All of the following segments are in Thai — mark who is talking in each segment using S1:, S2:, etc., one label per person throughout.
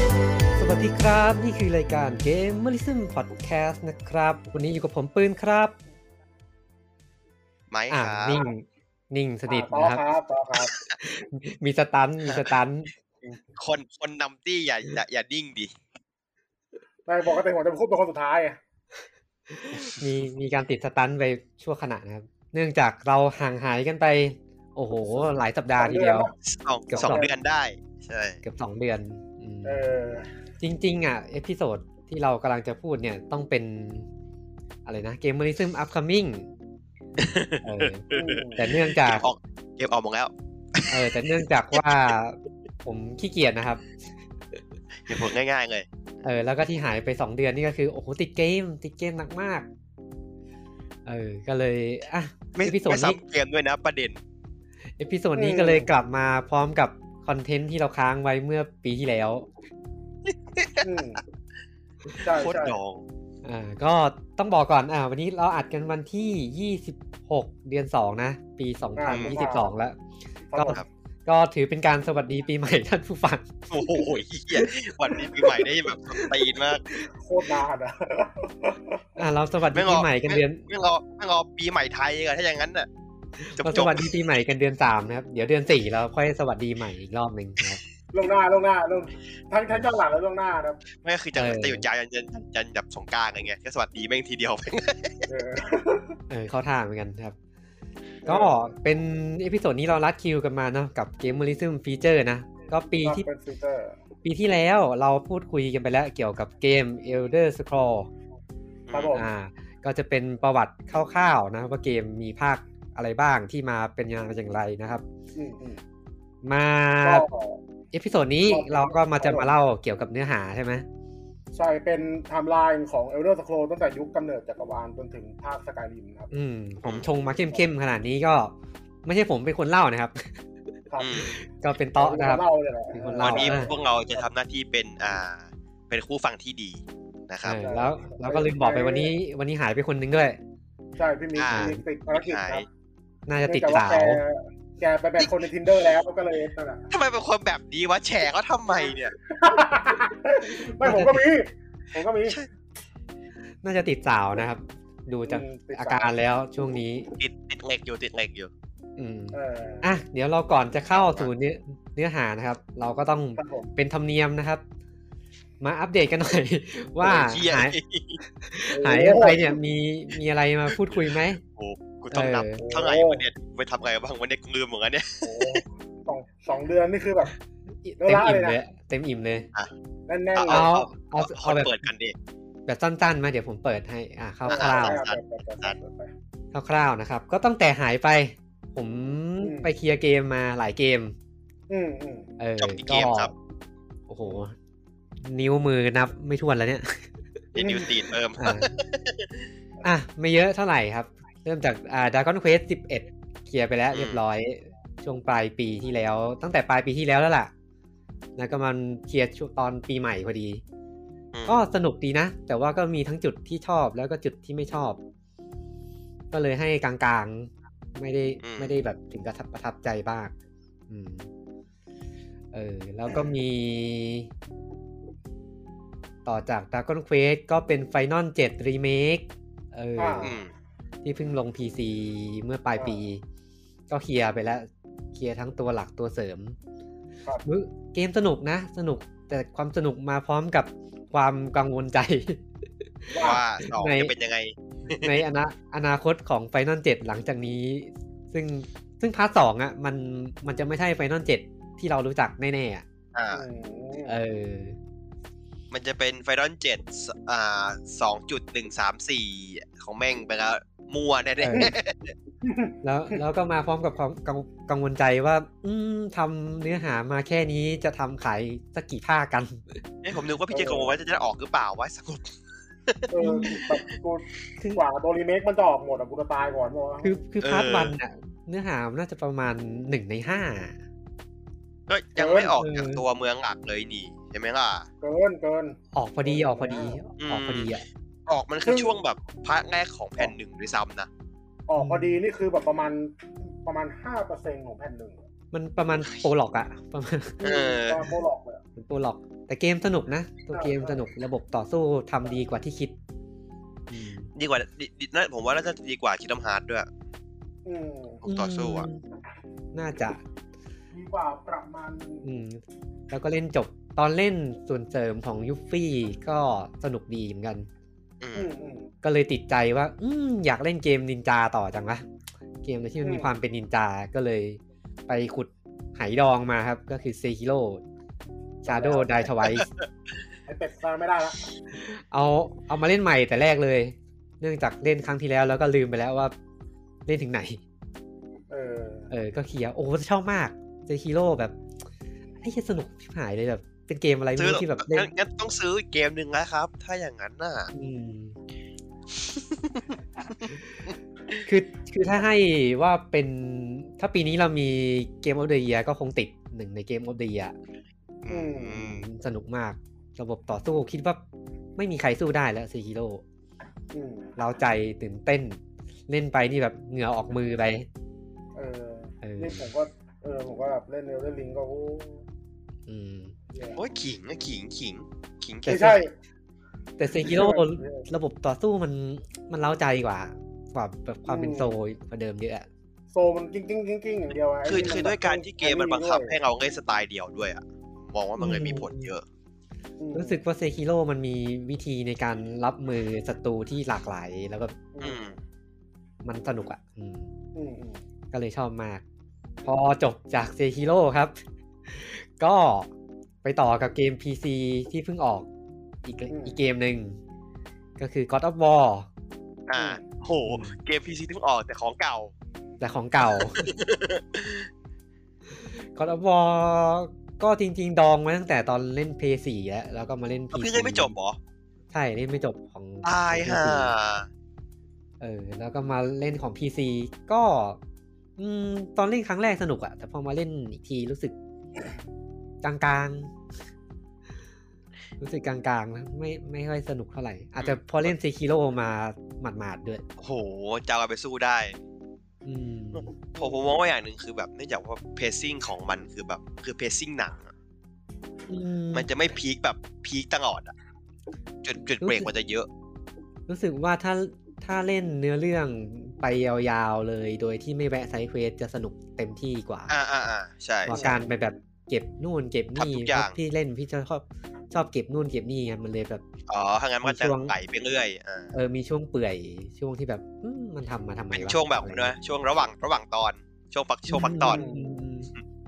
S1: ครับ นี่คือรายการเกมเมอริซึมพอดแคสต์นะครับ วันนี้อยู่กับผมปืนครับ
S2: ไหมค
S1: อ่า
S2: รับ
S1: นิ่งนิ่งสนิท
S3: ต่อ
S1: นะครับ
S3: ครับต่อครับ
S1: มีสตันมีสตัน
S2: คนคนนำตี้อย่าอย่าอย่าดิ้งดิ
S3: นายบอกกติผมจะพูดเป็นคนสุดท้ายไง
S1: มีมีการติดสตันไปชั่วขณะนะครับ เนื่องจากเราห่างหายกันไป โอ้โห หลายสัปดาห์ทีเดียว
S2: สอง
S1: เกือบ
S2: สอง
S1: สอง
S2: เดือนได้ ใช่
S1: เกือบสองเดือนอืม
S3: เออ
S1: จริงๆ อ่ะ เอพิโซดที่เรากำลังจะพูดเนี่ยต้องเป็น อะไรนะเกมเมอริซึมอัพคัมมิ่ง
S3: อืม
S1: แต่เนื่องจาก
S2: เก็บออกเก็บออกหมดแล้ว
S1: เออ แต่เนื่องจากว่าผมขี้เกียจนะครับ
S2: เก็บผลง่ายๆเลย
S1: เออ แล้วก็ที่หายไปสองเดือนนี่ก็คือ โอ้โห ติดเกม ติดเกมหนักมาก เออ ก็เลย อ่ะ
S2: ไม่
S1: เอพิโซด
S2: ไม่
S1: นี้
S2: ซ้ำเกมด้วยนะประเด็น
S1: เอพิโซดนี้ก็เลยกลับมาพร้อมกับคอนเทนต์ที่เราค้างไว้เมื่อปีที่แล้ว
S3: อืมใช่
S2: โคตร
S3: ใช่
S2: ดอง
S1: อ่าก็ต้องบอกก่อนอ่าวันนี้เราอัดกันวันที่ 26 เดือน 2 นะ ปี 2022 แล้ว
S3: ครับผม
S1: ก็ถือเป็นการสวัสดีปีใหม่ท่านผู้ฟัง
S2: โอ้โหเหี้ยวันนี้ปีใหม่ได้แบบตีน มาก
S3: โคตรนานอ่ะ
S1: อ่าเราสวัสดี
S2: ไม่ง
S1: ปี
S2: อ
S1: ใหม่กัน
S2: ไม่
S1: เดือน
S2: ไม่งอไม่งอปีใหม่ไทยกันถ้าอย่างนั้นน่ะจบ
S1: เรา
S2: จ
S1: ส
S2: บ
S1: วัสดีปีใหม่กันเดือนสามนะครับ เดี๋ยวเดือนสี่เราค่อยสวัสดีใหม่อีกรอบหนึ่งนะครับ
S3: ลวงหน้าลวงหน้าลวงทั้งทั้งด้านหลังและลวงหน้านะครับ
S2: ไม่คือจะ
S1: เออ
S2: จะหยุดยาวยันยันยันยับสงกรารอะไรเงี้ยก็สวัสดีแม่งทีเดียวไป
S3: เออ
S1: เออเข้าท่าเหมือนกันครับ ก็เป็นเอพิโซดนี้เราลัดคิวกันมาเนาะกับเกมม e ริซึมฟีเจอร์นะ ก็ปีที่
S3: เป็นฟิลเตอร์
S1: ปีที่แล้วเราพูดคุยกันไปแล้วเกี่ยวกับเกม Elder Scroll
S3: ครับผม
S1: อ่าก็จะเป็นประวัติคร่าวๆนะว่าเกมมีภาคอะไรบ้างที่มาเป็นยังไงอย่างไรนะครับ
S3: อืมอืม
S1: มา
S3: ก็
S1: เอพิโซดนี้เราก็มาจะมาเล่าเกี่ยวกับเนื้อหาใช่ไหม
S3: ใช่เป็นไทม์ไลน์ของเอลเดอร์สโครตั้งแต่ยุคกำเนิดจักรวาลจนถึงภาคสกายริมนะครับ
S1: อืมผมชงมาเข้มๆขนาดนี้ก็ไม่ใช่ผมเป็นคนเล่านะครับ
S3: ครับ
S2: อืม
S1: ก็เป็นโต๊ะนะครับ
S3: เล่าเลยแหละ
S1: เป็นคน
S2: วั
S1: เล่า
S2: นนี้
S1: อ่า
S2: พวกเราจะทำหน้าที่เป็นอ่า เป็นคู่ฟังที่ดีนะครับ
S1: เออแล้วเราก็ลืมบอกไปวันนี้วันนี้หายไปคนนึงด้วย
S3: ใช่พี่มิก
S2: อ่า
S3: พี่มิกติดภารกิจครับ
S1: น่าจะติดสาว
S3: เนื่องจกแกแกไปเป็นคนใน tinder แล้วก็เลยนั่นแหละ
S2: ทำไมเป็นคนแบบนี้วะแฉเขาทำไมเนี่ย
S3: ไม่ผมก็มี ผมก็มี
S1: น่าจะติดสาวนะครับ ดูจาก
S3: ติดส
S1: อาม การแล้วช่วงนี้
S2: ติดติดเหล็กอยู่ติดเหล็กอยู่
S1: อืม
S3: เออ
S1: อ่ะเดี๋ยวเราก่อนจะเข้าสู่เนื้อเนื้อหานะครับ เราก็ต้อง
S3: ครับผม
S1: เป็นธรรมเนียมนะครับ มาอัปเดตกันหน่อย ว่า
S2: โอ้ยเหี้ย
S1: หายหายกันไปเนี่ยมีมีอะไรมาพูดคุยไหม
S2: โอ้กูต้องนับ
S1: เออ
S2: เท่าไหร่วันเนี้ยไปทำอะไรบ้างวันเนี้ยกูลืมเหมือนกันเนี่ย
S3: โอ้โหสองสองเดือนนี่คือแบบ
S1: เต็มอิ่ม
S3: เวลาเลยนะ
S1: เลยเต็มอิ่มเลย
S3: แน่นๆ
S2: เอา
S1: เอาเอา
S2: เอา
S1: เอาแบบ
S2: เปิดกันดิ
S1: แบบสั้นๆมาเดี๋ยวผมเปิดให้อ่าค
S3: เอา
S1: ร่าว
S3: เอาเอาเอา
S1: ๆคร่าวๆนะครับ ก็ตั้งแต่หายไป ผม
S3: อืม
S1: ไปเคลียร์เกมมาหลายเกม
S3: อืมอืม
S1: เออ
S2: จบกี่เกมครับ
S1: โอ้โห นิ้วมือนับไม่ถ้วนแล้ว เนี่ย
S2: เดี๋ยวนิวตีนเพิ่ม
S1: อ่ะอ่ะไม่เยอะเท่าไหร่ครับ เริ่มจากอ่า Dragon Quest 11 เคลียร์ไปแล้วเรียบร้อย ช่วงปลายปีที่แล้ว ตั้งแต่ปลายปีที่แล้วแล้วล่ะ แล้วก็มันเคลียร์ช่วงตอนปีใหม่พอดี
S2: อืม
S1: ก็สนุกดีนะ แต่ว่าก็มีทั้งจุดที่ชอบแล้วก็จุดที่ไม่ชอบ ก็เลยให้กลางๆ ไม่ได้ไม่ได้แบบถึงกับประทับใจบ้างอืม เออ แล้วก็มี ต่อจาก Dragon Quest ก็เป็น Final 7 Remake เอออา
S2: อืม
S1: ที่เพิ่งลง PC เมื่อปลายปี ก็เคลียร์ไปแล้ว เคลียร์ทั้งตัวหลักตัวเสริม
S3: ครับ
S1: เฮ้ยเกมสนุกนะ สนุกแต่ความสนุกมาพร้อมกับความกังวล ใจ
S3: ว่า
S2: ว่าสอง
S1: ใน
S2: จะเป็นยังไง
S1: ในอนาอนาคตของ Final 7 หลังจากนี้ ซึ่งซึ่งพาร์ทสองอ่ะ มันมันจะไม่ใช่ Final 7 ที่เรารู้จักแน่ๆอะ
S2: อ่า
S3: อืม
S1: เออ
S2: มันจะเป็นไฟนอลเจ็ดอ่าสองจุดหนึ่งสามสี่ของแม่งไปแล้วมั่วแน่
S1: เออ แล้วแล้วก็มาพร้อมกับความกังกังวลใจว่า อืมทำเนื้อหามาแค่นี้จะทำขายสักกี่ภาคกัน
S2: ๆเอ้ยผมนึกว่าพี่เจคงบอกว่าจะได้ออกหรือเปล่าวะสรุป
S3: เออแบบกูกว่าโดรีเมคมันจะออกหมดอ่ะกูจะตายก่อนวะ
S1: คือคือพาร์ทวันอ่ะ เนื้อหามันน่าจะประมาณหนึ่งในห้า
S2: ก็ยังไม่ออก
S1: เออ
S2: จากตัวเมืองหลักเลยนี่ใช่ไหมล่ะ
S3: เกินเกิน
S1: ออกพอดีออกพอดี
S2: อืม
S1: ออกพอดีอ่ะ
S2: ออกมันคือ
S3: ซึ่ง
S2: ช่วงแบบพาร์ทแรกของแผ่นหนึ่งด้วยซ้ำนะ
S3: ออกพอดีนี่คือแบบประมาณประมาณห้าเปอร์เซ็นต์ของแผ่นหนึ่ง
S1: มันประมาณโปรล็อกอ่ะ ประมาณ
S2: เออ
S3: ตอนโปรหลอกเลย
S1: เหมือนโปรล็อก แต่เกมสนุกนะ ตัวเกมสนุกระบบต่อสู้ทำดีกว่าที่คิดอืม
S2: ดีกว่าดีดีน่าผมว่าน่าจะดีกว่าคิดดอมฮาร์ดด้วย
S3: อืม
S2: ต่อสู้อ่ะ
S1: มน่าจะ
S3: ดีกว่าประมาณนึง
S1: อืม แล้วก็เล่นจบตอนเล่นส่วนเสริมของยุฟฟี่ก็สนุกดีเหมือนกัน
S2: อื
S3: อื
S2: ม
S3: มอืม
S1: ก็เลยติดใจว่า อืมอยากเล่นเกมนินจาต่อจังวะเกมที่มัน
S3: อืม
S1: มีความเป็นนินจาก็เลยไปขุดไหดองมาครับ ก็คือเซฮิโร่ชาโดไดทวาย
S3: ไอเป็ดสร้างไม่ได้ละ
S1: เอาเอามาเล่นใหม่แต่แรกเลย เนื่องจากเล่นครั้งที่แล้วแล้วก็ลืมไปแล้วว่าเล่นถึงไหน
S3: เออ
S1: เออ ก็เคลียร์โอ้ชอบมากเซฮิโร่แบบไอ้เหี้ยสนุกชิบหายเลยแบบ เป็นเกมอะไรไม่
S2: ซื้อ
S1: รู้ที่แบบเล่น
S2: งั้นงั้นต้องซื้ออีกเกมหนึ่งนะครับ ถ้าอย่างนั้นน่ะ
S1: อืม คือคือถ้าให้ว่าเป็นถ้าปีนี้เรามีเกมออฟเด e ยก็คงติดหนึ่งในเกมออฟเด e ย
S2: อืม
S1: สนุกมาก ระบบต่อสู้คิดว่าไม่มีใครสู้ได้แล้วซีฮิโร่
S3: อืม
S1: เราใจตื่นเต้น เล่นไปนี่แบบเหงื่อออกมือไป
S3: เออ
S1: เออ
S3: นี่ผมก็เออผมก็แบบเล่นเรวเล่นลิงก็โอ้
S1: อืม
S3: เหี้ย
S2: โอ้ยขิงนะขิงขิงขิง
S1: แต่
S2: ขิง
S3: ไม่ใช่
S1: แต่ซีฮิโร่ระบบต่อสู้มันมันเล้าใจกว่า กว่าแบบความเป็นโซลกว่าเดิมเยอะอะ
S3: โซมันกิ้งกิ้งกิ้งกิ้งอย่างเดียวะ
S2: คือ
S3: ไนี่
S2: คือ
S3: มั
S2: ด้วยการที่เกมมันบังคับให้เราเล่นสไตล์เดียวด้วยอ่ะ มองว่ามันเลยมีผลเยอะ
S3: อืม
S1: รู้สึกว่าเซคิโร่มันมีวิธีในการรับมือศัตรูที่หลากหลาย แล้วแบบ
S2: อืม
S1: มันสนุกอะ่ะอืม
S3: อืมอืม
S1: ก็เลยชอบมาก พอจบจากเซคิโร่ครับ ก็ไปต่อกับเกม PC ที่เพิ่งออกอีกอีกเกมหนึ่ง ก็คือ God of War
S2: อ่า โห เกมพีซีที่เพิ่งออกแต่ของเก่า
S1: แต่ของ เก่า God of War ก็จริง ๆ ดองมาตั้งแต่ตอนเล่น p 4แล้วแล้วก็มาเล่น
S2: เอา
S1: PC
S2: พี่เล่นไม่จบเหรอ
S1: ใช่เล่นไม่จบของ
S2: ตายห่า
S1: PC เออแล้วก็มาเล่นของ PC ก็อืมตอนเล่นครั้งแรกสนุกอะแต่พอมาเล่นอีกทีรู้สึกกลางๆ รู้สึกกลางๆนะไม่ไม่ค่อยสนุกเท่าไหร่ อาจจะพอเล่นซีคิโร่มาหมาดๆด้วย
S2: โหจะเอาไปสู้ได้
S1: อืม
S2: ผมผมมองว่าอย่างหนึ่งคือแบบเนื่องจากว่าเพซซิ่งของมันคือแบบคือเพซซิ่งหนังอะ
S1: อื
S2: มันจะไม่พีคแบบพีคตลอดอ่ะ จุดจุดเบรกมันจะเยอะ
S1: รู้สึกว่าถ้าถ้าเล่นเนื้อเรื่องไปยาวๆเลย โดยที่ไม่แวะไซด์เควสจะสนุกเต็มที่กว่า
S2: อ่าอ่าอ่าใช่
S1: พอการไปแบบเก็บนู่นเก็บนี่
S2: ทำทุก
S1: เพ
S2: อย่า
S1: ราะ
S2: ง
S1: พี่เล่นพี่ชอบชอบเก็บนู่นเก็บนี่ไงมันเลยแบบ
S2: อ๋อถ้างั้นมันก็จะ
S1: ช่วง
S2: ไหลไปเรื่อยอ่า
S1: เออ มีช่วงเปื่อย ช่วงที่แบบอืมมันทำมาทำไม
S2: เป็น
S1: วะ
S2: ช่วงแบบ
S1: อะไร
S2: นะ
S1: เงี้ย
S2: ช่วงระหว่างระหว่างตอน ช่วงพักช่วงพักตอน
S1: ม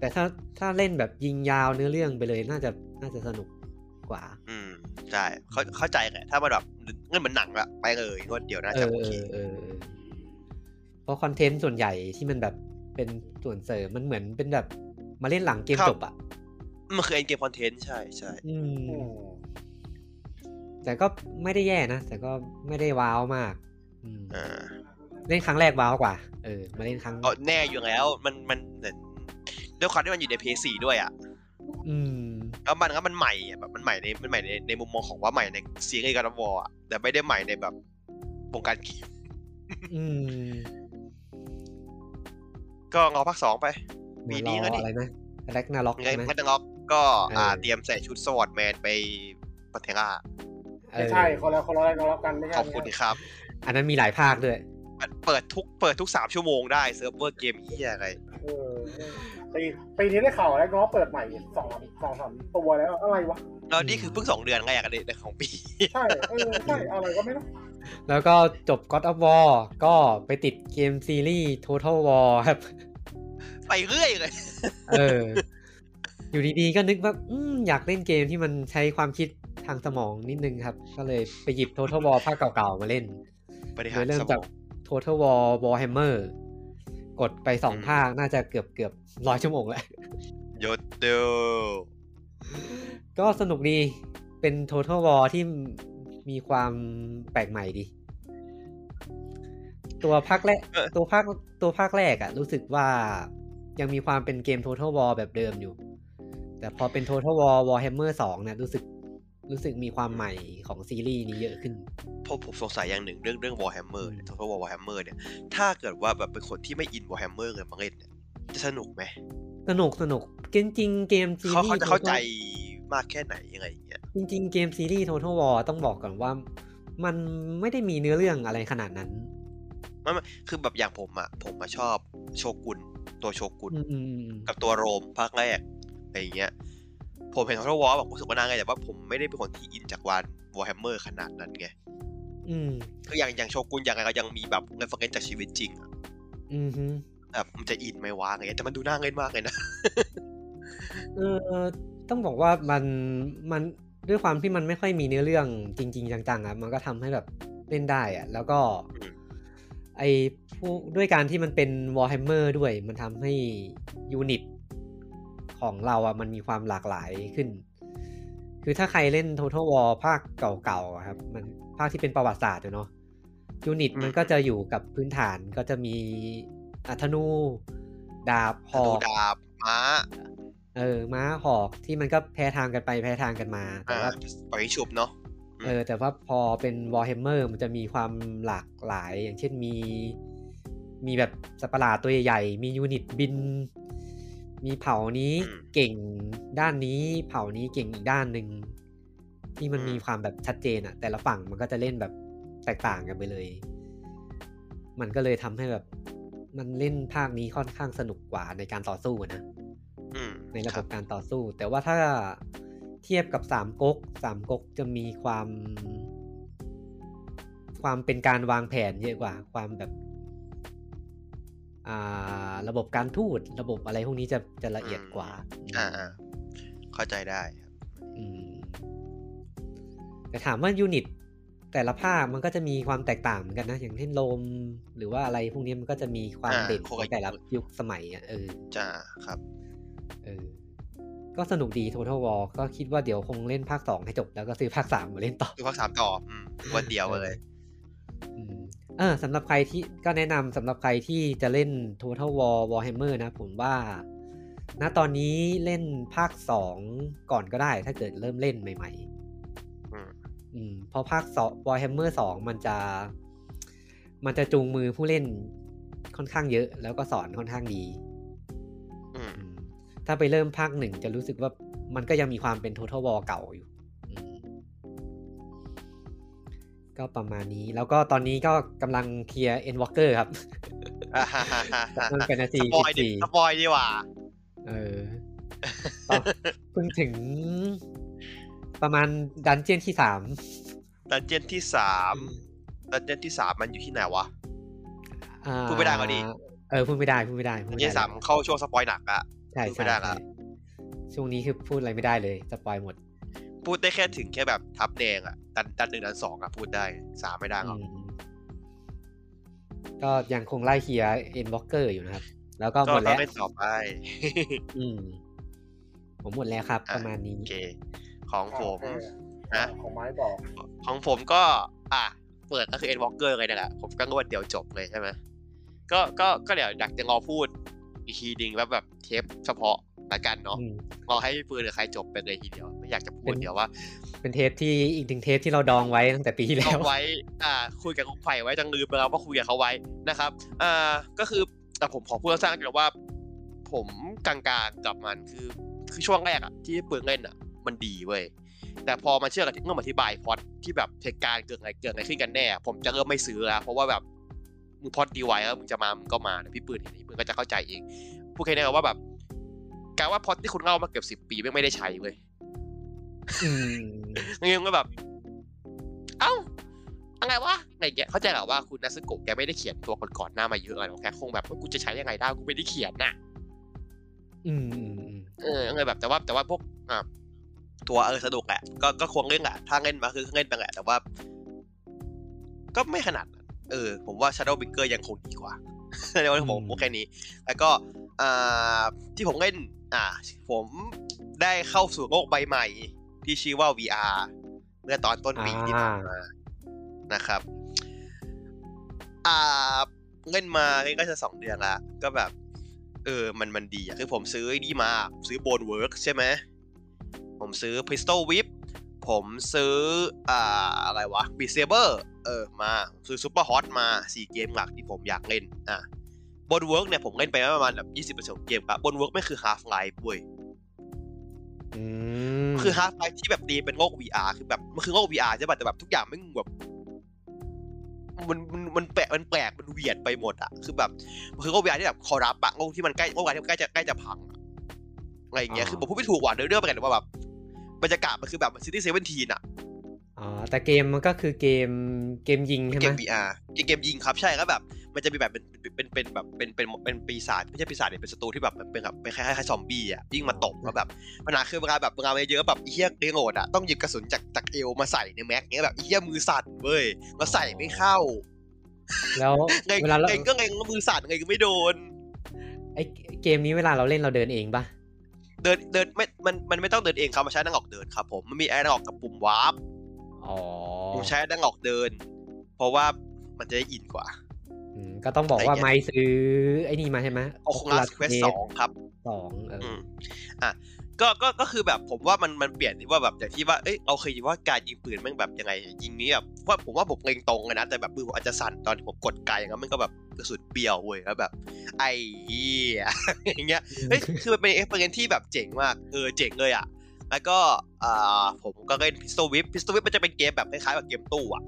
S1: แต่ถ้าถ้าเล่นแบบยิงยาวเนื้อเรื่องไปเลยน่าจะน่าจะสนุกกว่า
S2: อืมใช่เขาเข้าใจแหละถ้ามันแบบเงินเหมือนหนังอะไปเลยรวดเดียวน่า
S1: เอ
S2: จะ
S1: อ
S2: โอ
S1: เอ
S2: เค
S1: อเออเออเพราะคอนเทนต์ส่วนใหญ่ที่มันแบบเป็นส่วนเสริมมันเหมือนเป็นแบบมาเล่นหลังเกมจบอ่ะ
S2: มันคือเอ็นเกมคอนเทนต์ใช่ใช่
S1: อืม
S3: อืม
S1: แต่ก็ไม่ได้แย่นะ แต่ก็ไม่ได้ว้าวมาก อืม
S2: อ่า
S1: เล่นครั้งแรกว้าวกว่า เออ มาเล่นครั้ง
S2: เอาแน่อยู่แล้วมันมันเหมือนด้วยความที่มันอยู่ในเพย์ีด้วยอะ
S1: อืม
S2: แล้วมันก็มันใหม่อะแบบมันใหม่ในมันใหม่ในในมุมมองของว่าใหม่ในซีรีส์การ์ดวอลอะแต่ไม่ได้ใหม่ในแบบวงการเกม
S1: อืม
S2: ก็งอภาคสองไป ปีนี้ก็
S1: ร
S2: ดิ
S1: ออะไรนะแร็กนาล็อก
S2: ไง
S1: ใช่ไหม
S2: ก็จะงอกก็อ่า
S1: เออ
S2: เตรียมใส่ชุดสวอตแมนไปปะเทง่า
S3: ไม่ใช่คนละคนละอะไรกันแล้วกันไม่ใช่
S2: ขอบคุณ
S3: ไม่ใช่
S2: ครับ
S1: อันนั้นมีหลายภาคด้วย
S2: มันเปิดทุกเปิดทุกสามชั่วโมงได้เซิร์ฟเวอร์เกมเฮียอะไร
S3: เออปีปีนี้ได้ข่าวแล้วก็เปิดใหม่สองสองสามตัวแล้วอะไรวะ
S2: แล้วนี่คือเพิ่งสองเดือนแรกอะในของปี
S3: ใช่เออใช่อะไรก็ไม่รู้
S1: แล้วก็จบ God of War ก็ไปติดเกมซีรีส์ Total War ครับ
S2: ไปเรื่อยเลย
S1: เออ อยู่ดีๆ ก็นึกว่าอืมอยากเล่นเกมที่มันใช้ความคิดทางสมองนิดนึงครับ ก็เลยไปหยิบ Total War ภาคเก่าๆ มาเล่น
S2: บริ
S1: โด
S2: หาร
S1: ยเริ่
S2: ส
S1: ม
S2: ม
S1: จา
S2: อก ง
S1: Total War Warhammer กดไปสอง
S2: อืม
S1: ภาค น่าจะเกือบเกือบร้อยชั่วโมงแล้ว
S2: โยดเดล
S1: ก็สนุกดี เป็น Total War ที่มีความแปลกใหม่ดี ตัวภาคแรก ตัวภาค ตัวภาคแรกอะรู้สึกว่ายังมีความเป็นเกม Total War แบบเดิมอยู่ แต่พอเป็น Total War Warhammer 2เนี่ยรู้สึก รู้สึกมีความใหม่ของซีรีส์นี้เยอะขึ้น
S2: ผมผมสงสัยอย่างหนึ่งเรื่องเรื่องวอลแฮมเมอร์เนี่ยทั้งว่าวอลแฮมเมอร์เนี่ย ถ้าเกิดว่าแบบเป็นคนที่ไม่อินวอลแฮมเมอร์เลยมาเล่นเนี่ยจะสนุกไหม
S1: สนุกสนุกจริงจริงๆเกมซี
S2: เขา
S1: รี
S2: เขา
S1: ส์
S2: จะเข้าใจ มากแค่ไหนยังไงอย่างเงี้ย
S1: จริงๆ เกมซีรีส์ Total War ต้องบอกก่อนว่า มันไม่ได้มีเนื้อเรื่องอะไรขนาดนั้น
S2: คือแบบอย่างผมอะผมมาชอบโชกุนตัวโชกุน
S1: อืมอืมอืม
S2: กับตัวโรมภาคแรกอะไรอย่างเงี้ย ผมเห็นทอร์วอลแบบรู้สึกว่าน่าไงแต่ว่าผมไม่ได้เป็นคนที่อินจากวานวอร์แฮมเมอร์ขนาดนั้นไง
S1: อืม
S2: คืออย่างอย่างโชกุนอย่างไรก็ยังมีแบบเงินฟังเงินจากชีวิตจริงอะ
S1: อืมฮึ
S2: แบบมันจะอินไหม่วางอะไรเงี้ยแต่มันดูน่าเงินมากเลยนะ
S1: เออต้องบอกว่ามันมันด้วยความที่มันไม่ค่อยมีเนื้อเรื่องจริง ๆ จังๆอ่ะมันก็ทำให้แบบเล่นได้อ่ะ แล้วก็
S2: อืม
S1: ไอผู้ด้วยการที่มันเป็น Warhammer ด้วย มันทำให้ยูนิตของเราอ่ะมันมีความหลากหลายขึ้น คือถ้าใครเล่น Total War ภาคเก่าๆอะครับ มันภาคที่เป็นประวัติศาสตร์อะเนาะยูนิต
S2: อืม
S1: มันก็จะอยู่กับพื้นฐานก็จะมีอัธนู ดาบห
S2: ธนู
S1: อก
S2: ดาบม้า
S1: เออม้าหอกที่มันก็แพ้ทางกันไปแพ้ทางกันมาแต่
S2: อ่า
S1: ว่า
S2: ปล่อยให้ฉุบเนาะ อืม
S1: เออแต่ว่าพอเป็น Warhammer มันจะมีความหลากหลาย อย่างเช่นมี มีแบบสัตว์ประหลาดตัวใหญ่ๆมียูนิตบิน มีเผ่านี้เก่งด้านนี้ เผ่านี้เก่งอีกด้านหนึ่งที่มันมีความแบบชัดเจนอะแต่ละฝั่งมันก็จะเล่นแบบแตกต่างกันไปเลย มันก็เลยทำให้แบบมันเล่นภาคนี้ค่อนข้างสนุกกว่าในการต่อสู้อะนะ
S2: อืม
S1: ในระ
S2: ค
S1: บบ บการต่อสู้ แต่ว่าถ้าเทียบกับสามก๊กสามก๊กจะมีความ ความเป็นการวางแผนเยอะกว่า ความแบบอ่าระบบการทูตระบบอะไรพวกนี้จะจะละเอียดกว่า
S2: อ่าอ่าๆเข้าใจได้ครับ
S1: อืมแต่ถามว่ายูนิต แต่ละภาคมันก็จะมีความแตกต่างเหมือนกันนะ อย่างเช่นโลม หรือว่าอะไรพวกนี้มันก็จะมีความเด่นของแต่ละยุคสมัยอ่ะเออ
S2: จ้าครับ
S1: เออ ก็สนุกดี Total War ก็คิดว่าเดี๋ยวคงเล่นภาคสองให้จบ แล้วก็ซื้อภาคสามมาเล่นต่อ
S2: ดูภาคสามต่ออืมวันเดียว
S1: เออ
S2: เลย
S1: อืมเออสำหรับใครที่ก็แนะนำสำหรับใครที่จะเล่น Total War Warhammer นะ ผมว่า ณตอนนี้เล่นภาคสองก่อนก็ได้ ถ้าเกิดเริ่มเล่นใหม่ ๆ
S2: อืม
S1: อืมเพราะภาคสอง Warhammer สองมันจะ มันจะจูงมือผู้เล่นค่อนข้างเยอะ แล้วก็สอนค่อนข้างดี
S2: อืม
S1: อืมถ้าไปเริ่มภาคหนึ่งจะรู้สึกว่ามันก็ยังมีความเป็น Total War เก่าอยู่อืมก็ประมาณนี้แล้วก็ตอนนี้ก็กำลังเคลียร์ Endwalker ครับ
S2: อ่าฮ่าฮ่าฮ่า
S1: จากเรื่อง Fantasy
S2: สปอยดิ
S1: 14
S2: สปอยดีกว่า
S1: เออตอนเพิ่งถึงประมาณดันเจียนที่สาม
S2: ดันเจียนที่สามดันเจียนที่สามมันอยู่ที่ไหนวะ
S1: อ่า
S2: พูดไม่ได้ก็ดี
S1: เออพูดไม่ได้พูดไม่ได้พูด
S2: ดัน
S1: ไม่
S2: เจีย
S1: ได้
S2: นที่สามเข้าช่วงสปอยหนักอะ
S1: ใช่
S2: พูดไม่
S1: ใช่
S2: ได้ละ
S1: ใช่ช่วงนี้คือพูดอะไรไม่ได้เลยสปอยหมด
S2: พูดได้แค่ถึงแค่แบบทับแดงอะดันดันหนึ่งดันสองอะพูดได้สามไม่ได้หรอก
S1: อืมก็ยังคงไล่เคลียร์เอ็นบ็อกเกอร์อยู่นะครับ แล้วก็ห
S2: ก็
S1: มด
S2: ต้อ
S1: แล้
S2: ง
S1: ว
S2: เล่นต่อไป
S1: อืม ผมหมดแล้วครับ
S2: อ่ะ
S1: ประมาณนี้
S2: โอเค ของผม
S3: โอเค
S2: นะ
S3: ของไม้ต่อ
S2: ของผมก็ อ่ะ เปิดก็คือเอ็นวอลเกอร์เลยนนแหละผมก็งวดเดียวจบเลยใช่ไหมก็ก็ก็เดี๋ยวดักจะรอพูดอีกทีหนึ่งแบบแบบเทปเฉพาะละกันเนาะ
S1: อืม
S2: รอให้พี่ปืนหรือใครจบไปเลยทีเดียว ไม่อยากจะพู
S1: เป็
S2: ด
S1: น
S2: เดี๋ยวว่า
S1: เป็นเทปที่อีกหนึ่งเทปที่เราดองไว้ตั้งแต่ปีที่แล้
S2: เอา
S1: ว
S2: ไว้ อ่า คุยกับคุณไผ่ไว้จังลืมไปแล้วว่าคุยกับเขาไว้นะครับอ่าก็คือแต่ผมขอพูดสั้นๆกันว่า ผมกลางๆกับมันคือคือช่วงแรกอะที่ปืนเล่นอะมันดีเว้ยแต่พอมาเชื่อกับที่เงื่อนอธิบายพล็อดที่แบบเหตุการณ์เกิดอะไรเกิดอะไรขึ้นกันแน่ ผมจะเริ่มไม่ซื้อแล้วเพราะว่าแบบมึงพล็อดดีไว้แล้วมึงจะมามึงก็มานะพี่ปืนเห็นพี่ปืนก็จะเข้าใจเองพูดแค่นี้ครับว่าแบบการว่าพล็อดที่คุณเล่ามาเกือบสิบปีไม่งไม่ได้ใช้เว้ย
S1: อืม
S2: เงี้ยมันก็แบบ เอ้าอะไรวะอะไรเงี้ยเข้าใจเหรอว่าคุณนัสกุแกไม่ได้เขียนตัวก่อนๆหน้ามาเยอะอะไรหรอกแค่คงแบบว่ากูจะใช้ยังไงได้กูไม่ได้เขียนน่ะ
S1: อืมอืมอืม
S2: เออเลยแบบแต่ว่าแต่ว่าพวกอ่ะตัวเออสนุกแหละก็ก็ควงเล่นแหละถ้าเล่นมาคือเล่นไปแหละแต่ว่า ก็ไม่ขนาดนั้นเออ ผมว่า Shadow b i n g e r ยังคงดีกว่า ในวันผมพูดแค่นี้ แล้วก็อ่าที่ผมเล่น อ่า ผมได้เข้าสู่โลกใบใหม่ ที่ชื่อว่า VR เมื่อตอนต้นปีที่ผ่านมานะครับ อ่า เล่นมาเล่นก็จะสองเดือนละก็แบบ เออ มันมันดีอะคือผมซื้อไอ้นี่มา ซื้อโบนเวิร์กใช่ไหม ผมซื้อ Pistol Whip ผมซื้อ อ่า อะไรวะ b ีเซเบอร์เออ มาผมซื้อ Super Hot มา 4 เกมหลักที่ผมอยากเล่น อ่ะบนเวิร์กเนี่ยผมเล่นไปประมาณแบบ 20%ของเกมปะบนเวิร์กไม่คือ Half Life เว้ย
S1: อืม
S2: มันคือฮาร์ฟไลที่แบบตีเป็นโลก VR คือแบบมันคือโลก VR ใช่ป่ะแต่แบบทุกอย่างไม่งแบบมันมันมันแปลกมันแปลกมันเวียดไปหมดอะคือแบบมันคือโลก VR ที่แบบคอรับปะโลกที่มันใกล้โลก VR ที่มันใกล้จะใกล้จะพังอะอะไรอย่างเงี้ย
S1: อ่า
S2: คือผมพูดไม่ถูกว่ะเนื้อเรื่องเป็นไงแต่ว่าแบบบรรยากาศมันคือแบบซิตี้เซเว่นทีนอะ
S1: อ๋อแต่เกมมันก็คือเกมเกมยิงใช่ไห
S2: เก
S1: ม
S2: ม VR เกมยิงครับใช่ก็แบบ มันจะมีแบบเป็นเป็นเป็นแบบเป็นเป็นเป็นปีศาจไม่ใช่ปีศาจเนี่ยเป็นศัตรูที่แบบเป็นแบบเป็นคล้ายๆคล้ายๆซอมบี้อะยิ่งมาตบแล้วแบบ ปัญหาคือเวลาแบบเวลาเยอะๆแบบไอ้เฮียเดงโหดอะต้องหยิบกระสุนจากจากเอวมาใส่ในแม็กเงี้ยแบบไอ้เฮียมือสั่นเว้ยมาใส่ไม่เข้า
S1: แล้ว
S2: ไง
S1: เวลาเรา
S2: ไงก็ไงก็มือสั่นไงก็ไม่โดน
S1: ไอเกมนี้เวลาเราเล่นเราเดินเองปะ
S2: เดินเดินไม่มันมันไม่ต้องเดินเองครับมาใช้นั่งออกเดินครับผมมันมีไอ้นั่งออกกับปุ่มวาร์ป
S1: อ๋อ
S2: ผมใช้นั่งออกเดิน เพราะว่ามันจะได้อินกว่า
S1: อืมก็ต้องบอกว่า
S2: อะไรเงี้ย
S1: ไม้ซื้อไอ้นี่มาใช่ไหม
S2: Oculus Quest 2ครับ
S1: สองเอออ
S2: ม ก็ก็ก็คือแบบผมว่ามันมันเปลี่ยนที่ว่าแบบอย่างที่ว่าเอ้ยเราเคยคิดว่าการยิงปืนแม่งแบบยังไงยิงนี้แบบว่าผมว่าผมเล็งตรงเลยนะแต่แบบมือผมอาจจะสั่นตอนที่ผมกดไกลอย่างนั้นมันก็แบบกระสุนเบี้ยวเว้ยแล้วแบบ ไอ้เหี้ย อย่างเงี้ยเฮ้ยคือมันเป็นเอ็กซ์เพรียที่แบบเจ๋งมากเออเจ๋งเลยอ่ะแล้วก็อ่าผมก็เล่นพิสโตวิปพิสโตวิปมันจะเป็นเกมแบบคล้ายๆแบบเกมตู้อ่ะ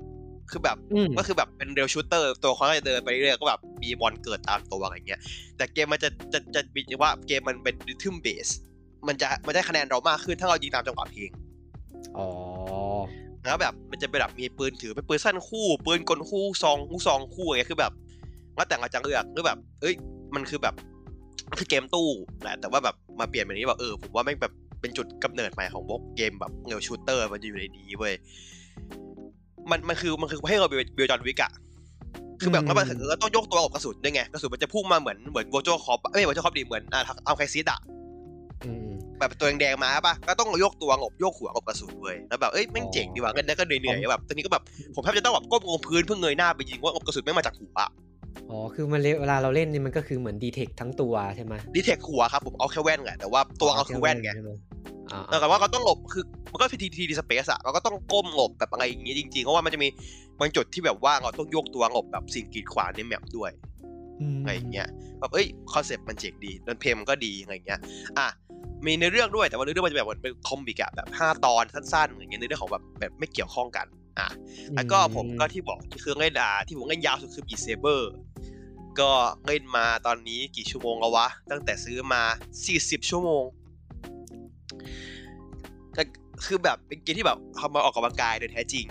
S2: คือแบบ
S1: อืม
S2: ก็คือแบบเป็นเรียลชูเตอร์ตัวเขาก็จะเดินไปเรื่อยๆก็แบบมีบอลเกิดตามตัวอะไรเงี้ย แต่เกมมันจะจะจะมีว่าเกมมันเป็นริทึมเบสมันจะมันได้คะแนนเรามากขึ้นถ้าเรายิงตามจังหวะเพลง
S1: อ๋อ
S2: แล้วแบบมันจะเป็นแบบมีปืนถือเป็นปืนสั้นคู่ปืนกลคู่ซองคู่ซองคู่อะไรเงี้ยคือแบบว่าแต่งอาจจะเลือกหรือแบบ เอ้ยมันคือแบบคือเกมตู้แหละแต่ว่าแบบมาเปลี่ยนแบบนี้แบบเออผมว่าแม่งแบบเป็นจุดกำเนิดใหม่ของพวกเกมแบบเรียลชูเตอร์มันจะอยู่ในนี้เว้ยมันมันคือมันคือให้เราเบลจอนวิกอะ คือแบบว่ามันถึงก็ต้องโยกตัวหลบกระสุนด้วยไงกระสุนมันจะพุ่งมาเหมือนเหมือนวอร์จคอปไม่วอร์จคอปดีเหมือนอ่าเอาไคซิดอะ
S1: อืม
S2: แบบตัวแดงๆมาป่ะก็ต้องโยกตัวหลบโยกหัวหลบกระสุนเว้ยแล้วแบบเอ้ยแม่งเจ๋งดีว่ะเงินแล้วก็เหนื่อยๆแบบตอนนี้ก็แบบผมแทบจะต้องแบบก้มลงพื้นเพื่อเงยหน้าไปยิงว่าหลบกระสุนไม่งมาจากหัว
S1: อ๋อ คือมันเลเวลาเราเล่นเนี่ยมันก็คือเหมือนดีเทคทั้งตัวใช่ไหม
S2: ดีเทคหัวครับผมเอาแค่แว่นไงแต่ว่าตัวเราคือแว่นไง
S1: ใช่หมอ่า
S2: แต่กับว่าเราต้องหลบคือมันก็ทีทีดีสเปซอะเราก็ต้องก้มหลบแบบอะไรอย่างงี้จริงๆเพราะว่ามันจะมีบางจุดที่แบบว่าเราต้องโยกตัวหลบแบบสิ่งกีดขวางในแมปด้วย
S1: ม
S2: อะไรอย่างเงี้ยแบบเอ้ยคอนเซปต์มันเจ๋งดีดนเพลงมันก็ดีอะไรอย่างเงี้ยอ่ะมีในอเรื่องด้วยแต่ว่าในอเรื่องมันจะแบบเหมือนเป็นคอมิกอะแบบห้าตอนสั้นๆอะไรอย่างเงี้ยในเรื่องของแบบแบบไม่เกี่ยวข้องกันอ่ะแล้วก็ผมก็ที่บอกที่คือเล่นอ่าที่ผมเล่นยาวสุดคือบีเซเบอร์ก็เล่นมาตอนนี้กี่ชั่วโมงแล้ววะ ตั้งแต่ซื้อมา 40 ชั่วโมงก็คือแบบเป็นเกมที่แบบทำมาออกกำลังกายโดยแท้จริง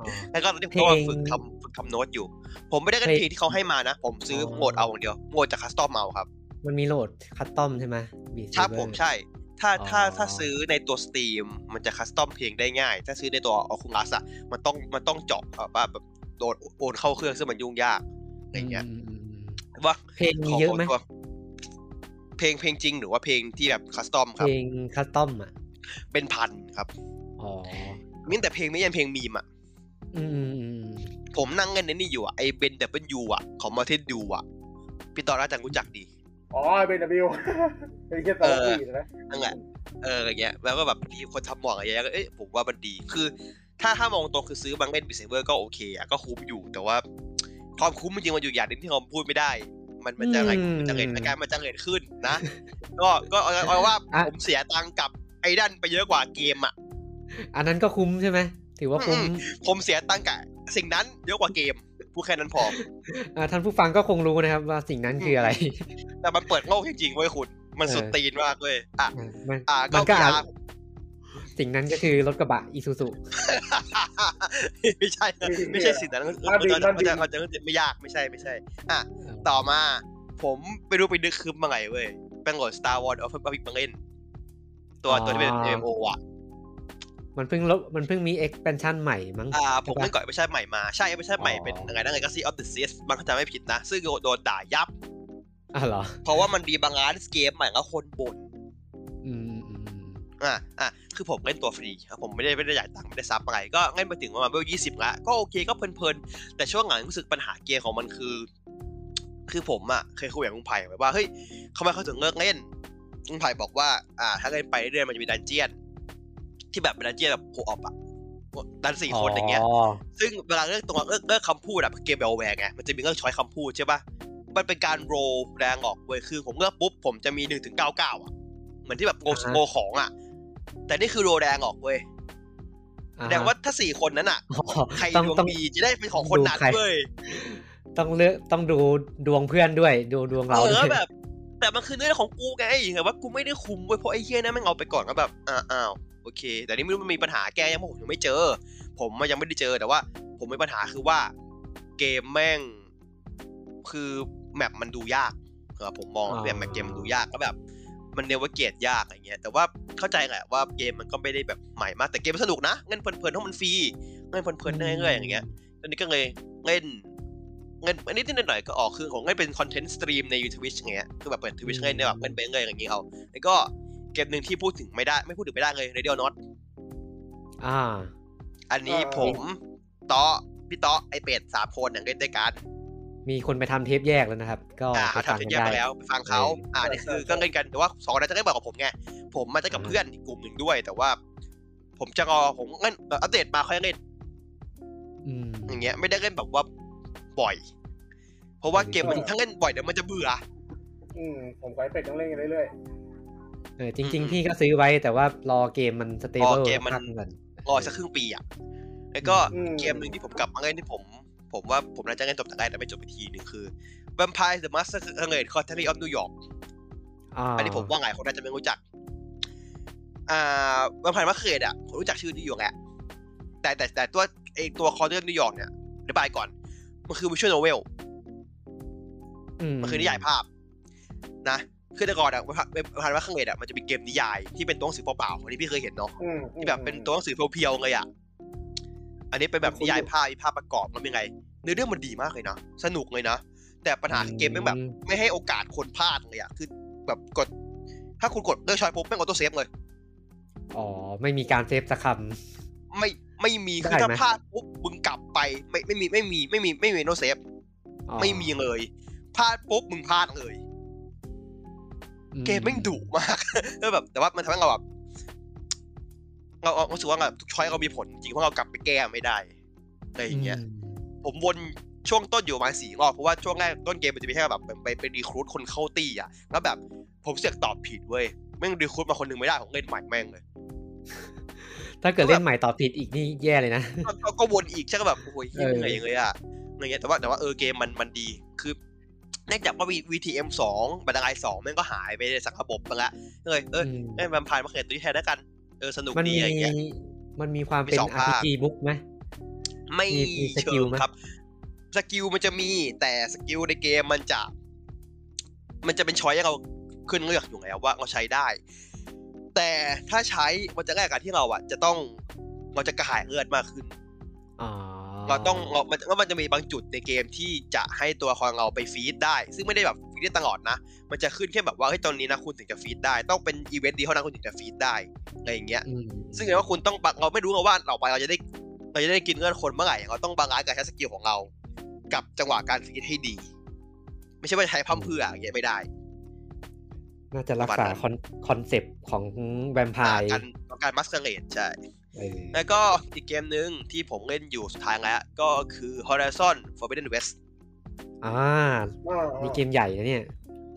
S1: อ๋อ
S2: แล้วก็ตอนนี้ผม
S1: เพลง
S2: ก็ฝึกทำฝึกทำโน้ตอยู่ ผมไม่ได้กัน
S1: เพลง
S2: เพลงที่เขาให้มานะ ผมซื้ออ
S1: อ
S2: โหมดเอาอย่างเดียวโหมดจากคัสตอมเอาครับ
S1: มันมีโหลดคัสตอมใช่ไหม Beat
S2: ถ้า
S1: Saber
S2: ผมใช่ ถ้าถ้า
S1: อ๋อ
S2: ถ้าซื้อในตัวสตรีมมันจะคัสตอมเพลงได้ง่าย ถ้าซื้อในตัวออคุงัสอะมันต้องมันต้องเจาะแบบว่าแบบโดนโอนเข้าเครื่องซึ่งมันยุ่งยากอะไรเงี้ย
S1: มอืมอืม
S2: ว่า
S1: เพลงมีเยอะไหม
S2: ขงตัวเพลงเพลงจริงหรือว่าเพลงที่แบบคัสตอมค
S1: เพ
S2: รับ
S1: ลงคัสตอมอ่ะ
S2: เป็นพันครับ
S1: อ๋อ
S2: มิ้นแต่เพลงไม่ยันเพลงมีมอะ
S1: อืมอืมอืม
S2: ผมนั่งเงินในนี่อยู่อะไอเบนเดบิลยูอะของมาเทนยูอะพี่ตอนอาจารย์รู้จักดี
S3: อ๋อเบน บิวเป็นแค่สองปีนะ
S2: นั่นแหละ เอออย่างเงี้ยแล้วก็แบบมีคนทำหมวกอะไรเงี้ยก็เอ้ยผมว่ามันดีคือ ถ้าถ้ามองตรงคือซื้อบังเล่นบิเซเวอร์ก็โอเคอ่ะก็คุ้มอยู่แต่ว่าความคุ้มจริงๆมันอยู่อย่างหนึงที่เราพูดไม่ได้ มันมันจะอะไรมันจะเงินอาการมันจะเงินขึ้นนะ ก็ก็เอาเอาว่าผมเสียตังค์กับไอ้ดันไปเยอะกว่าเกมอ่ะ
S1: อันนั้นก็คุ้มใช่ไหม ถือว่าคุ้ม
S2: อื ผมเสียตังค์กับสิ่งนั้นเยอะกว่าเกมพูดแค่นั้นพอ
S1: อ่าท่านผู้ฟังก็คงรู้นะครับว่าสิ่งนั้นคืออะไร
S2: แต่มันเปิดโลกจริงๆเว้ยคุณมันสุดตีนมากเว้ยอ่ะ
S1: อ่ะมัน
S2: อ่ะก็
S1: มันก็อาจ
S2: ยา
S1: สิ่งนั้นก็คือรถกระบะอีซูซู
S2: ไม่ใช่นะไม่ใช่สิ่งนั้นเขา
S3: บ้านดิน
S2: จะ
S3: บ้านดิ
S2: เขา
S3: น
S2: จะเขาจะไม่ยากไม่ใช่ไม่ใช่ อ่ะ ต่อมา ผมไปรู้ไปนึกคืบมาไงเว้ยแปงโหลด Star Wars เอาไปมาเล่น ตัว
S1: อ๋อ
S2: ตัวที่เป็น MMO อ่ะ
S1: มันเพิ่งลบมันเพิ่งมี expansion ใหม่มั้ง
S2: อ่า ผมเล่นก่อนไม่ใช่ใหม่มา ใช่ไม่ใช่ใหม่
S1: อ๋อ
S2: เป็นอะไรนั่นไงก็ซีออฟเดอะซีสบางคนจำไม่ผิดนะ ซึ่งโดนด่ายับ
S1: อ่ะเหรอ
S2: เพราะว่ามันดีบางร้านเกมใหม่แล้วคนบ่น
S1: อืมอืมอืม
S2: อ่ะอ่ะคือผมเล่นตัวฟรีครับผมไม่ได้ไม่ได้จ่ายตังค์ไม่ได้ซับอะไรก็เล่นไปถึงประมาณเวลยี่สิบละก็โอเคก็เพลินๆ แต่ช่วงหลังรู้สึกปัญหาเกียร์ของมันคือ คือผมอ่ะเคยคุยกับลุงไผ่ไว้ว่าเฮ้ยทำไมเขาถึงเลิกเล่นลุงไผ่บอกว่า อ่า ถ้าเล่นไปเรื่อยๆมันจะมีดันเจียน ที่แบบเป็นดันเจียนแบบโคออฟอ่ะดันสี่คนอย่างเงี้ย ซึ่งเวลาเลือกตัวเลือกเลือกคำพูดอะเกมเบลแวร์ไงมันจะมีเลือกช้อยคำพูดใช่ปะมันเป็นการโรลแรงออกเว้ยคือผมเลือกปุ๊บผมจะมีหนึ่งถึงเก้าเก้าอะเหมือนที่แบบโรล
S1: อ่าฮะ
S2: โรลของอะ แต่นี่คือโรแดงออกเว้ย
S1: อ่ฮะ
S2: แสดงว่าถ้าสี่คนนั้นอ่ะ
S1: อ๋อ
S2: ใคร
S1: ต้อง
S2: ดวง
S1: ต้อง
S2: ดีจะได้เป็นของคนนั้น
S1: ดูใร
S2: เว้ย
S1: ต้องเลือกต้องดูดวงเพื่อนด้วย ดูดวง
S2: เอ
S1: เราด้ว
S2: อย แบบ แต่มันคือเรื่องของกูไงแต่ว่ากูไม่ได้คุมเว้ยเพราะไอ้เฮียนั่นแม่งเอาไปก่อนก็แบบอาอ้าวโอเค แต่นี่ไม่รู้มันมีปัญหาแก้ยังเพราะผมยังไม่เจอ ผมมันยังไม่ได้เจอแต่ว่า ผมมีปัญหาคือว่า เกมแม่งคือแมปมันดูยากเออผมมองแบบแมปเกมมันดูยากก็แบบ มันเนวเกตยากอะไรเงี้ย แต่ว่าเข้าใจแหละว่าเกมมันก็ไม่ได้แบบใหม่มากแต่เกมมันสนุกนะเงินเพลินๆเพราะมันฟรีเงินเพลินๆเรื่อยๆอย่างเงี้ย ตอนนี้ก็เลยเล่นเงินอันนี้นิดหน่อยๆก็ออกคือของเงินเป็นคอนเทนต์สตรีมในยูทูบอย่างเงี้ยคือแบบเปิดทวิชเงินเนี่ยแบบเงินไปเงินอย่างเงี้ยเอาแล้วก็เกมหนึ่งที่พูดถึงไม่ได้ไม่พูดถึงไม่ได้เลยเรดิโอนอต
S1: อ่า
S2: อันนี้
S3: เออ
S2: ผมเต๊อพี่เต๊อไอเป็ดสามคนอย่างเล่นด้วยกัน
S1: มีคนไปทำเทปแยกแล้วนะครับ ก็
S2: อ่า
S1: ไป
S2: เขา
S1: ฟัง
S2: ทำเสร็จ
S1: กัน
S2: แยก
S1: ได้
S2: ไปแล้วไปฟังเขา
S1: เออ
S2: อ่านี่คือก็เล่นกันแต่ว่าสองคนนั้นจะได้บอกกับผมไงผมมาจะกับ
S1: อ่า
S2: เพื่อนอีกกลุ่มหนึ่งด้วย แต่ว่า ผมจะรอผมเงินเอ่ออัปเดตมาค่อยเล่น
S1: อืม
S2: อย่างเงี้ยไม่ได้เล่นแบบว่าบ่อย เพราะว่าเกมมัน
S3: เออ
S2: ถ้าเล่นบ่อยเดี๋ยวมันจะเบื่อ
S3: อืมผมกับไอ้เป็ดต้องเล่นกันเรื่อย
S1: เออจริง
S2: อืม
S1: ๆ พี่ก็ซื้อไว้แต่ว่ารอเกมมันสเตเบิ
S2: ร
S1: ล
S2: อเกมมัน
S1: ก่อน
S2: รออีกสักครึ่งปีอ่ะ แล้วก็
S3: ๆอืม
S2: เกมหนึ่งที่ผมกลับมาเล่นที่ผม ผมว่าผมน่าจะเล่นจบแต่ได้แต่ไม่จบอีกทีหนึงคือ Vampire the Masquerade Coterie of New York
S1: า
S2: อันนี้ผมว่าไงคนน่าจะไม่รู้จัก อ่า Vampire Masquerade อ่ะผมรู้จักชื่อนี้อยู่แหละแต่แต่แต่ตัวไอตัว Coterie of New York เนี่ยอธิบายก่อน มันคือ visual novel มันคือนิยายภาพ นะคือแต่ก่อนอ่ะ Vampire Masquerade อ่ะมันจะเป็นเกมนิยายที่เป็นตัวหนังสือเปล่าๆอันนี้พี่เคยเห็นเนาะ
S3: อืม
S2: ที่แบบเป็นตัวหนังสือเพียวๆเลยอ่ะ อันนี้เป็นแบบนิยายภาพภาพประกอบมันเป็นไง เนื้อเรื่องมันดีมากเลยนะ สนุกเลยนะ แต่ปัญหาคือเกมแม่งแบบ ไม่ให้โอกาสคนพลาดเลยอ่ะ คือแบบกด ถ้าคุณกดเลือกชอยปุ๊บแม่งออโต้เซฟเลย
S1: อ๋อ ไม่มีการเซฟสักค
S2: ไม่ไม่มีคือ
S1: ได้ไหม
S2: ถ้าพลาดปุ๊บมึงกลับไปไม่ไม่มีไม่มีไม่มีไม่มีโนเซฟ
S1: ำอ๋อ
S2: ไม่มีเลย พลาดปุ๊บมึงพลาดเลย
S1: อื
S2: เกมแม่งดุมาก แล้วแบบแต่ว่ามันทำให้เราแบบเราเรารู้สึกว่าแบบทุกช้อยเรามีผลจริงเพราะเรากลับไปแก้ไม่ได้อะไรอย่างเงี้ย
S1: ม
S2: ผมวนช่วงต้นอยู่ประมาณสี่รอบ เพราะว่าช่วงแรกต้นเกมมันจะมีแค่แบบไปไปไปรีครูทคนเข้าตีอ่ะแล้วแบบผมเสียกตอบผิดเว้ยแม่งรีครูทมาคนหนึ่งไม่ได้ของเล่นใหม่แม่งเลย
S1: ถ้าเกิดเล่นใหม่ต่อผิดอีกนี่แย่เลยนะ
S2: ก็ก็ก็วนอีกใช่ก็แบบโอ้ย
S1: เออ
S2: เหนื่อยจังเลยอ่ะอะไรเงี้ยแต่ว่าแต่ว่าเออเกมมันมันดีคือเนื่องจากว่า V- VTM สองบันไดสองแม่งก็หายไปในสักระบบไปละก็เลยเออ
S1: อืม
S2: เล่นแวมไพร์มาเขียนตัวนี้แทนแล้วกันเออสนุก
S1: มัน
S2: ดี
S1: มี
S2: อะไรเงี้ย
S1: มันมีความ
S2: มี
S1: เป็น
S2: สองภาค
S1: RPG บุ๊กไหม
S2: ไม่
S1: มีมีสกิ
S2: เชิ
S1: ล
S2: ง
S1: ไหม
S2: ครับ สกิลมันจะมีแต่สกิลในเกมมันจะ มันจะเป็นช้อยให้เราขึ้นเลือกอยู่แล้วว่าเราใช้ได้ แต่ถ้าใช้มันจะแลกกับที่เราอะจะต้องเราจะกระหายเลือดมากขึ้น
S1: อ๋อ
S2: เราต้องเรามันแล้วมันจะมีบางจุดในเกมที่จะให้ตัวละครเราไปฟีดได้ ซึ่งไม่ได้แบบฟีดได้ตลอดนะ มันจะขึ้นแค่แบบว่าเฮ้ยตอนนี้นะคุณถึงจะฟีดได้ ต้องเป็นอีเวนต์เดียวเท่านั้นคุณถึงจะฟีดได้อะไรอย่างเงี้ย
S1: อืม
S2: ซึ่งแปลว่าคุณต้องบังเราไม่รู้ไงว่าต่อไปเราจะได้เราจะได้กินเลือดคนเมื่อไหร่เราต้องบางร้ายกับใช้สกิลของเรา กับจังหวะการฟีดให้ดี ไม่ใช่ว่าใช้พั่มเพรื่ออย่างเงี้ยไม่ได้
S1: น่าจะรักษาคอนเซปต์ของแวมไพ
S2: อ่า
S1: ร์
S2: การการมัสเกเลตใช่
S1: เออ
S2: แล้วก็อีกเกมหนึ่งที่ผมเล่นอยู่สุดท้ายแล้วก็คือ Horizon Forbidden West
S1: อ่า
S3: อ่าๆ
S1: นี่เกมใหญ่นะเนี่ย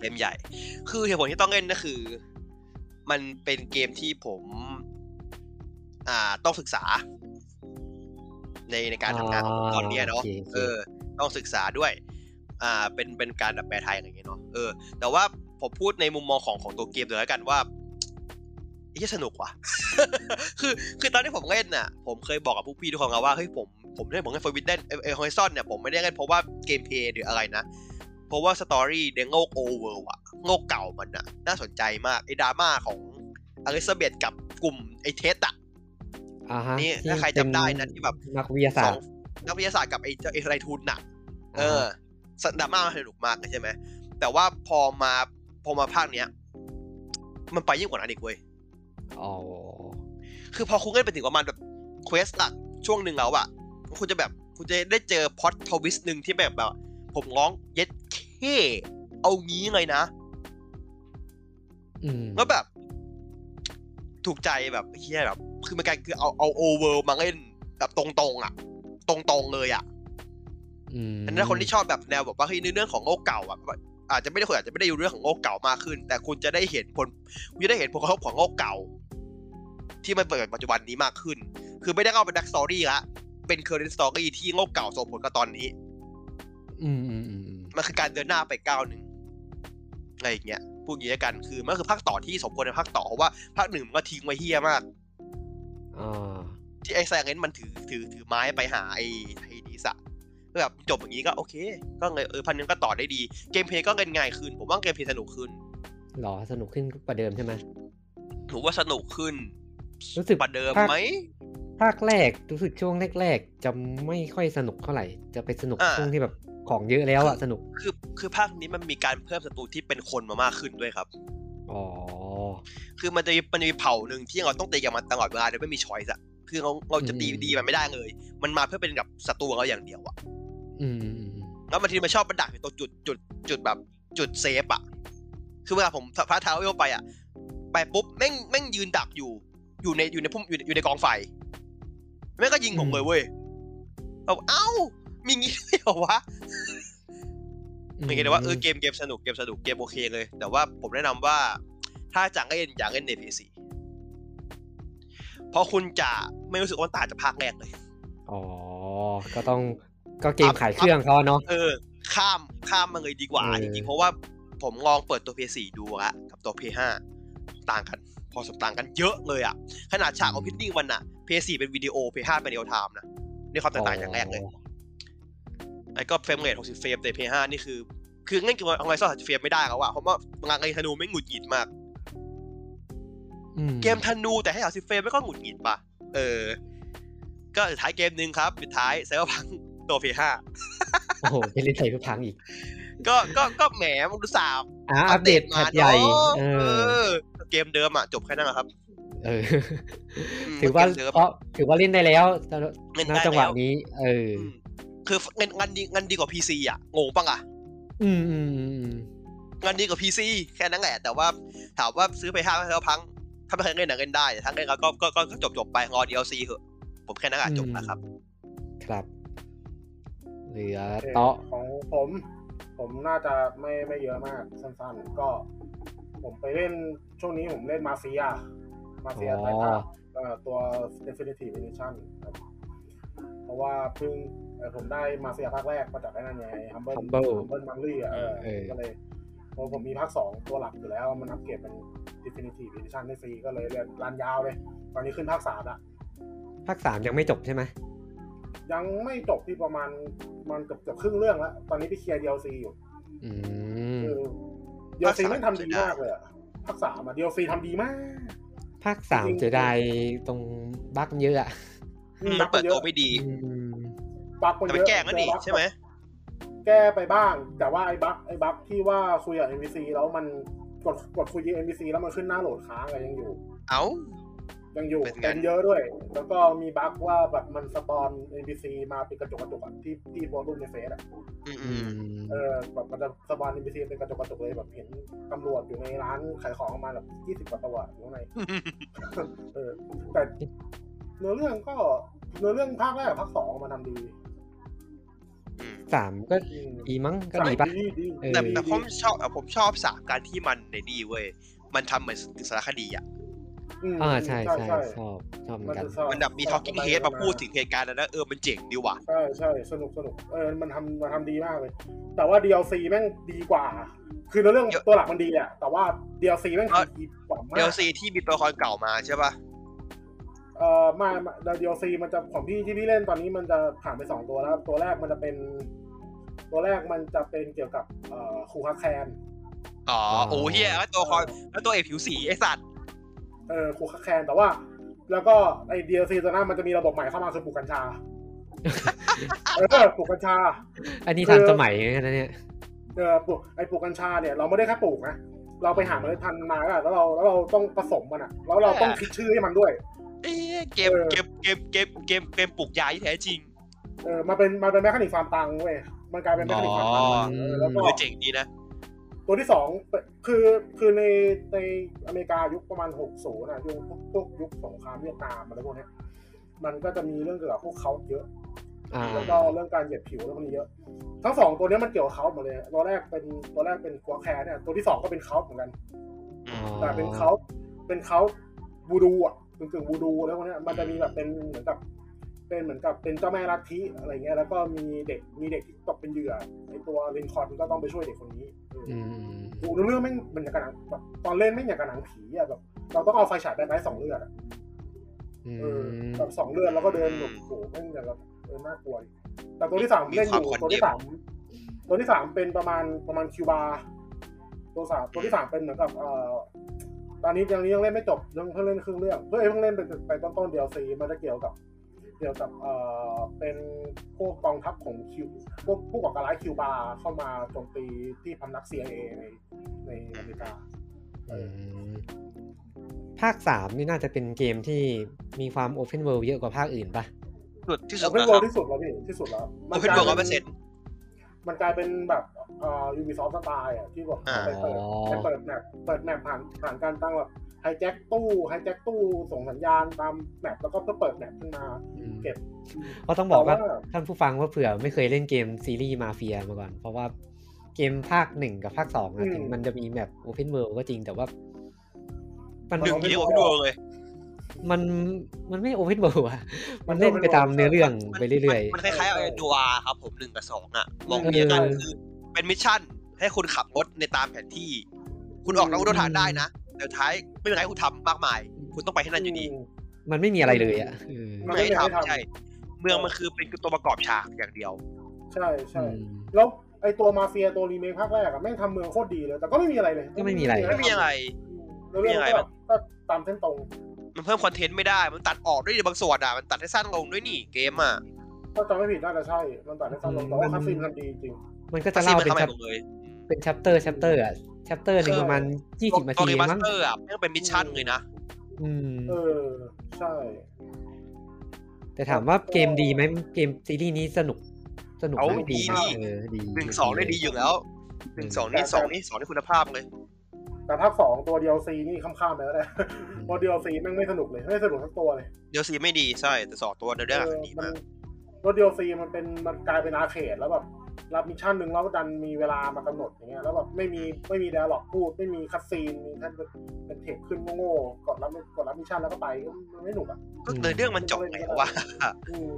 S2: เล่มใหญ่ คือเหตุผลที่ต้องเล่นก็คือ มันเป็นเกมที่ผม อ่าต้องศึกษา ในในการทำงานของผมตอนเนี้ยเนาะ
S1: อ่าโอเคโอเค
S2: เออ ต้องศึกษาด้วย อ่า เป็นเป็นการแบบแปลไทยอะไรอย่างเงี้ยเนาะ เออ แต่ว่าผมพูดในมุมมองของของตัวเกมเลยแล้วกันว่าไอ้เหี้ยสนุกว่ะ คือคือตอนที่ผมเล่นน่ะ ผมเคยบอกกับพวกพี่ทุกคนแล้วว่าเฮ้ยผมผมเล่นผมเล่นฟอร์บิดเดนเออฮอริซอนเนี่ยผมไม่ได้เล่นเพราะว่าเกมเพลย์หรืออะไรนะ เพราะว่าสตอรี่ในโลกโอเวอร์อะโลกเก่ามันอะน่าสนใจมากไอ้ดราม่าของอลิซาเบธกับกลุ่มไอ้เทสอะ
S1: อ่าฮะ
S2: นี่
S1: ที่
S2: ถ้าใครจำได้นะที่แบบ
S1: นักวิทยา
S2: ส
S1: ศาส
S2: อ
S1: ต
S2: ง
S1: ร์
S2: นักวิทยาศาสตร์กับไอ้เจ้าไอ้ไรทูนน่ะ เอา อ
S1: ฮะ
S2: สดราม่ามันสนุกมากเลยใช่ไหม แต่ว่าพอมาพอมาภาคเนี้ย มันไปยิ่งกว่านั้นอีกเว้ย
S1: อ๋อ
S2: คือพอคุณเล่นไปถึงประมาณแบบเควสหลักช่วงหนึ่งแล้วอะคุณจะแบบคุณจะได้เจอพล็อตทวิสต์หนึ่งที่แบบแบบ ผมร้องเย็ดเคเอางี้เลยนะ
S1: อืม
S2: แล้วแบบ ถูกใจแบบเฮียแบบ คือมันกลายคือเอาเอาโอเวอร์มาเล่นแบบตรงๆอ่ะ ตรงๆเลยอ่ะ
S1: ม
S2: อันนั้นคนที่ชอบแบบแนวแบบว่าเฮ้ยเรื่องของโลกเก่าอ่ะแบบอาจจะไม่ได้คุณอาจจะไม่ได้อยู่เรื่องของโลกเก่ามากขึ้น แต่คุณจะได้เห็นผลคุณจะได้เห็นผลกระทบของโลกเก่า ที่มันเปิดปัจจุบันนี้มากขึ้น คือไม่ได้เข้าเป็นดักสตอรี่ละเป็นเคอร์เรนสตอรี่ที่โลกเก่าส่งผลกับตอนนี้
S1: อืมอืมอืมอืม
S2: มันคือการเดินหน้าไปก้าวหนึ่งอะไรอย่างเงี้ยพูดอย่างนี้แล้วกันคือมันคือภาคต่อที่สมควรเป็นภาคต่อเพราะว่าภาคหนึ่งมันก็ทิ้งไว้เฮี้ยมาก
S1: อ๋อ
S2: ที่ไอ้แซงเรนมันถือถือถือไม้ไปหาไอ้ไอ้ดีสะก็แบบจบอย่างนี้ก็โอเค ก็เลยเออพันนึงก็ต่อได้ดี เกมเพลย์ก็เงินง่ายขึ้น ผมว่าเกมเพลย์สนุกขึ้น
S1: หรอสนุกขึ้นกว่าเดิมใช่ไหม
S2: ถือว่าสนุกขึ้น
S1: รู้สึก
S2: กว่าเดิมไหม
S1: ภาคแรกรู้สึกช่วงแรกๆ จะไม่ค่อยสนุกเท่าไหร่ จะไปสนุก
S2: อ่า
S1: ช่วงที่แบบของเยอะแล้วอะสนุก
S2: คือคือภาคนี้มันมีการเพิ่มศัตรูที่เป็นคนมามากขึ้นด้วยครับ
S1: อ๋อ
S2: คือมันจะมีมันจะมีเผ่าหนึ่งที่เราต้องตีกับมันตลอดเวลาโดยไม่มีช้อยส์อะคือเราเราจะตี
S1: อืม
S2: ดีมันไม่ได้เลย มันมาเพื่อเป็นกับศัตรูของเราอย่างเดียวอะ
S1: อืมอืมอืม
S2: แล้วบางทีมันชอบมาดักอยู่ตรงจุดจุดจุดแบบจุดเซฟอะคือเวลาผมพระเท้าเอวไปอะไปปุ๊บแม่งแม่งยืนดักอยู่อยู่ในอยู่ในพุ่มอยู่ในอยู่ในกองไฟแม่งก็ยิงผมเลยเว้ยแบบเอ้ามีงี้ด้วยเหรอวะ ไม่คิดว่าเออเกมเกมสนุกเกมสนุกเกมโอเคเลย แต่ว่าผมแนะนำว่า ถ้าจะเล่นอยากเล่นใน PC เพราะคุณจะไม่รู้สึกว่ามันต่างจากภาคแรกเลย
S1: อ๋อ ก็ต้องก็เกมขายเครื่องเขาอะเนาะ
S2: เออ ข้ามข้ามมาเลยดีกว่า
S1: เออ
S2: จริงๆ เพราะว่าผมลองเปิดตัว PS4 ดูละกับตัว PS5 ต่างกัน พอสมต่างกันเยอะเลยอะขนาดฉากของพิทนิ่งมันอะ PS4 เป็นวิดีโอ PS5 เป็นเรียลไทม์นะนี่ความแตกต่างอย่างแรกเลย ไอ้ก็เฟรมเรท60เฟรมแต่ PS5 นี่คือ คือเล่นเกมออนไลน์ซ่อน60เฟรมไม่ได้แล้วอะเพราะว่าบางไอ้ธนูไม่งหงุดหงิดมาก
S1: อื
S2: เกมธ นูแต่ให้สาสิเฟรมไม่ก็หงุดหงิดปะเออ ก็สุดท้ายเกมหนึ่งครับสุดท้ายไซเบอร์พังตัว PS5
S1: โอ้โหเป็นลิสไซเพื่อพังอีก
S2: ก็ก็ก็แหมมันดูสาว
S1: อ่ะอัปเดตแพทใหญ่
S2: เนอะ
S1: เอ
S2: เอ
S1: อ
S2: อ เกมเดิมอ่ะ จบแค่นั้นแหละครับ
S1: เออ
S2: ม
S1: ถือว่า
S2: เกมเดิม
S1: เพราะถือว่าเล่นได้แล้ว
S2: เงิน
S1: ณ
S2: ได้
S1: จังหวะ
S2: แล้ว
S1: นี้ เออ
S2: อืมคือเงินเงินดีเงินดีกว่า PC อ่ะงงปังอ่ะ
S1: อืมอืมอืมอืม
S2: เงินดีกว่า PC แค่นั้นแหละ แต่ว่าถามว่าซื้อไปห้าแล้วพัง ถ้าไม่เคยเล่นหนังเล่นได้แต่ถ้าเล่นแล้วก็ก็ก็ก็จบจบไปรอ DLC เหอะผมแค่นั้นแหละจบนะครับ
S1: ครับ เหลือ
S3: โอเค
S1: เตาะ
S3: ของผม ผมน่าจะไม่ไม่เยอะมากสั้นๆ ก็ ผมไปเล่นช่วงนี้ผมเล่นมาเฟีย มาเฟีย
S1: อ๋อ
S3: ไททาตัว Definitive Edition ครับเพราะว่าเพิ่งเอ่อผมได้มาเฟียภาคแรกมาจากไอ้นั่นไง Humble
S1: Humble
S3: Humble Monthly อ่ะเออ
S1: เออ
S3: ก็เลยเพราะผมมีภาคสองตัวหลักอยู่แล้ว มันอัปเกรดเป็น Definitive Edition ได้ฟรีก็เลยเล่นรันยาวเลย ตอนนี้ขึ้นภาคสามละ
S1: ภาคสามยังไม่จบใช่ไหม
S3: ยังไม่จบที่ประมาณมันเกือบเกือบครึ่งเรื่องแล้ว ตอนนี้ไปเคลียร์ DLC อยู่
S1: อืม
S3: คือ
S2: ภาค
S3: DLC
S2: สาม
S3: ไม่งทำดีมากเลยอะภาคสามอะ DLC ทำดีมาก
S1: ภาคสามเสียดายตรงบั๊กเยอะอะ
S2: มันเปิด
S3: ย
S2: ตัว
S3: อะ
S2: ไม่ดี
S1: อืม
S3: บั๊กมัน
S2: แต่
S3: เย
S2: มันแก้ก็
S3: อะ
S2: ดี
S3: เจอบั๊
S2: ใช่ไหม
S3: แก้ไปบ้าง แต่ว่าไอ้บั๊กไอ้บั๊กที่ว่าคุยกับ NPC แล้วมันกดกดคุยกับ NPC แล้วมันขึ้นหน้าโหลดค้างอะไรยังอยู่
S2: เอ้า
S3: ยังอยู่
S2: เป็นไง
S3: เป็นเยอะด้วย แล้วก็มีบั๊กว่าแบบมันสปอน NPC มาเป็นกระจกกระจกอะที่ที่โพสต์รูปในเฟซอะ
S2: อืม
S1: อื
S2: อืม
S1: ม
S3: เออแบบมันจะสปอนอินพิซีเป็นกระจกกระจกเลยแบบเห็นตำรวจอยู่ในร้านขายของประมาณแบบยี่สิบ20กว่าตัวอยู่ ข้างใน เออ แต่เนื้อเรื่องก็เนื้อเรื่องภาคแรกกับภาคสองมันทำดี
S1: สามก็
S3: อืม
S1: ดีมั้งก็ดีปะ
S3: ดีดี
S1: เออ
S2: แต่
S3: ดี
S2: แต่ผมชอบอ่ะผมชอบสามการที่มันในนี่เว้ย มันทำเหมือนสารคดีอ่ะ
S3: ม
S1: อ่าใช่ใช่ชอบชอบเหมือนกัน
S3: จะสบ
S2: มันแบบมี talking head มาพูดถึงเหตุการณ์นั้นนะเออ มันเจ๋งดีว่ะ
S3: ใช่ใช่สนุกสนุกเออมันทำมันทำดีมากเลย แต่ว่า DLC แม่งดีกว่า คือเนื้อเรื่อง
S2: เยอะ
S3: ตัวหลักมันดีอะแต่ว่า DLC แม่ง
S2: เออ
S3: ดีกว่ามาก
S2: DLC ที่มีตัวละครเก่ามาใช่ป่ะ
S3: เอ่อไมาเดียวซีมันจะของพี่ที่พี่เล่นตอนนี้มันจะผ่านไปสองตัวแล้วครับตัวแรกมันจะเป็น ตัวแรกมันจะเป็นเกี่ยวกับเอ่อคูคาแคน
S2: อ๋อ โอ้
S1: อ๋อ
S2: เฮียแล้วตัวละครแล้วตัวเอกผิวสีไอสัตว์
S3: เออคูคาแคนแต่ว่า แล้วก็ไอเดียวซีตัวหน้ามันจะมีระบบใหม่เข้ามาคือปลูกกัญ ชา เออปลูกกัญชา
S1: อันนี้ทันสมัยเหมือนกันนะเนี่ย
S3: เออปลูกไอปลูกกัญชาเนี่ยเราไม่ได้แค่ปลูกนะเราไปหาเมล็ดพันธุ์มาแล้วเราแล้วเราต้องผสมมันอ่ะแล้วเราต้องคิดชื่อให้มันด้วย
S2: เอ้ยเกม
S3: เออ
S2: เกมเกมเกมเกมเกมปลูกยาที่แท้จริง
S3: เออมาเป็นมาเป็นแมคานิกฟาร์มตังเว้ยมันกลายเป็นแมคานิกฟาร์มตัง
S2: อ๋อ
S3: เออแล้ว
S2: เอ
S3: ก็
S2: อเจ๋งดีนะ
S3: ตัวที่สองเป็นคือคือในในอเมริกายุคประมาณ 60นะยุคพวกพวกยุคสงครามเวียดนามอะไรพวกเนี้ยมันก็จะมีเรื่องเกี่ยวกับพวกเขาเยอะ
S1: อ่า
S3: แล้วก็เรื่องการเหยียดผิวแล้วพวกนี้เยอะ ทั้งสองตัวเนี้ยมันเกี่ยวกับเขาหมดเลย ตัวแรกเป็นตัวแรกเป็นกัวแคร์เนี่ยตัวที่สองก็เป็นเขาเหมือนกัน
S1: อ๋อ
S3: แต่เป็นเขาเป็นเขาบูดูอ่ะ กึ่งกึ่งบูดูแล้วพวกเนี้ยมันจะมีแบบเป็นเหมือนกับ เป็นเหมือนกับเป็นเจ้าแม่ลัทธิอะไรเงี้ยแล้วก็มีเด็กมีเด็กที่ตกเป็นเหยื่อไอตัวลินคอล์นก็ต้องไปช่วยเด็กคนนี้เอออ
S1: อืม
S3: ดูเรื่องแม่งมันอย่างกับหนังแบบตอนเล่นแม่งอย่างกับหนังผีอะแบบเราต้องเอาไฟฉายแบล็คไลท์สองเลือดอะ
S1: อื
S3: เออ
S1: ม
S3: แบบสองเลือดแล้วก็เดินหลบโอ้โหแม่งอย่างกับเออน่ากลัวดิแต่ตัวที่สาม
S2: มี
S3: เล่นอ
S2: ความ
S3: ยู่
S2: คน
S3: ตัว
S2: เดียว
S3: ที่สามตัวที่สามเป็นประมาณประมาณคิวบาตัวสามตัวที่สามเป็นเหมือนกับเอ่อตอนนี้ยังนี้ยังเล่นไม่จบยังเพิ่งเล่นครึ่งเรื่องเพื่งเอยเพิ่งเล่นเป็นไปต้นต้นเดียวซีมันจะเกี่ยวกับ เกี่ยวกับเอ่อเป็นพวกกองทัพของคิวพวกผู้ก่อการร้ายคิวบาเข้ามาโจมตีที่พำนัก CIA ในในอเมริกา
S1: อืม ภาคสามนี่น่าจะเป็นเกมที่มีความโอเพนเวิลด์เยอะกว่าภาคอื่นปะ
S2: สุดที่สุด
S3: โอเพน
S2: นะ
S3: เวิ
S2: ครับ
S3: ลด์ที่สุดแล้วพี่ที่สุดแล้ว
S2: โอเพนเวิลด์ร้อยเปอร์เซ็นต์
S3: มันกลายเป็นแบบเอ่อยูบีซอฟต์สไตล์อ่ะที่แบบ
S2: อ่า
S3: ไปเปิดไปเปิดแมปเปิดแมปผ่านผ่านการตั้งแบบไฮแจ็คตู้ไฮแจ็คตู้ส่งสัญญาณตามแมปแล้วก็เพื่อเปิดแมปขึ้นมา
S1: อืม
S3: เก็บ
S1: เพราะต้องบอกว่า
S3: แต่ว่า
S1: ท่านผู้ฟังว่าเผื่อไม่เคยเล่นเกมซีรีส์มาเฟียมาก่อน เพราะว่าเกมภาคหนึ่งกับภาคสองอะถึงมันจะมีแบบโอเพนเวิลด์ก็จริงแต่ว่า มัน
S2: หนึ่งเดียวโอเพนเวิลด์เลย
S1: มันมันไม่โอเพนเวิลด์อะมันเล่นไปตามเนื้อเรื่องไปเรื่อย
S2: มันคล้ายๆไอ้ดัวครับผมหนึ่งกับสองอ่ะมอง
S1: เออ
S2: เมียกันคือเป็นมิชชั่น ให้คุณขับรถในตามแผนที่ คุณออกนอกอุดฐานได้นะ แต่สุดท้ายไม่มีใครให้คุณทำมากมาย คุณต้องไปที่นั่นอยู่ดี
S1: ๆ มันไม่มีอะไรเลยอะเออ
S3: มันไม่
S2: ไม่
S3: มีอะไรให้
S2: ทำ
S3: ทำ
S2: ใช่ เมืองมันคือเป็นตัวประกอบฉากอย่างเดียว
S3: ใช่ใช่
S1: อืม
S3: แล้วไอตัวมาเฟียตัวรีเมคภาคแรกอะแม่งทำเมืองโคตรดีเลย แต่ก็ไม่มีอะไรเลย
S1: ก็ไม่มีอะไร
S2: ไม่มีอะไร
S3: แล้วเรื่อง
S2: ไม่มีอะไร
S3: ก็
S2: แบบ
S3: ก็ตามเส้นตรง
S2: มันเพิ่มคอนเทนต์ไม่ได้ มันตัดออกด้วยบางส่วนอ่ะ มันตัดให้สั้นลงด้วยนี่เกมอ่ะ
S3: ถ้าจำไม่ผิดน่าจะใช่ มันตัดได้สั้นลงแต่ว่า
S1: อืม
S3: คาซีนมันดีจริง
S1: มันก็จะเล่า
S2: มัน
S1: เป็น
S2: ทำ
S1: แบ
S2: อะไร
S1: บ
S2: ลงเลย
S1: เป็นชัปเตอร์ชัปเตอร์อ่ะชัปเตอร์หนึ่ง
S3: ใช่
S1: ประมาณยี่สิบนา
S2: ตัว
S1: ที
S2: รีมาส
S1: มั้ง
S2: เตอร์อ่ะแม่งเป็นมิชชั่นเลยนะ
S1: อืม
S3: เออ ใช่
S1: แต่ถามว่าเกมดีไหมเกมซีรีส์นี้สนุกสนุก
S2: เอา
S1: ไหม
S2: ดี
S1: ดี
S2: ดี
S1: เออดี
S2: หนึ่งสองได้ดีอยู่แล้วหนึ่งสองนี่สองนี่สองนี่คุณภาพเลย
S3: แต่ภาคสองตัว DLC นี่ข้ามๆไปแล้วนะ ตัว DLC แม่งไม่สนุกเลย ไม่สนุกทั้งตัวเลย
S2: เดียวซีไม่ดีใช่แต่สองตัวเดียวได้
S3: เออ
S2: ดี
S3: มัน
S2: มาก
S3: ตัว DLC มันเป็นมันกลายเป็นอาเขตแล้วแบบรับมิชชั่นหนึ่งแล้วดันมีเวลามากำหนดอย่างเงี้ยแล้วแบบไม่มีไม่มี dialogue พูด ไม่มีคัดซีนมีแค่เป็นเทคขึ้นโง่ๆกดรับกดรับมิชชั่นแล้วก็ไปก็มันไม่หนุกอะ
S2: ก็เลยเรื่องมันจบแล้วว่า
S3: อืม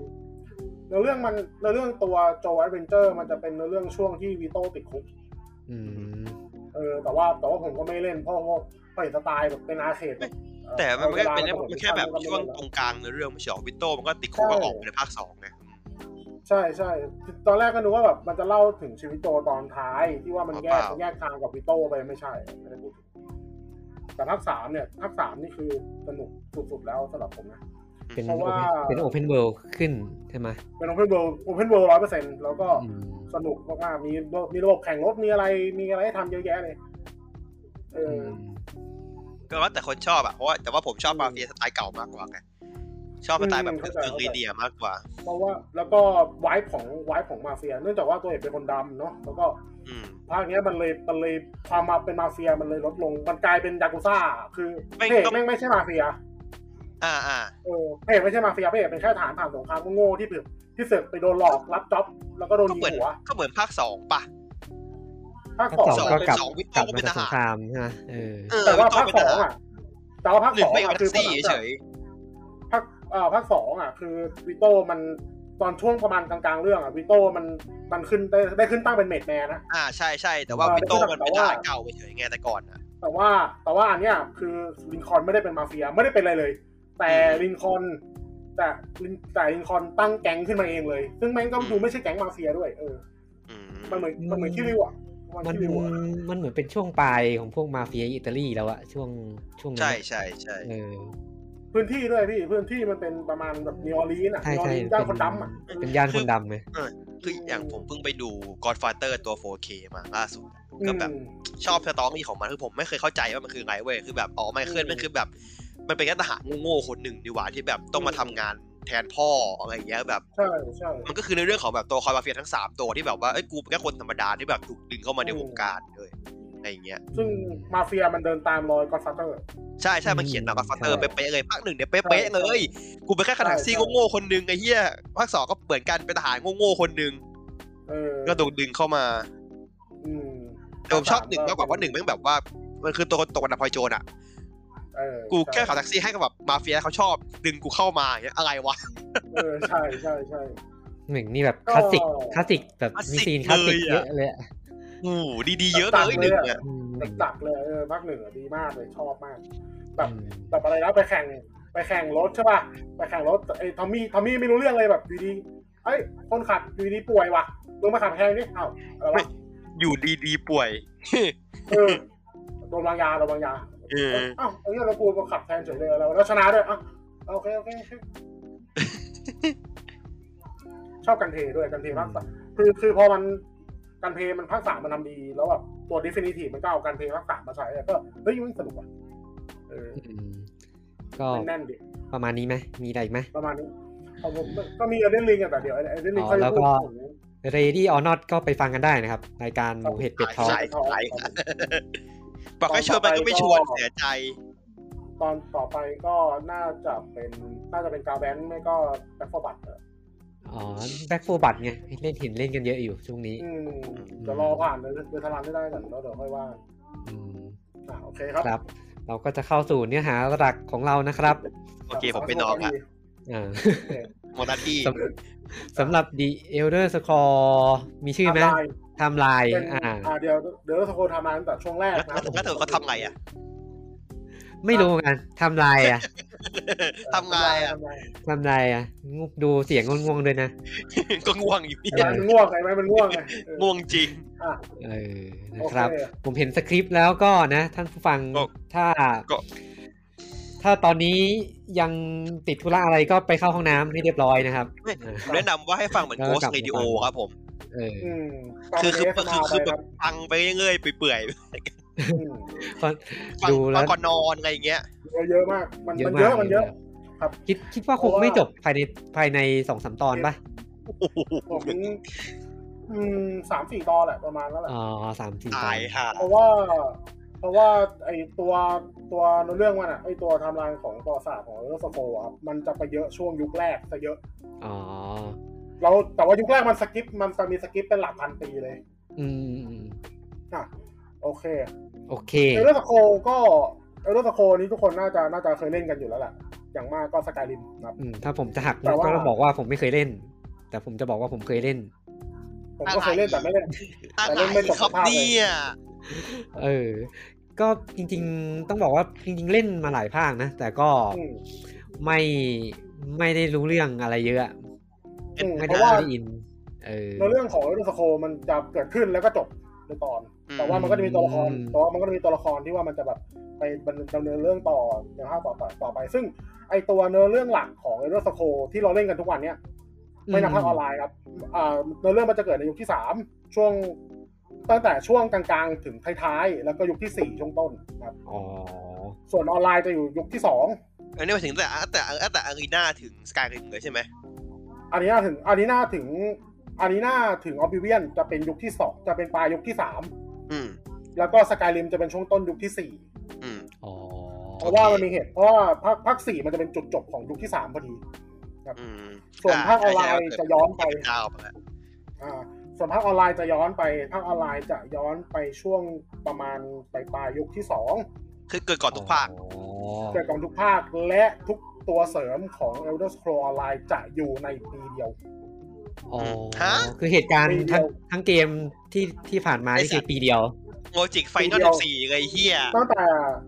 S3: เนื้อเรื่องมันเนื้อเรื่องตัวโจแอดเวนเจอร์มันจะเป็นเนื้อเรื่องช่วงที่วีโต้ติดคุก
S1: อืม
S3: เออแต่ว่าแต่ว่าผมก็ไม่เล่นเพราะว่าเพราะเห็นสไตล์แบบเป็นอาเขตบบเอ่อ
S2: แต่มันไม่ได้เป็น
S3: อา
S2: มัน
S3: วลา
S2: แค่แบบช่วงตรงกลางในเรื่องไม่ใช่หรอวิโต้มันก็ติดคุกก็ออกไปในภาคสองไง
S3: ใช่ใช่ตอนแรกก็นึกว่าแบบมันจะเล่าถึงชีวิตโจตอนท้ายที่ว่ามันแยก
S2: เปล่า
S3: แยกทางกับวิโต้ไปไม่ใช่ไม่ได้พูดถึงแต่ภาคสามเนี่ยภาคสามนี่คือสนุกสุดๆแล้วสำหรับผมนะ
S1: เป็น
S3: เพราะว่า
S1: เป็นโอเพนเวิลด์ขึ้นใช่ไหม
S3: เป็นโอเพนเวิลด์โอเพนเวิลด์ร้อยเปอร์เซ็นต์แล้วก็
S1: อืม
S3: สนุกมากๆมีระบบมีระบบแข่งรถ มีอะไร มีอะไรให้ทำเยอะแยะเลย เอ
S1: อื
S3: อ
S1: ม
S2: ก็แล้วแต่คนชอบอะเพราะว่าแต่ว่าผมชอบมาเฟียสไตล์เก่ามากกว่าไงชอบสไตล์แบบ
S3: อืม
S2: เพิ่
S3: เข้าง ใจ
S2: เติมลีเดียมากกว่า
S3: เพราะว่า แล้วก็วายของวายของมาเฟีย เนื่องจากว่าตัวเอกเป็นคนดำเนาะ แล้วก็
S2: อืม
S3: ภาคเนี้ยมันเลย มันเลยความมาเป็นมาเฟีย มันเลยลดลง มันกลายเป็นยากุซ่า คือ
S2: ไม่
S3: พระเอก
S2: ต้อง
S3: แม่งไม่ใช่มาเฟีย
S2: อ่าอ่า
S3: เออพระเอกไม่ใช่มาเฟียพระเอกเป็นแค่ฐานผ่านสงครามโง่ๆที่เผือกที่เสือกไปโดนหลอกรับจ็อบ แล้วก็โดน
S2: ก็
S3: ยิ
S2: เหมือน
S3: งหัว
S2: ก็เหมือนภาคสองป่ะ
S3: ภาค
S1: ภาค
S3: สอง
S1: สองก็กลับ
S2: สองวิ
S1: ก
S2: โต้
S1: ลับมา
S2: เป็น
S1: จาก
S2: ท
S1: ส
S2: หาร
S1: งครามใช่ไหมเออ
S2: เออ
S3: แต่ว่า
S2: ต้
S3: ภาค
S2: เป็น
S3: ส
S2: ท
S3: อง
S2: หร
S3: อ่ะแต่ว่าภาค
S2: หรื
S3: ส
S2: อ
S3: อง
S2: ไม่ก็
S3: อ่ะ
S2: แท็
S3: คื
S2: ก
S3: อ
S2: ซี่
S3: หลัง
S2: เฉ
S3: จาก
S2: ย
S3: ภาคเอ่อภาคสองอ่ะ คือวิโต้มันตอนช่วงประมาณกลางๆเรื่องอ่ะวิโต้มันมันขึ้นได้ได้ขึ้นตั้งเป็นเมดแมนนะ
S2: ๆอ่าใช่ใช่แต่ว่า
S3: เออ
S2: วิโต้
S3: แต่
S2: มัน
S3: ว่า
S2: เป็นทหารเก่าไปเฉยไงแต่ก่อนอ่ะ
S3: แต่ว่าแต่ว่าอันเนี้ยคือลินคอล์นไม่ได้เป็นมาเฟียไม่ได้เป็นอะไรเลย แต่
S2: อืม
S3: ลินคอล์นแต่ลินแต่ลินคอล์นตั้งแก๊งขึ้นมาเองเลย ซึ่งแม่งก็
S2: อืม
S3: ดูไม่ใช่แก๊งมาเฟียด้วยเออ
S2: อืม
S3: มันเหมือนมันเหมือนที่ริวอ่ะมัน
S1: มัน
S3: ที่ริวอ่ะ
S1: มันเหมือนเป็นช่วงปลายของพวกมาเฟียอิตาลีแล้วอะช่วงช่วงนั้
S2: ใช่
S1: น
S2: ใช่ใช่
S1: เออ
S3: พื้นที่ด้วยพี่พื้นที่มันเป็นประมาณแบบนิออลีนอ่ะ
S1: ใช่
S3: นิออ
S1: ใช่
S3: ลีน
S1: เป็น
S3: ย่านคนดำอ่ะ
S1: เป็นย่านคนดำไหม
S2: คืออย่างผมเพิ่งไปดู Godfather ตัว 4K มาล่าสุด
S3: อื
S2: ก็
S3: ม
S2: แบบ ชอบสตอรี่ของมันคือผมไม่เคยเข้าใจว่ามันคือไงเว้ยคือแบบอ๋อไมเคิล
S3: อืม
S2: มันคือแบบ มันเป็นแค่ทหารโง่ๆคนหนึ่งดีกว่าที่แบบต้องมา
S3: อืม
S2: ทำงานแทนพ่ออะไรอย่างเงี้ยแบบ
S3: ใช่ใช่
S2: มันก็คือในเรื่องของแบบตัวคอยมาเฟียทั้งสามตัวที่แบบว่าเอ้ยกูเป็นแค่คนธรรมดาที่แบบถูกดึงเข้ามาใน
S3: อืม
S2: วงการเลยอะไรอย่างเงี้ย
S3: ซึ่งมาเฟียมันเดินตามรอยก็อดฟัตเตอร์
S2: ใช่ใช่มันเขียนมาบัฟเตอร์เป๊ะๆเลยภาคหนึ่งเนี่ยเป๊ะๆเลย กูเป็นแค่ขนาดซี่
S3: ใช่
S2: โง่ๆคนหนึ่งไอ้เหี้ยภาคสองก็เหมือนกันเป็นทหารโง่ๆคนหนึ่ง
S3: เออ
S2: ก็ถูกดึงเข้ามา
S3: อืม
S2: แต่ผมชอบหนึ่งมากกว่าเพราะหนึ่งแม่งแบบว่า มันคือตัวคนตกอันดับพลอยโจรอะ
S3: เออ
S2: กู
S3: ใช่
S2: แค่ขับแท็กซี่ให้กับแบบมาเฟียเขาชอบ ดึงกูเข้ามาอย่างเงี้ยอะไรวะ
S3: เออใช่ใช่ใช่
S1: หนึ่งนี่แบบค
S3: ก็
S1: ลาสสิกคลาสสิกแบบ
S2: คลาสสิก
S1: มีซีนคลาสสิก
S2: เลย
S1: เย
S2: อะ
S1: อะเลยอะ
S2: โอ้โหดีๆเยอะเลยหนึ่งเนี่ย
S1: อืม
S3: หลักๆเลยเออภาคหนึ่งอะดีมากเลยชอบมาก แบบ
S1: อืม
S3: แบบอะไรนะไปแข่งไปแข่งรถใช่ป่ะไปแข่งรถไอ้ทอมมี่ทอมมี่ไม่รู้เรื่องเลยแบบอยู่ดีเอ้ยคนขับอยู่ดีป่วยว่ะลงมาขับแข่งนี่เอ้าอะไรวะ
S2: อยู่ดีๆป่วย
S3: เออโดนวางยาโดนวางยา
S2: เออ
S3: เอ้าไอ้เนี้ยเรากูมาขับแทนเฉยเลยเราแล้วชนะด้วยเอ้าโอเคโอเค โอเคชอบกันเทด้วยกันเทภาคสามคือคือพอมันกันเพมันภาคสามมันทำดีแล้วแบบตัว definitive มันก็เอากันเพภาคสามมาใช้อะก็เฮ้ยมันสนุกว่ะเออ
S1: อืมก็
S3: มันแน่นดิ
S1: ประมาณนี้ไหมมีอะไรอีกไหม
S3: ประมาณนี้ของผมก็มีเอเดนลิงอะแต่เดี๋ยวเอเดนลิง
S1: อ๋อ
S3: ค่อย
S1: แล้ว
S3: พู
S1: ก็
S3: ดถึง
S1: Ready or Not ก็ไปฟังกันได้นะครับรายการหมูเห็ดเป็ดทอง
S2: ใช่ บอกให้ชวนไปก็ไม่ชวนเสียใจ
S3: ตอนต่อไปก็น่าจะเป็นน่าจะเป็นกาแวนไม่ก็แบ็คฟอร์บัต
S1: อ๋อแบ็กโฟบัตไงเล่นเห็นเล่นกันเยอะอยู่ช่วงนี้
S3: อืมจะรอผ่านเดือนธันวาได้ได้ก่อนแล้วเดี๋ยวค่อยว่า
S1: อืม
S3: อ่ะโอเคครับ
S1: ครับ เราก็จะเข้าสู่เนื้อหาหลักของเรานะครับ
S2: โอเคผมไปนอนละ
S1: อ่า
S3: โอเค
S2: หมดหน้าที่
S1: สำสำหรับ The Elder Scroll มีชื่อไหม
S3: ทำลาย
S1: ไทำลาย
S3: เป็น
S1: อ่า
S3: อ่าเดี๋ยวเดี๋ยวเราสโคทำมาตั้งแต่ช่วงแรกนะค
S2: แล้
S3: รั
S2: ว
S3: บ
S2: แล้วเธอเขาทำไงอ่ะ
S1: ไม่รู้เหมือนกันไทำลายอ่ะ
S2: ทำไงอ่ะ
S3: ทำลาย
S1: ไทำลายอ่ะงูดูเสียงง่วงๆด้วยนะ
S2: ก็ง่วงอยู่พี่
S3: ไอ้ไม้มันง่วงไอ้ไม้มันง่วงไงเออ
S2: ง่วงจริง
S1: เออ นะ
S3: โอ
S1: ครับ
S3: เ
S1: ผมเห็นสคริปต์แล้วก็นะ ท่านผู้ฟัง
S2: ก็
S1: ถ้า
S2: ก็
S1: ถ้าตอนนี้ยังติดธุระอะไรก็ไปเข้าห้องน้ำให้เรียบร้อยนะครับอ่า
S2: ผมแนะนำว่าให้ฟังเหมือน
S1: แล้วก็
S2: Ghost
S1: กลับไป
S2: Radio ครับผม
S1: เออ
S3: อืม
S2: คือคือ
S3: ต
S2: คื
S3: น
S2: อ
S3: นี้
S2: คือ
S3: ส
S2: แบ
S3: นา
S2: บ
S3: ไป
S2: ฟังไปเรื่อยๆเปื่อย
S3: ครับอืม
S2: ๆฟัง
S1: ดูแล้
S2: ฟั
S1: ว
S2: งก่อนนอนอะไรอย่างเงี้ย
S3: เยอะมาก มันมันเยอะ มันเยอะ ครับ
S1: คิดคิดว่าคงไม่จบภายในภายในสองสามตอนปะ
S3: ผมอืมสามสี่ตอนแหละประมาณนั้นแหละ
S1: อ๋อสามสี่ตอ
S2: ตาย
S1: น
S2: ค่ะ
S3: เพราะว่า เพราะว่าไอตัวตัวเรื่องมันอ่ะไอตัวไทม์ไลน์ของประวัติศาสตร์ของเรื่องสโคครับมันจะไปเยอะช่วงยุคแรกซะเยอะ
S1: อ๋อ
S3: เราแต่ว่ายุคแรกมันสกิปมันจะมีสกิปเป็นหลักพันปีเลย
S1: อืมอืมอืม
S3: อ่ะโอเค
S1: โอเค
S3: เอเรื่องสโคก็เอเรื่องสโคนี้ทุกคนน่าจะน่าจะเคยเล่นกันอยู่แล้วแหละอย่างมากก็สกายริมครับ
S1: อืมถ้าผมจะหัก
S3: แต่
S1: มุก
S3: ว่า
S1: ก็ต้องบอกว่าผมไม่เคยเล่น แต่ผมจะบอกว่าผมเคยเล่น
S3: ผมก็เคยเล่นแต่ไม่เล่น
S2: อะไร
S3: แต่เล่นไม่จบ
S2: ครับ
S3: ภาพเลย
S2: เนี่ย
S1: เออ ก็จริง ๆ ต้องบอกว่าจริง ๆ เล่นมาหลายภาคนะ แต่ก็
S3: อืม
S1: ไม่ไม่ได้รู้เรื่องอะไรเยอะ
S3: อืม
S1: ไม่
S3: เพ
S1: ได้
S3: ราะว่า
S1: ไม่ได้อิน เออ
S3: ในเรื่องของเรื่องสโคมันจะเกิดขึ้นแล้วก็จบในตอน แต่ว่ามันก็จะมีตัวละคร
S1: อืม
S3: แต่ว่ามันก็จะมีตัวละครที่ว่ามันจะแบบไปดำเนินเรื่องต่อในภาคต่อไปต่อไป ซึ่งไอตัวเนื้อเรื่องหลักของเอเดอร์สโคที่เราเล่นกันทุกวันเนี้ยไม่นับภาคออนไลน์ครับอ่าเนื้อเรื่องมันจะเกิดในยุคที่สามช่วงตั้งแต่ช่วงกลางๆ ถึงท้ายๆ แล้วก็ยุคที่สี่ช่วงต้นครับ
S1: อ๋อ
S3: ส่วนออนไลน์จะอยู่ยุคที่สอง
S2: อันนี้หมายถึงแต่แต่แต่แต่อารีนาถึงสกายริมเลยใช่ไหม
S3: อารีนาถึงอารีนาถึงอารีนาถึงออบิเวียนจะเป็นยุคที่สองจะเป็นปลายยุคที่สาม
S2: อืม
S3: แล้วก็สกายริมจะเป็นช่วงต้นยุคที่สี่
S2: อืม
S1: อ๋อ
S3: เพราะว่ามันมีเหตุเพราะว่าภาคภาคสี่มันจะเป็นจุดจบของยุคที่สามพอดี
S2: อืม
S3: ส่วนภาคออนไลน์จะย้อนไป
S2: เจ้าไปแล้ว
S3: อ่า ส่วนภาคออนไลน์จะย้อนไปภาคออนไลน์จะย้อนไปช่วงประมาณปลายปลายๆยุคที่สอง
S2: คือเกิดก่อนทุกภาค
S1: อ๋อ
S3: เกิดกองทุกภาคและทุกตัวเสริมของ Elder Scrolls Online จะอยู่ในปีเดียว
S1: อ๋อ
S2: ฮะ
S1: คือเหตุการณ์
S3: ปีเดี
S1: ทั้
S3: ย
S1: ง
S3: ว
S1: ทั้งเกมที่ที่ผ่านมานี่คือปีเดียว
S2: โมจิกไฟนอลสี่ไงเฮีย
S3: ตั้งแต่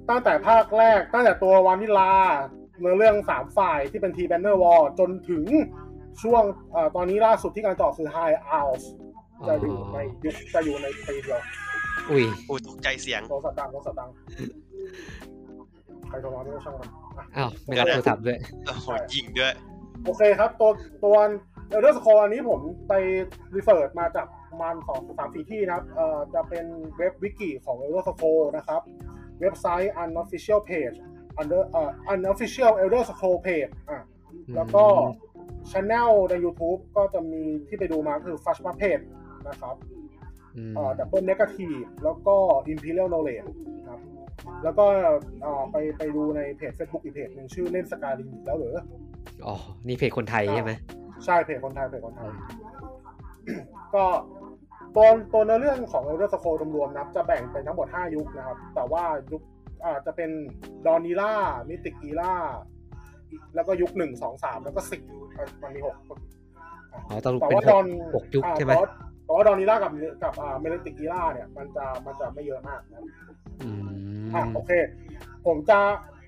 S3: ตั้งแต่ภาคแรก ตั้งแต่ตัววานิลาเนื้อเรื่องสามฝ่ายที่เป็นทีแบนเนอร์วอลจนถึงช่วงเอ่อตอนนี้ล่าสุดที่การต่อคือ High Isles จะอยู่ในยุคจะอยู่ในปีเดียว
S1: อุ้ย
S2: โอ้ยตกใจเสียง
S3: โทรศัพท์ดังโทรศัพท์ดังใครโทรมาไม่รู้ช่างมันอ่ะ
S1: อ้าว ไม่รับโทรศัพท์ด้วย
S2: โอ้โหยิงด้วย
S3: โอเคครับ ตัวตัวเอลเดอร์สคอร์อันนี้ผมไปรีเสิร์ชมาจากประมาณสองสามสี่ที่นะครับเอ่อจะเป็นเว็บวิกิของเอลเดอร์สคอร์นะครับ เว็บไซต์ unofficial page under เอ่อ unofficial elder scroll page อ่ะแล้วก็
S1: อืม
S3: channel ใน YouTube ก็จะมีที่ไปดูมาคือ f a s h m a page นะครับ
S1: อืม
S3: เอ่อดับเบิลเนกาทีฟแล้วก็ Imperial Knowledge ครับ แล้วก็เอ่อไปไปดูในเพจ Facebook อีกเพจหนึ่งชื่อเล่นสกาลินแล้วเหรอ
S1: อ๋อ นี่เพจคนไทยใช่ไหม
S3: ใช่เพจคนไทยเพจคนไทย ก็ตัวตัวเนื้อเรื่องของเรื่องสโครวมๆนะครับ จะแบ่งเป็นทั้งหมด 5 ยุคนะครับ แต่ว่ายุค อ่าจะเป็นดอนนีล่ามิติกีล่าแล้วก็ยุคหนึ่งสองสามแล้วก็สี่อ่ะมันมีหก
S1: อ๋อตอน
S3: แต่
S1: เป็น
S3: ว่า
S1: ห
S3: ด
S1: ก
S3: อน
S1: หกยุค
S3: อ่า
S1: ใช่ไหม
S3: แต่ว่าแต่ว่าดอนนีล่ากับกับอ่าเมเลติกีล่าเนี่ยมันจะมันจะไม่เยอะมากนะ
S1: อืม
S3: อ่ะโอเค ผมจะ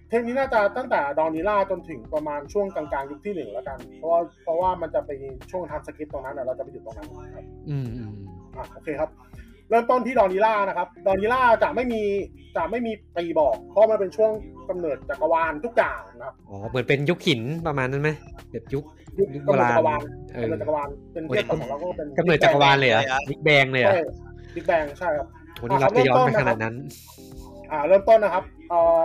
S3: เทปนี้น่าจะตั้งแต่ดอนนิล่าจนถึงประมาณช่วงกลางๆยุคที่หนึ่งแล้วกัน เพราะว่าเพราะว่ามันจะไปช่วงทำสคริปต์ตรงนั้นนะเราจะไปหยุดตรงนั้นครับ
S1: อืมอืม
S3: อ่ะโอเคครับ เริ่มต้นที่ดอนนิล่านะครับดอนนิล่าจะไม่มีจะไม่มีปีบอก เพราะมันเป็นช่วงกำเนิดจักรวาลทุกอย่างนะครับ
S1: อ๋อเหมือนเป็นยุคหินประมาณนั้นไหมแบบยุค
S3: ยุคกำเนิดจักรวาล
S1: เออก
S3: ำเนิดจักรวาลเป็นเทปของเราก็เป็น
S1: กำเนิดจักรวาลเลยเหรอ
S2: ใช่ครับ
S1: บิ๊กแบงเลยเหรอ
S3: ใช่บิ๊กแบงใช่ครับ
S1: โหนี่เราไปย้อนไปขนาดนั้น
S3: อ่าเริ่มต้นนะครับเอ่อ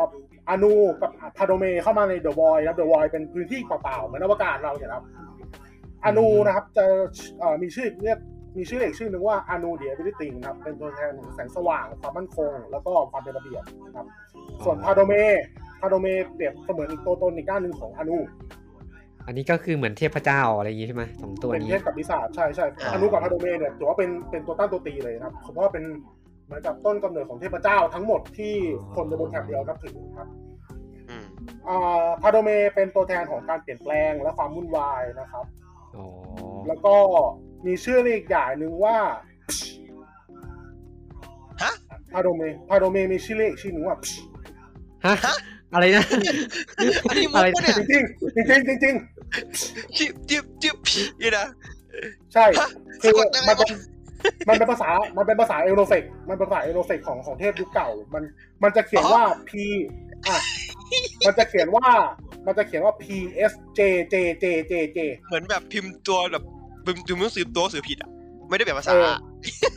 S3: อานูกับพาโดเมเข้ามาในเดอะวอยครับเดอะวอยเป็นพื้นที่เปล่าๆเหมือนอวกาศเราเนี่ยนะครับอานูนะครับจะเอ่อมีชื่อเรียกมีชื่อเรียกชื่อหนึ่งว่าอานูเดียบิลิติงครับเป็นตัวแทนของแสงสว่างความมั่นคง แล้วก็ความเป็นระเบียบนะครับ ส่วนพาโดเมพาโดเมเปรียบเสมือนอีกตัวตนอีกด้านหนึ่งของอานู
S1: อันนี้ก็คือเหมือนเทพเจ้าอะไรอย่างนี้ใช่ไหมสองตัว
S3: เป็น
S1: นี้
S3: เทพกับปีศาจใช่ใช่
S2: อ่า
S3: อานูกับพาโดเมเนี่ยถือว่าเป็นเป็นตัวตั้งตัวตีเลยนะครับเพราะว่าเป็นเหมือนกับต้นกำเนิดของเทพเจ้าทั้งหมดที่คนในบนแถบเดียวนับถือครับ
S2: อืม
S3: อ่าพาโดเมเป็นตัวแทนของการเปลี่ยนแปลงและความวุ่นวายนะครับ
S1: อ๋อ
S3: แล้วก็มีชื่อเรียกอีกอย่างหนึ่งว่า
S2: ฮะ
S3: พาโดเมพาโดเมมีชื่อเรียกอีกชื่อหนึ่งว่า
S1: ฮะ อะไร นะ
S2: อันนี้มุ
S1: อะ
S2: ก
S1: ไร
S2: ปะเนี่ย
S3: จริงๆจริงๆจริงๆจริง
S2: จิบจิบจิบผีนี่นะ
S3: ๆใช่
S2: ฮะ
S3: คือ
S2: สะกดยังไง
S3: มัน
S2: วะ
S3: เป็นมันเป็นภาษามันเป็นภาษาเอโรเฟกมันเป็นภาษาเอโรเฟกของของเทพยุคเก่า มันมันจะเขียนว่า P อ่ะมันจะเขียนว่ามันจะเขียนว่า P S J J J J J
S2: เหมือนแบบพิมพ์ตัวแบบพิมพ์พิมพ์หนังสือตัวหนังสือผิดอ่ะ ไม่ได้แบบภาษา
S3: เออ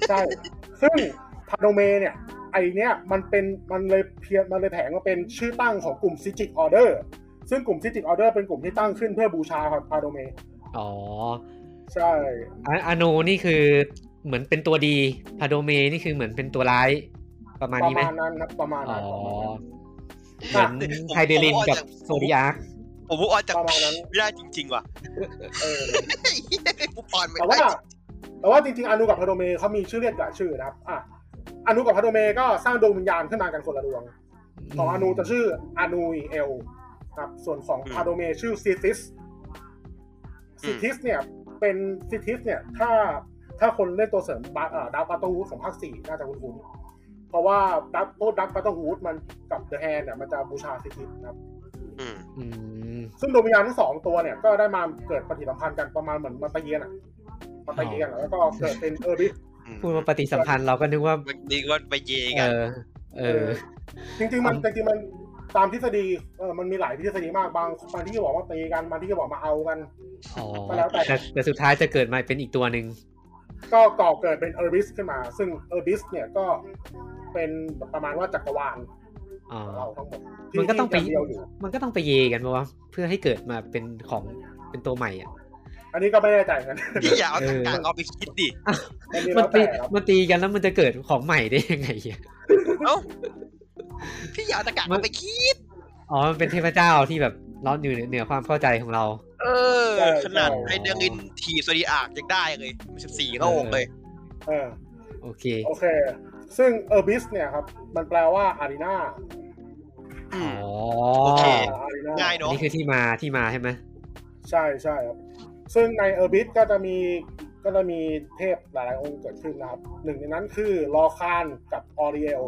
S3: ใช่ ซึ่งพาโนเมเนี่ย ไอเนี่ยมันเป็นมันเลยเพียนมันเลยแผงมาเป็นชื่อตั้งของกลุ่มซิจิ i ออเดอร์ซึ่งกลุ่มซิจิ i ออเดอร์เป็นกลุ่มที่ตั้งขึ้นเพื่อบูชาพาโนเม
S1: อ๋อ
S3: ใช่
S1: อะอานูนี่คือเหมือนเป็นตัวดีพาโดเมนี่คือเหมือนเป็นตัวร้ายประมาณ
S3: ประ
S1: นี้ไหม
S3: มาณนั้นครับประมาณ
S1: อ๋อ
S3: นั้นประมาณนั้น
S1: เหมือนไฮเดรินกับโซดิอาร์ค
S2: ผมว่าออกจาก
S3: ประมาณนั้น
S2: ไม่ได้จริง ๆ ว่ะ
S3: เออ
S2: ไอ้เหี้ย กูปอนไม่
S3: แต่
S2: ได้
S3: ว่าแต่ว่าจริงๆอานุกับพาโนเมเขามีชื่อเรียกหลายชื่อนะครับอ่ะอานุกับพาโนเมก็สร้างดวงวิญญาณขึ้นมากันคนละดวง ของอานูจะชื่ออานูเอลครับ ส่วนของพาโดเมชื่อซิติสซิติสเนี่ย เป็นซิติสเนี่ย ถ้าถ้าคนเล่นตัวเสริมบาเอ่อดับปัตตวูดของภาคสี่น่าจะคุ้นๆเพราะว่าดับโทษดับปัตตวูดมันกับเดอะแฮนเนี่ยมันจะบูชาซิติสนะครับ
S2: อืม
S1: อืม
S3: ซึ่งดวงวิญญาณทั้งสองตัวเนี่ย ก็ได้มาเกิดปฏิสัมพันธ์กันประมาณเหมือนมาตะเยียนอ่ะมาตะเยียนอะแล้วก็เกิดเป็นเออร์บิส
S2: อืม
S1: พูดมาปฏิสัมพันธ์เราก็นึกว่า
S2: มันนี่ก็ไปเย
S1: เอ
S2: กัน
S1: อ เออ
S3: จริงๆมัน
S1: ครับ
S3: จริงๆมันตามทฤษฎีเออมันมีหลายทฤษฎีมากบางบางที่บอกว่าตีกันบางที่ก็บอกมาเอากัน
S1: อ๋อ
S3: ก็แล้วแต่
S1: แต่แต่สุดท้ายจะเกิดมาเป็นอีกตัวหนึ่ง
S3: ก็ก่อเกิดเป็นเออร์บิสขึ้นมา ซึ่งเออร์บิสเนี่ยก็เป็นประมาณว่าจักรวาล
S1: อ๋อ
S3: ของเราทั้งหมด
S1: มันก็ต้องไป
S3: ที่เดียวอยู่
S1: มันก็ต้องไปเยกันปะวะเพื่อให้เกิดมาเป็นของเป็นตัวใหม่อ่ะ
S3: อันนี้ก็ไม่แน่ใจกัน
S2: พี่อย่าเอาตะกา
S1: เอ
S2: ง
S1: อ
S2: เอาไปคิดดิ
S3: อันนี้
S1: มั
S3: แล้ว
S1: ตี
S3: แต่ครับ
S1: มันตีกันแล้วมันจะเกิดของใหม่ได้ยังไงอะ
S2: เอ้า พี่อย่าเอาตะกางเอาไปคิด
S1: อ๋อมันเป็นเทพเจ้าที่แบบล้อนอยู่เหนือเหนือความเข้าใจของเรา
S2: เออ ขนาดไอเดรินทีสวดีอากยังได้เลยสิบสี่เข้าอกเลย
S3: เออ
S1: โอเค
S3: โอเค ซึ่งเออร์บิสเนี่ยครับ มันแปลว่าอารีนา
S2: อื
S1: อ๋
S2: ม
S1: อ
S2: โอเค
S3: อารีนา
S2: ง่าย
S1: อัน
S2: เนาะ
S1: นี่คือที่มาที่มาใช่ไหม
S3: ใช่ใช่ครับ ซึ่งในเออร์บิสก็จะมีก็จะมีเทพหลายๆองค์เกิดขึ้นนะครับ หนึ่งในนั้นคือลอคานกับออริเอล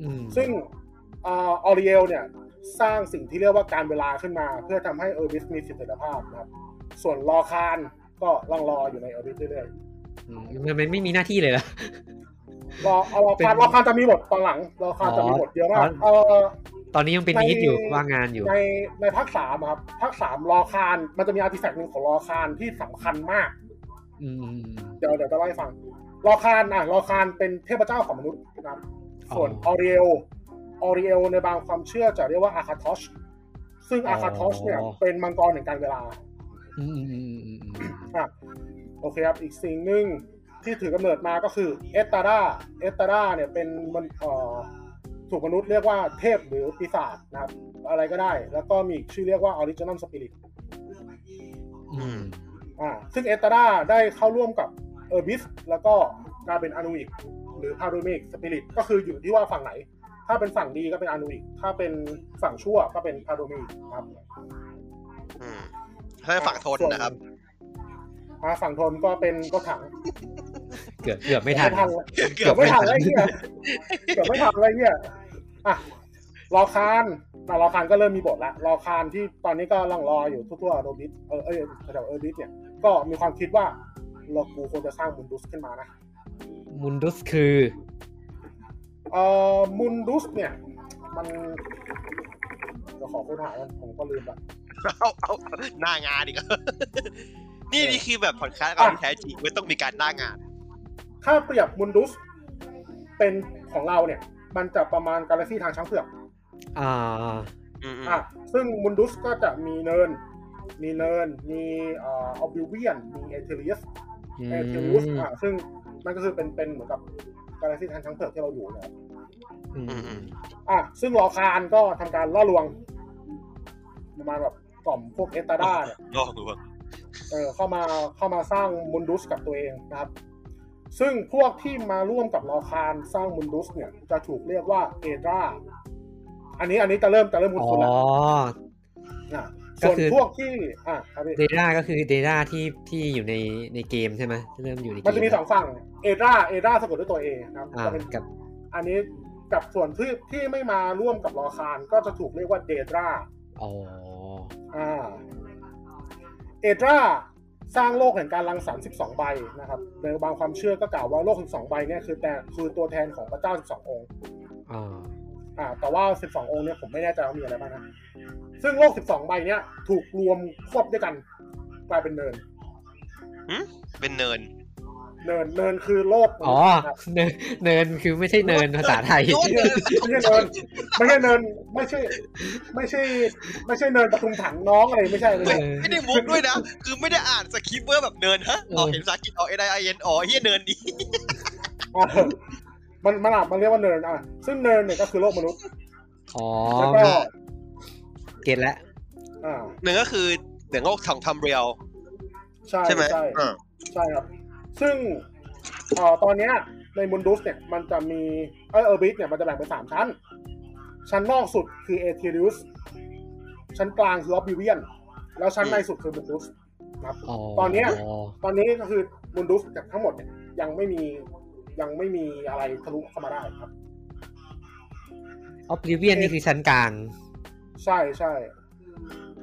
S1: อืม
S3: ซึ่งเออริเอลเนี่ย สร้างสิ่งที่เรียกว่าการเวลาขึ้นมา เพื่อทำให้เออร์บิสมีเสถียรภาพนะครับ ส่วนรอคารก็ล่องรออยู่ในเออร์บิสเรื่อย
S1: อืมมันไม่มีหน้าที่เลยเหรอ
S3: ๆรอเอารอคาร
S1: เป็น
S3: รอคารจะมีบทตอนหลังรอคารจะมีบทเยอะมา
S1: อ๋
S3: ก
S1: อ
S3: เออ
S1: ตอนนี้ยังเป็น
S3: ใน
S1: นิดอยู่ว่างงานอยู่
S3: ในในภาคสามอะครับภาคสามรอคารมันจะมีอาร์ติแฟกต์หนึ่งของรอคารที่สำคัญมาก
S1: อืม
S3: เดี๋ยวเดี๋ยวจะเล่าให้ฟัง รอคารอ่ะรอคารเป็นเทพเจ้าของมนุษย์นะครับ
S1: อ๋อ
S3: ส่วนออริเอลออริเอลในบางความเชื่อจะเรียกว่าอาคาทอช ซึ่งอาคาทอช
S1: อ๋อ
S3: เนี่ยเป็นมังกรแห่งการเวลา
S1: อืมอืมอืมอืมอืม
S3: อ่ะโอเคครับ อีกสิ่งหนึ่งที่ถือกำเนิดมาก็คือเอตตาดาเอตตาดาเนี่ยเป็นมันเอ่อถูกมนุษย์เรียกว่าเทพหรือปีศาจนะครับ อะไรก็ได้ แล้วก็มีอีกชื่อเรียกว่าออริจิน l ลสปิริต
S1: อืม
S3: อ่าซึ่งเอตาดาได้เข้าร่วมกับเออร์บิสแล้วก็กลายเป็นอนุอิกหรือพาโดเมกสปิริตก็คืออยู่ที่ว่าฝั่งไหน ถ้าเป็นฝั่งดีก็เป็นอานุอีก ถ้าเป็นฝั่งชั่วก็เป็นพาโดมีครับ
S2: อืมถ้าฝั่งทนนะครับ
S3: อ่าฝั่งทนก็เป็นก็ถัง
S1: เกือบเกือบไม่ทัน
S3: แล้ว
S1: เกื
S3: เกื
S1: อ
S3: อ
S1: บบ ไม่
S3: ไม่
S1: ทัน
S3: ทันไรเนี่ยเกือบไม่ทันไรเนี่ยอ่ะรอคานแต่รอคานก็เริ่มมีบทละรอคานที่ตอนนี้ก็ลังรออยู่ทั่วๆโรบิสเออเอยแถวๆเออร์บิสเนี่ย ก็มีความคิดว่าเรากูควรจะสร้างมุนดุสขึ้นมานะ
S1: มุนดุสคือ
S3: เอ่อมุนดุสเนี่ย มันเราขอค้นหากันผมก็ลืมละ
S2: เอาเอา หน้างานอีก นี่นี่คือแบบผ่อนคลายกับเราที่แท้จริงไม่ต้องมีการหน้างาน
S3: ถ้าเปรียบมุนดุสเป็นของเราเนี่ย มันจะประมาณกาแล็กซี่ทางช้างเผือก
S1: อ่า
S2: อืมๆ
S3: อ่ะซึ่งมุนดุสก็จะมีเนิน มีเนิน มีเอ่ออบิเวียน มีเอเทเรียส
S1: อื
S3: เอเทรูส
S1: ม
S3: อ่ะซึ่งมันก็คือเป็นเป็นเหมือนกับกาแล็กซี่ทางช้างเผือกที่เราอยู่เนี่ย
S1: อืมอืม
S3: อ่ะซึ่งรอคารก็ทำการล่อลวง ประมาณแบบกล่อมพวกเอตาด้าเนี่ย
S2: ลอกดูว่า
S3: เออเข้ามาเข้ามาสร้างมุนดุสกับตัวเองนะครับ ซึ่งพวกที่มาร่วมกับรอคารสร้างมุนดุสเนี่ยจะถูกเรียกว่าเอตราอันนี้อันนี้จะเริ่มจะเริ่มคุ้น
S1: อ๋อ
S3: ๆแล้วนะ
S1: ก็
S3: ส่วน
S1: คือ
S3: พวกที่อ่ะครับพี่
S1: เดต้าก็คือเดต้าที่ที่อยู่ในในเกมใช่ไหมที่เริ่มอยู่ในเกม
S3: มันจะมีสองฝั่งเอตราเอตราสะกดด้วยตัวเอนะครับ
S1: อ่า
S3: จะเป็น
S1: กับ
S3: อันนี้กับส่วนที่ที่ไม่มาร่วมกับรอคารก็จะถูกเรียกว่าเดตรา
S1: อ๋อ
S3: อ่าเอตราสร้างโลกแห่งการรังสรรค์ 12 ใบนะครับในบางความเชื่อก็กล่าวว่าโลก 12 ใบเนี่ยคือแต่คือตัวแทนของพระเจ้า 12 องค์
S1: อ่า
S3: อ่าแต่ว่า 12 องค์เนี่ยผมไม่แน่ใจว่ามีอะไรบ้างนะซึ่งโลก 12 ใบเนี่ยถูกรวมควบด้วยกันกลายเป็นเนิน
S2: เป็นเนิน
S3: เนินเนินคือโลก
S1: อ๋อ
S3: ครับ
S1: เนินเนินคือไม่ใช่เนินภาษาไทย
S2: โน้นเนิน
S3: ไม่ใช่เนิน ไม่ใช่เนินไม่ใช่ ไม่ใช่ ไม่ใช่เนินปทุมถังน้องอะไรไม่ใช่ไม่
S2: ไม่
S3: ใช่
S1: เออ
S2: ไม่ได้มุกด้วยนะ คือไม่ได้อ่านสคริปต์ว่าแบบเนินฮะ
S1: เออ
S2: อ๋อเห็นภาษาอังกฤษอ๋อเอไอเอ็นอ๋อเฮียเนินดี
S3: อ่ะมันมันอ่ะมันเรียกว่าเนินอ่ะซึ่งเนินเนี่ยก็คือโลกมนุษย์
S1: อ๋อ
S3: แล้วก็
S1: เก็ตแล้ว
S3: อ่า
S2: เนินก็คือเหนือโลกทองทำเรียว
S3: ใช่
S2: ใช่ไหม
S3: ใช่
S2: อ่า
S3: ใช่ครับ ซึ่งเอ่อตอนเนี้ยในมุนดุสเนี่ยมันจะมีเออเออร์บิสเนี่ยมันจะแบ่งเป็นสามชั้น ชั้นนอกสุดคือเอเทริอุสชั้นกลางคือออบิเวียน แล้วชั้นในสุดคือมุนดุสนะครับ
S1: อ๋อ
S3: ตอนเนี้ย ตอนนี้ก็คือมุนดุสจากทั้งหมดเนี่ยยังไม่มียังไม่มีอะไรทะลุเข้ามาได้ครับ
S1: ออฟลิเวียนนี่คือชั้นกลาง
S3: ใช่ใช่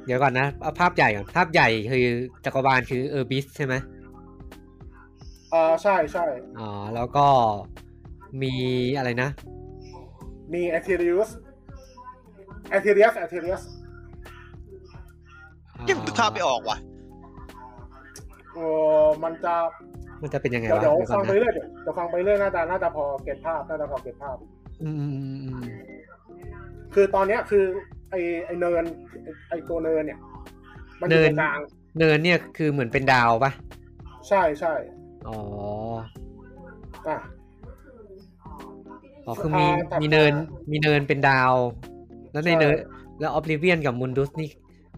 S1: เดี๋ยวก่อนนะเอาภาพใหญ่ก่อน ภาพใหญ่คือจักรวาลคือเออร์บิสใช่ไหม
S3: อ่าใช่ใช่
S1: อ๋อ แล้วก็มีอะไรนะ
S3: มีเอเทริอุสเอเทริสเอเทริส
S1: อ่า
S2: ยังภาพไม่ออกว่ะ
S3: เออมันจะ
S1: มันจะเป็นยังไง
S3: เดี๋ยว
S1: วะ
S3: เดี๋ยว
S1: เดี๋ยวก่
S3: ฟั
S1: อง น
S3: ไป
S1: นะ
S3: เรื่อยเดี๋ยวเดี๋ยวฟังไปเรื่อยน่าจะน่าจะพอเก็บภาพน่าจะพอเก็บภาพ
S1: อืมอืมอืม
S3: คือตอนเนี้ยคือไอไอเนินไอ้ไอตัวเนินเนี่ย มันอยู่ตรงกลาง
S1: เนินเนี่ยคือเหมือนเป็นดาวปะ
S3: ใช่ใช่
S1: อ๋อ
S3: อ่ะ
S1: อ๋อคือมี
S3: อ่าแต่
S1: มีเนินมีเนินเป็นดาว แล้วใน
S3: ใช่
S1: เนินแล้วออฟลิเวียนกับมุนดุสนี่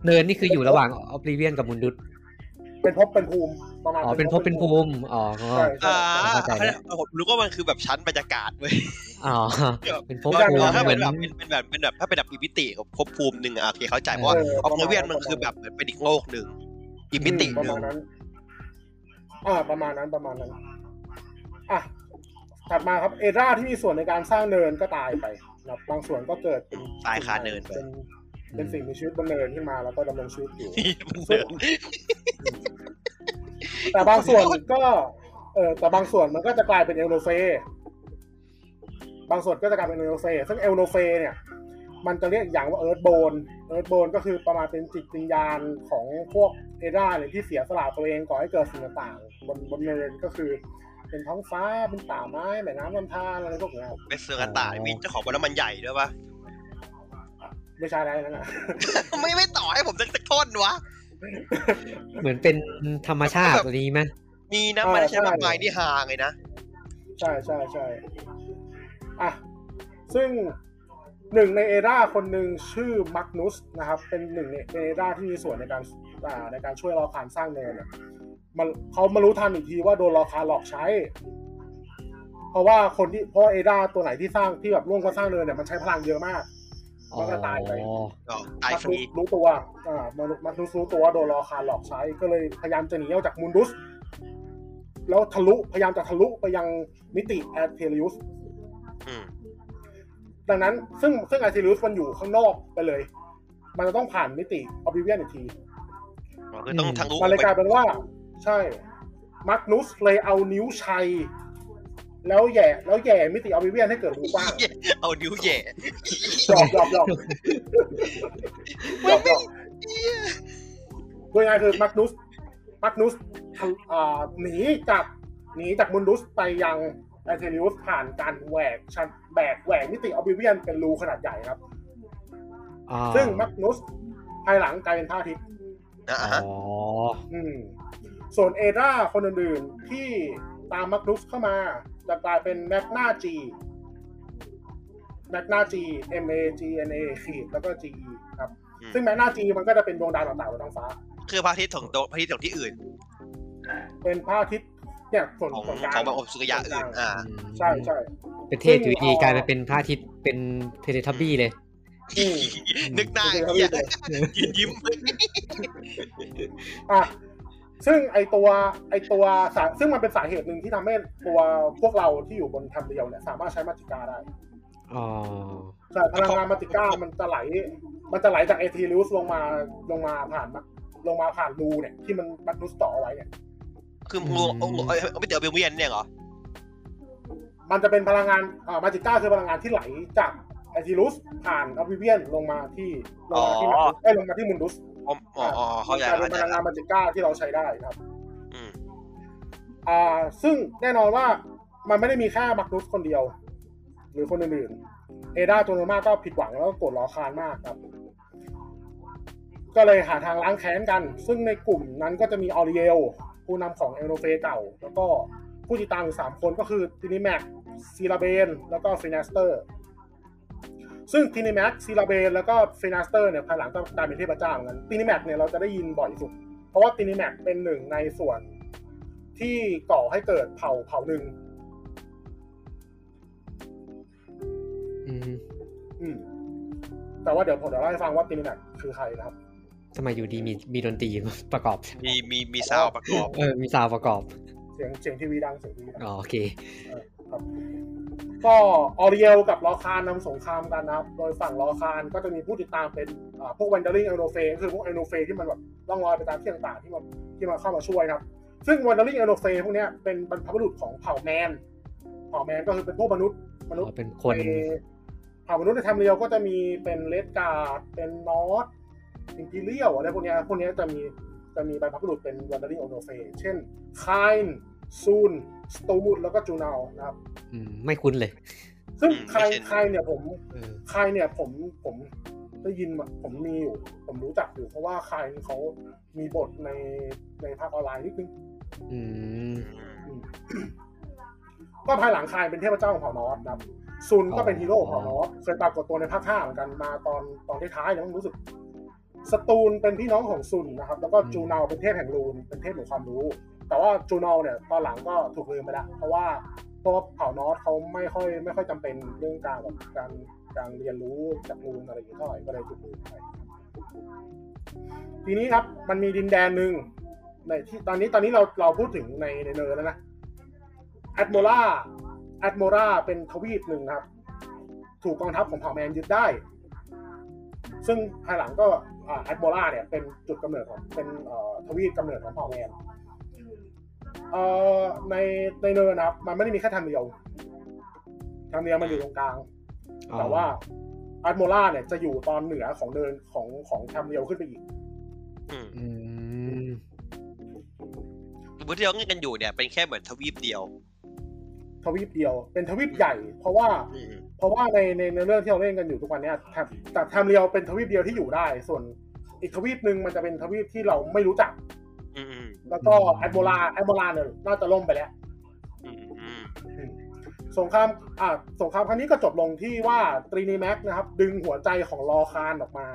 S1: เนินนี่คืออยู่ระหว่างออฟลิเวียนกับมุนดุส
S3: เป็นภพบเป็นภูมิประมาณ
S1: อ๋อเป็นภพเป็นภูมิอ๋อก็
S3: ใช่
S2: อ่า
S3: ใช่
S2: ผมรู้ว่ามันคือแบบชั้นบรรยากาศเว้ย
S1: อ๋อ เป็นภพภู
S2: อ๋อ
S1: มิ
S2: ถ้า
S1: เหมื
S2: เป็
S1: อน น
S2: แบบเป็นแบบเป็นแบบถ้าเป็นแบบอีกมิติของภพภูมิหนึ่งอ่ะโอเคเข้าใจเพราะว่า
S3: เอ
S2: ออฟเนเวียนมัน
S3: ประาณ
S2: คือแบบเหมือนเป็นอีกโลกหนึ่งอีกมิติ
S3: ประ
S2: หนึ่
S3: มางณนั้นอ่าประมาณนั้นประมาณนั้นอ่ะถัดมาครับเอราที่มีส่วนในการสร้างเนินก็ตายไปนะครับบางส่วนก็เกิดเป็น
S2: ตายคาเนินไป
S3: ป็เป็นสิ่งมีชีวิตบนเนินขึ้นมาแล้วก็ดำรงชีวิตอยู่
S2: มันเดิน
S3: แต่บางส่วนก็เออแต่บางส่วนมันก็จะกลายเป็นเอลโนเฟ บางส่วนก็จะกลายเป็นเอลโนเฟ ซึ่งเอลโนเฟเนี่ย มันจะเรียกอีกอย่างว่าเอิร์ธโบน เอิร์ธโบนก็คือประมาณเป็นจิตวิญญาณของพวกเอดาเนี่ยที่เสียสละตัวเองก่อให้เกิดสิ่งต่างๆบนบนเนินก็คือ เป็นท้องฟ้า เป็นป่าไม้ แม่น้ำลำธารอะไรพวกเนี้ย
S2: เป็นเสือกระต่ายมีเจ้าของบนน้ำมันใหญ่ด้วยปะ
S3: ไม่ใช่อะไรนั่นนะ
S2: ไม่ไม่ต่อให้ผมสักสักท่อนวะ
S1: เหมือนเป็นธรรมชาติตัวนี้ไหม
S2: มีนะมันไม่ใช่แบบไม้ที่ห่างเลยนะ
S3: ใช่ใช่ใช่อ่ะ ซึ่งหนึ่งในเอราคนหนึ่งชื่อมักนุสนะครับ เป็นหนึ่งในเอราที่มีส่วนในการอ่าในการช่วยรอคานสร้างเนินเนี่ยมันเขามารู้ทันอีกทีว่าโดนรอคานหลอกใช้ เพราะว่าคนที่เพราะว่าเอดาตัวไหนที่สร้างที่แบบร่วมกันสร้างเลยเนี่ยมันใช้พลังเยอะมาก
S1: อ๋อ
S3: มันก็ตายไป
S2: ก็ตายฟรี
S3: มักรู้รู้ตัว อ่ามันมันรู้ตัวว่าโดนรอคาหลอกใช้ ก็เลยพยายามจะหนีออกจากมุนดุส แล้วทะลุ พยายามจะทะลุไปยังมิติแอร์เทริอุส
S2: อืม
S3: ดังนั้นซึ่งซึ่งไอซิลิอุสมันอยู่ข้างนอกไปเลย มันจะต้องผ่านมิติออบิเวียนอีกที
S2: ก็คือต้องทางรู้
S3: มันเลยกลายเป็นว่า ใช่มักนุสเลยเอานิ้วชัย แล้วแหย่แล้วแหย่มิติออบิเวียนให้เกิดรูกว้าง
S2: เอานิ้วแหย่
S3: หยอกหยอกหยอกหยอกหยอกโดยง่ายคือมักนุสมักนุสทะอ่าหนีจากหนีจากมุนดุสไปยังไอเทริอุสผ่านการแหวกชันแบกแหวกมิติออบิเวียนเป็นรูขนาดใหญ่ครับ
S1: อ่า
S3: ซึ่งมักนุสภายหลังกลายเป็นพระอาทิตย์
S2: นะฮะ
S1: อ๋อ
S3: อืมส่วนเอดราคนอื่นๆที่ตามมักนุสเข้ามา จะกลายเป็นแมกนาจีแมกนาจี M A G N A ขีดแล้วก็ G E ครับ ซึ่งแมกนาจีมันก็จะเป็นดวงดาวต่างๆบนท้องฟ้า
S2: คือพระอาทิตย์ของโดพระอาทิตย์ของที่อื่น
S3: เป็นพระอาทิตย์เนี่ยส่วน
S2: ของ
S3: ส่วนกลาง
S2: ของแบบอบสุริยะอื่น อ่า
S1: อืม
S3: ใช่ใช่
S1: เป็นเทพอยู่ดีๆกลายมาเป็นพระอาทิตย์เป็นเทเลทับบี้เลย
S3: อืม
S2: นึกหน้าไอ้เหี้ยยืนยิ้ม
S3: อ่ะซึ่งไอตัวไอตัวสาซึ่งมันเป็นสาเหตุหนึ่งที่ทำให้ตัวพวกเราที่อยู่บนทำเดียวเนี่ยสามารถใช้มาจิกาได้
S1: อ๋อ
S3: ใช่พลังงานมาติก้ามันจะไหล มันจะไหลจากเอทีลิวส์ลงมาลงมาผ่านมักลงมาผ่านรูเนี่ยที่มันมักนุสต่อเอาไว้เนี่ย
S2: คือมึงงงเอ้ยไม่เจอเบลเวียนเนี่ยเหรอ
S3: มันจะเป็นพลังงานอ่ามาติก้าคือพลังงานที่ไหลจากเอทีลิวส์ผ่านอวิเวียนลงมาที่ลงมาที่
S2: อ๋
S3: มั
S2: อ
S3: กไอ้ยลงมาที่มุนดุส
S2: อ๋ออ๋ออ๋อเข้าใจ
S3: กลายเป็
S2: เข้านใจ
S3: พลังงานมาติก้าที่เราใช้ได้ครับ
S2: อืม
S3: อ่าซึ่งแน่นอนว่ามันไม่ได้มีแค่มักนุสคนเดียว หรือคนอื่นๆ เอดาตัวโนมาก็ผิดหวังแล้วก็โกรธล้อคานมากครับ ก็เลยหาทางล้างแค้นกัน ซึ่งในกลุ่มนั้นก็จะมีออริเอลผู้นำของเอลโนเฟเก่า แล้วก็ผู้ติดตามอีกสามคนก็คือทินิแม็กซีลาเบน แล้วก็ฟิน a สเตอร์ ซึ่งทินิแม็กซีลาเบน แล้วก็ฟิน a สเตอร์เนี่ยภายหลังก็กลายเป็นเทพเจ้าเหมือนกันทินิแม็กเนี่ยเราจะได้ยินบ่อยสุด เพราะว่าตินิแมกเป็นหนึ่งในส่วนที่ก่อให้เกิดเผ่าเผ่าหนึ่ง
S1: อืม
S3: อืม แต่ว่าเดี๋ยวผมจะเล่าให้ฟังว่าตินิแมกคือใครนะครับ
S1: ทำไมอยู่ดีมีมีดนตรี ประกอบ
S2: มีมีมีซาวด์ประกอบ
S1: เออ มีซาวด์ประกอบ
S3: เสียงเสียงทีวีดังเสียงทีวีดัง
S1: อ๋อ โอเค
S3: ครับ ก็ออริเอลกับลอคานนำสงครามกันนะครับ โดยฝั่งลอคานก็จะมีผู้ติดตามเป็นอ่าพวกวันเดอริงเอโนเฟคือพวกเอโนเฟที่มันแบบล่องลอยไปตามที่ต่างๆที่มันที่มาเข้ามาช่วยนะครับ ซึ่งวันเดอริงเอโนเฟพวกเนี้ยเป็นบรรพบุรุษของเผ่าแมนเผ่าแมนก็คือเป็นพวกมนุษย์ม
S1: อ๋
S3: นุษ
S1: อ
S3: ย์
S1: เป็นคน
S3: ในผ่ามนุษย์ในทำเรียวก็จะมีเป็นเลดการ์ดเป็นนอตอินทีเรียวอะไรพวกเนี้ยพวกเนี้ยจะมีจะมีบรรพบุรุษเป็นวันดาริโอโนเฟเช่นคายน์ซูนสตูดแล้วก็จูนาวนะครับ
S1: อืม ไม่คุ้นเลย
S3: ซึ่ง
S2: อืม
S3: คาย
S2: ไม่เช่น
S3: คายเนี่ยผม
S1: เออ
S3: คายเนี่ยผมผมได้ยินมาผมมีอยู่ ผมรู้จักอยู่เพราะว่าคายเขามีบทในในภาคออนไลน์นิดนึง
S1: อืม
S3: ก็ภายหลังคายเป็นเทพเจ้าของเผ่านอสนะครับซุนก็เป็นฮีโร่ของเผ่า
S1: อ๋อ
S3: นอสเคยปรากฏตัวในภาคห้าเหมือนกันมาตอนตอนท้ายๆเนี่ยมันรู้สึกสตูนเป็นพี่น้องของซุนนะครับ แล้วก็จูนาวเป็นเทพแห่งรูนเป็นเทพแห่งความรู้ แต่ว่าจูนาวเนี่ยตอนหลังก็ถูกลืมไปละเพราะว่าเพราะว่าเผ่านอสเขาไม่ค่อยไม่ค่อยจำเป็นเรื่องการแบบการการเรียนรู้จากรูนอะไรอย่างเงี้ยเท่าไหร่ก็เลยถูกลืมไป ทีนี้ครับมันมีดินแดนหนึ่งในที่ตอนนี้ตอนนี้เราเราพูดถึงในในเนอร์แล้วนะแอดโมราแอดโมราเป็นทวีปหนึ่งครับ ถูกกองทัพของเผ่าแมนยึดได้ ซึ่งภายหลังก็แอดโมราเนี่ยเป็นจุดกำเนิดของเป็นเอ่อทวีปกำเนิดของเผ่าแมนเอ่อในในเนอร์นะครับ มันไม่ได้มีแค่ทางเดียวทางเดียวมันอยู่ตรงกลาง
S1: อ๋อ
S3: แต่ว่าอัลโมล่าเนี่ยจะอยู่ตอนเหนือของเดินของของทำเดียวขึ้นไปอีก
S2: อืม
S1: อืม
S2: บุตรที่เราเล่นกันอยู่เนี่ยเป็นแค่เหมือนทวีปเดียว
S3: ทวีปเดียว เป็นทวีปใหญ่ เพราะว่า
S2: อืม
S3: เพราะว่าในในในเรื่องที่เราเล่นกันอยู่ทุกวันเนี้ยทำแต่ทำเดียวเป็นทวีปเดียวที่อยู่ได้ ส่วนอีกทวีปหนึ่งมันจะเป็นทวีปที่เราไม่รู้จัก
S2: อืมอืม
S3: แล้วก็
S1: อืม
S3: แอดโมลาแอดโมลาเนี่ยน่าจะล่มไปแล้ว
S2: อืมอืม
S3: สงครามอ่าสงครามครั้งนี้ก็จบลงที่ว่าตรีนีแม็กนะครับ ดึงหัวใจของลอคานออกมา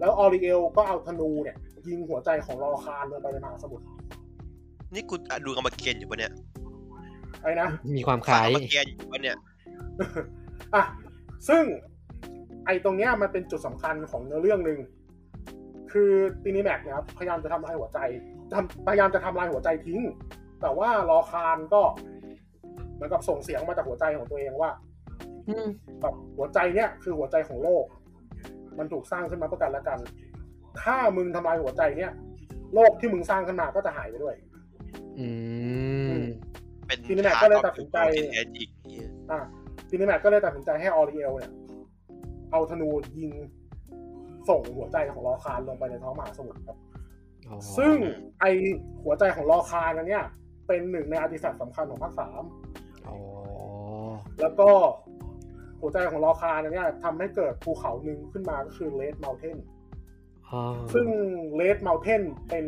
S3: แล้วออริเอลก็เอาธนูเนี่ย ยิงหัวใจของลอคานลงไปในมหาสมุทร
S2: นี่กูอ่ะดูกรรมเกียนอยู่ปะเนี่ย
S3: ไอ้นะ
S1: มีความค
S2: ฝา
S1: ล้าก ย
S2: มาเกียร์อยู่วะเนี่ย
S3: อ่ะ ซึ่งไอ้ตรงเนี้ยมันเป็นจุดสำคัญของเนื้อเรื่องหนึ่ง คือตีนีแม็กนะครับพยายามจะทำลายหัวใจทำพยายามจะทำลายหัวใจทิ้ง แต่ว่ารอคารก็เหมือนกับส่งเสียงมาจากหัวใจของตัวเองว่าแบบหัวใจเนี้ยคือหัวใจของโลก มันถูกสร้างขึ้นมาเพื่อกันและกัน ถ้ามึงทำลายหัวใจเนี้ยโลกที่มึงสร้างขึ้นมาก็จะหายไปด้วย
S1: อืม
S2: เป็น
S3: ทีนี้แม็กก็เลยตัดสินใจ
S2: ที่แท้จริงเนี่ย
S3: อ่ะทีนี้แมทก็เลยตัดสินใจให้ออริเอลเนี่ย เอาธนูยิงส่งหัวใจของลอคารลงไปในท้องมหาสมุทรครับ
S1: อ๋อ
S3: ซึ่งไอหัวใจของลอคารนันเนี่ย เป็นหนึ่งในอาร์ติแฟกต์สำคัญของภาคสาม
S1: อ๋อ
S3: แล้วก็หัวใจของลอคารนันเนี่ยทำให้เกิดภูเขาหนึ่งขึ้นมาก็คือเลดเมลเทน
S1: อ๋อ
S3: ซึ่งเลดเมลเทนเป็น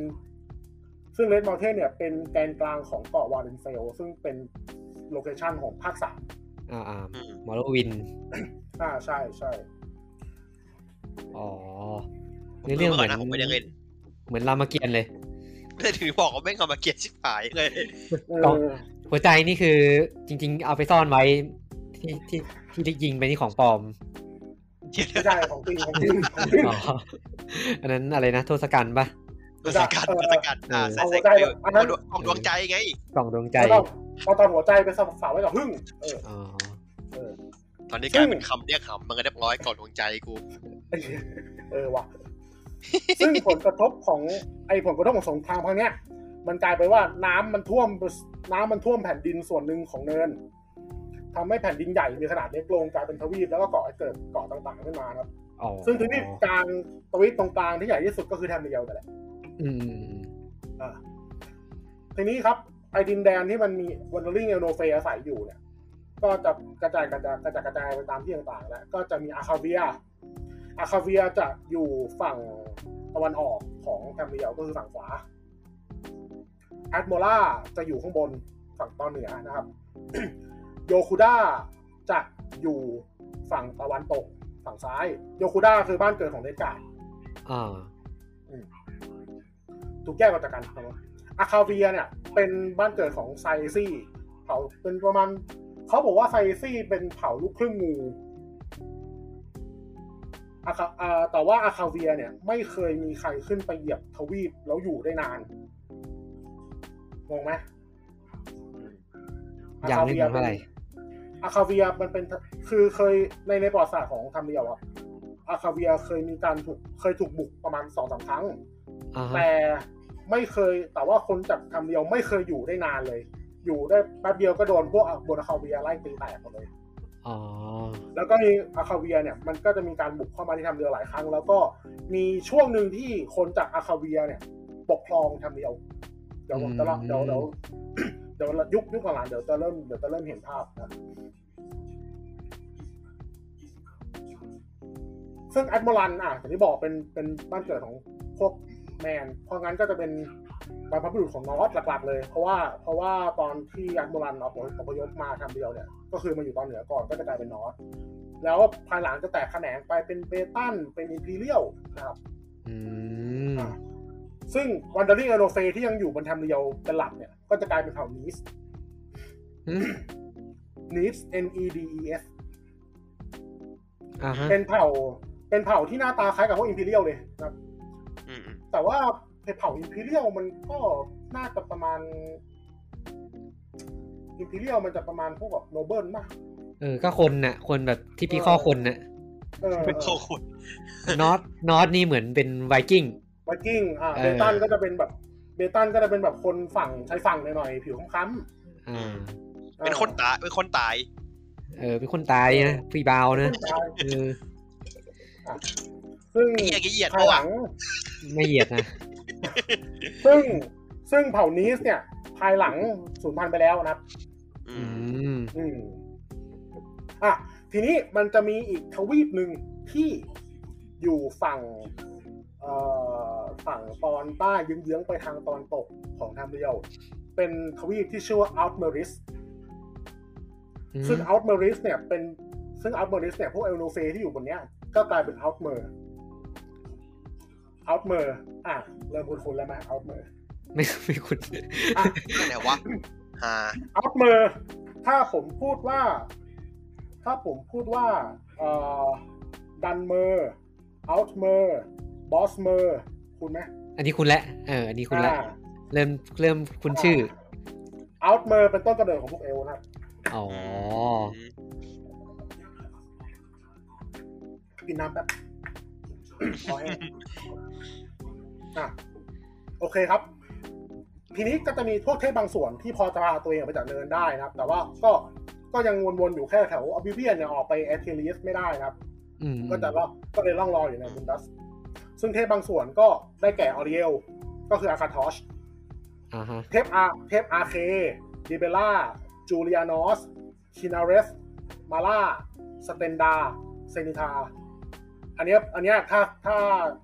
S3: ซึ่งเลดเมลเทนเนี่ยเป็นแกนกลางของเกาะวาเลนเซลซึ่งเป็นโลเคชันของภาคสาม
S1: อ่าอ่า
S2: อืม
S1: มอลวิน
S3: อ่าใช่ใช่
S1: อ๋อ
S2: ผมเรื่องก่อนนะผมไม่ได้เล่น
S1: เหมือนรามเกียรติ์เลย
S2: แต่ถึงบอกว่าแม่งเอามาเกียร์ชิบหายเลย
S1: ต้อง หัวใจนี่คือจริง ๆ เอาไปซ่อนไว้ที่ที่ที่ได้ยิงไปนี่ของปลอม
S3: ไม่ใช่ของจริงของ จริงของจริง
S1: อ๋ออันนั้นอะไรนะโทษกันปะ
S2: ตัวสกัดตัวสกัดอ่าใส่ใส่เกลือ
S3: เอาหัวใจอันนั้
S2: เอาด
S3: น
S2: วงเอาดวงใจไง
S1: กล่องดวงใจ
S3: แล้วก็เอาตอนหัวใจไปสาวไว้กับหึ่งเออ
S1: อ๋อ
S3: เออ
S2: ตอนนี้ก
S3: ซึ่ง
S2: ลายเป็นคำเรียกคำมันก็เรียบร้อยก่อนดวงใจกู
S3: ไอ้เหี้ยเออว่ะซึ่งผลกระทบของไอ้ผลกระทบของสงครามครั้งเนี้ย มันกลายไปนว่าน้ำมันท่วมน้ำมันท่วมแผ่นดินส่วนหนึ่งของเนินทำให้แผ่นดินใหญ่มีขนาดเล็กลงกลายเป็นทวีปแล้วก็ก่อให้เกิดเกาะต่างๆขึ้นมาครับ
S1: อ๋อ
S3: ซึ่งทวีปกลางทวีปตรงกลางที่ใหญ่ที่สุดก็คือแทนเดียวแต่นแหละ
S1: อืมอืมอืม
S3: ทีนี้ครับไอ้ดินแดนที่มันมีวันเดอริงเอลโนเฟอาศัยอยู่เนี่ย ก็จะกระจายกระจายกระจายกระจายไปตามที่ต่างๆแล้วก็จะมีอาคาเวีย อาคาเวียจะอยู่ฝั่งตะวันออกของแทมเบียก็คือฝั่งขวาแอดโมล่าจะอยู่ข้างบนฝั่งตอนเหนือนะครับ โยคูด้าจะอยู่ฝั่งตะวันตกฝั่งซ้าย โยคูด้าคือบ้านเกิดของเลดการ์ด
S1: อ่า
S3: ถูกแยกออกจากกันครับอาคาเวียเนี่ย เป็นบ้านเกิดของไซซี่เผ่าเป็นประมาณเขาบอกว่าไซซี่เป็นเผ่าลูกครึ่งงูอาคาอ่าแต่ว่าอาคาเวียเนี่ย ไม่เคยมีใครขึ้นไปเหยียบทวีปแล้วอยู่ได้นานงงไหม
S1: ยังไม่งงเท่าไหร่
S3: อาคาเวียมันเป็นคือเคยในในประวัติศาสตร์ของทัมเบียวอะอาคาเวียเคยมีการถูกเคยถูกบุกประมาณสองสามครั้ง
S1: อ่าฮะ
S3: แต่ไม่เคยแต่ว่าคนจากคำเดียวไม่เคยอยู่ได้นานเลย อยู่ได้แป๊บเดียวก็โดนพวกอาบนอาคาเวียไล่ตีแตกหมดเลย
S1: อ๋อ
S3: แล้วก็มีอาคาเวียเนี่ยมันก็จะมีการบุกเข้ามาที่ทำเดียวหลายครั้ง แล้วก็มีช่วงหนึ่งที่คนจากอาคาเวียเนี่ย ปกครองทำเดียวเดี๋ยวผมจะเล่า
S1: อืม
S3: เดี๋ยวเดี๋ยว เดี๋ยวยุคยุคหลังๆเดี๋ยวจะเริ่มเดี๋ยวจะเริ่มเห็นภาพนะซึ่งแอดมอลันอ่ะอย่างที่บอกเป็นเป็นบ้านเกิดของพวกแมน เพราะงั้นก็จะเป็นบรรพบุรุษของนอตหลักๆเลย เพราะว่าเพราะว่าตอนที่แอดมอลันออกอพยพมาทำเดียวเนี่ย ก็คือมาอยู่ตอนเหนือก่อนก็จะกลายเป็นนอต แล้วภายหลังจะแตกแขนงไปเป็นเบตันเป็นอิมพีเรียลนะครับ
S1: อืม
S3: ซึ่งวันเดอร์ลิงเอโรเฟที่ยังอยู่บนแทมเรียวเป็นหลักเนี่ย ก็จะกลายเป็นเผ่านีส
S1: อืม
S3: นีส N E D E S
S1: อ่าฮะ
S3: เป็นเผ่าเป็นเผ่าที่หน้าตาคล้ายกับพวกอิมพีเรียลเลยนะครับ
S2: อืมอืม
S3: แต่ว่าเผ่าอิมพีเรียลมันก็น่าจะประมาณอิมพีเรียลมันจะประมาณพวกแบบโนเบิลมาก
S1: เออ ก็คนน่ะ คนแบบที่พี่ข้อคนน่ะ
S3: เออ
S2: เป็นโคขุด
S1: นอตนอตนี่เหมือนเป็นไวกิ้ง
S3: ไวกิ้งอ่า
S1: เออ
S3: เบตันก็จะเป็นแบบเบตันก็จะเป็นแบบคนฝั่งชายฝั่งหน่อยๆผิวค้ำ
S1: อ่า
S3: ๆ
S2: เป็นคนตายเป็นคนตาย
S1: เออ เป็นคนตายนะฟรีบาว
S3: เออ
S1: นะ
S3: คนตาย
S1: เออ
S3: ซึ่ง
S2: เหี้ยกี่เหยียด
S3: ภา
S2: ปะ
S3: ยห
S2: วะ
S3: ลัง
S1: ไม่เหยียดนะ
S3: ซึ่งซึ่งเผ่านีสเนี่ย ภายหลังสูญพันธุ์ไปแล้วนะครับ
S2: อื
S1: อืม
S2: ม
S3: อืมอ่ะทีนี้มันจะมีอีกทวีปหนึ่งที่อยู่ฝั่งเอ่อฝั่งตอนใต้เยื้องๆไปทางตอนตกของทางเดียว เป็นทวีปที่ชื่อว่าอัลเมริส ซึ่งอัลเมริสเนี่ย เป็นซึ่งอัลเมริสเนี่ย พวกเอลโนเฟที่อยู่บนเนี้ย ก็กลายเป็นอัลเมอร์อัลเมอร์อ่ะเริ่มคุ้นๆแล้วไหมอัลเมอร์
S1: ไม่ไม่คุณ
S2: นั่นแหละวะ ฮา
S3: อัพมือถ้าผมพูดว่า ถ้าผมพูดว่าเอ่อดันเมอร์เอาท์เมอร์บอสเมอร์คุณไหม
S1: อันนี้คุณละเอออันนี้คุณละเริ่มเริ่มคุณชื่อ
S3: เอาท์เมอร์เป็นต้นกำเนิดของพวกเอลนะ
S1: อ๋อ
S2: ม
S3: กินน้ำแป๊บพอแห้งอ่ะโอเคครับ ทีนี้ก็จะมีพวกเทพบางส่วนที่พอจะพาตัวเองออกไปจากเนินได้นะครับ แต่ว่าก็ก็ยังวนๆอยู่แค่แถวอบิเวียนเนี่ยออกไปแอทเทเลียสไม่ได้นะครับ
S1: อืม
S3: ก็จะล่องก็เลยล่องลอยอยู่ในบุนดัส ซึ่งเทพบางส่วนก็ได้แก่ออริเอล ก็คืออาคาทอช
S1: อ่าฮะ
S3: เทพอาเทพอาเคดิเบล่า จูเลียนอส คินาเรส มาล่า สเตนดา เซนิทา อันเนี้ยอันเนี้ยถ้าถ้า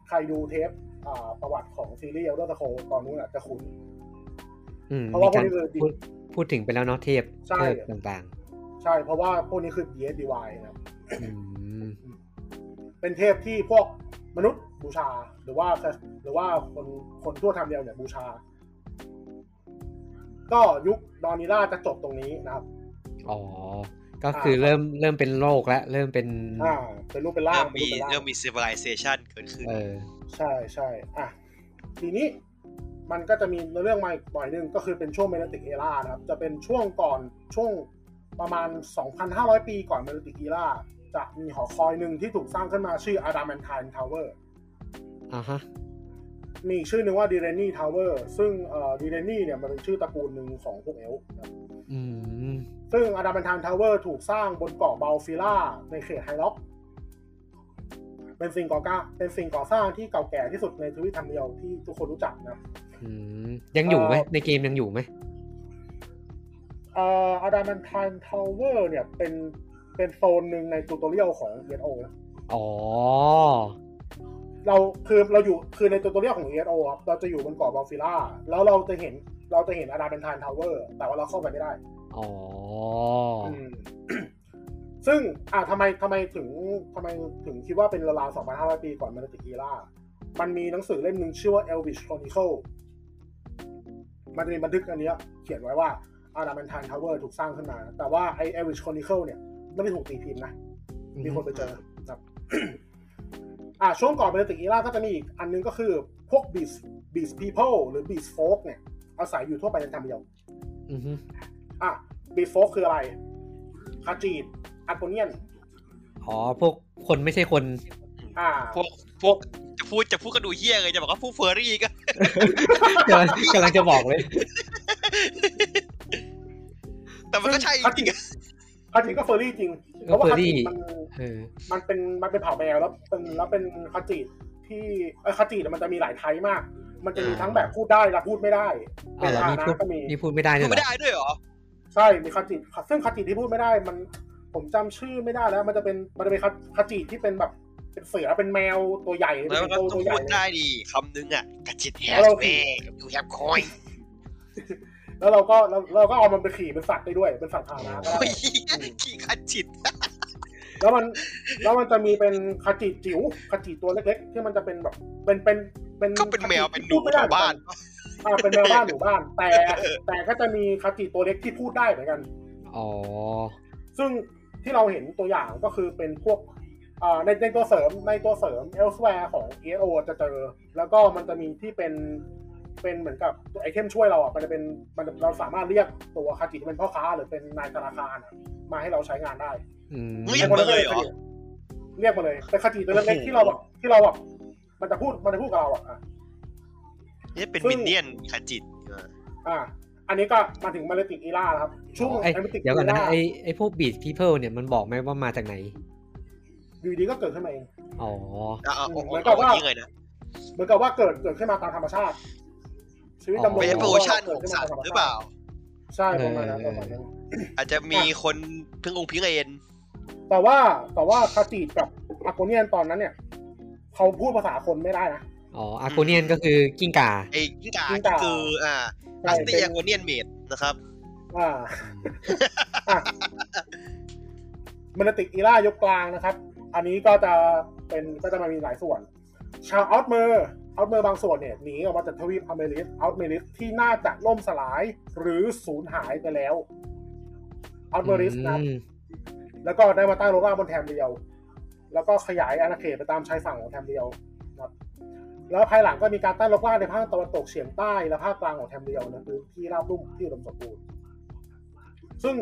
S3: ใครดูเทปอ่าประวัติของซีรีส์เอลเดอร์สโคตอนนู้นอะจะคุ้น
S1: อืม
S3: เพราะ
S1: มี
S3: ว่าพว
S1: กาก ร
S3: นี้คือดิ
S1: พูดพูดถึงไปแล้วเนาะเทพ
S3: ใช่
S1: เทพต่าง
S3: ใช่ เพราะว่าพวกนี้คือ DSDY นะครับ
S1: ๆอืม
S3: เป็นเทพที่พวกมนุษย์บูชา หรือว่าหรือว่าคนคนทั่วทางเดียวเนี่ยบูชา ก็ยุคดอนิล่าจะจบตรงนี้นะครับ
S1: อ๋อก็คือเริ่มเริ่มเป็นโรคแล้วเริ่มเป็น
S3: อ่า เป็นรูปเป็นร่า
S2: เริ่
S3: ง
S2: ม
S3: เป็น
S2: มี
S3: รูปเป็นร่าง
S2: เริ่มมี civilization เกิดขึ้น
S1: เออ
S3: ใช่ใช่อ่ะทีนี้มันก็จะมีเรื่องมาอีกหน่อยหนึงก็คือเป็นช่วงเมลติกเอรานะครับ จะเป็นช่วงก่อนช่วงประมาณ 2,500 ปีก่อนเมลติกเอราจะมีหอคอยหนึ่งที่ถูกสร้างขึ้นมาชื่ออาดามแอนทนทาวเวอร์
S1: อ่าฮะ
S3: มีอีกชื่อหนึ่งว่าดีเรนนี่ทาวเวอร์ซึ่งดีเรนนี่อ Delaney เนี่ยมันเป็นชื่อตระกูลหนึ่งของพวกเอลฟ์นะครับ
S1: อืม
S3: ซึ่งอาดามันทานทาวเวอร์ถูกสร้างบนเกาะเบลฟิล่าในเขตไฮล็อก เป็นสิ่งก่อการเป็นสิ่งก่อสร้างที่เก่าแก่ที่สุดในทวีปทางเดียวที่ทุกคนรู้จักนะ
S1: อืมยังอยู่ไหมในเกมยังอยู่ไหม
S3: เอ่ออาดามันทานทาวเวอร์เนี่ยเป็นเป็นโซนหนึ่งในตูตอเรียลของเอโอนะ
S1: อ๋อ
S3: เราคือเราอยู่คือในตัวตัวเรียกของ ESO ครับเราจะอยู่บนเกาะบอลฟิล่าแล้วเราจะเห็นเราจะเห็นอาดาเป็นทานทาวเวอร์ แต่ว่าเราเข้าไปไม่ได้
S1: อ๋อ
S3: อืม ซึ่งอ่ะทำไมทำไมถึงทำไมถึงคิดว่าเป็นราวๆ2,500 ปีก่อนมาติกีล่า มันมีหนังสือเล่มหนึ่งชื่อว่า Elvish Chronicle มันจะมีบันทึกอันเนี้ยเขียนไว้ว่าอาดามันทานทาวเวอร์ถูกสร้างขึ้นมา แต่ว่าไอ Elvish Chronicle เนี่ย ไม่ได้ถูกตีพิมพ์นะ มีคนไปเจอครับ อ่าช่วงก่อนเป็นติกีล่าก็จะมีอีกอันนึงก็คือพวก Beast Beast People หรือ Beast Folk เนี่ย อาศัยอยู่ทั่วไปในทางเดียว
S1: อือฮึ
S3: อ่ะบีโฟกคืออะไรคาจีดอัลโปเนียน
S1: อ๋อ พวกคนไม่ใช่คน
S3: อ่า
S2: พวกพวกจะพูดจะพูดก็ดูเฮี้ยเลยจะบอกว่าพวกเฟอร์รี่ก็
S1: กำลังกำลังจะบอกเลย
S2: แต่มันก็ใช่จ
S3: คา
S2: ริ
S3: จี
S2: ง
S3: ดคาจีดก็เฟอร์รี่จริงเพราะว่า
S1: เฟอร์
S3: คา
S1: รี่
S3: จีดมัน
S1: เออ
S3: มันเป็นมันเป็นเผ่าแมวแล้วเป็นแล้วเป็นคาจีดที่เอ้ยคาจีดมันจะมีหลายไทป์มาก มันจะมีทั้งแบบพูดได้และพูดไม่ได้ เป็
S1: เอา
S3: น
S1: เหรอ
S3: ฐา
S1: นี่
S3: นะ
S1: พูด
S3: ก็มี
S1: นี่พูดไม่ได้
S2: ๆ
S1: เนี่
S2: พูด
S1: ย
S2: ไม่ได้ด้วยเหรอ
S3: ใช่มีคาจีดซึ่งคาจีดที่พูดไม่ได้ มันผมจำชื่อไม่ได้แล้ว มันจะเป็นมันจะเป็นคาคาจีดที่เป็นแบบเป็นเสือเป็นแมวตัวใหญ่
S2: แล้วมัน
S3: เป็น
S2: ก็
S3: ตัว
S2: ต้อ
S3: ตั
S2: ง
S3: ว
S2: พูด
S3: ใหญ่เลย
S2: ได้ดีคำนึงอ่ะกระจิตแฮ
S3: แล้
S2: ช
S3: วเรา
S2: แม่ดูแฮมคอย
S3: แล้วเราก็เราเราก็เอามันไปขี่เป็นสัตว์ได้ด้วยเป็นสัตว์พาหนะก็ได้
S2: โอ้ยขี่กระจิต
S3: แล้วมันแล้วมันจะมีเป็นคาจิจิ๋วคาจิตัวเล็ก ๆ ที่มันจะเป็นแบบเป็นเป็นเป็น
S2: ก็เป็นแมว
S3: คา
S2: เป็
S3: จิ
S2: นหนู
S3: ที่พูด
S2: ชาวบ้าน
S3: อ่าเป็นแมวบ้านหนูบ้าน แต่แต่ก็จะมีคาจิตัวเล็กที่พูดได้เหมือนกัน
S1: อ๋อ
S3: ซึ่งที่เราเห็นตัวอย่างก็คือเป็นพวกอ่าในในตัวเสริมในตัวเสริม elsewhere ของ ESO จะเจอ แล้วก็มันจะมีที่เป็นเป็นเหมือนกับตัวไอเทมช่วยเราอ่ะมันจะเป็นมันเราสามารถเรียกตัวคาจิที่เป็นพ่อค้า หรือเป็นนายธนาคารอ่ะมาให้เราใช้งานได้
S1: อืม
S2: เรียกมาเลยเหรอ
S3: เรียกมาเลยเป็นคาจิตัวเล็กๆที่เราแบบที่เราแบบมันจะพูดมันจะพูดกับเราอะอ่ะ
S2: เนี่ยเป็น
S3: ซึ่ง
S2: มินเนี่ยนกระจิตเออ
S3: อ่ะอันนี้ก็มาถึงมาเลติกอีล่าแล้วครับ ช่วง
S1: ไอย
S3: มาเลติก
S1: เดี๋ยวก่อนนะ
S3: ล่า
S1: ไอไอพวกบีทพีเพิลเนี่ยมันบอกไหมว่ามาจากไหน
S3: อยู่ดีก็เกิดขึ้นมาเอง
S1: อ๋อ
S2: เอาเอา
S3: เหมื
S2: เอา
S3: อนกั
S2: เอา
S3: บว่า
S2: อย่างนี้เลยนะ
S3: เหมือนกับว่าเกิดเกิดขึ้นมาตามธรรมชาติ ชีวิตดำรง
S2: ไม่ใช่
S1: อ๋อ
S2: โปรโมชั่นของสัตว์หรือเปล่า
S3: ใช่ประมาณนั้นประมาณนั้น
S2: อาจจะมีคนพึ่งองค์พิงเอน
S3: แต่ว่าแต่ว่าคาจิกับอาโกเนียนตอนนั้นเนี่ยเขาพูดภาษาคนไม่ได้นะ
S1: อ๋ออากูเนียนก็คือกิ้งก่า
S2: ไอ้กิ้งก่า
S3: กิ้งก่า
S2: คืออ่า
S3: ใช่
S2: อัสติ
S3: เป็น
S2: ยังวเนียนเมดนะครับ
S3: อ่า อ่ะมนติกอีล่ายกกลางนะครับ อันนี้ก็จะเป็นก็จะมามีหลายส่วน ชาวออสเมอร์ เอาเมอร์บางส่วนเนี่ยหนีออกมาจากทวีปอเมริกเอาเมริกที่น่าจะล่มสลายหรือสูญหายไปแล้วเอาเมริกนะ
S1: อืม
S3: แล้วก็ได้มาตั้งโรล่าบนแถมเดียว แล้วก็ขยายอาณาเขตไปตามชายฝั่งของแถมเดียวนะครับ แล้วภายหลังก็มีการตั้งโรล่าในภาคตะวันตกเฉียงใต้และภาคกลางของแถมเดียวนะคือที่ราบลุ่มที่อุดมสมบูรณ์ ซึ่ง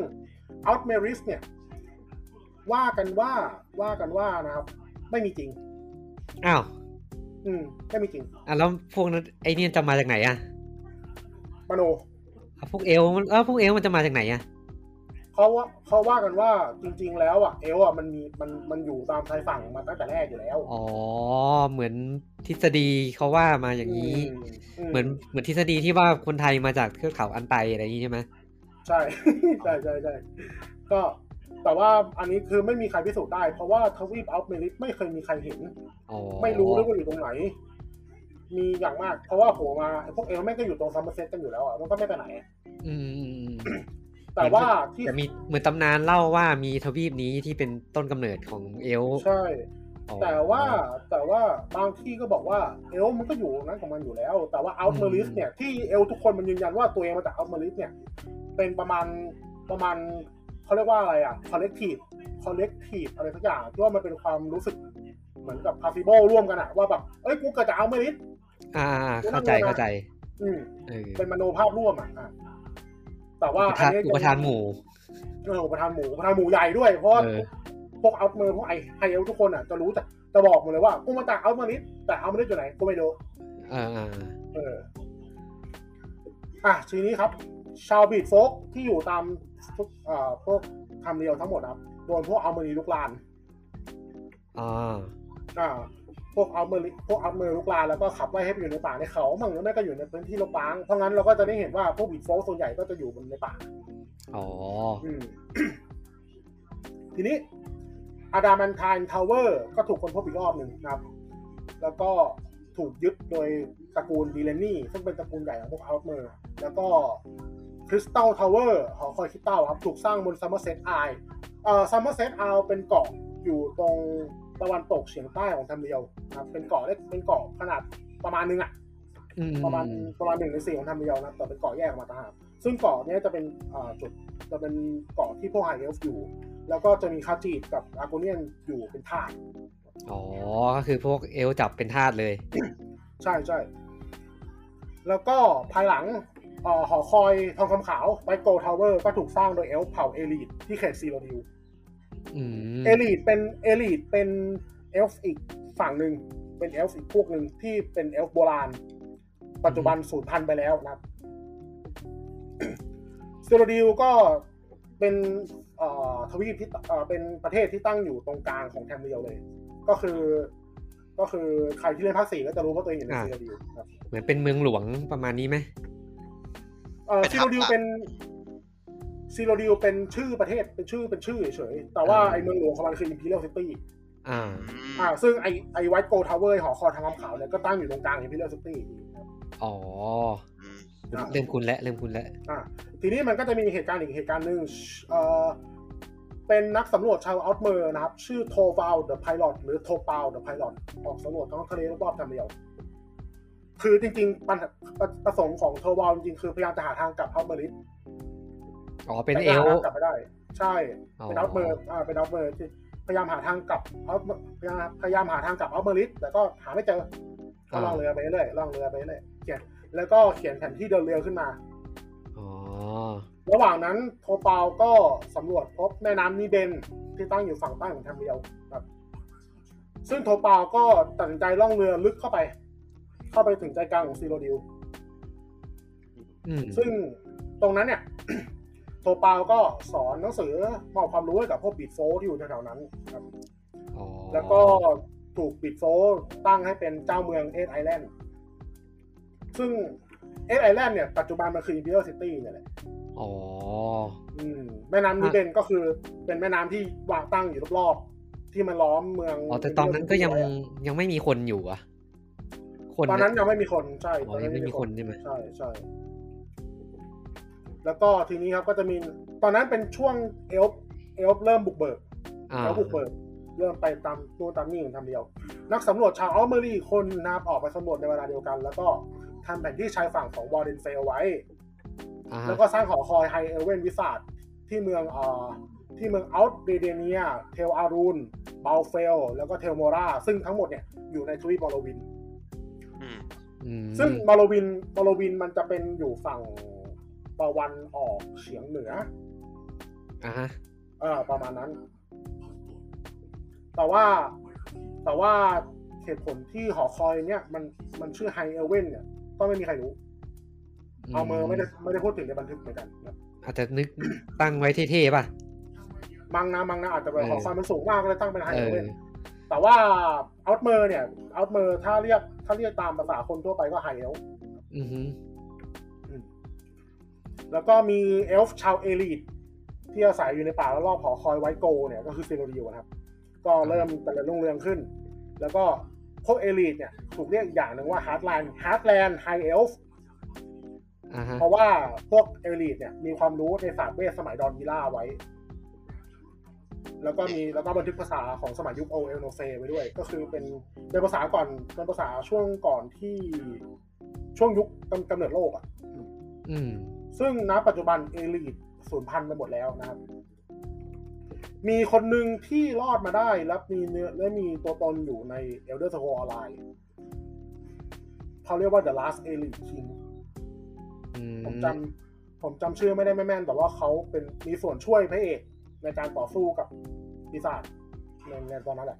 S3: อัลเมริสเนี่ย ว่ากันว่าว่ากันว่านะครับ ไม่มีจริง
S1: อ้าว
S3: อืมไม่มีจริง
S1: อ่ะแล้วพวกนั้นไอ้เนี่ยจะมาจากไหนอ่ะ
S3: มโน
S1: อ่ะพวกเอลมันเออพวกเอลมันจะมาจากไหนอ่ะ
S3: เขาว่าเขาว่ากันว่าจริง ๆ แล้วอ่ะเอลอ่ะมันมีมันมันอยู่ตามชายฝั่งมาตั้งแต่แรกอยู่แล้ว
S1: อ๋อเหมือนทฤษฎีเขาว่ามาอย่างนี้
S3: อื
S1: เหมือนเหมือนทฤษฎีที่ว่าคนไทยมาจากเทือกเขาอันไตอะไรอย่างนี้ใช่ไหม
S3: ใช่ ใช่ใช่ใช่ก็แต่ว่าอันนี้คือไม่มีใครพิสูจน์ได้ เพราะว่าทวีปอัลเมริกไม่เคยมีใครเห็น
S1: อ๋อ
S3: ไม่รู้ด้วยว่าอยู่ตรงไหน มีอย่างมาก เพราะว่าโผล่มาไอ้พวกเอลแม่งก็อยู่ตรงซัมเมอร์เซตกันอยู่แล้วอ่ะมันก็ไม่ไปไหน
S1: อืมอืมอืมอืม
S3: แต่ว่าที่
S1: แต่มีเหมือนตำนานเล่าว่ามีทวีปนี้ที่เป็นต้นกำเนิดของเอลฟ์
S3: ใช่
S1: อ๋อ
S3: แต่ว่าแต่ว่าบางที่ก็บอกว่าเอลมันก็อยู่นั้นของมันอยู่แล้ว แต่ว่าอัลเมอริสเนี่ยที่เอลทุกคนมันยืนยันว่าตัวเองมาจากอัลเมอริสเนี่ย เป็นประมาณประมาณเขาเรียกว่าอะไรอ่ะ collective collective อะไรสักอย่างที่ว่ามันเป็นความรู้สึกเหมือนกับ possible ร่วมกันอะว่าแบบเอ้ยกูเกิดจากอัลเมอริส
S1: อ่าๆเข้าใจ
S3: เรื่องอะไรนะ
S1: เข้าใจ
S3: อืม
S1: เออ
S3: เป็นมโนภาพร่วมอะอ่ะแต่ว่า
S1: อุป
S3: อัน
S1: ทาน
S3: นี้
S1: อุปทานหมู่
S3: เอออุปทานหมู่อุปทานหมู่ใหญ่ด้วยเพราะว่า
S1: เออ
S3: พวกอัลเมอร์พวกไอไฮเอลทุกคนอ่ะจะรู้จะจะบอกหมดเลยว่ากูมาจากอัลเมอริสแต่อัลเมอริสอยู่ไหนกูไม่รู้
S1: เอออ่า
S3: เออ อ่ะทีนี้ครับ ชาวบีดโฟกที่อยู่ตามทุกเอ่อพวกทำเรียวทั้งหมดนะครับโดนพวกอัลเมอรีลุกลาน
S1: อ๋อ
S3: อ่า พวกอัลเมอรีพวกอัลเมอรีลุกลานแล้วก็ขับไล่ให้ไปอยู่ในป่าในเขามั่งแล้วแม่ก็อยู่ในพื้นที่รกร้าง เพราะงั้นเราก็จะได้เห็นว่าพวกบีดโฟกส่วนใหญ่ก็จะอยู่บนในป่า
S1: อ๋อ
S3: อืม ทีนี้อาดามันทานทาวเวอร์ก็ถูกคนพบอีกรอบหนึ่งนะครับ แล้วก็ถูกยึดโดยตระกูลดีเลนนี่ ซึ่งเป็นตระกูลใหญ่ของพวกอัลเมอร์ แล้วก็คริสตัลทาวเวอร์หอคอยคริสตัลครับ ถูกสร้างบนซัมเมอร์เซตไอเอ่อซัมเมอร์เซตไอเป็นเกาะอยู่ตรงตะวันตกเฉียงใต้ของทัมเดียวนะครับ เป็นเกาะเล็กเป็นเกาะขนาดประมาณนึงอะ
S1: อืม
S3: ประมาณประมาณหนึ่งในสี่ของทำเดียวนะแต่เป็นเกาะแยกออกมาต่างหากซึ่งเกาะเนี้ยจะเป็นอ่าจุดจะเป็นเกาะที่พวกไฮเอลฟ์อยู่ แล้วก็จะมีคาจีดกับอากูเนียนอยู่เป็นทาส
S1: อ๋อก็คือพวกเอลฟ์จับเป็นทาสเลย
S3: ใช่ใช่แล้วก็ภายหลังเอ่อหอคอยทองคำขาวไบโกทาวเวอร์ก็ถูกสร้างโดยเอลฟ์เผ่าเอลีดที่เขตซีโรดิว
S1: อืม
S3: เอลีดเป็นเอลีดเป็นเอลฟ์อีกฝั่งหนึ่งเป็นเอลฟ์อีกพวกหนึ่งที่เป็นเอลฟ์โบราณ ปัจจุบันสูญพันธุ์ไปแล้วนะครับ สโตรดิวก็เป็นเอ่อทวีปที่เอ่อเป็นประเทศที่ตั้งอยู่ตรงกลางของแทมเรียวเลย ก็คือ ก็คือใครที่เล่นภาคสี่ก็จะรู้ว่าตัวเองอยู่ในสโตรดิวครับ
S1: เหมือนเป็นเมืองหลวงประมาณนี้ไหม
S3: เอ่อ
S2: เป็น
S3: ส
S2: หั
S3: โต
S2: บ
S3: รดิวเป็นสโตรดิวเป็นชื่อประเทศเป็นชื่อเป็นชื่อเฉยๆแต่ว่าไอเมืองหลวงของมันคืออิมพีเรียลซิตี้
S1: อ่า
S3: อ่า ซึ่งไอไอไวท์โกทาวเวอร์หอคอยทางคำขาวเนี่ยก็ตั้งอยู่ตรงกลางอิมพีเรียลซิตี้
S1: อ๋อ
S2: อืม
S1: เริ่มคุณแล้วเริ่มคุณแล้ว
S3: อ่ะทีนี้มันก็จะมีเหตุการณ์อีกเหตุการณ์หนึ่งเอ่อเป็นนักสำรวจชาวอัลเมอร์นะครับ ชื่อโทฟาวเดอะไพลอตหรือโทปาวเดอะไพลอตออกสำรวจท้องทะเลรอบๆทำเดียว คือจริงๆปัญหาประประสงค์ของโทวาวจริงๆคือพยายามจะหาทางกลับอัลเมอริส
S1: อ๋อเป็น
S3: แต่
S1: เอล
S3: ก็หาทาง
S1: ฟ์
S3: กลับไม่ได้ ใช่
S1: อ๋อ
S3: เป็นอัลเมอร์อ่าเป็นอัลเมอร์ที่พยายามหาทางกลับอัลเมอร์พยายามพยายามหาทางกลับอัลเมอริสแต่ก็หาไม่เจอก็ล่องเรือไปเรื่อยล่องเรือไปเรื่อยเขียนแล้วก็เขียนแผนที่เดินเรือขึ้นมา
S1: อ๋อ
S3: ระหว่างนั้นโทเปาก็สำรวจพบแม่น้ำนีเบนที่ตั้งอยู่ฝั่งใต้ของแทมเรียวครับซึ่งโทเปาก็ตัดสินใจล่องเรือลึกเข้าไป เข้าไปถึงใจกลางของซีโรดิว
S1: อืม
S3: ซึ่งตรงนั้นเนี่ย โทเปาก็สอนหนังสือมอบความรู้ให้กับพวกบีดโฟลที่อยู่แถวๆนั้นครับ
S1: อ๋อ
S3: แล้วก็ถูกปิดโฟลตั้งให้เป็นเจ้าเมืองเอสไอแลนด์ ซึ่งเอสไอแลนด์เนี่ยปัจจุบันมันคืออิมพีเรียลซิตี้เนี่ยแหละ
S1: อ๋อ
S3: อืมแม่น้ำนิ
S1: อ่ะ
S3: เบนก็คือเป็นแม่น้ำที่วางตั้งอยู่รอบๆที่มันล้อมเมือง
S1: อ๋อ แต่ตอนนั้นก็ยังยังไม่มีคนอยู่อะคน
S3: ตอนนั้นยังไม่มีคนใช่
S1: อ๋อยังไม่มีคนใช่ไหม
S3: ใช่ใช่แล้วก็ทีนี้ครับก็จะมีตอนนั้นเป็นช่วงเอลฟ์เอลฟ์เริ่มบุกเบิก
S1: อ่า
S3: เอลฟ์บุกเบิกเริ่มไปตามนู่นตามนี่อย่างทำเดียว นักสำรวจชาวออสเมอรี่คนนะครับออกไปสำรวจในเวลาเดียวกัน แล้วก็ทำแผนที่ชายฝั่งของวอร์เดนเฟลไว้
S1: อ่าฮะ
S3: แล้วก็สร้างหอคอยไฮเอลเวนวิสาดที่เมืองเอ่อที่เมืองอัลเดเดเนีย เทลอารูนเบลเฟล แล้วก็เทลโมรา ซึ่งทั้งหมดเนี่ยอยู่ในทวีปมอโลวิน
S2: อืม
S1: อืม
S3: ซึ่งมอโลวินมอโลวินมันจะเป็นอยู่ฝั่งตะวันออกเฉียงเหนือ
S1: อ่าฮะ
S3: เออประมาณนั้น แต่ว่าแต่ว่าเหตุผลที่หอคอยเนี่ย มันมันชื่อไฮเอลเวนเนี่ย ก็ไม่มีใครรู้ เอาเมอร์ไม่ได้ไม่ได้พูดถึงในบันทึกเหมือนกันนะ
S1: อาจจะนึกตั้งไว้เท่ๆป่ะ
S3: บางนาบางนาอาจจะแบบ
S1: เออ
S3: ของความมันสูงมากก็เลยตั้งเป็นไฮ
S1: เอ
S3: เว
S1: อ
S3: ย์แต่ว่าอัลเมอร์เนี่ยอัลเมอร์ถ้าเรียกถ้าเรียกตามภาษาคนทั่วไปก็ไฮเอลฟ์
S1: อือฮึ
S3: แล้วก็มีเอลฟ์ชาวเอลีทที่อาศัยอยู่ในป่าและรอบหอคอยไวโกเนี่ยก็คือซิโรดิวนะครับ ก็เริ่มเจริญรุ่งเรืองขึ้น แล้วก็พวกเอลีทเนี่ยถูกเรียกอีกอย่างหนึ่งว่าฮาร์ดแลนด์ฮาร์ดแลนด์ไฮเอลฟ์
S1: อ่าฮะ
S3: เพราะว่าพวกเอลีทเนี่ยมีความรู้ในศาสตร์เวทสมัยดอนกิล่าไว้ แล้วก็มีแล้วก็บันทึกภาษาของสมัยยุคโอเอลโนเฟไว้ด้วย ก็คือเป็นเป็นภาษาก่อนเป็นภาษาช่วงก่อนที่ช่วงยุคกำกำเนิดโลกอ่ะ
S1: อืม
S3: ซึ่งณปัจจุบันเอลีดสูญพันธุ์ไปหมดแล้วนะครับ มีคนหนึ่งที่รอดมาได้และมีเนื้อและมีตัวตนอยู่ใน Elder Scrolls Online เขาเรียกว่า The Last Elite King
S1: อืม
S3: ผมจำผมจำชื่อไม่ได้แม่นๆแต่ว่าเขาเป็นมีส่วนช่วยพระเอกในการต่อสู้กับปีศาจในในตอนนั้นแหละ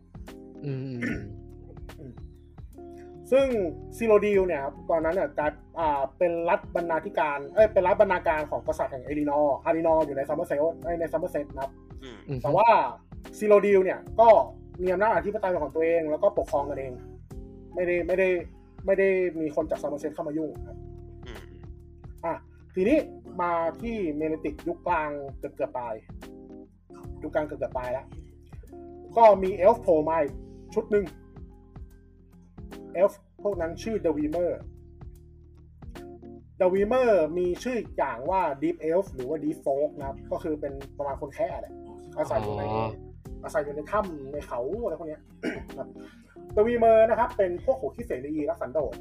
S1: อืมอืมอืม
S3: ซึ่งซิโรดิลเนี่ยครับตอนนั้นเนี่ยกลายอ่าเป็นรัฐบรรณาธิการเอ้ยเป็นรัฐบรรณาการของกษัตริย์แห่งเอรินอร์อารินอร์อยู่ในซัมเมอร์เซลในซัมเมอร์เซตนะครับ
S2: อืม
S1: อืม
S3: แต่ว่าซิโรดิลเนี่ยก็มีอำนาจอธิปไตยเป็นของตัวเองแล้วก็ปกครองกันเอง ไม่ได้ไม่ได้ไม่ได้มีคนจากซัมเมอร์เซตเข้ามายุ่งครับ
S2: อืม
S3: อ่ะทีนี้มาที่เมเนติกยุคกลางเกือบเกือบๆปลายยุคกลางเกือบเกือบๆปลายแล้วก็มีเอลฟ์โผล่มาอีกชุดหนึ่งเอลฟ์พวกนั้นชื่อเดวีเมอร์เดวีเมอร์มีชื่ออีกอย่างว่าดีฟเอลฟ์หรือว่าดีฟโฟกนะครับ ก็คือเป็นประมาณคนแค่แหละอาศัยอยู่ใน
S1: อ๋อ
S3: อาศัยอยู่ในถ้ำในเขาอะไรพวกเนี้ย ครับตวีเมอร์นะครับ เป็นพวกหัวขี้เสรีรักสันโดษ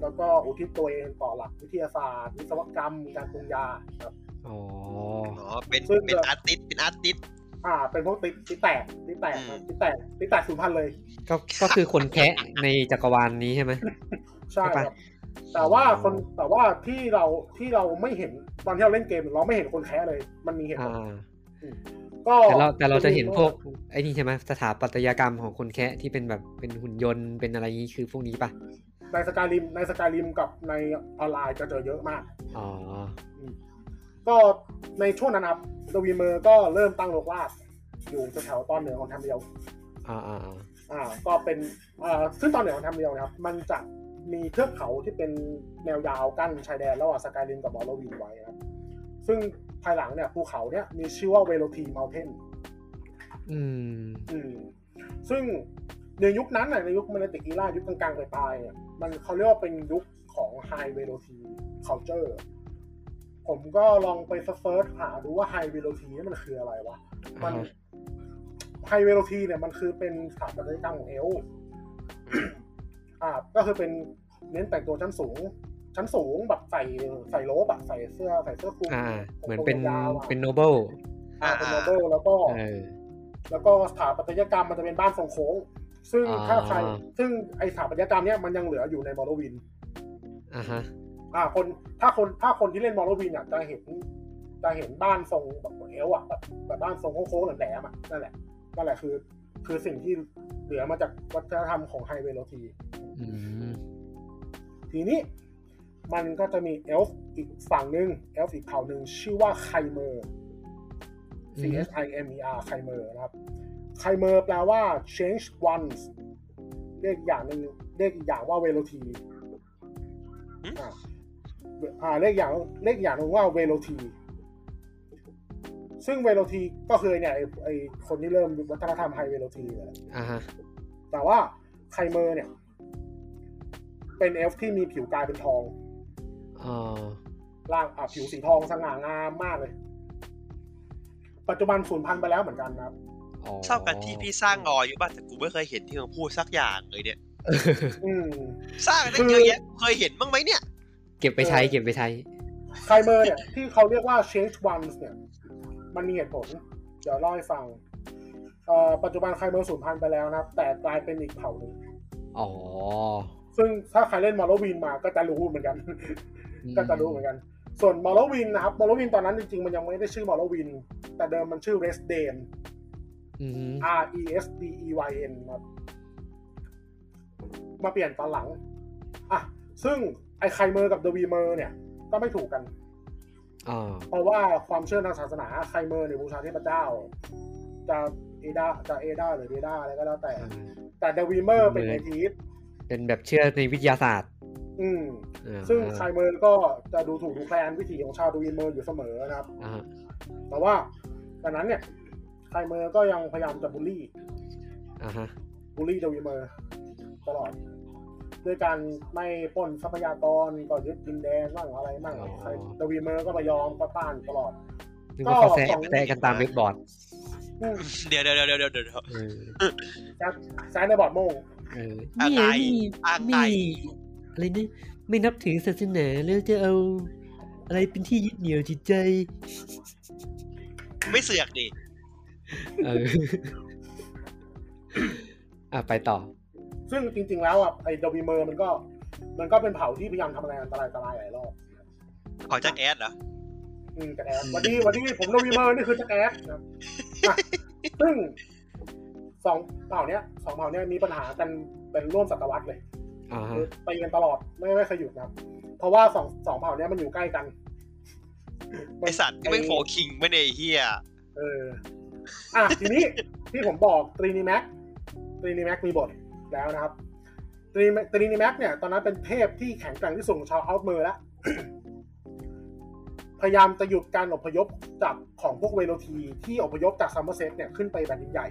S3: แล้วก็อุทิศตัวเองต่อหลักวิทยาศาสตร์ วิศวกรรม การปรุงยาครับ
S1: อ๋อ
S2: อ๋อเป็น
S3: ซึ่ง
S2: เป็นอาร์ติสเป็นอาร์ติส
S3: อ่า เป็นพวกติดติดแตกติดแตกครับติดแตกติดแตกสูญพันธุ์เลย
S1: ก็ก็คือคนแคะในจักรวาลนี้ใช่ไหม
S3: ใช่
S1: เข้าไป
S3: ครับ แต่ว่าคนแต่ว่าที่เราที่เราไม่เห็นตอนที่เราเล่นเกม เราไม่เห็นคนแค้เลย มันมีเหตุผล
S1: อ่า
S3: ก็
S1: แต่เราแต่เราจะเห็นพวกไอ้นี่ใช่ไหมสถาปัตยกรรมของคนแคะที่เป็นแบบเป็นหุ่นยนต์เป็นอะไรอย่างนี้คือพวกนี้ปะ
S3: ในสกายริมในสกายริมกับในออนไลน์จะเจอเยอะมาก
S1: อ๋อ
S3: ก็ในช่วงนั้นครับดวีเมอร์ก็เริ่มตั้งโลกลาดอยู่แถวๆตอนเหนือของทัมเบียว
S1: อ่าอ่าอ่า
S3: อ่า ก็เป็นอ่าซึ่งตอนเหนือของทัมเบียวนะครับ มันจะมีเทือกเขาที่เป็นแนวยาวกั้นชายแดนระหว่างสกายริมกับมอลโลวินไว้นะครับ ซึ่งภายหลังเนี่ยภูเขาเนี่ยมีชื่อว่าเวโรทีม u ลเทน
S1: อืม
S3: อืมซึ่งในยุคนั้นน่ะในยุคม a นติกอีล่ายุคกลางๆไปปลายๆเนี่ยมันเขาเรียกว่าเป็นยุคของ High Velocity Culture ผมก็ลองไปเซิร์ชหาดูว่า High Velocity นี่มันคืออะไรวะ มัน
S1: อ่าฮะ
S3: High Velocity เนี่ยมันคือเป็นสถาปัตยกรรมของเอลฟ์อ่า ก็คือเป็นเน้นแต่งตัวชั้นสูง ชั้นสูงแบบใส่ใส่โลบอะใส่เสื้อใส่เสื้อคลุม
S1: อ่า เหมือนเป็น
S3: ยาวๆอะ
S1: เป็นโนเบล
S3: อ่าเป็นโมเดลแล้วก็
S1: เออ
S3: แล้วก็สถาปัตยกรรมมันจะเป็นบ้านทรงโค้ง ซึ่ง
S1: อ่า
S3: ถ้าใคร ซึ่งไอสถาปัตยกรรมเนี้ยมันยังเหลืออยู่ในมอร์วิน
S1: อ่าฮะ
S3: อ่า คน ถ้าคน ถ้าคนที่เล่นมอร์วินอ่ะจะเห็น จะเห็นบ้านทรงแบบเอลอ่ะแบบแบบบ้านทรงโค้งๆแหลมๆอ่ะ นั่นแหละ นั่นแหละคือ คือสิ่งที่เหลือมาจากวัฒนธรรมของไฮเวโรที
S1: อืม
S3: ทีนี้มันก็จะมีเอลฟ์อีกฝั่งหนึ่งเอลฟ์อีกเผ่าหนึ่งชื่อว่าไคเมอร์
S1: อื
S3: C
S1: อฮึ
S3: S I M E R ไคเมอร์นะครับไคเมอร์แปลว่า change once เรียกอีกอย่างหนึ่งเรียกอีกอย่างว่า velocity
S2: อืม
S3: อ่าอ่าเรียกอีกอย่างเรียกอีกอย่างหนึงว่า velocity ซึ่ง velocity ก็คือเนี่ยไอไอคนที่เริ่มวัฒนธรรมไฮ velocity เนี่ยแหละ
S1: อ่าฮะ
S3: แต่ว่าไคเมอร์เนี่ย เป็นเอลฟ์ที่มีผิวกายเป็นทอง
S1: อ๋อ
S3: ร่างอ่ะผิวสีทองสง่างามมากเลย ปัจจุบันสูญพันธุ์ไปแล้วเหมือนกันนะครับ
S1: อ๋อ
S2: ชอบกันที่พี่สร้างงออยู่บ้างแต่กูไม่เคยเห็นที่มึงพูดสักอย่างเลยเนี่ย
S3: อืม
S2: สร้างได้เยอะแยะเคยเห็นบ้างไหมเนี่ย
S1: เก็บไปใช้เก็บไปใช้
S3: ไคเมอร์เนี่ย ที่เขาเรียกว่า change ones เนี่ย มันมีเหตุผล เดี๋ยวเล่าให้ฟังเอ่อปัจจุบันไคเมอร์สูญพันธุ์ไปแล้วนะครับ แต่กลายเป็นอีกเผ่าหนึ่ง
S1: อ๋อ
S3: ซึ่งถ้าใครเล่นมอร์วินมาก็จะรู้เหมือนกัน
S1: อืม
S3: ก็จะรู้เหมือนกัน ส่วนมอร์วินนะครับมอร์วินตอนนั้นจริงๆ มันยังไม่ได้ชื่อมอร์วิน แต่เดิมมันชื่อ Rest d a n
S1: อืม
S3: R E S D E Y N ครับ มาเปลี่ยนตอนหลัง อ่ะ ซึ่งไอไคเมอร์กับเดวีเมอร์เนี่ย ก็ไม่ถูกกัน
S1: อ่า
S3: เพราะว่าความเชื่อทางศาสนาไคเมอร์เนี่ยบูชาเทพเจ้า จะเอดาจะเอดาหรือเดดาอะไรก็แล้วแต่
S1: อืม
S3: แต่เดวีเมอร์เป็นไอทีส
S1: เป็นแบบเชื่อในวิทยาศาสตร์
S3: อืม
S1: อ่า
S3: ซึ่งไคเมอร์ก็จะดูถูกดูแคลนวิถีของชาวเดวีเมอร์อยู่เสมอนะครับ
S1: อ่า
S3: แต่ว่าดังนั้นเนี่ยไคเมอร์ก็ยังพยายามจะบูลลี่
S1: อ่าฮะ
S3: บูลลี่เดวีเมอร์ตลอดด้วยการไม่ปล้นทรัพยากรก็ยึดดินแดนบ้างอะไรบ้างใครเดวีเมอร์ก็ไม่ยอมก็ต้านตลอด
S1: นึกว่าเขาแซะ
S3: ก็ของ
S1: แซะกันตามเว็บบอร์ด
S3: อืม
S2: เดี๋ยวเดี๋ยวเดี๋ยวเดี๋ยวเดี๋ยว
S1: เออ
S3: แซนในบอร์ดโมง
S1: เออ
S2: อะไร
S1: นี่
S2: อะไร
S1: นี่อะไรนะไม่นับถือศาสนาแล้วจะเอา อะไรเป็นที่ยึดเหนี่ยวจิตใจ
S2: ไม่เสือกดิ
S1: เออ อ่ะไปต่อ
S3: ซึ่งจริง ๆ แล้วอ่ะไอเดวีเมอร์มันก็ มันก็เป็นเผ่าที่พยายามทำอะไรอันตรายๆหลายรอบ
S2: ขอแจ็คแอดเหรอ
S3: อืมจากแอดวันนี้วันนี้ผมเดวีเมอร์นี่คือจากแอดนะครับอ่ะซึ่งสองเผ่าเนี้ยสองเผ่าเนี้ยมีปัญหากันเป็นร่วมศตวรรษเลย
S1: อ่าฮะ
S3: คือตีกันตลอดไม่ไม่เคยหยุดนะครับ เพราะว่าสองสองเผ่าเนี้ยมันอยู่ใกล้กัน
S2: ไอสัตว์ที่ไม่โฟ
S3: อ้
S2: คิงไม่ในยไอ้เฮีย
S3: เอออ่ะทีนี้ ที่ผมบอกตรีนิแม็กตรีนิแม็กมีบทแล้วนะครับตรีตรีนิแม็กเนี่ย ตอนนั้นเป็นเทพที่แข็งแกร่งที่สุดของชาวเอาท์เมอร์แล้ว พยายามจะหยุดการอพยพจากของพวกเวโรทีที่อพยพจากซัมเมอร์เซตเนี่ยขึ้นไปแผ่นดินใหญ่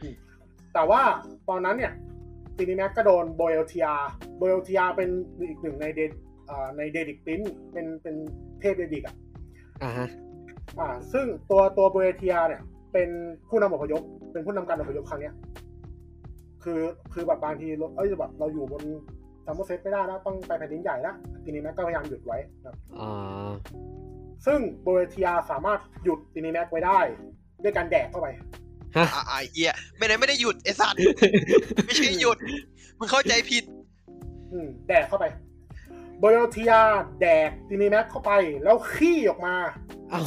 S2: อืม
S3: แต่ว่าตอนนั้นเนี่ยตีนีแม็กก็โดนโบเอลทียาโบเอลทียาเป็นอีกหนึ่งในเดอ่าในเดดิกตินเป็นเป็นเทพเดดิกอ่ะ
S1: อ่าฮะ
S3: อ่า ซึ่งตัวตัวโบเอลทียาเนี่ย เป็นผู้นำอพยพเป็นผู้นำการอพยพครั้งเนี้ย คือคือแบบบางทีเราเอ้ยแบบเราอยู่บนซัมเมอร์เซตไม่ได้แล้วต้องไปแผ่นดินใหญ่แล้วตีนีแม็กก็พยายามหยุดไว้นะครับ
S1: อ่า
S3: ซึ่งโบเอลทียาสามารถหยุดตีนีแม็กไว้ได้ ด้วยการแดกเข้าไป
S1: ฮะ
S2: อ่ะอ่ะไอเฮียไม่ได้ไม่ได้หยุดไอสั ตว์ไม่ใช่หยุดมึงเข้าใจผิด
S3: อืมแดกเข้าไปโบโยเทียแดกตินีแม็กเข้าไป แล้วขี้ออกมา
S1: เอ้า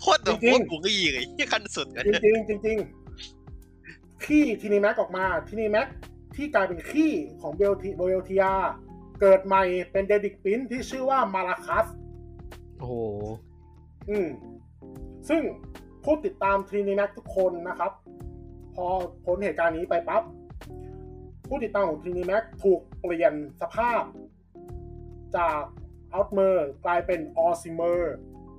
S2: โคตรแบบ
S3: จริ
S2: โค
S3: ง
S2: ต
S3: ๆ
S2: รบุงอีเลยที่ขั้นสุดเลย
S3: จริงๆจริงๆขี้ตินีแม็กออกมาตินีแม็กที่กลายเป็นขี้ของเบลทีโบโยเทียเกิดใหม่เป็นเดดิกปินที่ชื่อว่ามาราคัส
S1: โอ้โห
S3: อืมซึ่งผู้ติดตามทรีนีแม็กทุกคนนะครับ พอพ้นเหตุการณ์นี้ไปปั๊บผู้ติดตามของทรีนีแม็กถูกเปลี่ยนสภาพ จากอัลเมอร์กลายเป็นออซิเมอร์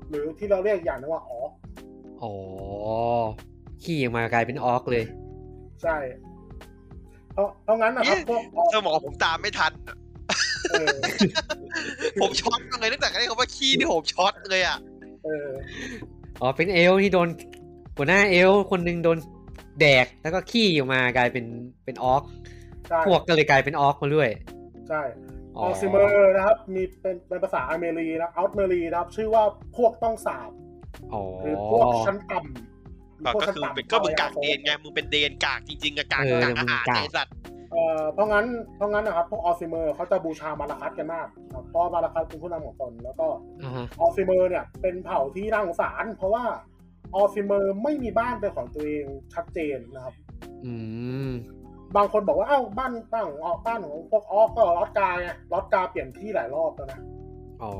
S3: หรือที่เราเรียกอย่างนึงว่าออก
S1: อ๋อ ขี้ออกมากลายเป็นออกเลย
S3: ใช่เพราะเพราะงั้นนะครับพวกออก
S2: สมองผมตามไม่ทัน
S3: เออ
S2: ผมช็อตเลยตั้งแต่ได้คำว่าขี้ที่ผมช็อตเลยอ่ะ
S3: เออ
S1: อ๋อ เป็นเอลที่โดนหัวหน้าเอลคนหนึ่งโดนแดกแล้วก็ขี้ออกมากลายเป็นเป็นออก
S3: ใช่
S1: พวกก็เลยกลายเป็นออกมาด้วย
S3: ใช่ออซิเมอร์นะครับ มีเป็นเป็นภาษาอเมรีนะอัลเมรีนะครับ ชื่อว่าพวกต้องสาบ
S1: อ๋อ
S3: หรือพวกชั้นต่ำหรือพว
S2: ก็
S3: ชั้
S2: คือ
S3: นต่ำ
S2: เป็นก็มึงกากเดนไงมึงเป็นเดนกากจริงๆอะกากกากอาหารไอสัตว์
S3: เอ่อเพราะงั้นเพราะงั้นนะครับพวกออซิเมอร์เขาจะบูชามาราคัสกันมากครับเพราะมาราคัสเป็นผู้นำของตน แล้วก็
S1: อ่าฮะ
S3: ออซิเมอร์เนี่ยเป็นเผ่าที่น่าสงสาร เพราะว่าออซิเมอร์ไม่มีบ้านเป็นของตัวเองชัดเจนนะครับ
S1: อืม
S3: บางคนบอกว่าเอ้าบ้านบ้านของออกบ้านของพวกออกก็ลอตกาไงลอตกาเปลี่ยนที่หลายรอบแล้วนะ
S1: อ๋อ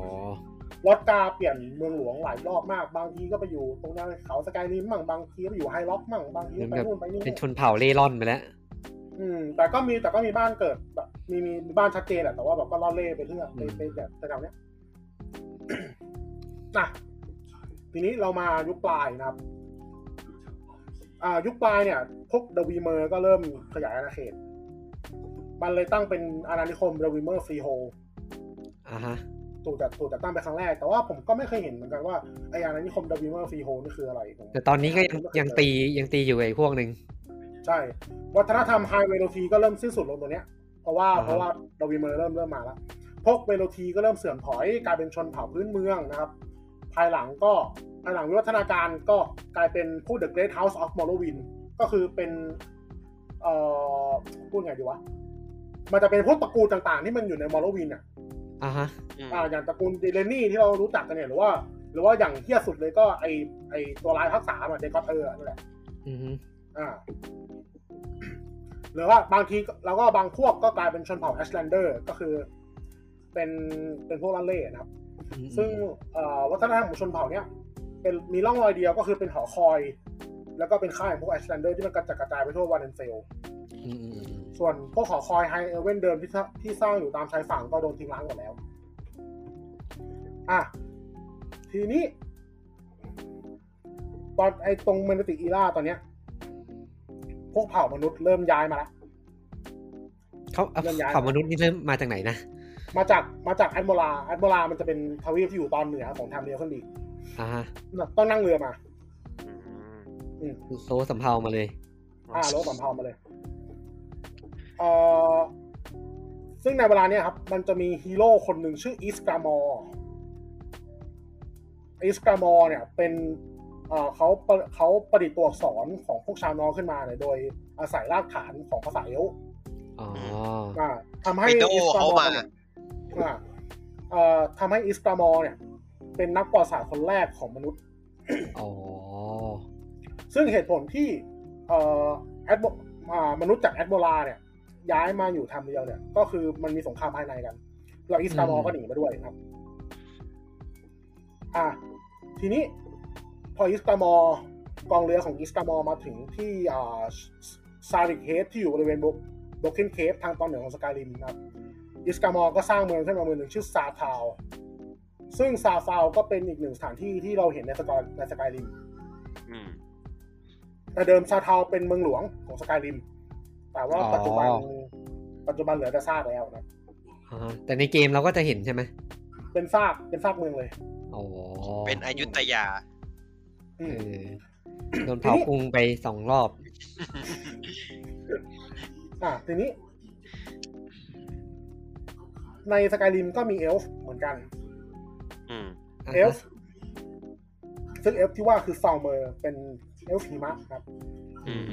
S3: ลอตกาเปลี่ยนเมืองหลวงหลายรอบมาก บางทีก็ไปอยู่ตรงนั้นเขาสกายลิมมั่งบางทีก็ไปอยู่ไฮล็อกมั่งบางทีก็ไปนู่นไปนี่
S1: เป็น
S3: มั่ง
S1: ชนเผ่าเล่ร่อนไปแล้ว
S3: อืมแต่ก็มีแต่ก็มีบ้านเกิดแบบมีมีมีบ้านชัดเจนแหละแต่ว่าแบบก็ล่อเล่ไปเรื่อยไปไปแบบแถวๆเนี้ย นะทีนี้เรามายุคปลายนะครับ อ่า ยุคปลายเนี่ยพวกเดวีเมอร์ก็เริ่มขยายอาณาเขต มันเลยตั้งเป็นอาณานิคมเดวีเมอร์ฟรีโฮ
S1: อ่าฮะ
S3: ตูดจากตูดจากตั้งไปครั้งแรก แต่ว่าผมก็ไม่เคยเห็นเหมือนกันว่าไอ้อาณานิคมดาวิเมอร์ฟรีโฮนี่คืออะไรผม
S1: แต่ตอนนี้ก็ยังยังตียังตีอยู่ไอ้พวกหนึ่ง
S3: ใช่ วัฒนธรรมไฮเวโรทีก็เริ่มสิ้นสุดลงตรงเนี้ย เพราะว่า
S1: อ่าฮะ
S3: เพราะว่าดาวิเมอร์เริ่มเริ่มมาแล้ว พวกเวโรทีก็เริ่มเสื่อมถอยกลายเป็นชนเผ่าพื้นเมืองนะครับ ภายหลังก็ภายหลังวิวัฒนาการก็กลายเป็นผู้ The Great House of Morrowind ก็คือเป็นเอ่อพูดไงดีวะ มันจะเป็นพวกตระกูลต่างๆ ที่มันอยู่ในมอร์โลวินอ่ะ
S1: อ่ะฮะ
S2: อืม
S3: อ่าอย่างตระกูลเดเลนี่ที่เรารู้จักกันเนี่ยหรือว่า หรือว่าอย่างเที่ยสุดเลยก็ไอไอตัวร้ายทักษะมันเดกอเทอร์นั่นแหละ
S1: อือฮึ
S3: อ่า หรือว่าบางทีเราก็บางพวกก็กลายเป็นชนเผ่าแอชแลนเดอร์ก็คือ เป็นเป็นพวกลันเล่นะครับ
S1: อืม
S3: ซึ่งเอ่อวัฒนธรรมของชนเผ่าเนี่ยเป็นมีร่องรอยเดียวก็คือเป็นหอคอย แล้วก็เป็นค่ายของพวกแอชแลนเดอร์ที่มันกระจัดกระจายไปทั่ววานเดนเซล
S1: อืมอืมอืม
S3: ส่วนพวกหอคอยไฮเอเวนเดิมที่สร้างที่สร้างอยู่ตามชายฝั่งก็โดนทิ้งร้างหมดแล้ว อ่ะ ทีนี้ ตอนไอ้ตรงเมนติอีล่าตอนเนี้ย พวกเผ่ามนุษย์เริ่มย้ายมาแล้ว
S1: เขาเอา
S3: เรื่องย้าย
S1: เผ่ามนุษย์นี่เริ่มมาจากไหนนะ
S3: มาจากมาจากแอดโมลาแอดโมลามันจะเป็นทวีปที่อยู่ตอนเหนือของทางเดียวขึ้นดีก
S1: อ่าฮะ
S3: ต้องนั่งเรือมา อืม
S1: โซสัมเพามาเลย
S3: อ่าโลกสัมเภามาเลยเอ่อซึ่งในเวลาเนี้ยครับ มันจะมีฮีโร่คนหนึ่งชื่ออิสกามอร์อิสกามอร์เนี่ย เป็นเอ่อเขาประเขาประดิษฐ์ตัวอักษรของพวกชาวนอร์ขึ้นมาเนี่ยโดยอาศัยรากฐานของภาษาเอลป์
S1: อ๋อ
S3: อ่าทำให้
S2: วิโด
S3: อิสกา
S2: เขา
S3: มอ
S2: มา
S3: ร์เนี่ยอ่าเอ่อทำให้อิสกามอร์เนี่ย เป็นนักประวัติศาสตร์คนแรกของมนุษย์
S1: อ๋อ
S3: ซึ่งเหตุผลที่เอ่อแอดโบอ่ามนุษย์จากแอดโบลาเนี่ย ย้ายมาอยู่ทำเดียวเนี่ย ก็คือมันมีสงครามภายในกัน เราอิสตาบอ
S1: อื
S3: ล
S1: ม
S3: ก็หนีมาด้วยครับ อ่ะทีนี้พออิสตาบอลกองเรือของอิสตาบอลมาถึงที่อ่าซาริกเฮดที่อยู่บริเวณโบเคนเคฟทางตอนเหนือของสกายริมครับ อิสกามอร์ก็สร้างเมืองขึ้นมาเมืองหนึ่งชื่อซาทาว ซึ่งซาทาวก็เป็นอีกหนึ่งสถานที่ที่เราเห็นในสกายในสกายริม
S2: อืม
S3: แต่เดิมซาเทาเป็นเมืองหลวงของสกายริม แต่ว่า
S1: อ๋อ
S3: ปัจจุบันปัจจุบันเหลือแต่ซากแล้วนะ
S1: อ่าฮะแต่ในเกมเราก็จะเห็นใช่ไหม
S3: เป็นซาก เป็นซากเมืองเลย
S1: อ๋อ
S2: เป็นอยุธยา
S3: อื
S1: เอ อ
S3: ม
S1: โดนเผากรุงไปสองรอบ
S3: อ่ะทีนี้ ในสกายริมก็มีเอลฟ์เหมือนกัน
S2: อืม
S1: อ่ะ
S3: เอลฟ์ซึ่งเอลฟ์ที่ว่าคือซาวเมอร์ เป็นเอลฟ์หิมะครับ
S1: อืม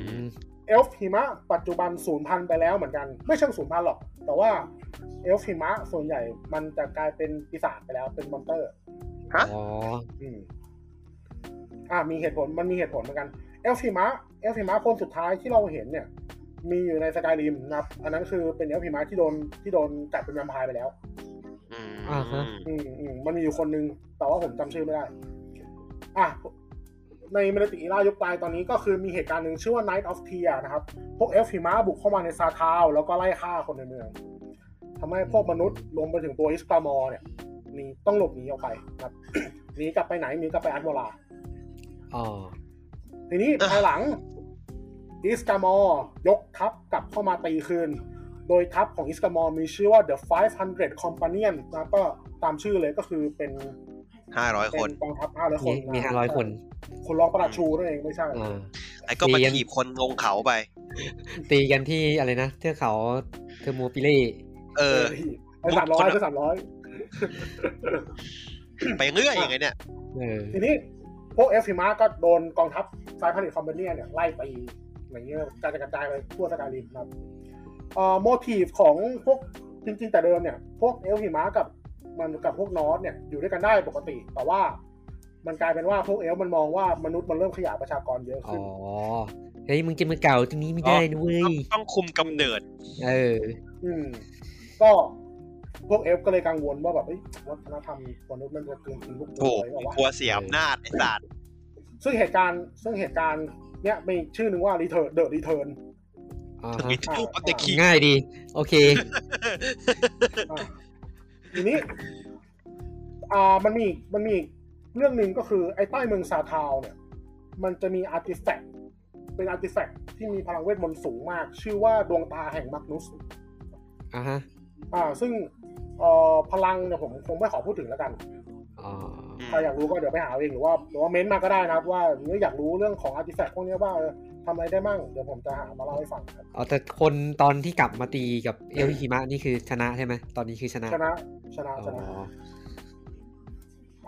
S3: เอลฟ์หิมะปัจจุบันสูญพันธุ์ไปแล้วเหมือนกัน ไม่เชิงสูญพันธุ์หรอก แต่ว่าเอลฟ์หิมะส่วนใหญ่มันจะกลายเป็นปีศาจไปแล้วเป็นมอนเตอร์
S2: ฮะ
S1: อ๋อ
S3: อืมอ่ามีเหตุผลมันมีเหตุผลเหมือนกันเอลฟิมะเอลฟิมะคนสุดท้ายที่เราเห็นเนี่ย มีอยู่ในสกายริมนะครับ อันนั้นคือเป็นเอลฟิมะที่โดนที่โดนจัดเป็นแวมไพร์ไปแล้ว
S2: อืม
S1: อ่าฮะ
S3: อืมอืมมันมีอยู่คนนึง แต่ว่าผมจำชื่อไม่ได้ อ่ะ ในเมลติอีล่ายุคปลายตอนนี้ก็คือมีเหตุการณ์หนึ่งชื่อว่า Night of Tear นะครับ พวกเอลฟิมะบุกเข้ามาในซาทาวแล้วก็ไล่ฆ่าคนในเมืองทำให้พวกมนุษย์รวมไปถึงตัวอิสตามอร์เนี่ยหนีต้องหลบหนีออกไปนะครับ หนีกลับไปไหนหนีกลับไปอันโมลา
S1: อ๋อ
S3: ทีนี้ภายหลังอิสกามอร์ยกทัพกลับเข้ามาตีคืน โดยทัพของอิสกามอร์มีชื่อว่า The 500 Companion นะก็ตามชื่อเลยก็คือเป็น
S2: ห้าร้อยคน
S3: เป็นกองทัพ500 คน
S1: มีมี
S3: ะ
S1: 500คน
S3: คนรองประหลัดชูนั่นเองไม่ใช่
S1: อ่า
S2: ไอ้ก็มาถีบคนลงเขาไป
S1: ตีกันที่อะไรนะเทือกเขาเทอร์โมปิเล่
S2: เอ
S3: เอ
S2: อ
S3: อไอ้สามร้อยไอ้สามร้อย
S2: ไปเรื่อยอย่างไงเนี่ย
S1: เออ
S3: ทีนี้พวกเอฟฟิมาก็โดนกองทัพสายพันธุ์คอมเบเนียเนี่ยไล่ไปอย่างเงี้ยกระจายกระจายไปทั่วสกายริมครับเอ่อโมทีฟของพวกจริงๆ แต่เดิมเนี่ย พวกเอลฟิมากับมันกับพวกนอสเนี่ยอยู่ด้วยกันได้ปกติ แต่ว่ามันกลายเป็นว่าพวกเอลฟ์มันมองว่ามนุษย์มันเริ่มขยายประชากรเยอะ
S1: อ๋
S3: ขึ้
S1: อ
S3: น
S1: เฮ้ย มึงจะมาเก่าตรงนี้ไม่ได้นะเว้ย
S2: ต้องต้องคุมกำเนิด
S1: เออ
S3: อืมก็พวกเอลฟ์ก็เลยกังวลว่าแบบเอ้ยวัฒนธรรมมนุษย์มันจะเกินกินลูก
S2: โอ้
S3: เไปหรอวะ
S2: กลัวเสียอำนาจไอ้สัตว์
S3: ซึ่งเหตุการณ์ซึ่งเหตุการณ์เนี่ยมีชื่อหนึ่งว่ารีเทิร์นเดอะรีเทิร์น
S1: อ่าฮะ
S2: มิทูปัตติคิง
S1: ง่ายดี โอเค
S3: อ่ะทีนี้ อ่า มันมีอีกมันมีอีกเรื่องหนึ่งก็คือ ไอ้ใต้เมืองซาทาวเนี่ย มันจะมีอาร์ติแฟกต์ เป็นอาร์ติแฟกต์ที่มีพลังเวทมนต์สูงมาก ชื่อว่าดวงตาแห่งมักนุส
S1: อ่าฮะ
S3: อ่า ซึ่ง เออพลังเนี่ยผมคงไม่ขอพูดถึงแล้วกัน
S1: อ๋อ
S3: ใครอยากรู้ก็เดี๋ยวไปหาเอาเองหรือว่าหรือว่าเม้นต์มาก็ได้นะครับ ว่าเนื้ออยากรู้เรื่องของอาร์ติแฟกต์พวกเนี้ยว่าเออทำอะไรได้มั่งเดี๋ยวผมจะหามาเล่าให้ฟังครับ
S1: เอาแต่คนตอนที่กลับมาตีกับเอลฮิมะนี่คือชนะใช่ไหมตอนนี้คือชนะ
S3: ชนะชนะ
S1: อ๋
S3: ชนะ
S1: อ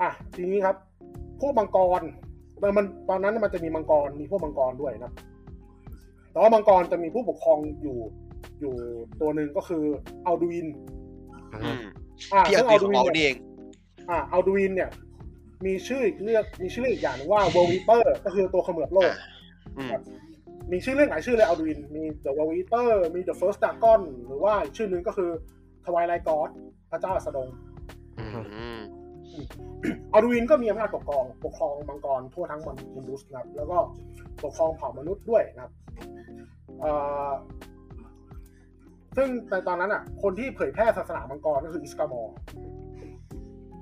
S3: อ่ะทีนี้ครับ พวกมังกรมันมันตอนนั้นมันจะมีมังกรมีพวกมังกรด้วยนะแต่ว่ามังกรจะมีผู้ปกครองอยู่อยู่ตัวหนึ่งก็คืออัลดูอิน
S1: อ่า
S2: อื
S1: ฮะ
S2: ม
S3: อ่ะ
S2: พี่เอา
S3: ซึ่ง
S2: ตีข
S3: อัลดู
S2: อง
S3: อิ
S2: เรา
S3: น
S2: นี่
S3: เนี่ย
S2: เอง
S3: อ่ะอัลดูอินเนี่ย มีชื่ออีกเรียกมีชื่อเรียกอีกอย่างหนึงว่าเวลวิเตอร์ ก็คือตัวเขมือบโลก
S2: อืม
S3: มีชื่อเรื่องหลายชื่อเลยอัลดูอิน มี The w a l l e t e r มี The First Dragon หรือว่าอีกชื่อหนึงก็คือ Twilight God พระเจ้าอสดง
S1: อ่าฮะ
S2: อืม
S3: อัลดูอินก็มีอำนาจปกครองปกครองมังกรทั่วทั้งมันมุนดุสนะครับ แล้วก็ปกครองเผ่ามนุษย์ด้วยนะครับเอ่อซึ่งในตอนนั้นอ่ะ คนที่เผยแพร่ศาสนามังกรก็คืออิสกามอร์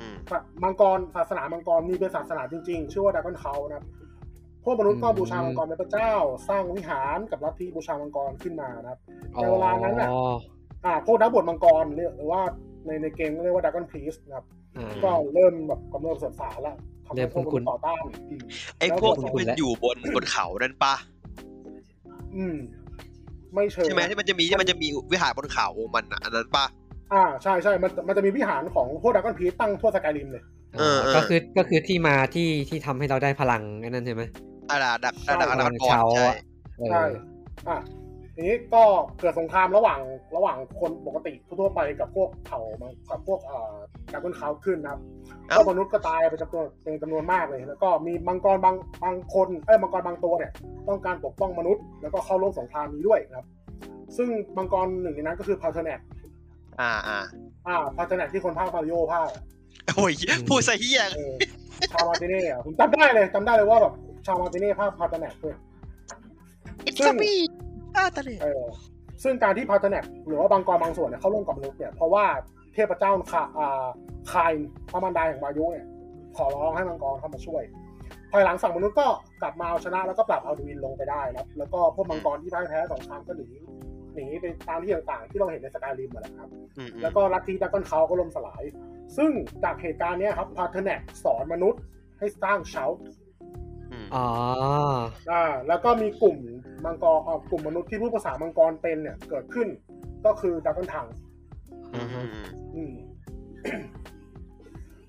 S2: อืม
S3: มังกรศาสนามังกรมีเป็นศาสนาจริงๆ ชื่อว่าดากอนเทานะครับ พวกมนุษย์ก็บูชามังกรเป็นพระเจ้า สร้างวิหารกับลัทธิบูชามังกรขึ้นมานะครับ
S1: อ๋อ
S3: แต่เวลานั้นน่ะ อ่าพวกนักบวชมังกรเรียกหรือว่าในในเกมก็เรียกว่าดากอนพรีสนะครับ
S1: อ่า
S3: ก็เริ่มแบบกำเริบเสบสารละทำ
S1: เริ่ม
S3: ให้พวก
S1: คุ้
S3: มัน น
S1: ๆ
S3: ต่อต้านอืม
S2: ไอ้พวกที่มันอยู่บนบนเขานั่นปะ
S3: อืม ไม่เชิง
S2: ใช่ไหมที่มันจะมีที่มันจะมีวิหารบนเขามันอ่ะอันนั้นปะ
S3: อ่าใช่ใช่มันมันจะมีวิหารของพวกดักกอนพีตั้งทั่วสกายริมเลย
S2: เออเออ
S1: ก็คือก็คือที่มาที่ที่ทำให้เราได้พลังไอ้นั่นใช่ไหม
S2: อาดาดักอาดา
S3: ใช่
S2: อาดาก
S1: เชารอะเอ
S2: ใช่
S1: อ
S3: ใช่ อ่ะทีนี้ก็เกิดสงครามระหว่างระหว่างคนปกติทั่วๆไปกับพวกเผ่ามังกับพวกเอ่อดักกอนเขาขึ้นนะครับพ
S2: เอ้าว
S3: กมนุษย์ก็ตายไปจำนวนเป็นจำนวนมากเลย แล้วก็มีมังกรบางบางคนเอ้ยมังกรบางตัวเนี่ย ต้องการปกป้องมนุษย์ แล้วก็เข้าร่วมสงครามนี้ด้วยนะครับ ซึ่งมังกรหนึ่งในนั้นก็คือพาเทเนต
S2: อ่าอ่า
S3: อ่าพาเทเนตที่คนภาคมาริโอภาค
S2: โอ้ยพูดซะเฮี้ย
S3: เออชาวมาร์ติเน่อะผมจำได้เลยจำได้เลยว่าแบบชาวมาร์ติเน่ภาพพาตาแนกด้วย
S2: อิสบีอ่าตะเลย
S3: เออซึ่งการที่พาตาแนกหรือว่าบางกรบางส่วนเนี่ยเขาร่วมกับมนุษย์เนี่ยเพราะว่าเทพเจ้าคาอ่าคายพระมารดาแห่งวายุเนี่ยขอร้องให้มังกรเข้ามาช่วย ภายหลังฝั่งมนุษย์ก็กลับมาเอาชนะแล้วก็ปรับเอาดูวินลงไปได้นะครับแล้วก็พวกมังกรที่พ่ายแพ้สงครามก็หนีหนีไปตามที่ต่างๆ ที่เราเห็นในสกายริมมาแหละครับ
S2: อืมอืม
S3: แล้วก็ลัทธิดักกอนเขาก็ล่มสลาย ซึ่งจากเหตุการณ์เนี้ยครับพาเทเนกสอนมนุษย์ให้สร้างเชา
S2: อืม
S1: อ๋อ
S3: อ่าแล้วก็มีกลุ่มมังกรเอ่อกลุ่มมนุษย์ที่พูดภาษามังกรเป็นเนี่ยเกิดขึ้น ก็คือดักกันถัง
S2: อืมอืม
S3: อืม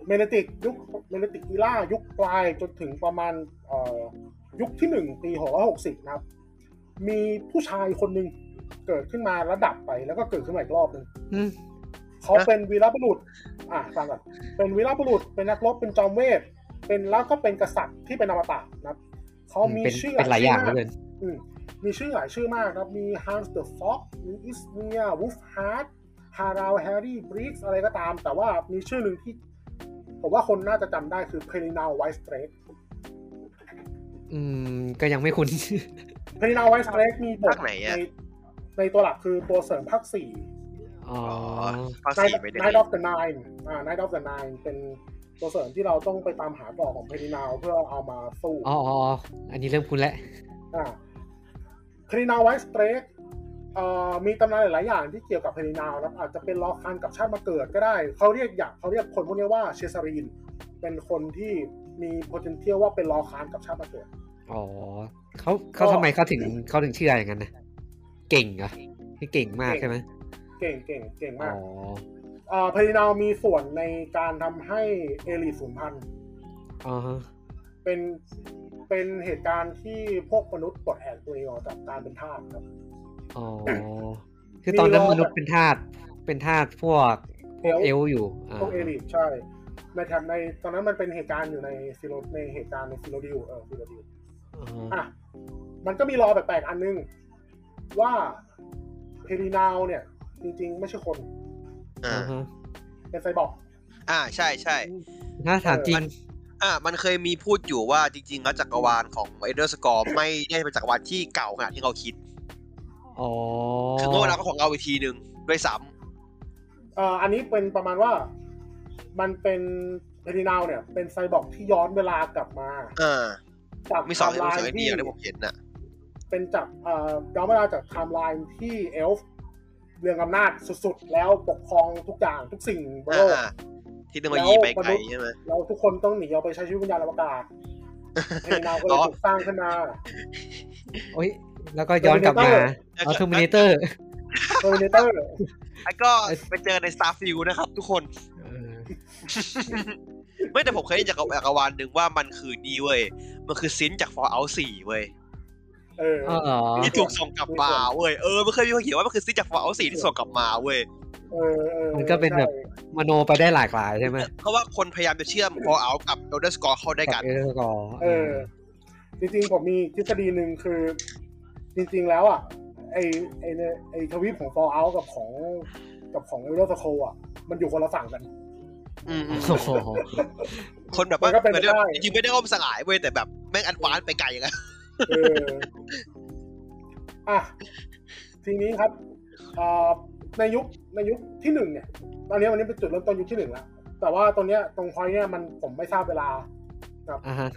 S3: เมเนติกยุคเมเนติกกีล่ายุคปลายจนถึงประมาณเอ่อยุคที่หนึ่งปีหกร้อยหกสิบนะครับ มีผู้ชายคนหนึ่งเกิดขึ้นมาระดับไปแล้วก็เกิดขึ้นมาอีกรอบหนึ่ง
S1: อืม
S3: เขาเป็นวีรบุรุษ อ่าฟังก่อนเป็นวีรบุรุษ เป็นนักรบเป็นจอมเวทเป็นแล้วก็เป็นกษัตริย์ที่เป็นอมตะนะครับเขามี
S1: เป็น
S3: ชื่อ
S1: เป็นหลายอย่างเหลยเกิน
S3: อืมมีชื่อหลายชื่อมากครับ มี Hans the Fox มี Ismir Wolf Hart h a r a l Harry Briggs อะไรก็ตาม แต่ว่ามีชื่อหนึ่งที่ ผมว่าคนน่าจะจำได้คือ p e r i n a l White Strake
S1: อืมก็ยังไม่คุ้น
S3: p e r i n a l White Strake มีบทในในตัวหลักคือตัวเสริมภาคสี่
S1: อ๋อ
S2: อ๋อ
S1: อ
S2: ภาค
S3: Night
S2: สี่ไปเลย
S3: Night of the Nine อ่า Night of the Nine เป็นตัวเสริมที่เราต้องไปตามหาต่อของ p e r i n a l เพื่อเอามาสู้
S1: อ๋ออ๋ออันนี้เริ่มคุ้นแล้ว
S3: เพรินาวไวสเตรกมีตำนานหลาย ๆ อย่างที่เกี่ยวกับเพรินาวนะครับอาจจะเป็นรอคันกับชาติมาเกิดก็ได้ เขาเรียกอย่างเขาเรียกคนพวกนี้ว่าเชซารีน เป็นคนที่มี potential ว่าเป็นรอคันกับชาติมาเกิด
S1: อ๋อเขาเขา
S3: ก็
S1: ทำไมเขาถึงเขาถึงเชื่ออย่างนั้นนะเก่งเหรอคือเก่งมากใช่ไหม
S3: เก่งเก่งเก่ง
S1: อ๋
S3: มา
S1: อก
S3: เอ่อเพรินาวมีส่วนในการทำให้เอลิสูญพันธุ์
S1: อ๋อฮะ
S3: เป็นเป็นเหตุการณ์ที่พวกมนุษย์ปลดแอกตัวเองออกจากการเป็นทาสครับ
S1: อ๋อคือตอนนั้นม
S3: มีรอบ
S1: นุษย์เป็นธาตุเป็นธาตุพวกพวก
S3: เอล
S1: เอล
S3: ฟ์
S1: ฟ์อยู่า
S3: พวกเอลิทใช่ในแถบในตอนนั้นมันเป็นเหตุการณ์อยู่ในซิโรในเหตุการณ์ในซิโรดิวเออซิโรดิว
S1: อ๋อ
S3: อ่ะมันก็มีรอแปลกๆอันนึง ว่าเพรีนาวเนี่ย จริงๆ ไม่ใช่คน
S1: อ๋
S2: อ่า
S1: อฮะ
S3: เป็นไซบอร์ก
S2: อ่าใช่ใช่
S1: ถ้าถามจริง
S2: อ่ามันเคยมีพูดอยู่ว่าจริง ๆ แล้วจักรวาลของเอเดอร์สกอร์ไม่ได้เป็นจักรวาลที่เก่าขนาดที่เราคิด
S1: อ๋อ
S2: คือโลกเราก็ของเราอีกทีหนึ่งด้วยซ้
S3: เอ่ออันนี้เป็นประมาณว่ามันเป็นเพรีนาวเนี่ย เป็นไซบอร์กที่ย้อนเวลากลับมา
S2: ำอ่า
S3: จาก
S2: มีสอง
S3: ไท
S2: มี
S3: ไล
S2: สองไอ
S3: น์
S2: เดี
S3: ที่
S2: ยที่ผมเห็นน่ะ
S3: เป็นจากเอ่อย้อนเวลาจากไทม์ไลน์ที่เอลฟ์ เรื่องอำนาจสุดๆ แล้วปกครองทุกอย่างทุกสิ่งบน
S2: อ่า
S3: โลก
S2: อ่าที่นึกว่ายีไปไกลใช่ไหม
S3: แล้วทุกคนต้องหนีออกไปใช้ชีวิตบนยานอวกาศ เทนาวก็เลย
S2: อ๋อ
S3: ถูกสร้างขึ้นมา
S1: โอ้ยแล้วก็ย้อนกลับมา เอาทูมินเตอร์
S3: เทอร์มินเตอร์
S2: แล้วก็ไปเจอใน Starfield นะครับ ทุกคน ไม่แต่ผมเคยได้ยินจากจักรวาลหนึ่งว่ามันคือนี่เว้ย มันคือซินจาก Fallout 4เว้ย
S3: เออ
S1: อ๋อเหรอ
S2: ที่ถูกส่งกลับมาเว้ย เออมันเคยมีคนเขียนว่ามันคือซินจาก Fallout 4ที่ส่งกลับมาเว้ย
S3: เออเออ
S1: มันก็เป็นแบบ มโนไปได้หลากหลายใช่ไหม
S2: เพราะว่าคนพยายามจะเชื่อม Fallout กับ Elder Scrolls เข้าด้วย
S1: กั
S2: กับ น
S1: เอร์กอ
S3: ใช่เออ จริงๆ ผมมีทฤษฎีหนึ่งคือ จริงๆแล้วอ่ะ ไอไอเนี่ยไอทวีปของฟอ l เอากับของกับของเอลเดอร์สโคอ่ะ มันอยู่คนละฝั่งกัน
S2: อืม
S1: โอ้โห
S2: ๆคนแบบว่า
S3: มันก็เป็นไปได้
S2: จริงๆไม่ได้ร่มสลายเว้ย แต่แบบแม่งอันวานไปไกลกัน
S3: เออ อ่ะ ทีนี้ครับอ่าในยุคในยุคที่หนึ่งเนี่ย ตอนนี้วันนี้เป็นจุดเริ่มต้นยุคที่หนึ่งแล้ว แต่ว่าตอนเนี้ยตรงพอยเนี่ยมันผมไม่ทราบเวลา
S1: อ่ะฮะ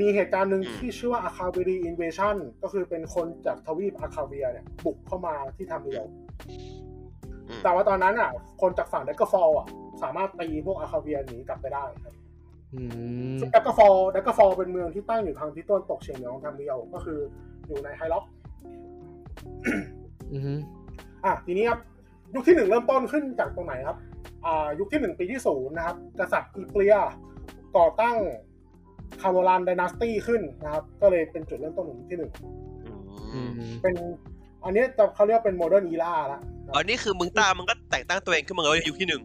S3: มีเหตุการณ์หนึ่ง
S2: อืม
S3: ที่ชื่อว่าอาคาเบรีอินเวชั่นก็คือเป็นคนจากทวีปอาคาเบียเนี่ย บุกเข้ามาที่ทำเดียว
S2: อืม
S3: แต่ว่าตอนนั้นอ่ะ คนจากฝั่งเดกเกอร์ฟอลอ่ะ สามารถตีพวกอาคาเบียหนีกลับไปได้ครับ
S1: อืม
S3: ซึ่งเดกเกอร์ฟอลเดกเกอร์ฟอลเป็นเมืองที่ตั้งอยู่ทางที่ต้นตกเฉียงเหนือของทำเดียว ก็คืออยู่ในไฮล็อก
S1: อือฮึ
S3: อ่ะทีนี้ครับยุคที่หนึ่งเริ่มต้นขึ้นจากตรงไหนครับ อ่า ยุคที่หนึ่งปีที่ศูนย์นะครับ กษัตริย์อีเกลียก่อตั้งคาโมรันไดนาสตี้ขึ้นนะครับ ก็เลยเป็นจุดเริ่มต้นของยุคที่หนึ่ง
S1: อืม
S3: เป็นอันนี้จะเขาเรียกเป็นโมเดิร์นอีราละนะค
S2: อั
S3: รับ
S2: นนี้คือมึงตามันก็แต่งตั้งตัวเองขึ้นมาเลยในยุคที่หนึ่ง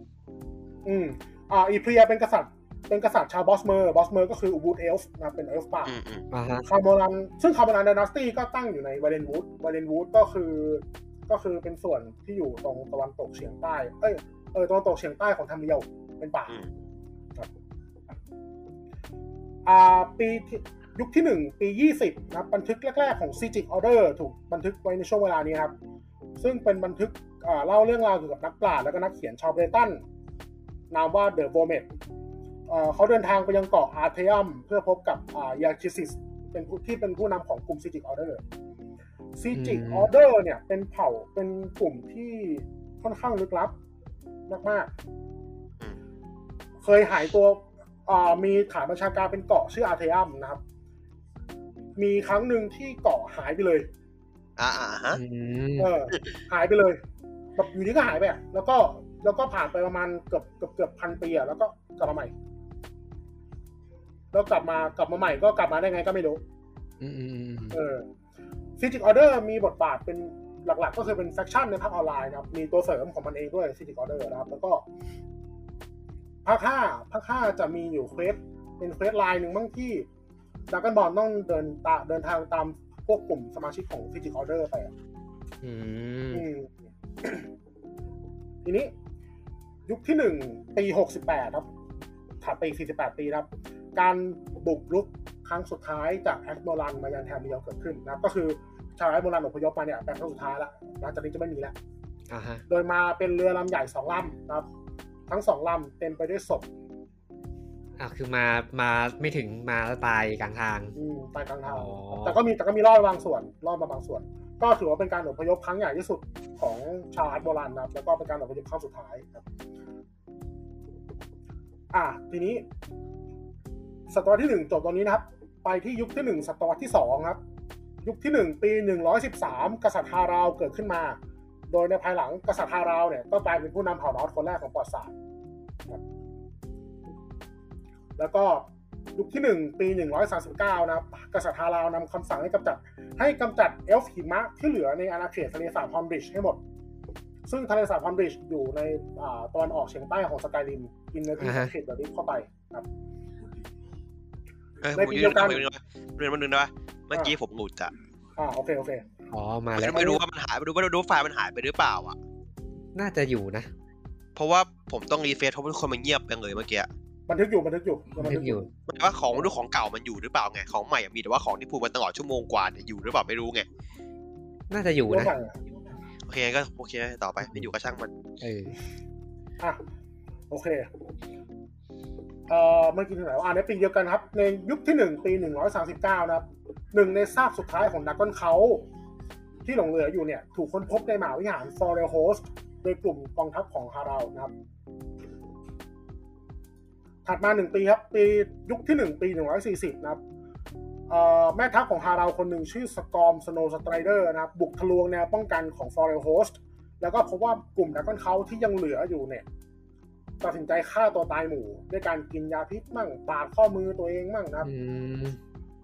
S3: อืมอ่าอีเกลียเป็นกษัตริย์เป็นกษัตริย์ชาวบอสเมอร์บอสเมอร์ก็คืออูบูดเอลฟ์นะครับเป็นเอลฟ์ป่า
S2: อืมอืม
S1: อ่ะฮะ
S3: คาโมรันซึ่งคาโมรันไดนาสตี้ก็ตั้งอยู่ในวาเลนวูดวาเลนวูดก็คือ ก็คือเป็นส่วนที่อยู่ตรงตะวันตกเฉียงใต้เอ้ยเออตะวันตกเฉียงใต้ของทัมเบียวเป็นป่า
S2: อืม
S3: อ่าปีที่ยุคที่หนึ่งปี 20 นะครับ บันทึกแรก ๆ ของ Civic Order ถูกบันทึกไว้ในช่วงเวลานี้ครับ ซึ่งเป็นบันทึกอ่าเล่าเรื่องราวเกี่ยวกับนักปราชญ์และก็นักเขียนชาวเบรตัน นามว่าเดอะโวเมตเขาเดินทางไปยังเกาะอาร์เทยมเพื่อพบกับอ่ายาคิซิสเป็นผู้ที่เป็นผู้นำของกลุ่ม Civic Order Civic
S1: อืม
S3: Order เนี่ยเป็นเผ่าเป็นกลุ่มที่ค่อนข้างลึกลับมากๆ เคยหายตัวอ่ามีฐานบัญชาการเป็นเกาะชื่ออาเทอัมนะครับ มีครั้งหนึ่งที่เกาะหายไปเลย
S2: อ่าอ่าฮะ
S1: อืม
S3: เออ หายไปเลย แบบอยู่ดีก็หายไปอะแล้วก็แล้วก็ผ่านไปประมาณเกือบเกือบเกือบพันปีอะแล้วก็กลับมาใหม่ แล้วกลับมากลับมาใหม่ก็กลับมาได้ไงก็ไม่รู้
S1: อืมอืมอืม
S3: เออซิจิกออเดอร์มีบทบาทเป็นหลัก ๆ ก็คือเป็นแฟคชั่นในภาคออนไลน์นะครับ มีตัวเสริมของมันเองด้วยซิจิกออเดอร์นะครับ แล้วก็ภาคห้าภาคห้าจะมีอยู่เควสเป็นเควสไลน์หนึ่งบ้างที่ดักกันบอลต้องเดินตาเดินทางตามพวกกลุ่มสมาชิกของซิจิกออเดอร์ไปอะ
S1: อืม
S3: อืม ทีนี้ ยุคที่หนึ่งปีหกสิบแปดครับถัดไปสี่สิบแปดปีนะครับ การบุกรุกครั้งสุดท้ายจากแอดมอรันมายังแทมเบียวเกิดขึ้นนะครับ ก็คือชาวแอดมอรันอพยพมาเนี่ยเป็นครั้งสุดท้ายละหลังจากนี้จะไม่มีแล้ว
S1: อ่ะฮะ
S3: โดยมาเป็นเรือลำใหญ่สองลำนะครับ ทั้งสองลำเต็มไปด้วยศพ
S1: อ่ะคือมา มาไม่ถึงมาแล้วตายกลางทาง
S3: อืมตายกลางทาง
S1: อ๋อ
S3: แต่ก็มีแต่ก็มีรอดบางส่วนรอดมาบางส่วน ก็ถือว่าเป็นการอพยพครั้งใหญ่ที่สุดของชาวอาร์ตโบราณนะครับ แล้วก็เป็นการอพยพครั้งสุดท้ายครับ อ่ะทีนี้ศตวรรษที่หนึ่งจบตรงนี้นะครับ ไปที่ยุคที่หนึ่งศตวรรษที่สองครับ ยุคที่หนึ่งปีหนึ่งร้อยสิบสามกษัตริย์ฮาราวเกิดขึ้นมา โดยในภายหลังกษัตริย์ฮาราวเนี่ยก็กลายเป็นผู้นำเผ่านอตคนแรกของประวัติศาสตร์ครับแล้วก็ยุคที่หนึ่งปีหนึ่งร้อยสาสิบเก้านะครับกษัตริย์ฮาราวนำคำสั่งให้กำจัด ให้กำจัดเอลฟ์หิมะที่เหลือในอาณาเขตทะเลสาบฮอมบริดจ์ให้หมด ซึ่งทะเลสาบฮอมบริดจ์อยู่ในอ่าตอนออกเฉียงใต้ของสกายริมกินเนื้อที่
S1: อ่าฮะ
S3: เขตเดอะริฟเข้าไปครับ
S2: เฮ้ย
S3: ใน
S2: ผม
S3: ปี
S2: ยื
S3: เดีย
S2: น
S3: วกัน
S2: เรื่องเรื่องนึงได้ปะเมื่อกี้ผมหลุดอะ
S3: อ่าโอเคโอเค
S1: อ๋อ มาแล้ว
S2: ไม่รู้ว่ามันหายไม่รู้ว่าดูไฟล์มันหายไปหรือเปล่าอ่ะ
S1: น่าจะอยู่นะ
S2: เพราะว่าผมต้องรีเฟซเพราะว่าทุกคนมันเงียบไปเลยเมื่อกี้
S3: บันทึกอยู่บันทึกอยู่
S1: นึกอยู่
S2: หมายถึงว่าของรุ่นของเก่ามันอยู่หรือเปล่าไงของใหม่อะมีแต่ว่าของที่ผูกมาตลอดชั่วโมงกว่าเนี่ยอยู่หรือเปล่าไม่รู้ไง
S1: น่าจะอยู่
S3: เรื่อง
S1: นะ
S3: ใหม่อะ
S2: โอเคงั้นก็โอเคต่อไปไม่อยู่ก็ช่างมัน
S1: เออ
S3: อ่ะโอเคเอ่อมันกินถึงไหนวะอ่าในปีเดียวกันครับ ในยุคที่หนึ่งปีหนึ่งร้อยสามสิบเก้านะครับหนึ่งในทราบสุดท้ายของดักกอนเขา ที่หลงเหลืออยู่เนี่ย ถูกค้นพบในมหาวิหารซอเรลโฮสโดยกลุ่มกองทัพของฮาราลนะครับ ถัดมาหนึ่งปีครับ ปียุคที่หนึ่งปีหนึ่งร้อยสี่สิบนะครับเอ่อแม่ทัพของฮาราลคนหนึ่งชื่อสกอมสโนสไตรเดอร์นะครับ บุกทะลวงแนวป้องกันของซอเรลโฮสแล้วก็พบว่ากลุ่มดักก้อนเขาที่ยังเหลืออยู่เนี่ย ตัดสินใจฆ่าตัวตายหมู่ ด้วยการกินยาพิษมั่งปาดข้อมือตัวเองมั่งนะครับ
S1: อืม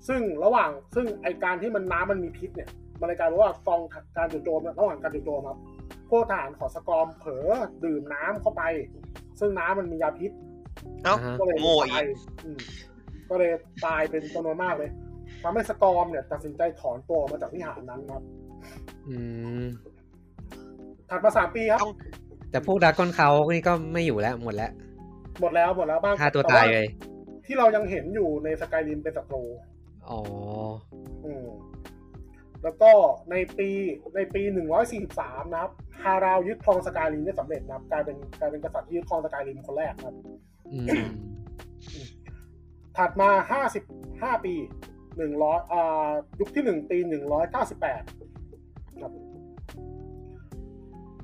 S3: ซึ่งระหว่างซึ่งไอการที่มันน้ำมันมีพิษเนี่ยมันเลยกลายเป็นว่าฟองการจู่โจมเนี่ยระหว่างการจู่โจมครับพวกทหารของสกอมเผลอดื่มน้ำเข้าไป ซึ่งน้ำมันมียาพิษ
S2: เอ้า
S1: อ่าฮะ
S3: ก็เลย
S2: โง่อีก
S3: ตายมก็เลยตายเป็นจำนวนมากเลยทำให้สกอมเนี่ยตัดสินใจถอนตัวออกมาจากวิหารนั้นครับ
S1: อืม
S3: ถัดมาสามปีครับ
S2: ต้อง
S1: แต่พวกดรากอนเขานี่ก็ไม่อยู่แล้วหมดแล้ว
S3: หมดแล้วหมดแล้วบ้าง
S1: ฆ่าตัวตายเลย
S3: ที่เรายังเห็นอยู่ในสกายริมเป็นศัตรู
S1: อ๋อ
S3: อืมแล้วก็ในปีในปี 143 นะครับ ฮาราวยึดครองสกายริมได้สำเร็จนะครับกลายเป็นกลายเป็นกษัตริย์ที่ยึดครองสกายริมคนแรกนะครับ
S1: อืม
S3: ถัดมา 55 ปี 100อ่ายุคที่ 1 ปี 198ครับ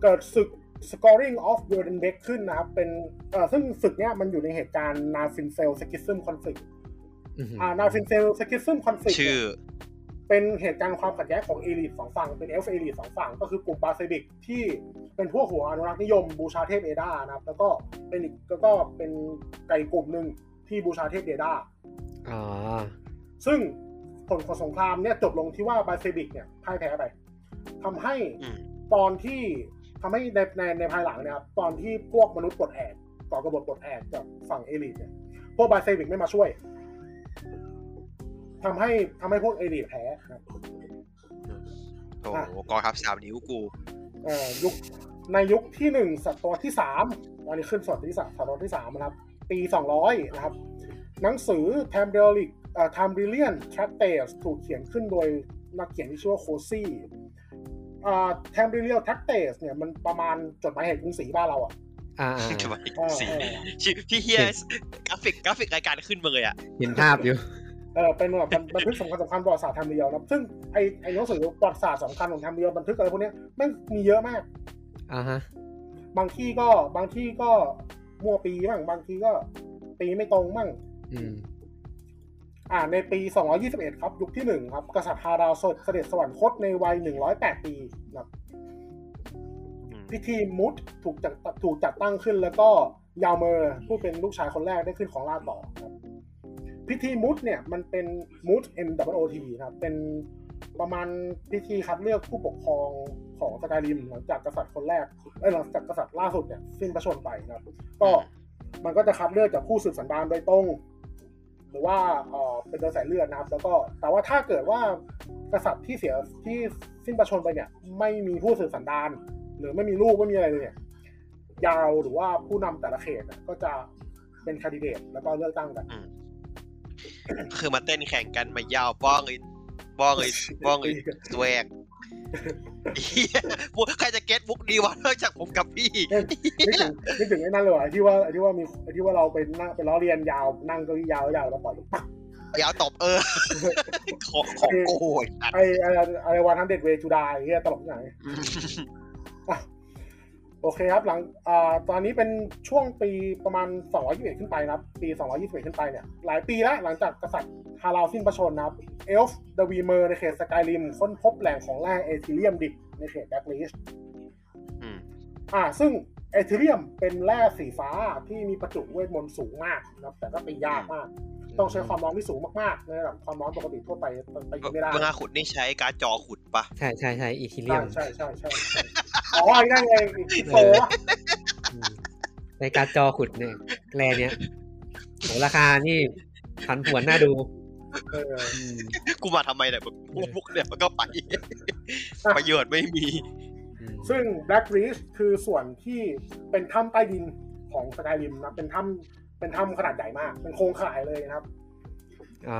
S3: เกิดศึก Scoring of w e r d e n b e c k ขึ้นนะครับ เป็นเอ่อซึ่งศึกเนี้ยมันอยู่ในเหตุการณ์นาฟินเซลสกิซึมคอนฟ lict
S1: อืม
S3: อ่านาฟินเซลสกิซึมคอนฟ lict
S2: ชื่อ
S3: เป็นเหตุการณ์ความขัดแย้งของเอลิทสองฝั่ง เป็นเอลฟ์เอลิทสองฝั่ง ก็คือกลุ่มปาซิฟิกที่เป็นพวกหัวอนุรักษ์นิยมบูชาเทพเอดานะครับ แล้วก็เป็นอีกแล้วก็เป็นไก่กลุ่มหนึ่งที่บูชาเทพเอดา
S1: อ๋อ
S3: ซึ่งผลของสงครามเนี่ยจบลงที่ว่าบาซิบิกเนี่ยพ่ายแพ้ไปทำให้
S2: อืม
S3: ตอนที่ทำให้ในในในภายหลังเนะครับ ตอนที่พวกมนุษย์ปลดแอกก่อกบฏปลดแอกจากฝั่งเอลิทเนี่ยพวกบาซิบิกไม่มาช่วยทำให้ทำให้พวกเอลิทแพ้นะครับ
S2: โอ้โหกองทัพสามนิ้วกู
S3: เอ่อยุคในยุคที่หนึ่งศตวรรษที่สามตอนนี้ขึ้นศตวรรษที่สามศตวรรษที่สามนะครับ ปีสองร้อยนะครับ หนังสือ t i m e b r i l l i เอ่อ t i m e b r i l l i a n Tractates ถูกเขียนขึ้นโดยนักเขียนที่ชื่อว่าโคซี่อ่า t i m e b r i l l i a n Tractates เนี่ยมันประมาณจดหมายเหตุกรุงศรีบ้านเราอ่ะ
S1: อ่าอ่า
S2: จะมา
S3: เออ
S2: สี
S3: เออ
S2: ชื่อพี่เฮียกราฟิกกราฟิกรายการขึ้นมาเลยอ่ะ
S1: เห็นภาพอยู่
S3: เออเป็นแบบบันบันทึกสำคัญสำคัญประวัติศาสตร์ทำเรียวนะครับซึ่งไอไอหนังสือประวัติศาสตร์สำคัญของทำเรียวบันทึกอะไรพวกเนี้ยแม่งมีเยอะมาก
S1: อ่าฮะ
S3: บางที่ก็บางที่ก็มั่วปีบ้างบางที่ก็ปีไม่ตรงบ้าง
S1: อืม
S3: อ่าในปี 221 ครับ ยุคที่หนึ่งครับ กษัตริย์ฮาราวสดเสด็จสวรรคตในวัย 108 ปีนะครับพิธีมุตถูกจัดถูกจัดตั้งขึ้น แล้วก็ยาวเมอร์ผู้เป็นลูกชายคนแรกได้ขึ้นของราชย์ต่อครับพิธีมุตเนี่ยมันเป็นมุต M W O T นะครับ เป็นประมาณพิธีคัดเลือกผู้ปกครองของสกายริมหลังจากกษัตริย์คนแรกเอ้ยหลังจากกษัตริย์ล่าสุดเนี่ยสิ้นพระชนม์ไปนะครับ ก็มันก็จะคัดเลือกจากผู้สืบสันดานโดยตรง หรือว่าเอ่อเป็นเดินสายเลือดนะครับ แล้วก็แต่ว่าถ้าเกิดว่ากษัตริย์ที่เสียที่สิ้นประชนม์ไปเนี่ย ไม่มีผู้สืบสันดาน หรือไม่มีลูกไม่มีอะไรเลยเนี่ยยาวหรือว่าผู้นำแต่ละเขตเนี่ยก็จะเป็นคนดิเดตแล้วก็เลือกตั้งกัน
S2: คือมาเต้นแข่งกันมายาวบ้องไอ้บ้องไอ้ บ้อง ไอ้สวกเหี้ยพวกใครจะเก็ตมุกดีวะนอกจากผมกับพี่
S3: นึกถึงนึกถึงไอ้นั่นเลยว่ะไอ้ที่ว่าไอ้ที่ว่ามีไอ้ที่ว่าเราไปนั่งไปล้อเรียนยาวนั่งเก็ยาวยาวแล้วปล่อยปัก
S2: ยาวตบเออ ของของโกย
S3: ไอ้ไอ้อะไรวันทันเด็ดเวจูดายเฮียตลกที่ไหน โอเคครับหลังอาตอนนี้เป็นช่วงปีประมาณ 221 ขึ้นไปนะครับ ปี 221 ขึ้นไปเนี่ย หลายปีแล้วหลังจากกษัตริย์ฮาราวสิ้นพระชนม์นะครับเอลฟ์ดวีเมอร์ในเขตสกายริมค้นพบแหล่งของแร่เอทิเลียมดิบในเขตแบล็กลิช
S2: อืม
S3: อ่า ซึ่งเอทิเลียมเป็นแร่สีฟ้าที่มีประจุเวทมนต์สูงมากนะครับ แต่ก็ตียากมาก ต้องใช้ความร้อนที่สูงมากๆในระดับความร้อนปกติทั่วไปไปไม่ได้
S2: เวลาขุดนี่ใช้การดจอขุดปะ
S1: ใช่ใช่ใช่อีทิเลี
S3: ใช่
S1: ยม
S3: ใช่ใช่ใช่ใช่อ๋อไอ้นั่นไงอีกโตวะ
S1: อืมในการดจอขุดเนี่ยแรเนี้ยโหราคานี่ผันผวนน่าดู
S3: เออ
S1: อืม
S2: กูมาทำไมเนี่ยแบบมุกเนี่ยมันก็ ไป
S3: ะ
S2: ประโยชน์ไม่มี
S1: อืม
S3: ซึ่ง Black Ridge คือส่วนที่เป็นถ้ำใต้ดินของสกายริมนะครับเป็นถ้ำเป็นถ้ำขนาดใหญ่มาก เป็นโครงข่ายเลยนะครับ
S1: อ๋อ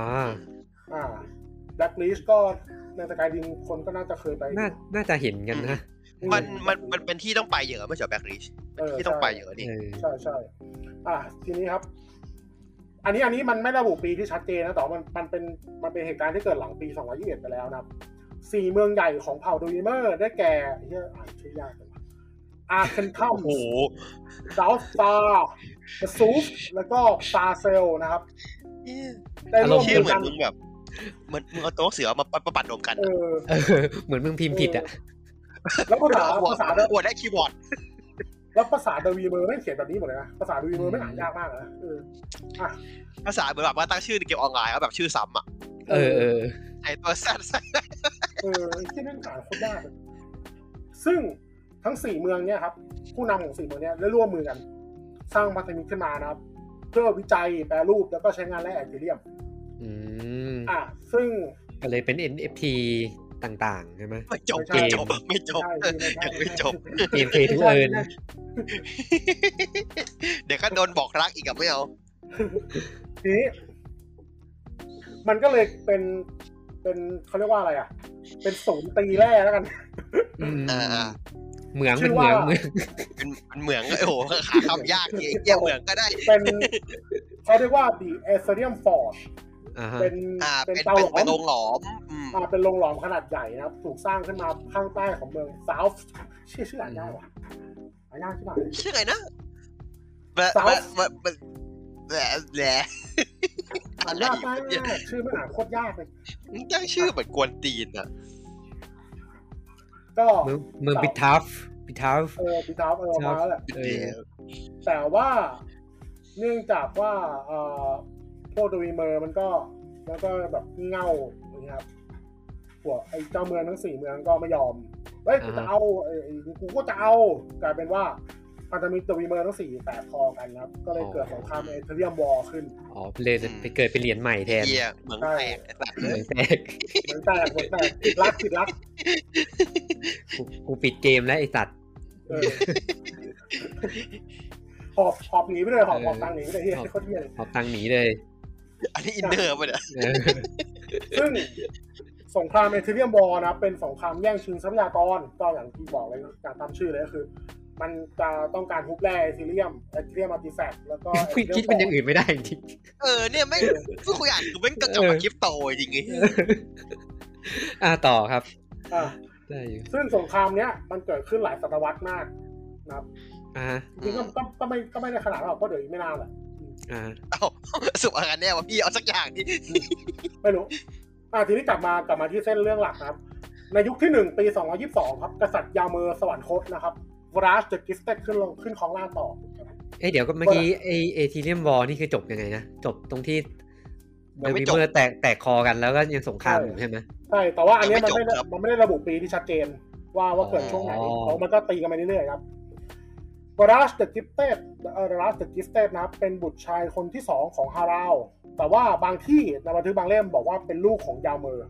S3: อ่า Black Ridge ก็ในสกายริมคนก็น่าจะเคยไป
S1: น่า น่าจะเห็นกันนะ
S2: มันมันมันเป็นที่ต้องไปเยอะไม่ใช่แบ็กริชที่ต้องไปเยอะนี่
S1: เออ
S3: ใช่ใช่อ่าทีนี้ครับ อันนี้อันนี้มันไม่ระบุปีที่ชัดเจนนะแต่ว่ามันมันเป็นมันเป็นเหตุการณ์ที่เกิดหลังปี 2021 ไปแล้วนะครับ สี่เมืองใหญ่ของเผ่าโดวีเมอร์ ได้แก่เฮียอ่านชื่อยากจังอาร์เคนทัม
S2: โอ้โห
S3: ดาวสตาร์ซูฟแล้วก็ซาเซลนะครับได้
S1: อาร
S3: ร่ว
S1: ม
S3: ม
S1: ณ์
S2: ชื่อเหมือมึ
S3: มือกัน น
S2: งแบบเหมือนมึงเอาตัวหนังสือมาประปัดรวมกัน
S3: เออ
S1: เออ เหมือนมึงพิมพ์ผิดอ่ะ
S3: แล้วภาษา
S2: หัว
S3: ภาษา
S2: หัวได้คีย์บอร์ด
S3: แล้วภาษาเดวีเมอร์ไม่งเขียนแบบนี้หมดเลยนะภาษาเดวีเมอร์ไม่งอ่านยากมากนะเออ
S2: ภาษาเหมือนแบบว่าตั้งชื่อในเกมออนไลน์แล้วแบบชื่อซ้ำอ่ะ
S1: เออเออ
S2: ไอตัว แซดแซด
S3: เออไอ้ที่นั่นอ่านโคตรยากเลยซึ่งทั้งสี่เมืองเนี่ยครับ ผู้นำของสี่เมืองเนี่ยได้ร่วมมือกัน สร้างพันธมิตรขึ้นมานะครับ เพื่อวิจัยแปรรูปแล้วก็ใช้งานแร่แอคทีเรียม
S1: อืม
S3: อ่ะซึ่ง
S1: ก็เลยเป็น NFT ต่างๆ ใช่ไหม
S2: ไม่จบ
S3: ไม่
S2: ไม่
S3: ใช่
S2: จบไม่จบ
S3: ใช่คือในด้าน
S2: ยังไม่จบ
S1: เกมเคทุก
S3: ใช่
S1: เอิน
S2: เดี๋ยวก็โดนบอกรักอีกกับไม่เอา
S3: ทีนี้มันก็เลยเป็นเป็นเขาเรียกว่าอะไรอ่ะ เป็นศูนย์ตีแร่แล้วกัน
S1: อืม
S2: อ่า
S1: เหมือง
S3: ชื่
S1: เป็น
S3: อ
S1: เหมื
S3: ว่า
S1: องเหมือง
S2: เป็นเป็นเหมืองโอ้โหหาคำยากเยี่ยเหมืองก็ได้
S3: เป็นเขาเรียกว่า the Ethereum Forge
S1: อ่าฮะ
S3: เป็น
S2: อ่า
S3: เป็น
S2: เป็น
S3: เตา
S2: เป็น
S3: ห
S2: เป็น
S3: ลอม
S2: โรงหลอมอืม
S3: อ่าเป็นโรงหลอมขนาดใหญ่นะครับ ถูกสร้างขึ้นมาข้างใต้ของเมือง South ชื่อชื่ออ่านได้ปะอ่านยากใช่ไหม
S2: ชื่อไงนะแบบ
S3: สาว
S2: แบบแบบแบบแบบ
S3: อ่านยากมากชื่อมันอ่านโคตรยากเลย
S2: ตั้งชื่อเหมือนกวนตีนอ่ะ
S3: ก็
S1: เมืองเมืองบิทัฟบิทัฟ
S3: เออปีท้าเออมาแล้วแหละ
S1: เออ
S3: แต่ว่าเนื่องจากว่าเอ่อพวกดวีเมอร์มันก็มันก็แบบงี่เง่าอย่างเงี้ยครับพวกไอ้เจ้าเมืองทั้งสี่เมืองก็ไม่ยอมเฮ้ยกูจะ
S1: อ่าฮะ
S3: เอาไอ้ไอ้กูก็จะเอากลายเป็นว่าพันธมิตรดวีเมอร์ทั้งสี่แตกคอกันครับ ก็เลยเกิดสงครามเอเธเรียมวอร์ขึ้น
S1: อ๋อเลยไปเกิดเป็นเหรียญใหม่แทน
S2: เยี่ยเหมืองแตกไอ้สัตว์
S1: เหมืองแตก
S3: เหมือนแตกเหมือนแตกติดรักติดรัก
S1: กูกูปิดเกมแล้วไอสัตว์
S3: เออหอบหอบหนีไปเลยหอบหอบตังค์หนีไปเลยเฮีย
S1: หอบ
S3: โคตรเฮียเลย
S1: หอบตังค์หนี เลย
S2: อันนี้อินเนอร์ไปะเนี่ย
S1: เออ
S3: ซึ่งสงครามเอเธเรียมบอลนะเป็นสงครามแย่งชิงทรัพยากรก็อย่างที่บอกเลยจากตามชื่อเลยก็คือ มันจะต้องการฮุบแร่เอเธเรียมเอเธเรียมอาร์ติแฟกต์แล้วก็
S1: คุยคิดเป็น อย่างอื่นไม่ได้จริง
S2: เออเนี่ยไม่ผู้คุยอ่านคือแม่งก็กลับมาคริปโตจริงๆไง
S1: อ่าต่อครับ
S3: อ่ะ
S1: ได้อยู่
S3: ซึ่งสงครามเนี้ยมันเกิดขึ้นหลายศตวรรษมากนะครับ
S1: อ่าฮะ
S3: จริงๆก็ก็ก็ไม่ก็ไม่ได้ขนาดหรอกเพราะเดี๋ยวอีกไม่นานแหละ
S1: อ่า
S2: เอ้า สุขอะไรแน่วะพี่เอาสักอย่างที่
S3: ไม่รู้ อ่ะทีนี้กลับมากลับมาที่เส้นเรื่องหลักนะครับ ในยุคที่หนึ่งปีสองยี่สิบสองครับกษัตริย์ยาเมอร์สวรรคตนะครับวราชจะกิสเต็ขึ้นลงขึ้นของล่างต่อ
S1: เอ้ยเดี๋ยวก็เมื่อกี้ไอเอทีเรียมวอลนี่คือจบยังไงนะ จบตรงที่
S2: ยั
S1: เด
S2: งไม่
S1: วิ
S2: จบ
S1: เมอร์แตกแตกคอกันแล้วก็ยังสงครามอยู่ใช่ไหม
S3: ใช่ แต่ว่าอันเนี้ยมัน
S2: ยังไม่จบ
S3: ไม่ได้
S2: ครับ
S3: มันไม่ได้ระบุปีที่ชัดเจน ว่าว่าเกิดช่วงไหน
S1: อ๋อ
S3: เพราะมันก็ตีกันไปเรื่อยๆครับบราชเดอะกิฟเตดเอ่อราชเดอะกิฟเตดนะครับ เป็นบุตรชายคนที่สองของฮาราว แต่ว่าบางที่ในบันทึกบางเล่มบอกว่าเป็นลูกของยาเมอร์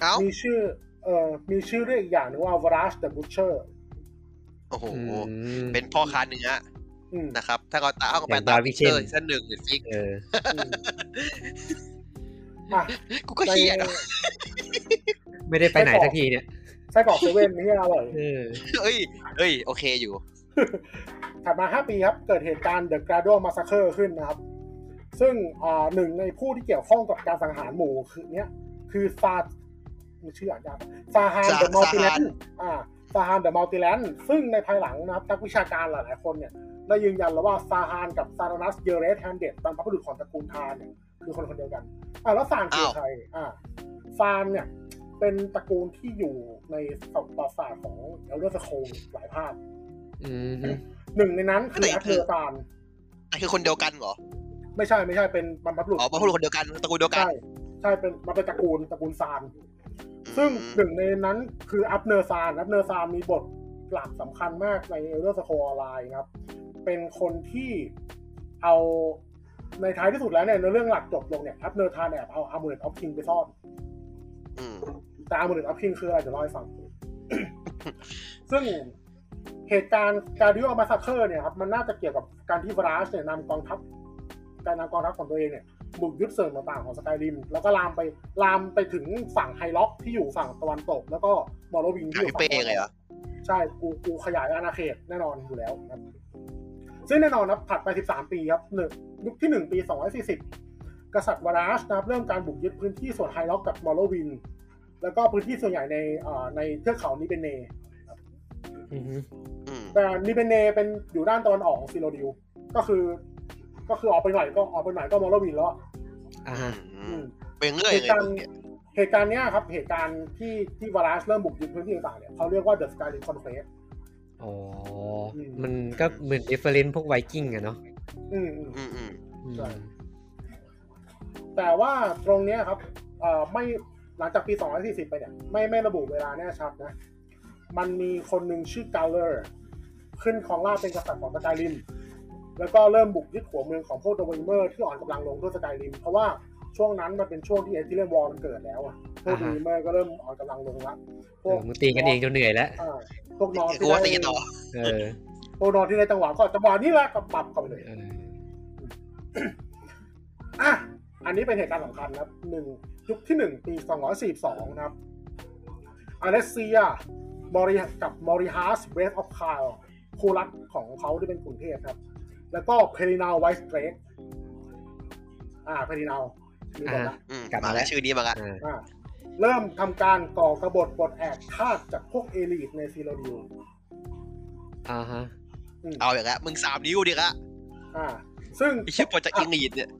S2: เอ้า
S3: มีชื่อเอ่อมีชื่อเรียกอีกอย่างหนึงว่าวราชเดอะบุชเชอร์
S2: โอ้โห
S1: อืม
S2: เป็นพ่อค้าเนื้อนะครับ ถ้าเราตามเอาไป
S1: อย่าง
S2: ตาม
S1: Darwin
S2: เชอร์เส้นหนึ่งหรือฟิก
S1: เออ
S3: อ่ะ
S2: กู ก็เฮียดอะ
S1: ไม่ได้ไปไหนสักทีเนี่ย
S3: ไส้กรอกเซเว่นนี่อร่อย
S1: เออ
S2: เอ้ยเอ้ย โอเคอยู่
S3: ถัดมา 5 ปีครับ เกิดเหตุการณ์ The Gradual Massacre ขึ้นนะครับ ซึ่งอ่าหนึ่งในผู้ที่เกี่ยวข้องกับการสังหารหมู่คือเนี้ย คือซามีชื่ออ่านยากซาฮาน
S2: ซา
S3: เดอะมัลติแล
S2: ซาฮาน น
S3: ด์อ่าซาฮานเดอะมัลติแลนด์ซึ่งในภายหลังนะครับ นักวิชาการหลาย ๆ คนเนี่ย ได้ยืนยันแล้วว่าซาฮานกับซารานัสเยเรสแฮนเดตบรรพบุรุษของตระกูลทานเนี่ย คือคนคนเดียวกัน อ่าแล้วซานคือ
S2: อ้าว
S3: ใครอ่าซานเนี่ย เป็นตระกูลที่อยู่ในประวัติศาสตร์ของเอลเดอร์สโคลหลายภาค
S1: อืม
S3: หนึ่งในนั้นคือแอปเปอร์ซาน
S2: แต่คือคนเดียวกันเหรอ
S3: ไม่ใช่ไม่ใช่เป็นบรรพบุรุษ
S2: อ๋อบรรพบุรุษคนเดียวกันตระกูลเดียวกัน
S3: ใช่ใช่เป็นมันเป็นตระกูลตระกูลซาน ซึ่ง
S2: อืม
S3: หนึ่งในนั้นคืออัพเนอร์ซานอัพเนอร์ซานมีบทหลักสำคัญมากในเอลเดอร์สโคออนไลน์ครับ เป็นคนที่เอาในท้ายที่สุดแล้วเนี่ยในเรื่องหลักจบลงเนี่ยอัพเนอร์ซานแอบเอาอาร์มูเลตออฟคิงไปซ่อน
S2: อืม
S3: แต่อาร์มูเลตออฟคิงคืออะไรเดี๋ยวเล่าให้ฟัง ซึ่งเหตุการณ์การดิวอมาซัคเคอร์เนี่ยครับมันน่าจะเกี่ยวกับการที่วราชเนี่ยนำกองทัพการนำกองทัพของตัวเองเนี่ย บุกยึดเสริมต่างๆของสกายริม แล้วก็ลามไปลามไปถึงฝั่งไฮล็อกที่อยู่ฝั่งตะวันตก แล้วก็มอร์โรวิงที่
S2: หา
S3: อยู่
S2: พี่
S3: ฝั่ง
S2: เป้
S3: ตะวันตก
S2: เลยเหรอ
S3: ใช่กูกูขยายอาณาเขตแน่นอนอยู่แล้วนะครับซึ่งแน่นอนนะครับถัดไป 13 ปีครับหนึ่งยุคที่ 1 ปี 240 กษัตริย์วราชนะครับเริ่มการบุกยึดพื้นที่ส่วนไฮล็อกกับมอร์โรวิง แล้วก็พื้นที่ส่วนใหญ่ในเอ่อในเทือกเขานิเบเน
S1: อือฮึ
S2: อืม
S3: แต่นิเบเนเป็นอยู่ด้านตะวันออกของซิโรดิว ก็คือ ก็คือออกไปหน่อยก็ออกไปหน่อยก็มอลลวินแล้วอะ
S1: อ่าฮะ
S2: อื
S3: อื
S2: ม
S3: ม
S2: เป็นเรื่อยยังไงมึงเนี่ย
S3: เหตุการณ์เนี้ยครับ เหตุการณ์ที่ที่วารัสเริ่มบุกยึดพื้นที่ต่างๆเนี่ยเขาเรียกว่า The Scarlet Conquest
S1: อ๋ออ
S3: ม
S1: มันก็เหมือนเอฟเฟอร์เรนพวกไวกิ้งอะเนาะ
S3: อืมอืม
S2: อืมอืม
S1: อืม
S3: ใช่ แต่ว่าตรงเนี้ยครับเอ่อไม่หลังจากปี 240 ไปเนี่ย ไม่ไม่ระบุเวลาแน่ชัดนะ มันมีคนหนึ่งชื่อกาเลอร์ ขึ้นของราชย์เป็นกษัตริย์ของสกายริม แล้วก็เริ่มบุกยึดหัวเมืองของพวกโดเวเมอร์ที่อ่อนกำลังลงด้วยสกายริม เพราะว่าช่วงนั้นมันเป็นช่วงที่เอธิเลนวอร์มันเกิดแล้วอะพวกโดเวเมอร์ก็เริ่มอ่อนกำลังลงละพ
S1: เออ
S3: ว
S1: ก มึงตีกันเองจนเหนื่อยแล้ว
S3: อ่าพวกนอน
S2: กู
S3: ที่
S2: ว่าตี
S3: ได้
S2: ต่อ
S1: เออ
S3: พวกนอนที่ได้จังหวะก็จังหวะนี้แหละก็ปรับเข้าไปเลย
S1: เออ
S3: อ่ะ อันนี้เป็นเหตุการณ์สำคัญนะครับหนึ่งยุคที่หนึ่งปีสองร้อยสี่สองนะครับ อเลเซีย มอริกับมอริฮาสเวสออฟคาลคู่รักของเขาที่เป็นกรุงเทพครับ แล้วก็เพรินาวไวส์เตรกอ่าเพรินาวมีหมดละ
S2: อืมมาแล้วชื่อนี้มาละ
S1: อ่า
S3: อ่า เริ่มทำการก่อกบฏปลดแอกฆาตจากพวกเอลีทในซีโรดิว
S1: อ่าฮะ
S3: อืม
S2: เอาอย่างละมึงสามนิ้วดิละ
S3: อ่า ซึ่ง
S2: ไอ้ชื่อโปรเจกต์อิงลีดเนี่ย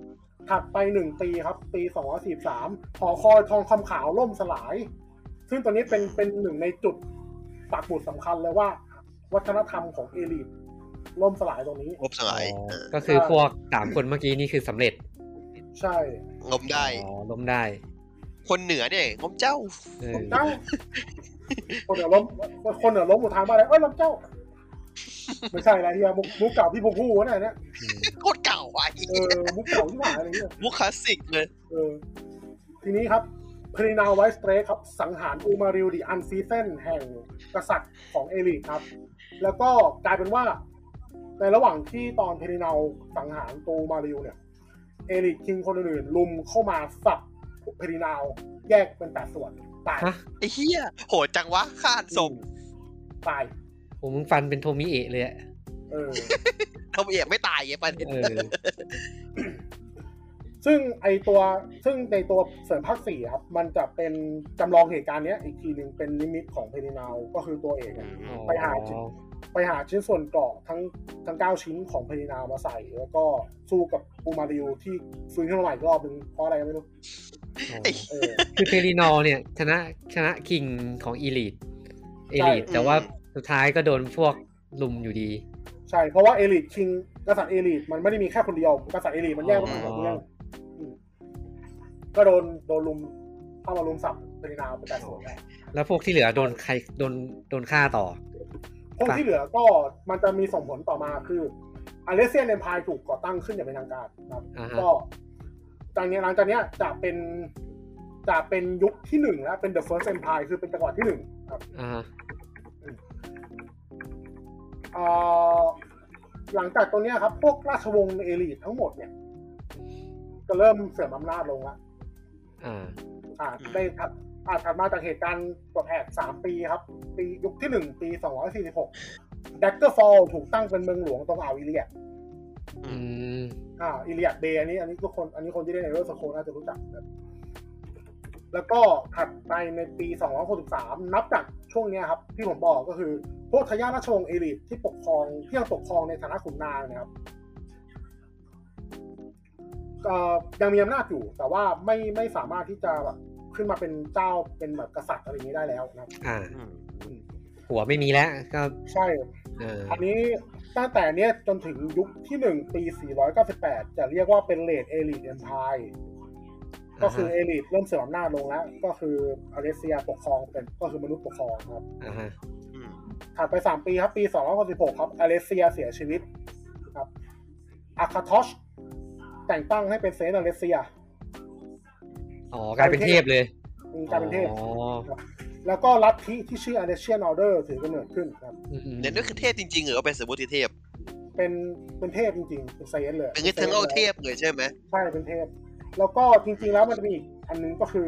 S3: ถัดไปหนึ่งปีครับ ปีสองร้อยสี่สามหอคอยทองคำขาวล่มสลาย ซึ่งตัวนี้เป็นเป็นหนึ่งในจุดปักหมุดสำคัญเลยว่า วัฒนธรรมของเอลิทล่มสลายตรงนี้
S2: งบสลาย
S1: อ๋อ
S2: เออ
S1: ก็คือพวกสามคนเมื่อกี้นี่คือสำเร็จ
S3: ใช่
S2: งบได้
S1: อ๋อล้มได้
S2: คนเหนือเนี่ยงบเจ้า
S1: เออ
S3: ล้มเจ้า คนเหนือล้มคนเหนือล้มอุทานมาเลยเอ้ยล้มเจ้า ไม่ใช่อะไรเฮียมุกมุกเก่าพี่พงพูวะเนี่ยเนี่ย
S1: อืม
S2: โคตรเก่าว่ะไอ้
S3: เออมุกเก่าที่หวายอะไรเงี้ย
S2: มุกคลาสสิกเลย
S3: เออทีนี้ครับพรินาวไวสเตรครับ สังหารอูมาริวดิอันซีเซนแห่งกษัตริย์ของเอลิทครับ แล้วก็กลายเป็นว่า ในระหว่างที่ตอนเพรินาสังหารตูมาริวเนี่ย เอริกคิงคนอื่นๆลุมเข้ามาสับเพรินาแยกเป็นแปดส่วน ตาย
S1: ฮะ
S2: ไอ้เฮียโหดจังวะข้าอ่านศพ
S3: ตาย
S1: โอ้มึงฟันเป็นโทมิเอะเลยอะ
S3: เออ
S2: ทำเอกไม่ตายไงประเด็น
S1: เออ
S3: ซึ่งไอตัวซึ่งในตัวเสริมภาคสี่ครับ มันจะเป็นจำลองเหตุการณ์เนี้ย อีกทีหนึ่งเป็นนิมิตของเพรินาก็คือตัวเอกเนี่ย
S1: อ๋อ
S3: ไปหาจุด ไปหาชิ้นส่วนเกราะทั้งทั้งเก้าชิ้นของเพรินามาใส่ แล้วก็สู้กับอูมาริวที่ฟื้นขึ้นมาใหม่อีกรอบนึงเพราะอะไรไม่รู้
S1: อ๋อ
S3: เออ
S1: คือเทรินอลเนี่ยชนะชนะคิงของอีลีดเอลีด
S3: ใช่
S1: แต่ว่าสุดท้ายก็โดนพวกลุมอยู่ดี
S3: ใช่ เพราะว่าเอลิทคิงกษัตริย์เอลิทมันไม่ได้มีแค่คนเดียว กษัตริย์เอลิทมันแยกมาเป็นสองเรื่องอืมก็โดนโดนลุมเข้ามาลุมสับปรินาเป็นการส่วนแรก
S1: แล้วพวกที่เหลือโดนใครโดนโดนฆ่าต่อ
S3: พวกที่เหลือก็มันจะมีส่งผลต่อมาคืออเลเซียนเอ็มพายถูกก่อตั้งขึ้นอย่างเป็นทางการนะครับ
S1: อ่าฮะ
S3: ก็จากนี้หลังจากเนี้ยจะเป็นจะเป็นยุคที่หนึ่งแล้วเป็น The First Empire คือเป็นจักรวรรดิที่หนึ่งครับ
S1: อ่าฮะ
S3: เอ่อหลังจากตรงเนี้ยครับ พวกราชวงศ์เอลิททั้งหมดเนี่ย ก็เริ่มเสื่อมอำนาจลงละ
S1: อ่า
S3: อ่าได้ครับอ่าถัดมาจากเหตุการณ์ปลดแอกสามปีครับ ปียุคที่หนึ่งปีสองร้อยสี่สิบหกดักเกอร์ฟอลถูกตั้งเป็นเมืองหลวงตรงอ่าวอิเลียด
S1: อืม
S3: อ่าอิเลียดเบย์อันนี้อันนี้ทุกคนอันนี้คนที่ได้ในเรื่องสโคน่าจะรู้จักนะครับแล้วก็ถัดไปในปีสองร้อยหกสิบสามนับจากช่วงเนี้ยครับ ที่ผมบอกก็คือ พวกทายาทราชวงศ์เอลิทที่ปกครองที่ยังปกครองในฐานะขุนนางนะครับเอ่อยังมีอำนาจอยู่ แต่ว่าไม่ไม่สามารถที่จะแบบขึ้นมาเป็นเจ้าเป็นแบบกษัตริย์อะไรอย่างนี้ได้แล้วนะครับ
S1: อ่า หัวไม่มีแล้วก็
S3: ใช่
S1: เออ
S3: อันนี้ตั้งแต่เนี้ยจนถึงยุคที่หนึ่งปี 498 จะเรียกว่าเป็นเลดเอลิทเอ็มพายก็คือเอลิทเริ่มเสื่อมอำนาจลงแล้ว ก็คืออเลเซียปกครองเป็นก็คือมนุษย์ปกครองครับ
S1: อ่าฮะ
S2: อืม
S3: ถัดไป 3 ปีครับ ปี 266ครับอเลเซียเสียชีวิตครับอาคาทอชแต่งตั้งให้เป็นเซนต์อเลเซีย
S1: อ๋อกลายเป็นเทพเลย
S3: อืมกลายเป็นเทพ
S1: อ๋อ
S3: แล้วก็ลัทธิที่ชื่ออเลเชียนออเดอร์ถือกำเนิดขึ้นครับ
S1: อืมอืม
S2: เดี๋ยวนั่นคือเทพจริง ๆ หรือว่าเป็นสมมติเทพ
S3: เป็นเป็นเทพจริงๆ เป็นเซนต์เลย
S2: เป็นเทงเอาเทพเลยใช่ไหม
S3: ใช่เป็นเทพ แล้วก็จริงๆแล้วมันจะมีอีกอันนึงก็คือ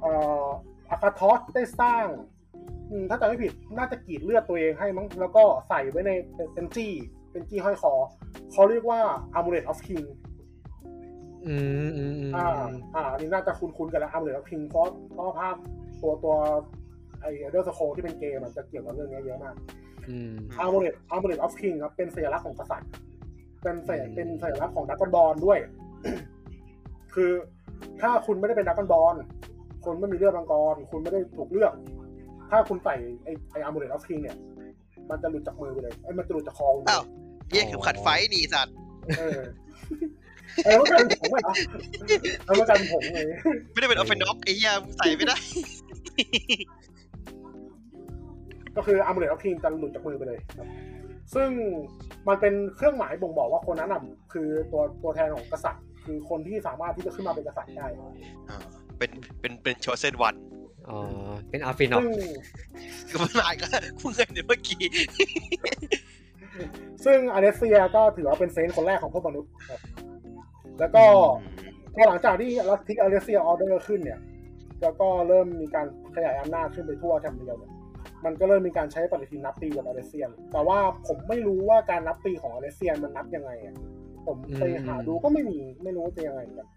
S3: เอ่ออาคาทอสได้สร้างอืมถ้าจำไม่ผิดน่าจะกรีดเลือดตัวเองให้มั้งแล้วก็ใส่ไว้ในเป็นเป็นจี้ เป็นจี้ห้อยคอ เขาเรียกว่า Amulet of King
S1: อืมอืมอืม
S3: อ่าอ่าอันนี้น่าจะคุ้นๆกันแล้ว Amulet of King เพราะเพราะภาพ ตัวตัวไอเดอร์สโคที่เป็นเกมมันจะเกี่ยวกับเรื่องนี้เยอะมาก
S1: อืม
S3: อาร์โมเรตอาร์โมเรตออฟคิงครับเป็นสัญลักษณ์ของกษัตริย์ เป็นสัญ
S1: อืม
S3: เป็นสัญลักษณ์ของดักบอลด้วย คือถ้าคุณไม่ได้เป็นดักบอลคุณไม่มีเลือดมังกร คุณไม่ได้ถูกเลือก ถ้าคุณใส่ไอไออาร์โมเรตออฟคิงเนี่ย มันจะหลุดจากมือไปเลยไอยมันจะหลุดจากคอคุณไปเล
S2: อ้าว
S3: ย
S2: เยี่ยเข็มขัดไฟท์นี่ไอ้สัตว์
S3: เออ เออมันกลายเป็นผงไหมเหรอเออมันกลายเป็นผงเลย
S2: ไม่ได้เป็นออฟเฟนด็อกไอ้เหี้ยใส่ไม่ได้
S3: ก็คืออาร์มเลตออฟทีมจะหลุดจากมือไปเลยครับซึ่งมันเป็นเครื่องหมายบ่งบอกว่าคนนั้นน่ะคือตัวตัวแทนของกษัตริย์ คือคนที่สามารถที่จะขึ้นมาเป็นกษัตริย์ได้
S2: เป็นเป็นเป็นโชเซนวัน
S1: อ๋อ เป็นอัลฟินอ
S3: ซึ่
S1: ก
S3: ง
S2: ก็มันหลายก็เพิ่งเคยเห็นเมื่อกี้
S3: ซึ่งอาเดเซียก็ถือว่าเป็นเซนต์คนแรกของพวกมนุษย์ครับแล้วก็พอหลังจากที่ลัทธิอาเดเซียออเดอร์ขึ้นเนี่ย แล้วก็เริ่มมีการขยายอำนาจขึ้นไปทั่วแทมเดียวเนี่ยมันก็เริ่มมีการใช้ปฏิทินนับปีกับอาเดเซียน แต่ว่าผมไม่รู้ว่าการนับปีของอาเดเซียนมันนับยังไงอะผมไปหาดูก็ไม่มีไม่รู้ว่าจะยังไงเหมือนกัน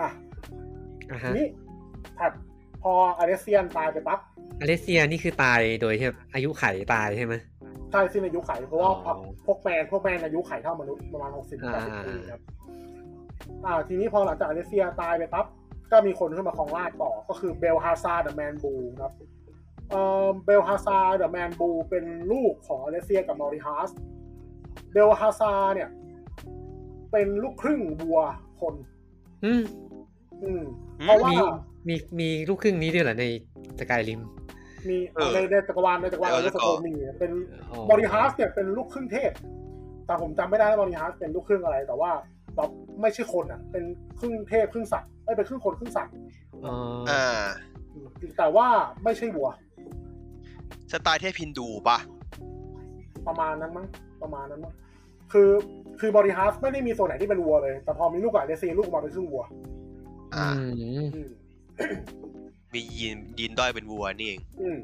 S3: อ่ะ
S1: อ่ะ
S3: ที
S1: ฮะ
S3: นี้ถัดพออาเดเซียนตายไปปั๊บ
S1: อเลเซียนี่คือตายโดยที่แบบอายุไขตายใช่ไหม
S3: ใช่สิ้นอายุไขเพราะว่า
S1: อ๋อ
S3: พวกแมนพวกแมนอายุไขเท่ามนุษย์ประมาณหกสิบแปดสิบ
S1: อ่า
S3: ปีครับอ่า ทีนี้พอหลังจากอาเดเซียตายไปปั๊บก็มีคนขึ้นมาครองราชย์ต่อก็คือเบลฮาซาเดอะแมนบูครับเอ่อเบลฮาซาเดอะแมนบูเป็นลูกของอาเดเซียกับมอริฮัสเบลฮาซาเนี่ย เป็นลูกครึ่งวัวคน
S1: อืม
S3: อืมเพราะว่า
S1: มีมีมีลูกครึ่งนี้ด้วยเหรอในสกายริม
S3: มีในในจักรวาลในจักรวาลอาเดเซียมีเป็น บริฮาร์สเนี่ยเป็นลูกครึ่งเทพ แต่ผมจำไม่ได้ว่าบริฮาร์สเป็นลูกครึ่งอะไร แต่ว่าแบบไม่ใช่คนอ่ะ เป็นครึ่งเทพครึ่งสัตว์เอ้ยเป็นครึ่งคนครึ่งสัตว์
S1: อ๋อ
S2: อ่า
S3: อืมแต่ว่าไม่ใช่วัว
S2: สไตล์เทพฮินดูปะ
S3: ประมาณนั้นมั้ง ประมาณนั้นมั้ง คือคือบริฮาร์สไม่ได้มีส่วนไหนที่เป็นวัวเลย แต่พอมีลูกกับเลเซียลูกออกมาเป็นครึ่งวัว
S2: อ่า
S1: ม
S3: อืม
S2: มียีนยีนด้อยเป็นวัวนี่เอง
S3: อืม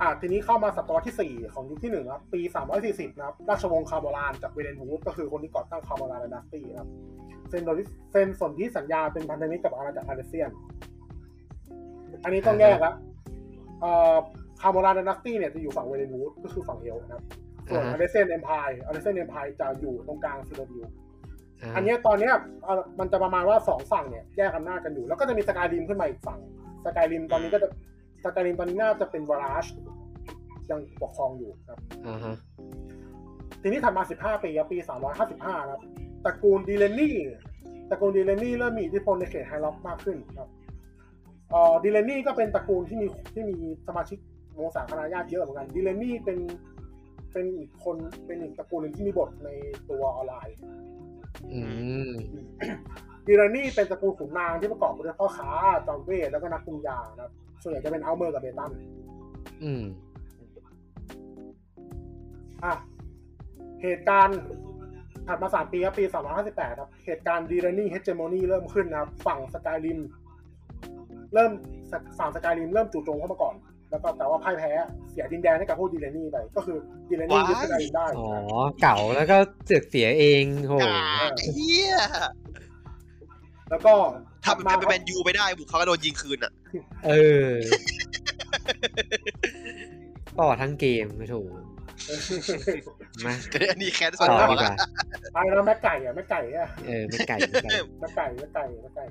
S3: อ่าทีนี้เข้ามาศตวรรษที่สี่ของยุคที่หนึ่งครับปีสามร้อยสี่สิบนะครับ ราชวงศ์คาร์โบรานจากเวเดนวูดก็คือคนที่ก่อตั้งคาร์โบรานดานาสตี้นะครับเซ็นโดยเซ็นสนธิสัญญาเป็นพันธมิตรกับอาณาจักรอาเลเซียน อันนี้ต้องแยกละเอ่อคาร์โบรานดานาสตี้เนี่ยจะอยู่ฝั่งเวเดนวูดก็คือฝั่งเอลนะครับ ส่วนอาเลเซียนเอ็มพายอาเลเซียนเอ็มพายจะอยู่ตรงกลางซิโดดิว
S1: า
S3: อันเนี้ยตอนเนี้ยเอ่อมันจะประมาณว่าสองฝั่งเนี่ยแยกอำนาจกันอยู่ แล้วก็จะมีสกายริมขึ้นมาอีกฝั่งสกายริมตอนนี้ก็จะสกายริมตอนนี้น่าจะเป็นวาราชยังปกครองอยู่ครับ
S1: อ่าฮะ
S3: ทีนี้ถัดมา 15 ปีครับปี 355 ครับตระกูลดีเลนนี่ตระกูลดีเลนนี่เริ่มมีอิทธิพลในเขตไฮล็อกมากขึ้นครับเอ่อดีเลนนี่ก็เป็นตระกูลที่มีที่มีสมาชิกวงศาคณะญาติเยอะเหมือนกันดีเลนนี่เป็นเป็นอีกคนเป็นอีกตระกูลหนึ่งที่มีบทในตัวออนไลน์
S1: อืม
S3: ดีรานี่เป็นตระกูลขุนนางที่ประกอบไปด้วยพ่อค้าจอมเวทแล้วก็นักปรุงยานะครับส่วนใหญ่จะเป็นเอาเมอร์กับเบตัน
S1: อืม
S3: อ่ะเหตุการณ์ถัดมาสามปีครับปี 358 ครับ เหตุการณ์ดีรานี่เฮจ e ม o นีเริ่มขึ้นนะครับ ฝั่งสกายริม เริ่มฝั่งสกายริมเริ่มจู่โจมเข้ามาก่อน แล้วก็แต่ว่าพ่ายแพ้เสียดินแดนให้กับพวกดีรานี่ไป ก็คือดีรานี่ยึดสกายริมได้
S1: อ๋อเก่าแล้วก็เสือกเสียเองโห
S2: กาไอ้เหี้ย
S3: แล้วก็
S2: ทำทำเป็นแมนยูไปได้บุกเขาก็โดนยิงคืนอ่ะ
S1: เออต่อทั้งเกมไม่ถูกมา
S2: แต่อันนี้แค้นส่
S1: ต่
S2: วน
S1: อ
S2: ตัว
S1: ดีกว่า
S3: ไอ้ แล้วแม่ไก่อะแม่ไก่อะ
S1: เออไม่ไก่ไม่ไก่
S3: นักไก่นักไก่นักไก่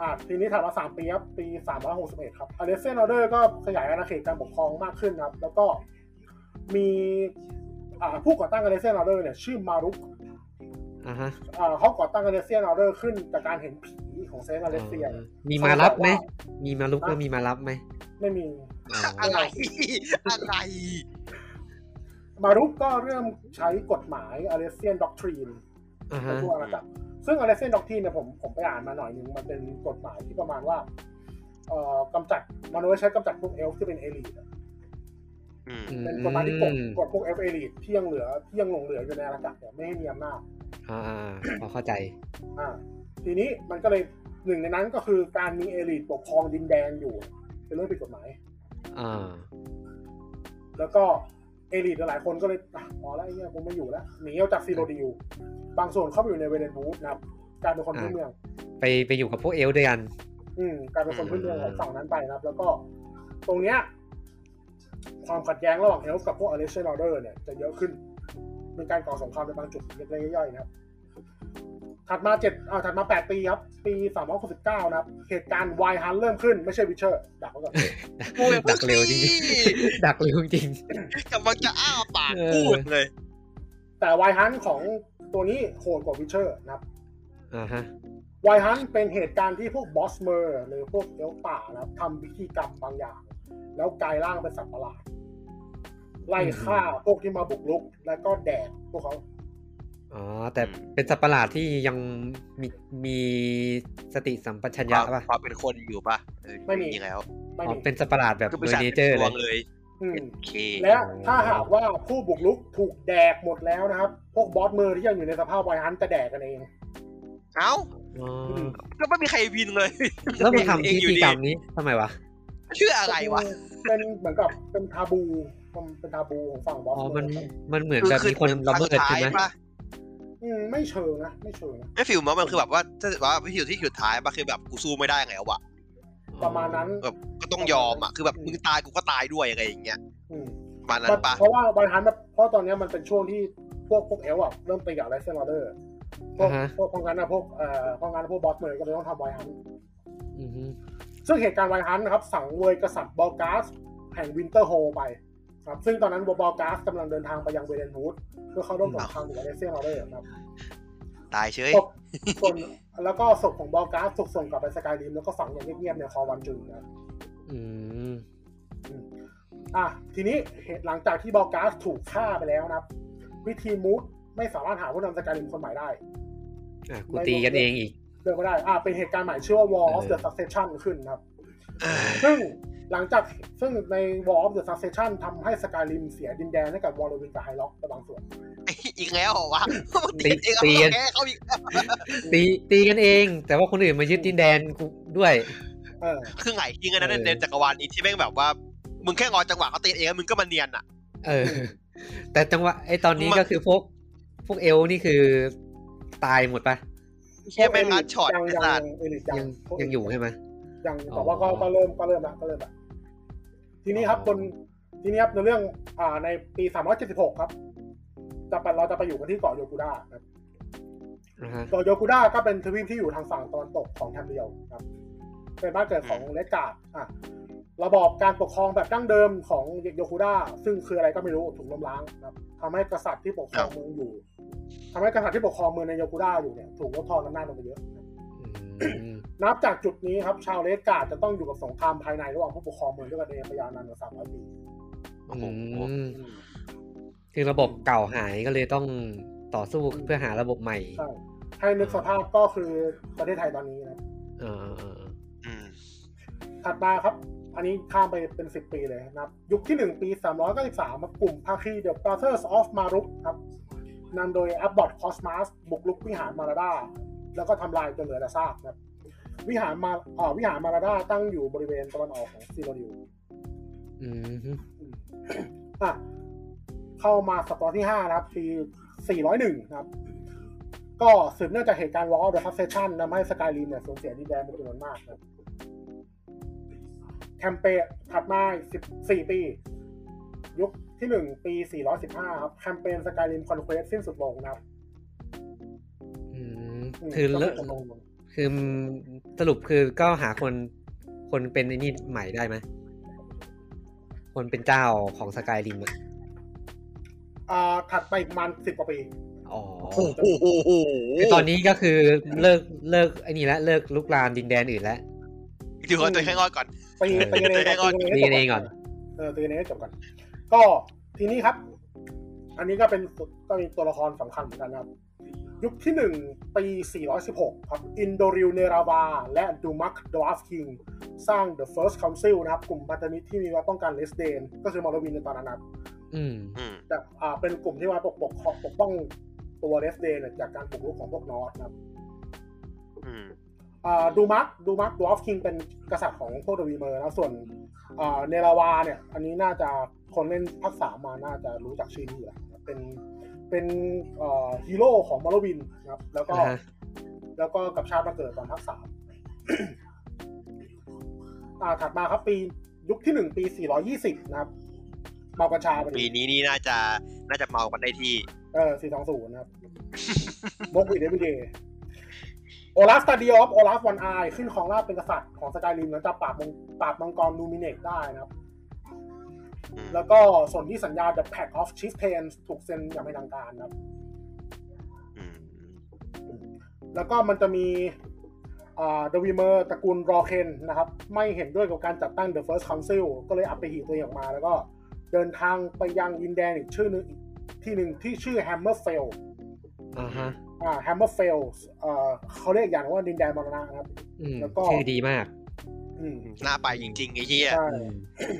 S3: อ่าทีนี้ถัดมาสามปีครับ ปีสามร้อยหกสิบเอ็ดครับอเลเซนออเดอร์ก็ขยายอาณาเขตการปกครองมากขึ้นครับ แล้วก็มีอ่าผู้ก่อตั้งอเลเซนออเดอร์เนี่ย ชื่อมารุก
S1: อ่าฮะ
S3: อ่าเขาก่อตั้งอเลเซนออเดอร์ขึ้นจากการเห็นผีของเซนอเลเซียน
S1: มีมารับไหมมีมาลุกแล้วมีมารับไหม
S3: ไม่มี
S1: อ๋อ
S2: อะไร อะไร
S3: มารุกก็เริ่มใช้กฎหมายอเลเซียนด็อกทรีน
S1: อ่า
S3: ใน
S1: ฮะ
S3: ทั่วอาณาจักรซึ่งอเลเซนด็อกทีนเนี่ยผมผมไปอ่านมาหน่อยนึง มันเป็นกฎหมายที่ประมาณว่าเอ่อกำจัดมนุษย์ใช้กำจัดพวกเอลฟ์ที่เป็นเอลิทอะ
S2: อืม
S1: อืม
S3: เป็นกฎหมายที่กดกดพวกเอลฟ์เอลิทที่ยังเหลือที่ยังหลงเหลืออยู่ในอาณาจักรเนี่ยไม่ให้มีอำนาจ
S1: อ่าอ่าพอเข้าใจ
S3: อ่า ทีนี้มันก็เลยหนึ่งในนั้นก็คือการมีเอลิทปกครองดินแดนอยู่ เป็นเรื่องผิดกฎหมาย
S1: อ่า
S3: แล้วก็เอลิทหลายๆคนก็เลยอ่ะพอแล้วไอ้เนี่ยผมไม่อยู่แล้วหนีออกจากซีโรดิวบางส่วนเข้าไปอยู่ในเวเดนบูธนะครับกลารเป็นคนที่เมือง
S1: ไปไปอยู่กับพวกเอลฟ์ด้วยกัน
S3: อืมกลายเป็นคนพื้นเมืองของฝั่งนั้นไปนะครับ แล้วก็ตรงเนี้ย ความขัดแย้งระหว่างเฮลฟ์กับพวกอเลสเซนอร์เดอร์เนี่ยจะเยอะขึ้น เป็นการก่อสงครามในบางจุดเล็กๆย่อยๆนะครับ ถัดมาเจ็ดอ่าถัดมาแปดปีครับ ปีสามร้อยหกสิบเก้านะครับ เหตุการณ์ไวฮันเริ่มขึ้นไม่ใช่วิเชอร์ดักไว้ก่อน
S1: ดักเร็วจริงๆดักเร็วจริง
S2: กำลังจะอ้าปากพูดเลย
S3: แต่ไวฮันของตัวนี้โหดกว่าวิเชอร์นะครับ
S1: อ่าฮะ
S3: ไวฮันเป็นเหตุการณ์ที่พวกบอสเมอร์หรือพวกเอลป่านะครับทำพิธีกรรมบางอย่าง แล้วกลายร่างเป็นสัตว์ประหลาด ไล่ฆ่าพวกที่มาบุกรุก แล้วก็แดกพวกเขา
S1: อ๋อ แต่
S2: อืม
S1: เป็นสัตว์ประหลาดที่ยังมีมีสติสัมปชัญญะป่ะ
S2: ความเป็นคนอยู่ป่ะเออ
S3: ไม่มี
S2: จริงแล้ว
S3: ไม่
S1: อ๋อ
S3: มี
S1: เป็นสัตว์ประหลาดแบบ
S2: คือ
S1: โด
S2: ป็น
S1: ย
S2: สัตว์
S1: เน
S2: ป็น
S1: เจอร์
S2: พ
S1: เล
S2: วย งเลย
S3: อืม
S2: โอเค
S3: และถ้าหากว่าผู้บุกรุกถูกแดกหมดแล้วนะครับ พวกบอสเมอร์ที่ยังอยู่ในสภาพไวฮันจะแดกกันเอง
S2: เอ้า
S1: อ๋อ
S3: อืม
S2: ก็ไม่มีใครวินเลย
S1: แล้วมันทำ
S2: เอ
S1: พิ
S2: งอยู่
S1: ธี
S2: ดี
S1: กรรมนี้ทำไมวะ
S2: ชื่ออะไรวะ
S3: เป็นเหมือนกับเป็นทาบูเป็นทาบูของฝั่งบอ
S1: อ๋
S3: ส
S1: อ
S3: เมอร์
S1: มันมันเหมือนแบบมีคนละเมิดใช่ไหม
S3: อืมไม่เชิงนะไม่เชิงนะ
S2: ไม่ฟิลมั้งมันคือแบบว่าถ้าแบบว่าวิธีที่สุดท้ายป่ะคือแบบกูสู้ไม่ได้แล้วอะ
S3: ประมาณนั้น
S2: แบบก็ต้องยอมอะคือแบบมึงตายกูก็ตายด้วยอะไรอย่างเงี้ย
S3: อืม
S2: ประมาณนั้นป่ะ
S3: เพราะว่าบริหารแบบเพราะตอนเนี้ยมันเป็นช่วงที่พวกพวกเอลอะเริ่มตีกับไรเซนออเดอร์พวก
S1: อ่าฮะ
S3: พวกพวกงั้นนะพวกเอ่อพวกงั้นนะพวกบอสเมย์ก็เลยต้องทำบริหาร
S1: อือฮึ
S3: ซึ่งเหตุการณ์บริหารนะครับ สั่งเวยกษัตริย์บอลกาสแห่งวินเตอร์โฮไปครับซึ่งตอนนั้นบอลกาสกำลังเดินทางไปยังเวเดนฮูดเพื่อเข้าร่วมสงครามกับไรเซนออเดอร์ครับ
S2: ตายเฉย
S3: ศพส่วนแล้วก็ศพของบอลกาสถูกส่งกลับไปสกายริมแล้วก็ฝังอย่างเงียบๆในคลองวันจุนนะครับ
S1: อืม
S3: อ่ะทีนี้เหตุหลังจากที่บอลกาสถูกฆ่าไปแล้วนะครับ วิธีมูดไม่สามารถหาผู้นำสกายริมคนใหม่ได้
S1: อ่ะ กูตีกันเองอีก
S3: เลือกไม่ได้ อ่า เป็นเหตุการณ์ใหม่ชื่อว่า War of the
S1: เออ
S3: Succession ขึ้นนะครับ ซึ่งหลังจาก ซึ่งใน War of the Succession ทำให้สกายริมเสียดินแดนให้กับวอลวินกับไฮล็อกแต่บางส่วน
S2: อีกแล้วเหรอวะมึง
S1: ตี
S2: ติดเอง
S1: ตี
S2: เอาแกเขาอีก
S1: ตีตีกันเอง แต่ว่าคนอื่นมายึดดินแดนกูด้วย
S3: เออ
S2: คือไงยิงกัน
S1: เอ
S2: นะ
S1: อ
S2: เดนจักรวาลอีกที่แม่งแบบว่า มึงแค่งอจังหวะเขาตีเองแล้วมึงก็มาเนียนอ่ะ
S1: เอ อ แต่จังหวะไอ้ตอนนี้
S2: มัน
S1: ก็คือพวก พวกเอลนี่คือตายหมดปะ
S2: แค่แม่งรัดช็อต
S3: ยัง
S2: ไอ้
S3: ยัง
S2: สัตว์
S3: เอลิทยัง
S1: ยังยังอยู่ใช่ไหม
S3: ยัง
S1: อ๋อ
S3: แต่ว่าก็ก็เริ่มก็เริ่มละก็เริ่มละทีนี้ครับ
S1: อ๋อ
S3: บนทีนี้ครับในเรื่อง อ่า ในปี 376 ครับจะไปเราจะไปอยู่กันที่เกาะโยกูด้านะครับ
S1: อ่าฮะ
S3: เกาะโยกูด้าก็เป็นทวีปที่อยู่ทางฝั่งตะวันตกของแทมเบียวครับ เป็นบ้านเกิดของเลกาดอ่ะ ระบอบการปกครองแบบดั้งเดิมของโยคูด้าซึ่งคืออะไรก็ไม่รู้ถูกล้มล้างนะครับทำให้กษัตริย์ที่ปกครองเมืองอยู่ทำให้กษัตริย์ที่ปกครองเมืองในโยคูด้าอยู่เนี่ยถูกลดทอนอำนาจลงไปเยอะนะครับ
S1: อืม
S3: นับจากจุดนี้ครับ ชาวเลสการ์ดจะต้องอยู่กับสงครามภายในระหว่างผู้ปกครองเมืองด้วยกันเองไปยาวนานกว่าสามร้อยปี
S2: โอ้โห
S1: อืม คือระบบเก่าหายก็เลยต้องต่อสู้เพื่อหาระบบใหม่
S3: ใช่ให้นึกสภาพก็คือประเทศไทยตอนนี้นะ
S1: เออ
S2: อืม
S3: ถัดมาครับ อันนี้ข้ามไปเป็นสิบปีเลยนะครับ ยุคที่หนึ่งปีสามร้อยเก้าสิบสามกลุ่มภาคี The Brothers of Maruk ครับนำโดย Abbot Cosmas บุกลุกวิหารมาราดา แล้วก็ทำลายจนเหลือแต่ซากนะครับ วิหารมาเอ่อวิหารมาราดาตั้งอยู่บริเวณตะวันออกของซีโรดิว
S1: อืม
S3: อ่ะเข้ามาสัปดาห์ที่ 5 นะครับ ปี 401 นะครับ ก็สืบเนื่องจากเหตุการณ์ War of the Succession ทำให้สกายลีนเนี่ยสูญเสียดินแดนเป็นจำนวนมากนะครับแคมเปญถัดมาอีก14 ปี ยุคที่ 1 ปี 415 ครับ แคมเปญสกายลีนคอนเควสสิ้นสุดลงนะครับ
S1: อืม
S3: ม
S1: คือเลิก
S3: ก็สิ้นสุดง
S1: คือสรุปคือก็หาคนคนเป็นไอ้นี่ใหม่ได้ไหมคนเป็นเจ้าของสกายริมอะ
S3: อ่าถัดไปอีกประมันสิบกว่าปี
S1: อ๋อ
S2: โอ้โหโอ้โห
S1: คือตอนนี้ก็คือเลิกเลิกไอ้นี่แล้วเลิกลุกลามดินแดนอื่นแล้ว
S2: เดี๋ยวขอตัวแค่งอก่อน
S3: ตี
S1: เออ
S3: ตีกันเองก่อน
S1: ตีกันเองก่อน
S3: เออตีกันเองให้จบก่อน ก็ทีนี้ครับ อันนี้ก็เป็นก็มีตัวละครสำคัญเหมือนกันนะครับ ยุคที่หนึ่งปี 416 ครับ อินโดริวเนราวา และดูมักดวาฟคิง สร้าง The First Council นะครับ กลุ่มพัฒนิตที่มีไว้ป้องกันเลสเดน ก็คือมอร์วินในตอนนั้นนะครับ
S1: อืม
S2: อืม
S3: แต่อ่าเป็นกลุ่มที่ไว่าปกปกปกป้องตัวเลสเดนจากการบุกรุกของพวกนอร์สนะครับ
S2: อืม
S3: อ่าดูมักดูมักดวอฟคิงเป็นกษัตริย์ของพวกเดวีเมอร์นะส่วนอ่าเนราวาเนี่ย อันนี้น่าจะคนเล่นภาคสามมาน่าจะรู้จักชื่อนี้อยู่แล้วนะเป็นเป็นเอ่อฮีโร่ของมาโลวินนะครับ แล้วก็
S1: อ่าฮะ
S3: แล้วก็กับชาติมาเกิดตอนภาคสาม อ่าถัดมาครับปียุคที่หนึ่งปี 420 นะครับเมากัญชา
S2: ปีนี้นี่น่าจะน่าจะเมากันได้ที่
S3: เออ420 นะครับโมกุยเดวิเดโอลาฟสตาดิออฟโอลาฟวันอายขึ้นของราชเป็นกษัตริย์ของสกายริมหลังจากปราบมังปราบมังกรลูมิเนตได้นะครับ
S2: อืม
S3: แล้วก็ส่วนที่สัญญา The Pact of Chieftains ถูกเซ็นอย่างเป็นทางการนะครับ
S2: อืม
S3: แล้วก็มันจะมีเดวีเมอร์ตระกูลรอเคนนะครับ ไม่เห็นด้วยกับการจัดตั้ง The First Council ก็เลยอัปไปหีตัวเองออกมา แล้วก็เดินทางไปยังดินแดนอีกชื่อหนึงอีกที่หนึ่งที่ชื่อ Hammerfell
S1: อ่าฮะ
S3: อ่า Hammerfell เอ่อเขาเรียกอย่างว่าดินแดนมรณะนะครับ
S1: อืม
S3: แล้วก็
S1: ชื่อดีมาก
S3: อืม
S2: น่าไปจริงๆไอ้เหี้ย
S3: ใช่
S1: อืม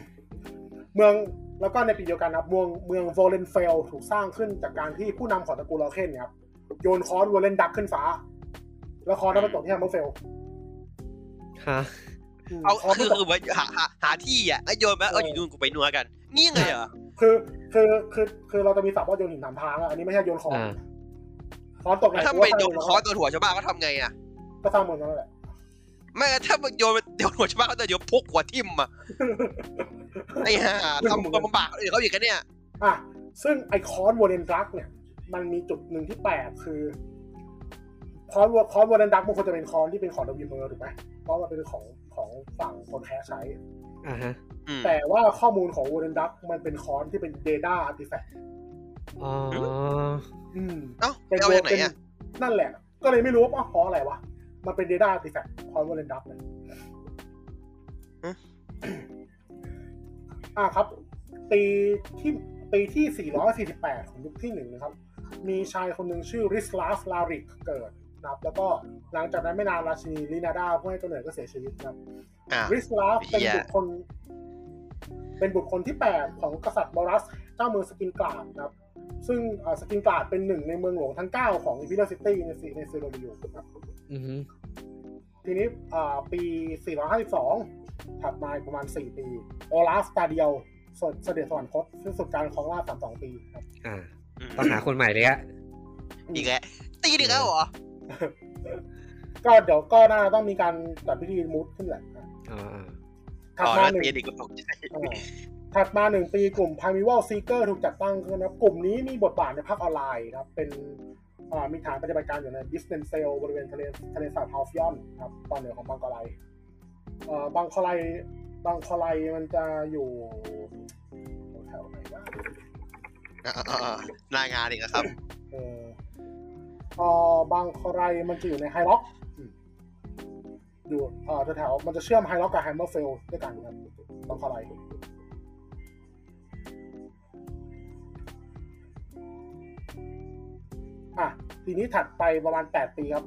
S3: เมืองแล้วก็ในปีเดียวกันนะครับ เมืองเมืองโวเลนเฟลถูกสร้างขึ้นจากการที่ผู้นำของตระกูลรอเคนเนี่ยครับโยนค้อนวอลเลนดักขึ้นฟ้า แล้วค้อนนั้นไปตกที่ Hammerfell
S1: ฮะ
S3: ม
S2: เอา
S3: ค้น
S2: คือ
S3: มั
S2: น
S3: ตก
S2: คือแบบหาหาหาที่อ่ะแล้วโยนมาเอออยู่นู่นกูไปนัวกันนี่ไงเหรอ
S3: คือคือคือคือเราจะมีศัพท์ว่าโยนหินถามทางอะอันนี้ไม่ใช่โยนของ
S1: อ่า
S3: ค้อนตก
S2: แล้วถ้าไปโยนคอตัวหัวชาวบ้านก็ทำไงอ่ะ
S3: ก็สร้างเมืองนั่นแหละ
S2: ไม่งั้นถ้ามึงโยนเดี๋ยวหัวชาวบ้านเขาจะเดี๋ยวพกหัวทิ่ม อ่ะไอ้ห่าทำความลำบากคนอื่นเขาอีกกันเนี่ย
S3: อ่ะซึ่งไอคอนวอร์เรนดักเนี่ย มันมีจุดหนึ่งที่แปลกคือคอนวอร์คอนวอร์เรนดักมันควรจะเป็นคอนที่เป็นของดวีเมอร์ถูกไหมเพราะมันเป็นของของฝั่งคนแท้ใช้
S1: อ่าฮะ
S2: อืม
S3: แต่ว่าข้อมูลของวอร์เรนดักมันเป็นคอนที่เป็น Data Artifact
S1: อ๋อ
S3: อืม
S2: เอ้าไปเอาจากไหนอ่ะ
S3: เป็นนั่นแหละ ก็เลยไม่รู้ว่าเพราะอะไรวะ มันเป็น Data Artifact คอนวอร์เรนดักเนี่ยอ่ะครับ ปีที่ปีที่ 448 ของยุคที่หนึ่งนะครับ มีชายคนหนึ่งชื่อริสลาฟลาริกเกิดนะครับแล้วก็หลังจากนั้นไม่นานราชินีลินาดาผู้ให้กำเนิดก็เสียชีวิตนะครับ
S2: อ่ะ
S3: ริสลาฟเป็น
S2: เหี้ย
S3: บุคคล เป็นบุคคลที่ 8 ของกษัตริย์บอรัส เจ้าเมืองสกินกราดนะครับ ซึ่งเอ่อสกินกราดเป็นหนึ่งในเมืองหลวงทั้ง 9 ของอิมพีเรียลซิตี้ในซีในซีโรเบียครับ
S1: อือฮึ
S3: ทีนี้อ่าปี 452 ถัดมาอีกประมาณ 4 ปี โอลาฟตาเดียวสดเสด็จสวรรคตสิ้นสุดการครองราชย์32 ปีครับ
S1: อ่า
S2: อืม
S1: ต้องหาคนใหม่เลยอะ
S2: อีกแล้วตีอีกแล้วเหรอ
S3: ก็เดี๋ยวก็น่าต้องมีการจัดพิธีมูดขึ้นแหละครับ
S1: อ๋ออ่า
S3: ถัด
S2: อ๋อ
S3: มา
S2: แล้ว
S3: หนึ่ง
S2: ตีอีกก็ตกใจ
S3: อ่าถัดมาหนึ่งปีกลุ่ม Primeval Seeker ถูกจัดตั้งขึ้นนะครับ กลุ่มนี้มีบทบาทในภาคออนไลน์นะครับ เป็นอ่ามีฐานปฏิบัติการอยู่ในบิสเนนเซลบริเวณทะเลทะเลสาบฮาฟยอนครับตอนเหนือของบางกอไลเอ่อบางกอไลบางกอไลมันจะอยู่แถวไหนวะ
S2: อ่ะอ่ะอ่ะหนางานอีกแล้ว ครับ
S3: เออเอ่อบางกอไลมันจะอยู่ในไฮล็อกอยู่เอ่อแถวๆมันจะเชื่อมไฮล็อกกับแฮมเมอร์เฟลด้วยกันครับบางกอไล อ่ะทีนี้ถัดไปประมาณ 8 ปีครับ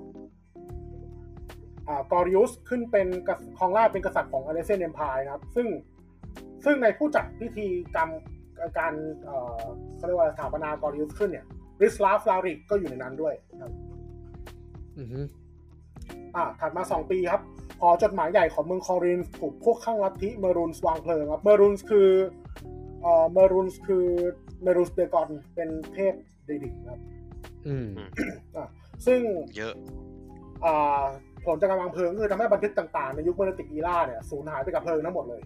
S3: อ่ากอริอุสขึ้นเป็นกษัตริย์ครองราชย์เป็นกษัตริย์ของอเลเซียนเอ็มพายนะครับ ซึ่งซึ่งในผู้จัดพิธีกรรมการเอ่อเขาเรียกว่าสถาปนากอริอุสขึ้นเนี่ยริสลาฟลาริกก็อยู่ในนั้นด้วยนะครับ
S1: อือฮึ
S3: อ่าถัดมา 2 ปีครับหอจดหมายใหญ่ของเมืองคอรินธ์ถูกพวกข้างลัทธิเมรุนส์วางเพลิงครับเมรุนส์คือเอ่อเมรุนส์คือเมรุนส์เดกอนเป็นเทพเดดิกนะครับ
S1: อืม
S3: อ่าซึ่ง
S2: เยอะ
S3: อ่าผลจากการวางเพลิงก็คือทำให้บันทึกต่างๆ ในยุคเมลติกอีล่าเนี่ยสูญหายไปกับเพลิงทั้งหมดเลย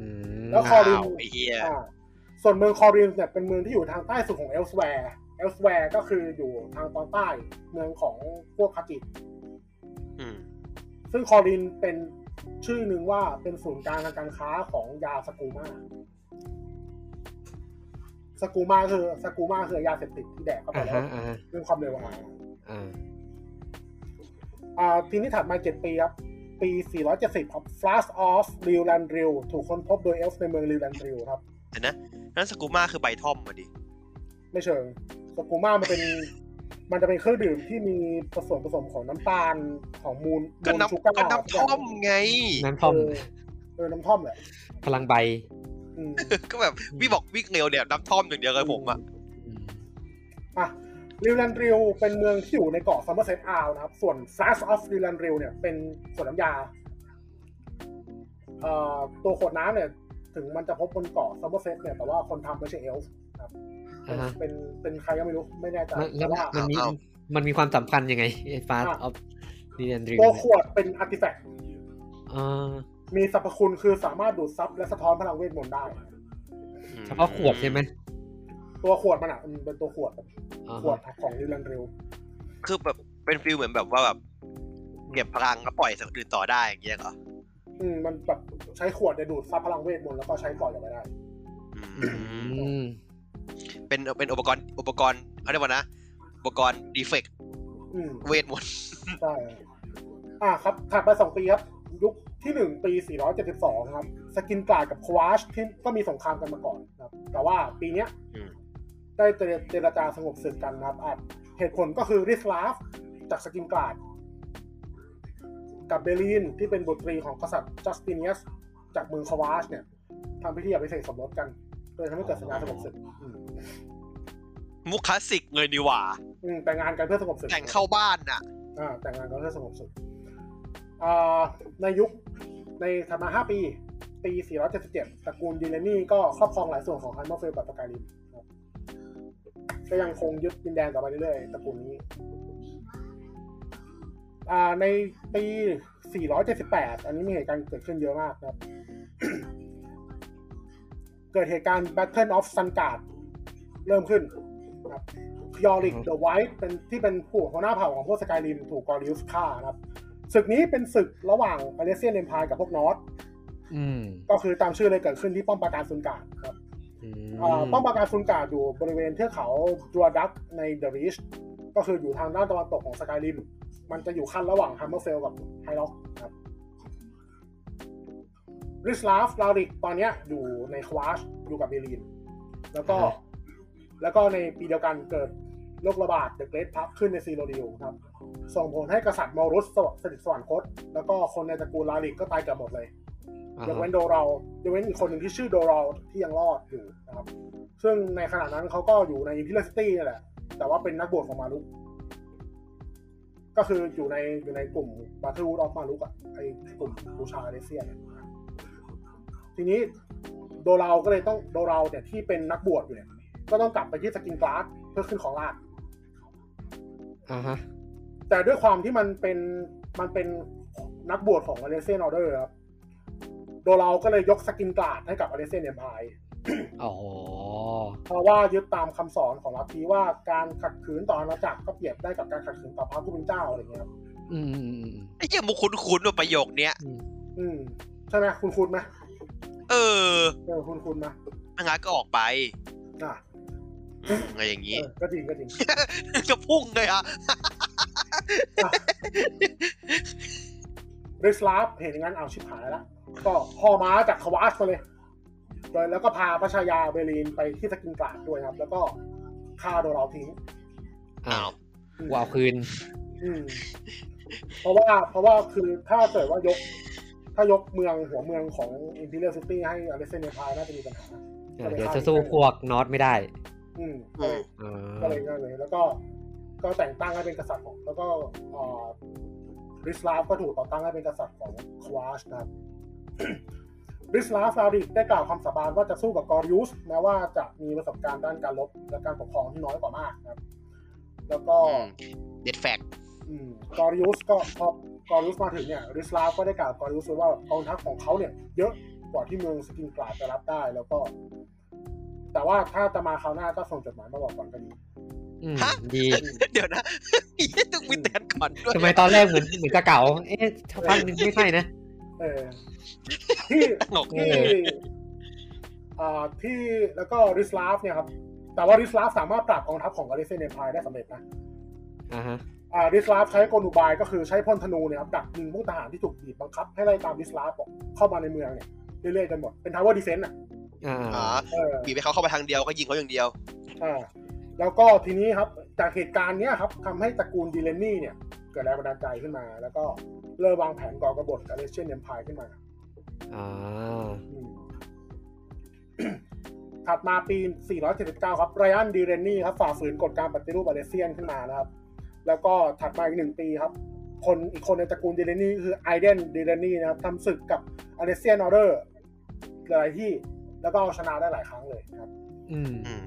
S1: อืม
S3: แล้วคอริน
S2: อ้าวไอ้เหี้ย
S3: อ่าส่วนเมืองคอรินเนี่ยเป็นเมืองที่อยู่ทางใต้สุดของเอลส์แวร์เอลส์แวร์ก็คืออยู่ทางตอนใต้เมืองของพวกคากิ
S2: อืม
S3: ซึ่งคอรินเป็นชื่อหนึ่งว่าเป็นศูนย์กลางทางการค้าของยาสกูมาสกูมาคือสกูมาคือยาเสพติดที่แดกเข้าไป
S1: อ่า
S3: แล้ว
S1: ฮะอ่าฮะ
S3: เรื่องความเร็วอาหาร
S1: อ่า
S3: อ่าทีนี้ถัดมา 7 ปีครับ ปี 470ครับ Flash of r i l l a n d r i l ถูกค้นพบโดยเอลฟ์ในเมือง r i l l a n d r i l ครับ
S2: เห็นนะนั่นสกูมาคือใบท่อมมาดิ
S3: ไม่เชิงสกูมามันเป็น มันจะเป็นเครื่องดื่มที่มีผสมผสมของน้ำตาลของมูล
S2: ก็
S3: มูล
S2: น้ำก็น้ำท่อมไง
S1: น้ำท่อม
S3: เออเออ น้ำท่อมแหละ
S1: พลังใบ
S3: อืม
S2: ก็แบบพี่บอกวิ่งเร็วเนี่ยน้ำท่อมอย่างเดียวเลยผมอ่ะ
S1: อืม
S3: อ่ะ r i l l a n d r i l เป็นเมืองที่อยู่ในเกาะซัมเมอร์เซตอาวนะครับ ส่วน Flash of r i l l a n d r i l เนี่ยเป็นขวดน้ำยาเอ่อตัวขวดน้ำเนี่ย ถึงมันจะพบบนเกาะซัมเมอร์เซตเนี่ยแต่ว่าคนทำไม่ใช่เอลฟ์ เป็
S1: อ่านฮะ
S3: เป็นเป็นใครก็ไม่รู้ไม่แน่ใจ
S1: มันแล้
S3: แต่
S1: ว
S3: ว่า
S1: มันมี
S2: เอา
S1: มันมีความสำคัญยังไงไอ้ฟาส
S3: อ่ะ
S1: ออฟดีแอนดรี
S3: ตัวขวดเป็นอาร์ติแฟกต์
S1: อ่า
S3: มีสรรพคุณคือสามารถดูดซับและสะท้อนพลังเวทมนต์ได้
S1: เฉพาะขวดใช่ไหม
S3: ตัวขวดมันอ่ะอืมเป็นตัวขวดแบบ
S1: อ๋อ
S3: ขวดของริลันเร็ว
S2: คือแบบเป็นฟิลเหมือนแบบว่าแบบเก็บพลังแล้วปล่อยสัตว์อื่นต่อได้อย่างเงี้ยเหรอ
S3: อืมมันแบบใช้ขวดเนี่ยดูดซับพลังเวทมนต์แล้วก็ใช้ก่อนอย่างไรได้
S2: อื
S1: อื
S2: ม
S1: ม
S2: เป็นเป็นอุปกรณ์อุปกรณ์เขาเรียกว่านะ อุปกรณ์ดีเฟกต์
S3: อืม
S2: เวทมนต์
S3: ใช่อ่าครับถัดไปสองปีครับ ยุคที่หนึ่งปี 472 ครับ สกินกาดกับควาชที่ก็มีสงครามกันมาก่อนนะครับ แต่ว่าปีเนี้ยได้เจรจาสงบศึกกันนะครับอ่ะเหตุผลก็คือริสลาฟจากสกินกาดกับเบลีนที่เป็นบทตรีของกษัตริย์จัสติเนียสจากเมืองควาชเนี่ยทำพิธีอภิเษกสมรสกันก็เลยทำให้เกิดสัญญาสงบศึกอืม
S2: มุกคลาสสิกเลยดีหว่า
S3: อืมแต่งงานกันเพื่อสงบศึก
S2: แต่งเข้าบ้านน่ะ
S3: อ่าแต่งงานกันเพื่อสงบสุขอ่าในยุคในถัดมา 5 ปี ปี 477 ตระกูลดีเลนี่ก็ครอบครองหลายส่วนของฮันโนเฟลปัตตาการินครับก็ยังคงยึดดินแดนต่อไปเรื่อยๆตระกูลนี้อ่าในปี 478 อันนี้มีเหตุการณ์เกิดขึ้นเยอะมากนะครับ เกิดเหตุการณ์ Battle of s u n g a r d เริ่มขึ้นนะครับ ยอริกเดอะไวท์เป็นที่เป็นผู้หัวหน้าเผ่าของพวกสกายริมถูกกอริอุสฆ่านะครับศึกนี้เป็นศึกระหว่างอเลเซียนเอมพายกับพวกนอต
S1: อืม
S3: ก็คือตามชื่อเลยเกิดขึ้นที่ป้อมปราการซุนกาดครับ
S1: อืม
S3: เอ่อป้อมปราการซุนกาดอยู่บริเวณเทือกเขาดัวดักในเดอะริชก็คืออยู่ทางด้านตะวันตกของสกายริมมันจะอยู่ขั้นระหว่างฮัมเมอร์เฟลกับไฮล็อกครับริสลาฟลาริกตอนเนี้ยอยู่ในควาชอยู่กับเบลีนแล้วก็ แล้วก็ในปีเดียวกันเกิดโรคระบาดเดอะเกรทพับขึ้นในซีโรดิวครับ ส่งผลให้กษัตริย์มอรุสสวสดิทสวรรคต แล้วก็คนในตระกูลลาลิกก็ตายเกือบหมดเลย
S1: อ่าย
S3: กเว้นโดเรายกเว้นอีกคนหนึ่งที่ชื่อโดเราที่ยังรอดอยู่นะครับ ซึ่งในขณะนั้นเขาก็อยู่ในอิมพิเรียลซิตี้นี่แหละ แต่ว่าเป็นนักบวชของมารุก ก็คืออยู่ในอยู่ในกลุ่มบาทูดออฟมารุกอะไอกลุ่มบูชาเลเซียนเนี่ยทีนี้โดเราก็เลยต้องโดเราเนี่ยที่เป็นนักบวชอยู่เนี่ย ก็ต้องกลับไปที่สกินกลาสเพื่อขึ้นของราช
S1: อ่าฮะ
S3: แต่ด้วยความที่มันเป็นมันเป็นนักบวชของอเลเซียนออเดอร์ครับ โดเราก็เลยยกสกินกลาดให้กับอเลเซียนเอ็มพาย
S1: อ๋อ
S3: เพราะว่ายึดตามคำสอนของลัทธิว่าการขัดขืนต่ออาณาจักรก็เปรียบได้กับการขัดขืนต่อพระผู้เป็นเจ้าอะไรเงี้ยครับ
S1: อืมอืมอืมอืม
S2: ไอ้เจ้ามุกคุ้นๆว่าประโยคเนี้ย
S1: อืม
S3: อืมใช่ไหมคุณคุณไหม
S2: เออ
S3: เออคุณคุณไหม
S2: ไม่งั้นก็ออกไป
S3: อ่ะ
S2: อืมอะไรอย่าง
S3: เอ
S2: งี้
S3: อก็จริงก็จริง
S2: ก็พุ่งเลยอ่ะ
S3: ริสลาฟเห็นอย่างนั้นเอาชิบหายแล้ว ก็ห่อม้าจากควาสมาเลยโดยแล้วก็พาพระชายาเบลีนไปที่สกินกลาดด้วยครับ แล้วก็ฆ่าโดเราทิ้ง
S1: อ้า
S2: อ้าว
S1: กู
S2: ว
S3: อืม
S1: เอาคืน
S3: อืมเพราะว่าเพราะว่าคือถ้าเกิดว่ายก ถ้ายกเมืองหัวเมืองของอิมพีเรียลซิตี้ให้อเลเซนเนพายน่าจะมีปัญหา
S1: เออเดี๋ยวจะสู้พวกนอตไม่ได้
S3: อืม
S2: อืม
S1: อ่
S3: ก็
S1: า
S3: เลยก็เลย แล้วก็ก็แต่งตั้งให้เป็นกษัตริย์ของแล้วก็เอ่อริสลาฟก็ถูกต่อตั้งให้เป็นกษัตริย์ของควาชนะครับ ริสลาฟลาริกได้กล่าวคำสาบานว่าจะสู้กับกอริอุสแม้ว่าจะมีประสบการณ์ด้านการรบและการปกครองที่น้อยกว่ามากนะครับ แล้วก็
S2: เด็ดแฟก
S3: อืมกอริอุสก็พอกอริอุสมาถึงเนี่ยริสลาฟก็ได้กล่าวกอริอุสไว้ว่ากองทัพของเขาเนี่ย เยอะกว่าที่เมืองสกินกลาดจะรับได้แล้วก็ แต่ว่าถ้าจะมาคราวหน้าก็ส่งจดหมายมาบอกก่อนก็ดี
S1: อืมดี
S3: อืม
S2: เดี๋ยวนะ เหี้ยต้องมีแตนก่อนด้วย
S1: ทำไมตอนแรกเหมือน เหมือนจะเก่า เอ๊ะพักนึงไม่ใช่นะ
S3: เออที่
S2: หนก
S3: ที่อ่าที่แล้วก็ริสลาฟเนี่ยครับ แต่ว่าริสลาฟสามารถปราบกองทัพของกาลิเซียนเอมพายได้สำเร็จนะ
S1: อ่าฮะ
S3: อ่าริสลาฟใช้กลอุบายก็คือใช้พลธนูเนี่ยครับดักยิงพวกทหารที่ถูกบีบบังคับ ให้ไล่ตามริสลาฟออกเข้ามาในเมืองเนี่ยเรื่อยๆจนหมดเป็นทาวเวอร์ดีเซนต์อ่ะ
S1: อ่า
S2: อ๋อ
S3: เออ
S2: บีบไปเขาเข้าไปทางเดียวก็ยิงเขาอย่างเดียว
S3: อ่าแล้วก็ทีนี้ครับจากเหตุการณ์เนี้ยครับทำให้ตระกูลดีเลนนี่เนี่ย เกิดแรงบันดาลใจขึ้นมา แล้วก็เริ่มวางแผนก่อกบฏกับเลเชนเอ็มพายขึ้นมา
S1: อ่า
S3: อืม ถัดมาปี 479 ครับไรอันดีเรนนี่ครับฝ่าฝืนกฎการปฏิรูปอเลเซียนขึ้นมานะครับ แล้วก็ถัดมาอีกหนึ่งปีครับ คนอีกคนในตระกูลดีเรนนี่คือไอเดนดีเรนนี่นะครับทำศึกกับอเลเซียนออเดอร์หลายที่ แล้วก็เอาชนะได้หลายครั้งเลยครับ
S1: อืม
S2: อืม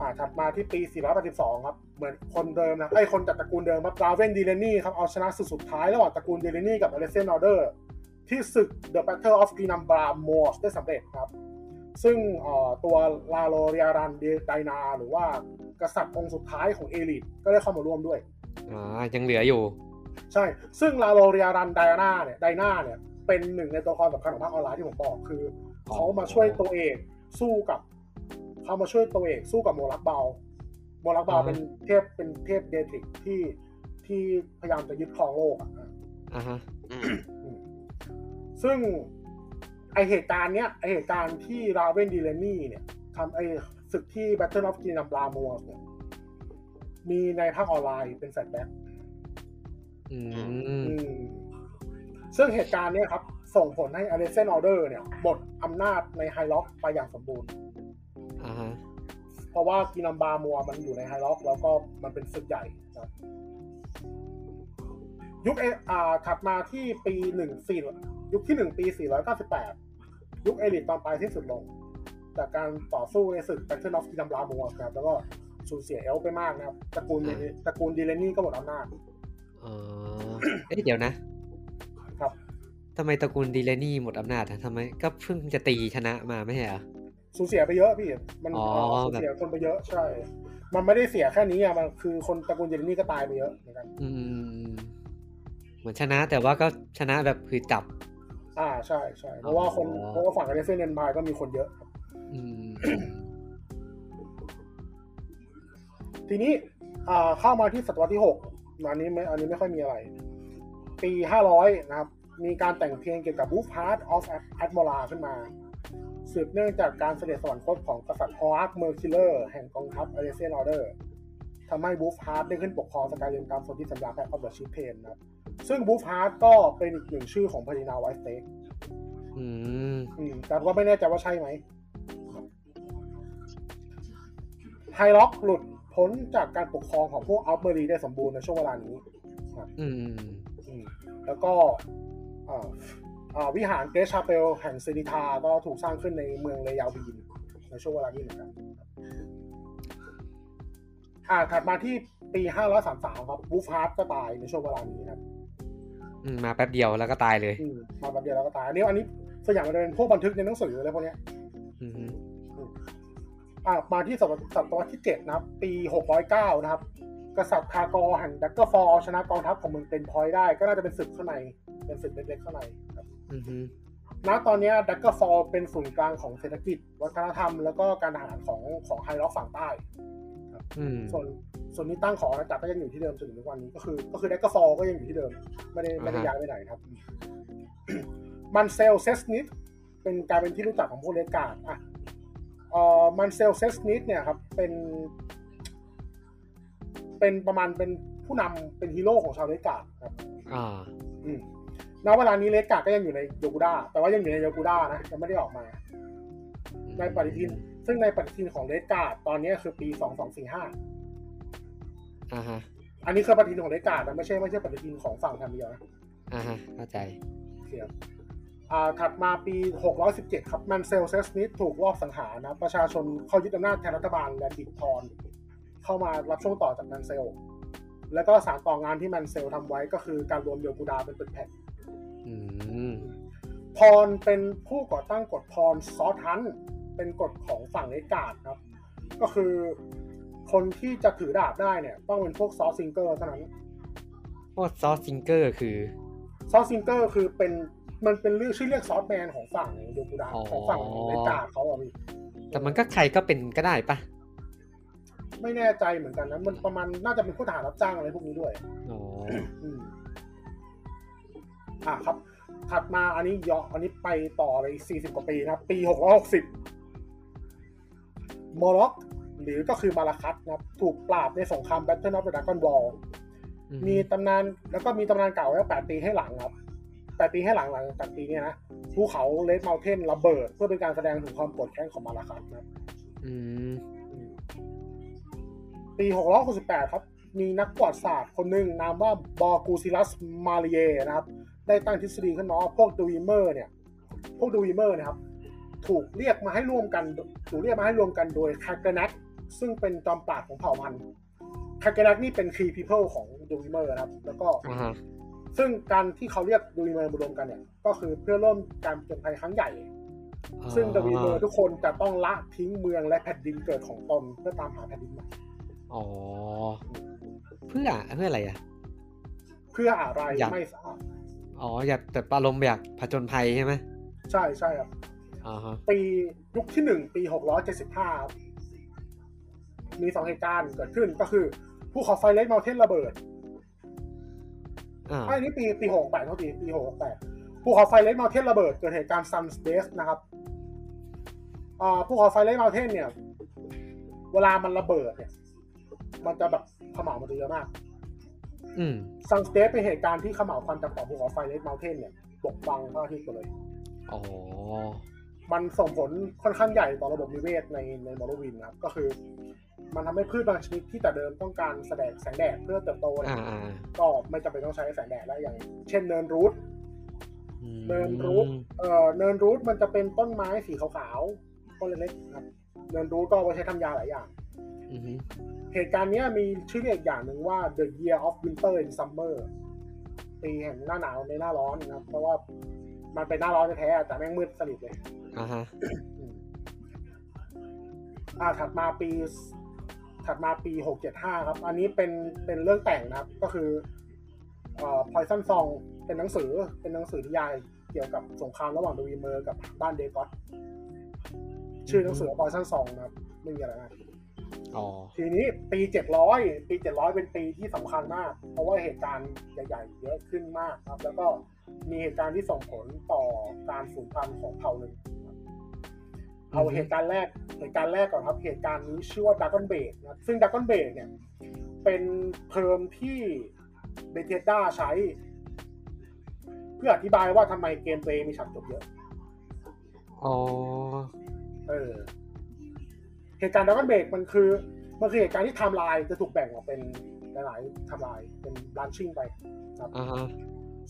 S3: อ่าถัดมาที่ปี 482 ครับ เหมือนคนเดิมนะไอ้ยคนจากตระกูลเดิมครับราเวนดีเลนี่ครับ เอาชนะสุดสุดท้ายระหว่างตระกูลดีเลนี่กับอเลเซียนออเดอร์ ที่ศึก The Battle of g r e n a m b a m o r s ได้สำเร็จครับ ซึ่งเอ่อตัวลาโลเรียรันเดไดนา หรือว่ากษัตริย์องค์สุดท้ายของเอลิทก็ได้เข้ามาร่วมด้วย
S1: อ๋อยังเหลืออยู่
S3: ใช่ ซึ่งลาโลเรียรันไดอาน่าเนี่ยไดนาเนี่ย เป็นหนึ่งในตัวละครสำคัญของภาคออนไลน์ที่ผมบอกคือ
S1: อ๋อ
S3: เขามาช่วยตัวเอกสู้กับ เขามาช่วยตัวเอกสู้กับโมลักเบา โมลักเบาเป็นเทพเป็นเทพเดทริกที่ที่พยายามจะยึดครองโลกอ่ะ
S1: อ่ะฮะ
S2: อืม
S3: ซึ่งไอเหตุการณ์เนี้ยไอเหตุการณ์ที่ราเวนดีเลนี่เนี่ยทำไอศึกที่ Battle of g r e n a m b l a m o r เนี่ยมีในภาคออนไลน์เป็นแฟลชแบ็ก
S1: อืม
S3: อืมซึ่งเหตุการณ์เนี่ยครับ ส่งผลให้อเลเซนออเดอร์เนี่ยหมดอำนาจในไฮล็อกไปอย่างสมบูรณ์
S1: อ่าฮะ
S3: เพราะว่ากินัมบามัวมันอยู่ในไฮล็อก แล้วก็มันเป็นศึกใหญ่ครับยุคเออ่าถัดมาที่ปีหนึ่งสี่ยุคที่หนึ่งปีสี่ร้อยเก้าสิบแปดยุคเอลิตตอนปลายที่สุดลง จากการต่อสู้ในศึกแบทเทิลออฟกินัมบามัวครับ แล้วก็สูญเสียเอลไปมากนะครับตระกูล
S1: อ่า
S3: ตระกูลดีเลนี่ก็หมดอำนาจ
S1: อ๋อเอ๊ะเดี๋ยวนะครับ ทำไมตระกูลดีเลนี่หมดอำนาจอะทำไมก็เพิ่งจะตีชนะมาไม่ใช่เหรอ
S3: สูญเสียไปเยอะพี่ มัน
S1: อ๋อ
S3: สูญเสียคนไปเยอะใช่ มันไม่ได้เสียแค่นี้อ่ะ มันคือคนตระกูลเยลนี่ก็ตายไปเยอะเหมือนกัน
S1: อืม เหมือนชนะแต่ว่าก็ชนะแบบคือจับ
S3: อ่าใช่ใช่ เพราะว่าคน
S1: อ๋อ
S3: เพราะว่าฝั่งอเลเซนเดนบายก็มีคนเยอะครับ
S1: อืม
S3: ทีนี้อ่าเข้ามาที่ศตวรรษที่ 6 อันนี้ไม่อันนี้ไม่ค่อยมีอะไร ปี 500 นะครับ มีการแต่งเพลงเกี่ยวกับ Wolf Heart of a d m o r a ขึ้นมา สืบเนื่องจากการเสด็จสวรรคตของกษัตริย์ฮอร์คเมอร์คิเลอร์แห่งกองทัพอเลเซนออเดอร์ทำให้ Wolf Heart ได้ขึ้นปกครองสกายเลนตามสนธิสัญญาแพ็คออฟเดอะชิพเพนนะครับ ซึ่ง Wolf Heart ก็เป็นอีกหนึ่งชื่อของพารินาไวสเต็ก
S1: อืม
S3: แต่ก็ไม่แน่ใจว่าใช่ไหมไฮล็อกหลุดพ้นจากการปกครองของพวกอัลเบอรีได้สมบูรณ์ในช่วงเวลานี้
S1: อืม
S3: อืมแล้วก็เอ่อเอ่อวิหารเกรซชาเปลแห่งเซนิทาก็ถูกสร้างขึ้นในเมืองเลยาวบีนในช่วงเวลานี้เหมือนกันอ่าถัดมาที่ปี 533 ครับบูฟฮาร์ดก็ตายในช่วงเวลานี้ครับ
S1: อืม มาแป๊บเดียวแล้วก็ตายเลย
S3: อืมมาแบบเดียวแล้วก็ตายอันนี้อันนี้ส่วนใหญ่มันจะเป็นพวกบันทึกในหนังสืออะไรพวกเนี้ย
S1: อืม
S3: อ่ามาที่ศตวรรษศตวรรษที่ 7 นะครับ ปี 609 นะครับ กษัตริย์ทากอแห่งดักเกอร์ฟอลชนะกองทัพของเมืองเตนพอยต์ได้ ก็น่าจะเป็นศึกข้างในเป็นศึกเล็กๆข้างในครับ
S1: อืม
S3: ณตอนเนี้ดักเกอร์ฟอลเป็นศูนย์กลางของเศรษฐกิจ วัฒนธรรม แล้วก็การทหารของของไฮล็อกฝั่งใต้
S1: อืม
S3: ส่วนส่วนนี้ตั้งของอาณาจักรก็ยังอยู่ที่เดิมจนถึงทุกวันนี้ก็คือ ก็คือดักเกอร์ฟอลก็ยังอยู่ที่เดิม ไม่ได้ไม่ได้
S1: อ่าฮะ
S3: ย้ายไปไหนครับ มันเซลเซสนิดเป็นกลายเป็นที่รู้จักของพวกเลกาดอ่ะเอ่อมันเซลเซสนิดเนี่ยครับ เป็น เป็นประมาณเป็นผู้นำเป็นฮีโร่ของชาวเลกาดครับ
S1: อ่า
S3: อืมณเวลานี้เลสกาก็ยังอยู่ในโยกูด้าแต่ว่ายังอยู่ในโยกูด้านะยังไม่ได้ออกมา ในปฏิทิน ซึ่งในปฏิทินของเลสกาตอนนี้คือปีสองสองสี่ห้า
S1: อ่าฮะ
S3: อันนี้คือปฏิทินของเลสกานะไม่ใช่ไม่ใช่ปฏิทินของฝั่งทางเดียวนะ
S1: อ่าฮะ เข้าใจ
S3: เสียอ่าถัดมาปี 617 ครับมันเซลเซสนิดถูกลอบสังหารนะประชาชนเข้ายึดอำนาจแทนรัฐบาลและดิบทอนเข้ามารับช่วงต่อจากมันเซล แล้วก็สารต่องานที่มันเซลทำไว้ก็คือการรวมโยกูดาเป็นปึกแผ่น
S1: อืม
S3: พรเป็นผู้ก่อตั้งกฎพรซอทันเป็นกฎของฝั่งเลกาดครับ ก็คือคนที่จะถือดาบได้เนี่ย ต้องเป็นพวกซอสซิงเกอร์เท่านั้น
S1: โคตรซอสซิงเกอร์คือ
S3: ซอสซิงเกอร์คือเป็นมันเป็นเรื่องชื่อเรียกซอสแมนของฝั่งโยกุดะ
S1: อ๋อ
S3: ของฝั่งเลกาดเขาอะพี่
S1: แต่มันก็ใครก็เป็นก็ได้ปะ
S3: ไม่แน่ใจเหมือนกันนะมันประมาณน่าจะเป็นผู้ทหารรับจ้างอะไรพวกนี้ด้วย
S1: อ๋อ
S3: อืมอ่ะครับ ถัดมาอันนี้เยอะอันนี้ไปต่อเลยสี่สิบกว่าปีนะครับ ปีหกร้อยหกสิบมอล็อก หรือก็คือมาลาคัตนะครับ ถูกปราบในสงครามแบทเทิลออฟเดอะดากอนบอล
S1: อื
S3: มีตำนานแล้วก็มีตำนานเก่าไว้แปดปีให้หลังครับแปดปีให้หลังหลังจากปีเนี้ยนะภูเขาเลดเมลเทนระเบิด เพื่อเป็นการแสดงถึงความโกรธแค้นของมาลาคัตนะครับ
S1: อืม
S3: ปี 668 ครับ มีนักประวัติศาสตร์คนหนึ่งนามว่าบอกูซิลัส มาเรียนะครับ ได้ตั้งทฤษฎีขึ้นมาว่าพวกดูวีเมอร์เนี่ย พวกดูวีเมอร์นะครับ ถูกเรียกมาให้ร่วมกัน ถูกเรียกมาให้รวมกันโดยคาเกนักซึ่งเป็นจอมปราบของเผ่าพันธุ์คาเกนักนี่เป็นคี e พีเพิลของดูวีเมอร์นะครับ แล้วก็
S1: อ่าฮะ
S3: ซึ่งการที่เขาเรียกดูรีเมอร์มารวมกันเนี่ย ก็คือเพื่อเริ่มการผจญภัยครั้งใหญ่ ซึ่งดูรีเมอร์ทุกคนจะต้องละทิ้งเมืองและแผ่นดินเกิดของตนเพื่อตามหาแผ่นดินใหม่
S1: อ๋อ เพื่อเพื่ออะไรอ่ะ
S3: เพื่ออะไร
S1: อยาก
S3: ไม่ทราบ
S1: อ๋ออยากแต่อารมณ์อยากผจญภัยใช่ไหม
S3: ใช่ใช่ครับ
S1: อ๋อฮะ
S3: ปียุคที่หนึ่งปี 675 มีสองเหตุการณ์เกิดขึ้นก็คือภูเขาไฟเลดเมลเทนระเบิด
S1: อ้าว
S3: ไอ้นี่ปีปี 68เท่าปีปี 668ภูเขาไฟเลดเมลเทนระเบิด เกิดเหตุการณ์ซันสเดสนะครับอ่าภูเขาไฟเลดเมลเทนเนี่ย เวลามันระเบิดเนี่ย มันจะแบบเขม่าวมันจะเยอะมาก
S1: อืม
S3: ซันสเดสเป็นเหตุการณ์ที่เขม่าวควันจากของภูเขาไฟเลดเมลเทนเนี่ยปกบังพระอาทิตย์หมดเลย
S1: อ๋อ
S3: มันส่งผลค่อนข้างใหญ่ต่อระบบนิเวศในในมอร์วินนะครับ ก็คือ มันทำให้พืชบางชนิดที่แต่เดิมต้องการแสดงแสงแดดเพื่อเติบโตเนี่ย
S1: อ่าอ่า
S3: ก็ไม่จำเป็นต้องใช้แสงแดดแล้วอย่าง เช่นเนินรูท
S1: อืม
S3: เดินรูท เอ่อเนินรูทมันจะเป็นต้นไม้สีขาวๆต้นเล็กๆนะครับเนินรูทก็เอาไว้ใช้ทำยาหลายอย่าง
S1: อือฮึ
S3: เหตุการณ์เนี้ยมีชื่อเรียกอีกอย่างหนึ่งว่า the year of winter in summer ปีแห่งหน้าหนาวในหน้าร้อนนะครับ เพราะว่ามันเป็นหน้าร้อนแท้ๆแต่แม่งมืดสนิทเลย
S1: อ่าฮะ
S3: อืมอ่าถัดมาปี ถัดมาปีหกเจ็ดห้าครับ อันนี้เป็นเป็นเรื่องแต่งนะครับ ก็คือเอ่อ Poison Song เป็นหนังสือเป็นหนังสือนิยายเกี่ยวกับสงครามระหว่างดวีเมอร์กับบ้านเดกอตชื่อหนังสือ Poison Song นะครับไม่มีอะไรนะ
S1: อ๋อ
S3: ทีนี้ปีเจ็ดร้อยปีเจ็ดร้อยเป็นปีที่สำคัญมาก เพราะว่าเหตุการณ์ใหญ่ๆเยอะขึ้นมากครับ แล้วก็มีเหตุการณ์ที่ส่งผลต่อการสูญพันธุ์ของเผ่าหนึ่ง เอาเหตุการณ์แรกเหตุการณ์แรกก่อนครับ เหตุการณ์นี้ชื่อว่าดักกอนเบดนะครับซึ่งดักกอนเบดเนี่ย เป็นเทอมที่เบเทด้าใช้ เพื่ออธิบายว่าทำไมเกมเพลย์มีฉากจบเยอะ
S1: อ๋อ
S3: เออ เหตุการณ์ดักกอนเบดมันคือมันคือเหตุการณ์ที่ไทม์ไลน์จะถูกแบ่งออกเป็นหลายๆไทม์ไลน์เป็นบันชิ่งไปครับ
S1: อ่าฮะ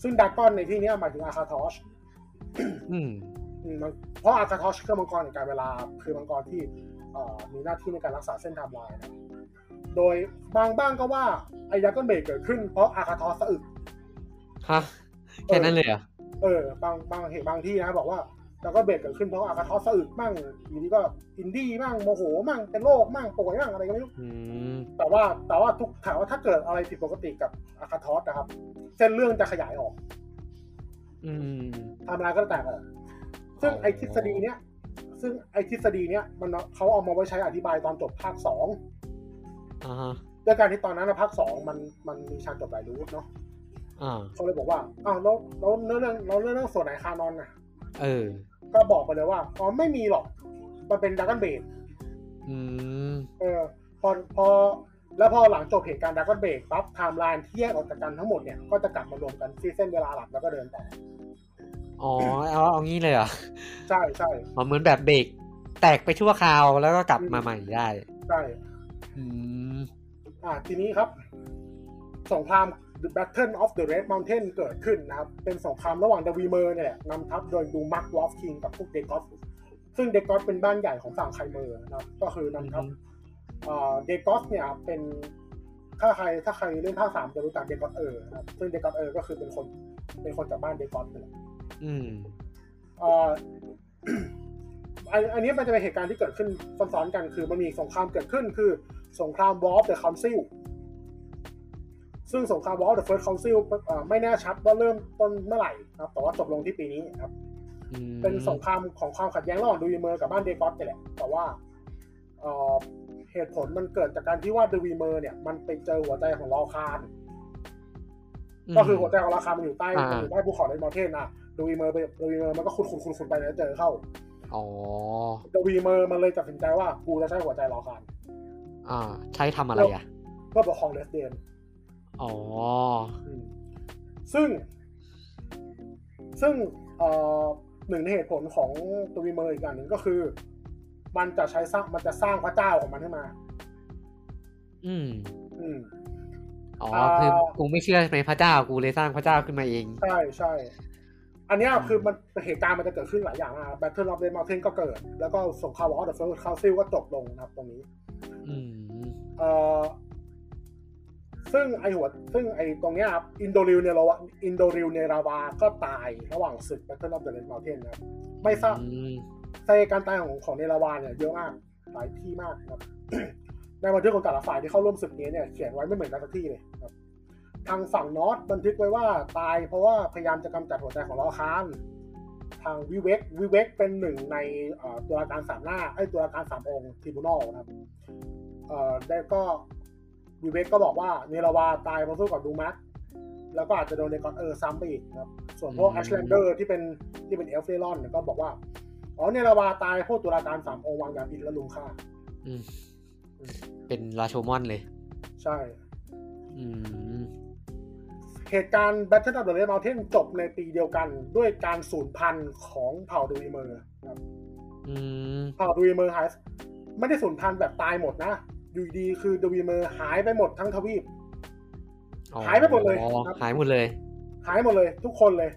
S3: ซึ่งดักกอนในที่เนี้ยหมายถึงอาคาทอช
S1: อืม
S3: อืมมันเพราะอากาทอชคือมังกรแห่งการเวลาคือมังกรที่เอ่อมีหน้าที่ในการรักษาเส้นไทม์ไลน์นะโดยบางบ้างก็ว่าไอ้ดักเกิลเบรกเกิดขึ้นเพราะอากาทอสสะอึก
S1: ฮะแค่นั้นเลยเหรอ
S3: เออบางบางเหตุบางที่นะบอกว่าดักเกิลเบรกเกิดขึ้นเพราะอากาทอสสะอึกมั่งอยู่ดีก็อินดี้มั่งโมโหมั่งเป็นโรคมั่งป่วยมั่งอะไรก็ไม่รู้
S1: อืม
S3: แต่ว่าแต่ว่าทุกถามว่าถ้าเกิดอะไรผิดปกติกับอากาทอสนะครับเส้นเรื่องจะขยายออก
S1: อืม
S3: ไทำลายก็แตกอ่ะซึ่งไอทฤษฎีเนี้ย ซึ่งไอทฤษฎีเนี้ยมันเอาเขาเอามาไว้ใช้อธิบายตอนจบภาคสอง
S1: อ่าฮะ
S3: ด้วยการที่ตอนนั้นนะภาคสองมันมันมีฉากจบหลายรูปเนาะ
S1: อ่า
S3: เขาเลยบอกว่า อ้าวแล้วแล้วเนื้อเรื่องแล้วเนื้อเรื่องส่วนไหนคานอนน่ะ
S1: เออ
S3: ก็บอกไปเลยว่า อ๋อไม่มีหรอก มันเป็นดัก o n นเบด
S1: อืม
S3: เออ พอพอ แล้วพอหลังจบเหตุการณ์ดัก o n นเบดปั๊บไทม์ไลน์ที่แยกออกจากกันทั้งหมดเนี่ย ก็จะกลับมารวมกันที่เส้นเวลาหลักแล้วก็เดินต่อ
S1: อ๋อเอาเอางี้เลยเหรอ
S3: ใช่ใช่
S1: อ๋อเหมือนแบบเบรกแตกไปชั่วคราวแล้วก็กลับมาใหม่ได้
S3: ใช่
S1: อืม
S3: อ่าทีนี้ครับ สงคราม The Battle of the Red Mountain เกิดขึ้นนะครับ เป็นสงครามระหว่างเดวีเมอร์เนี่ยแหละนำทัพโดยดูมักวอฟคิงกับพวกเดกอสซึ่งเดกอสเป็นบ้านใหญ่ของฝั่งไคเมอร์นะครับ ก็คือนำทัพเดกอสเนี่ยเป็นถ้าใครถ้าใครเล่นภาคสามจะรู้จักเดกอสเออร์นะครับซึ่งเดกอสเออร์ก็คือเป็นคนเป็นคนจากบ้านเดกอสนี่แหละ
S1: อืม
S3: เอ่อ อันอันนี้มันจะเป็นเหตุการณ์ที่เกิดขึ้นซ้อนๆกันคือมันมีสงครามเกิดขึ้นคือสงครามวอลเดอะคอนซิลซึ่งสงครามวอลเดอะเฟิร์สคอนซิลไม่แน่ชัดว่าเริ่มต้นเมื่อไหร่นะครับ แต่ว่าจบลงที่ปีนี้นะครับ
S1: อืม
S3: เป็นสงครามของความขัดแย้งระหว่างดูวีเมอร์กับบ้านเดกอสนี่แหละ แต่ว่าเอ่อเหตุผลมันเกิดจากการที่ว่าดูวีเมอร์เนี่ยมันไปเจอหัวใจของลอคาน ก็คือหัวใจของราคามันอยู่ใต้มันอยู่ใต้ภูเขาในมอเทนอะดูวีเมอร์ไปดูวีเมอร์มันก็ขุดขุดขุดขุดไปแล้วเจอเข้า
S1: อ๋อ
S3: ดวีเมอร์มันเลยตัดสินใจว่ากูจะใช้หัวใจรอคาน
S1: อ่า ใช้ทำอะไรอ่ะ
S3: เพื่อปกครองเลสเดน
S1: อ๋อ
S3: อืมซึ่ง ซึ่งเอ่อหนึ่งในเหตุผลของดวีเมอร์อีกอย่างหนึ่งก็คือ มันจะใช้สร้างมันจะสร้างพระเจ้าของมันขึ้นมา
S1: อืม
S3: อืม
S1: อ๋อ
S3: อ่า
S1: คือกูไม่เชื่อในพระเจ้า กูเลยสร้างพระเจ้าขึ้นมาเอง
S3: ใช่ใช่ อันเนี้ย
S1: อืม
S3: คือมันเหตุการณ์มันจะเกิดขึ้นหลายอย่างนะแบทเทิลออฟเดนมาเทนก็เกิด แล้วก็สงครามวอร์เดอร์เฟิร์สคาซิลก็จบลงนะครับตรงนี้
S1: อืม
S3: เอ่อ ซึ่งไอหัวซึ่งไอตรงเนี้ยครับอินโดริวเนราวาอินโดริวเนราวาก็ตายระหว่างศึก Battle of the Red Mountain นะครับไม่ทราบ
S1: อืม
S3: สาเหตุการตายของของเนราวาเนี่ยเยอะมากหลายที่มากนะครับ ในบันทึกของแต่ละฝ่ายที่เข้าร่วมศึกนี้เนี่ยเขียนไว้ไม่เหมือนกันสักที่เลยครับ ทางฝั่งนอตบันทึกไว้ว่าตายเพราะว่าพยายามจะกำจัดหัวใจของลอคานทางวิเวกวิเวกเป็นหนึ่งในเอ่อตัวการสามหน้าไอ้ยตัวการสามองค์ทริบูนอลนะครับเอ่อได้ก็วิเวกก็บอกว่าเนราวาตายเพราะสู้กับดูมัสแล้วก็อาจจะโดนเนกอนเออร์ซ้ำไปอีกนะครับ ส่วนพวกแอชแลนเดอร์ที่เป็นที่เป็นเอลฟ์เฟรอนเนี่ยก็บอกว่า อ๋อเนราวาตายพวกตุลาการสามองค์วางยาพิษและลุมฆ่า
S1: อืมเป็นราโชมอนเลย
S3: ใช่
S1: อืม
S3: เหตุการณ์ Battle of the Red Mountain จบในปีเดียวกันด้วยการสูญพันธุ์ของเผ่าดูอิเมอร์ครับ
S1: อืม
S3: เผ่าดูอิเมอร์หายไม่ได้สูญพันธุ์แบบตายหมดนะ อยู่ดีคือดูอิเมอร์หายไปหมดทั้งทวีป
S1: อ๋อ
S3: หายไปหมดเลยครับ
S1: หายหมดเลย
S3: หายหมดเลยทุกคนเลย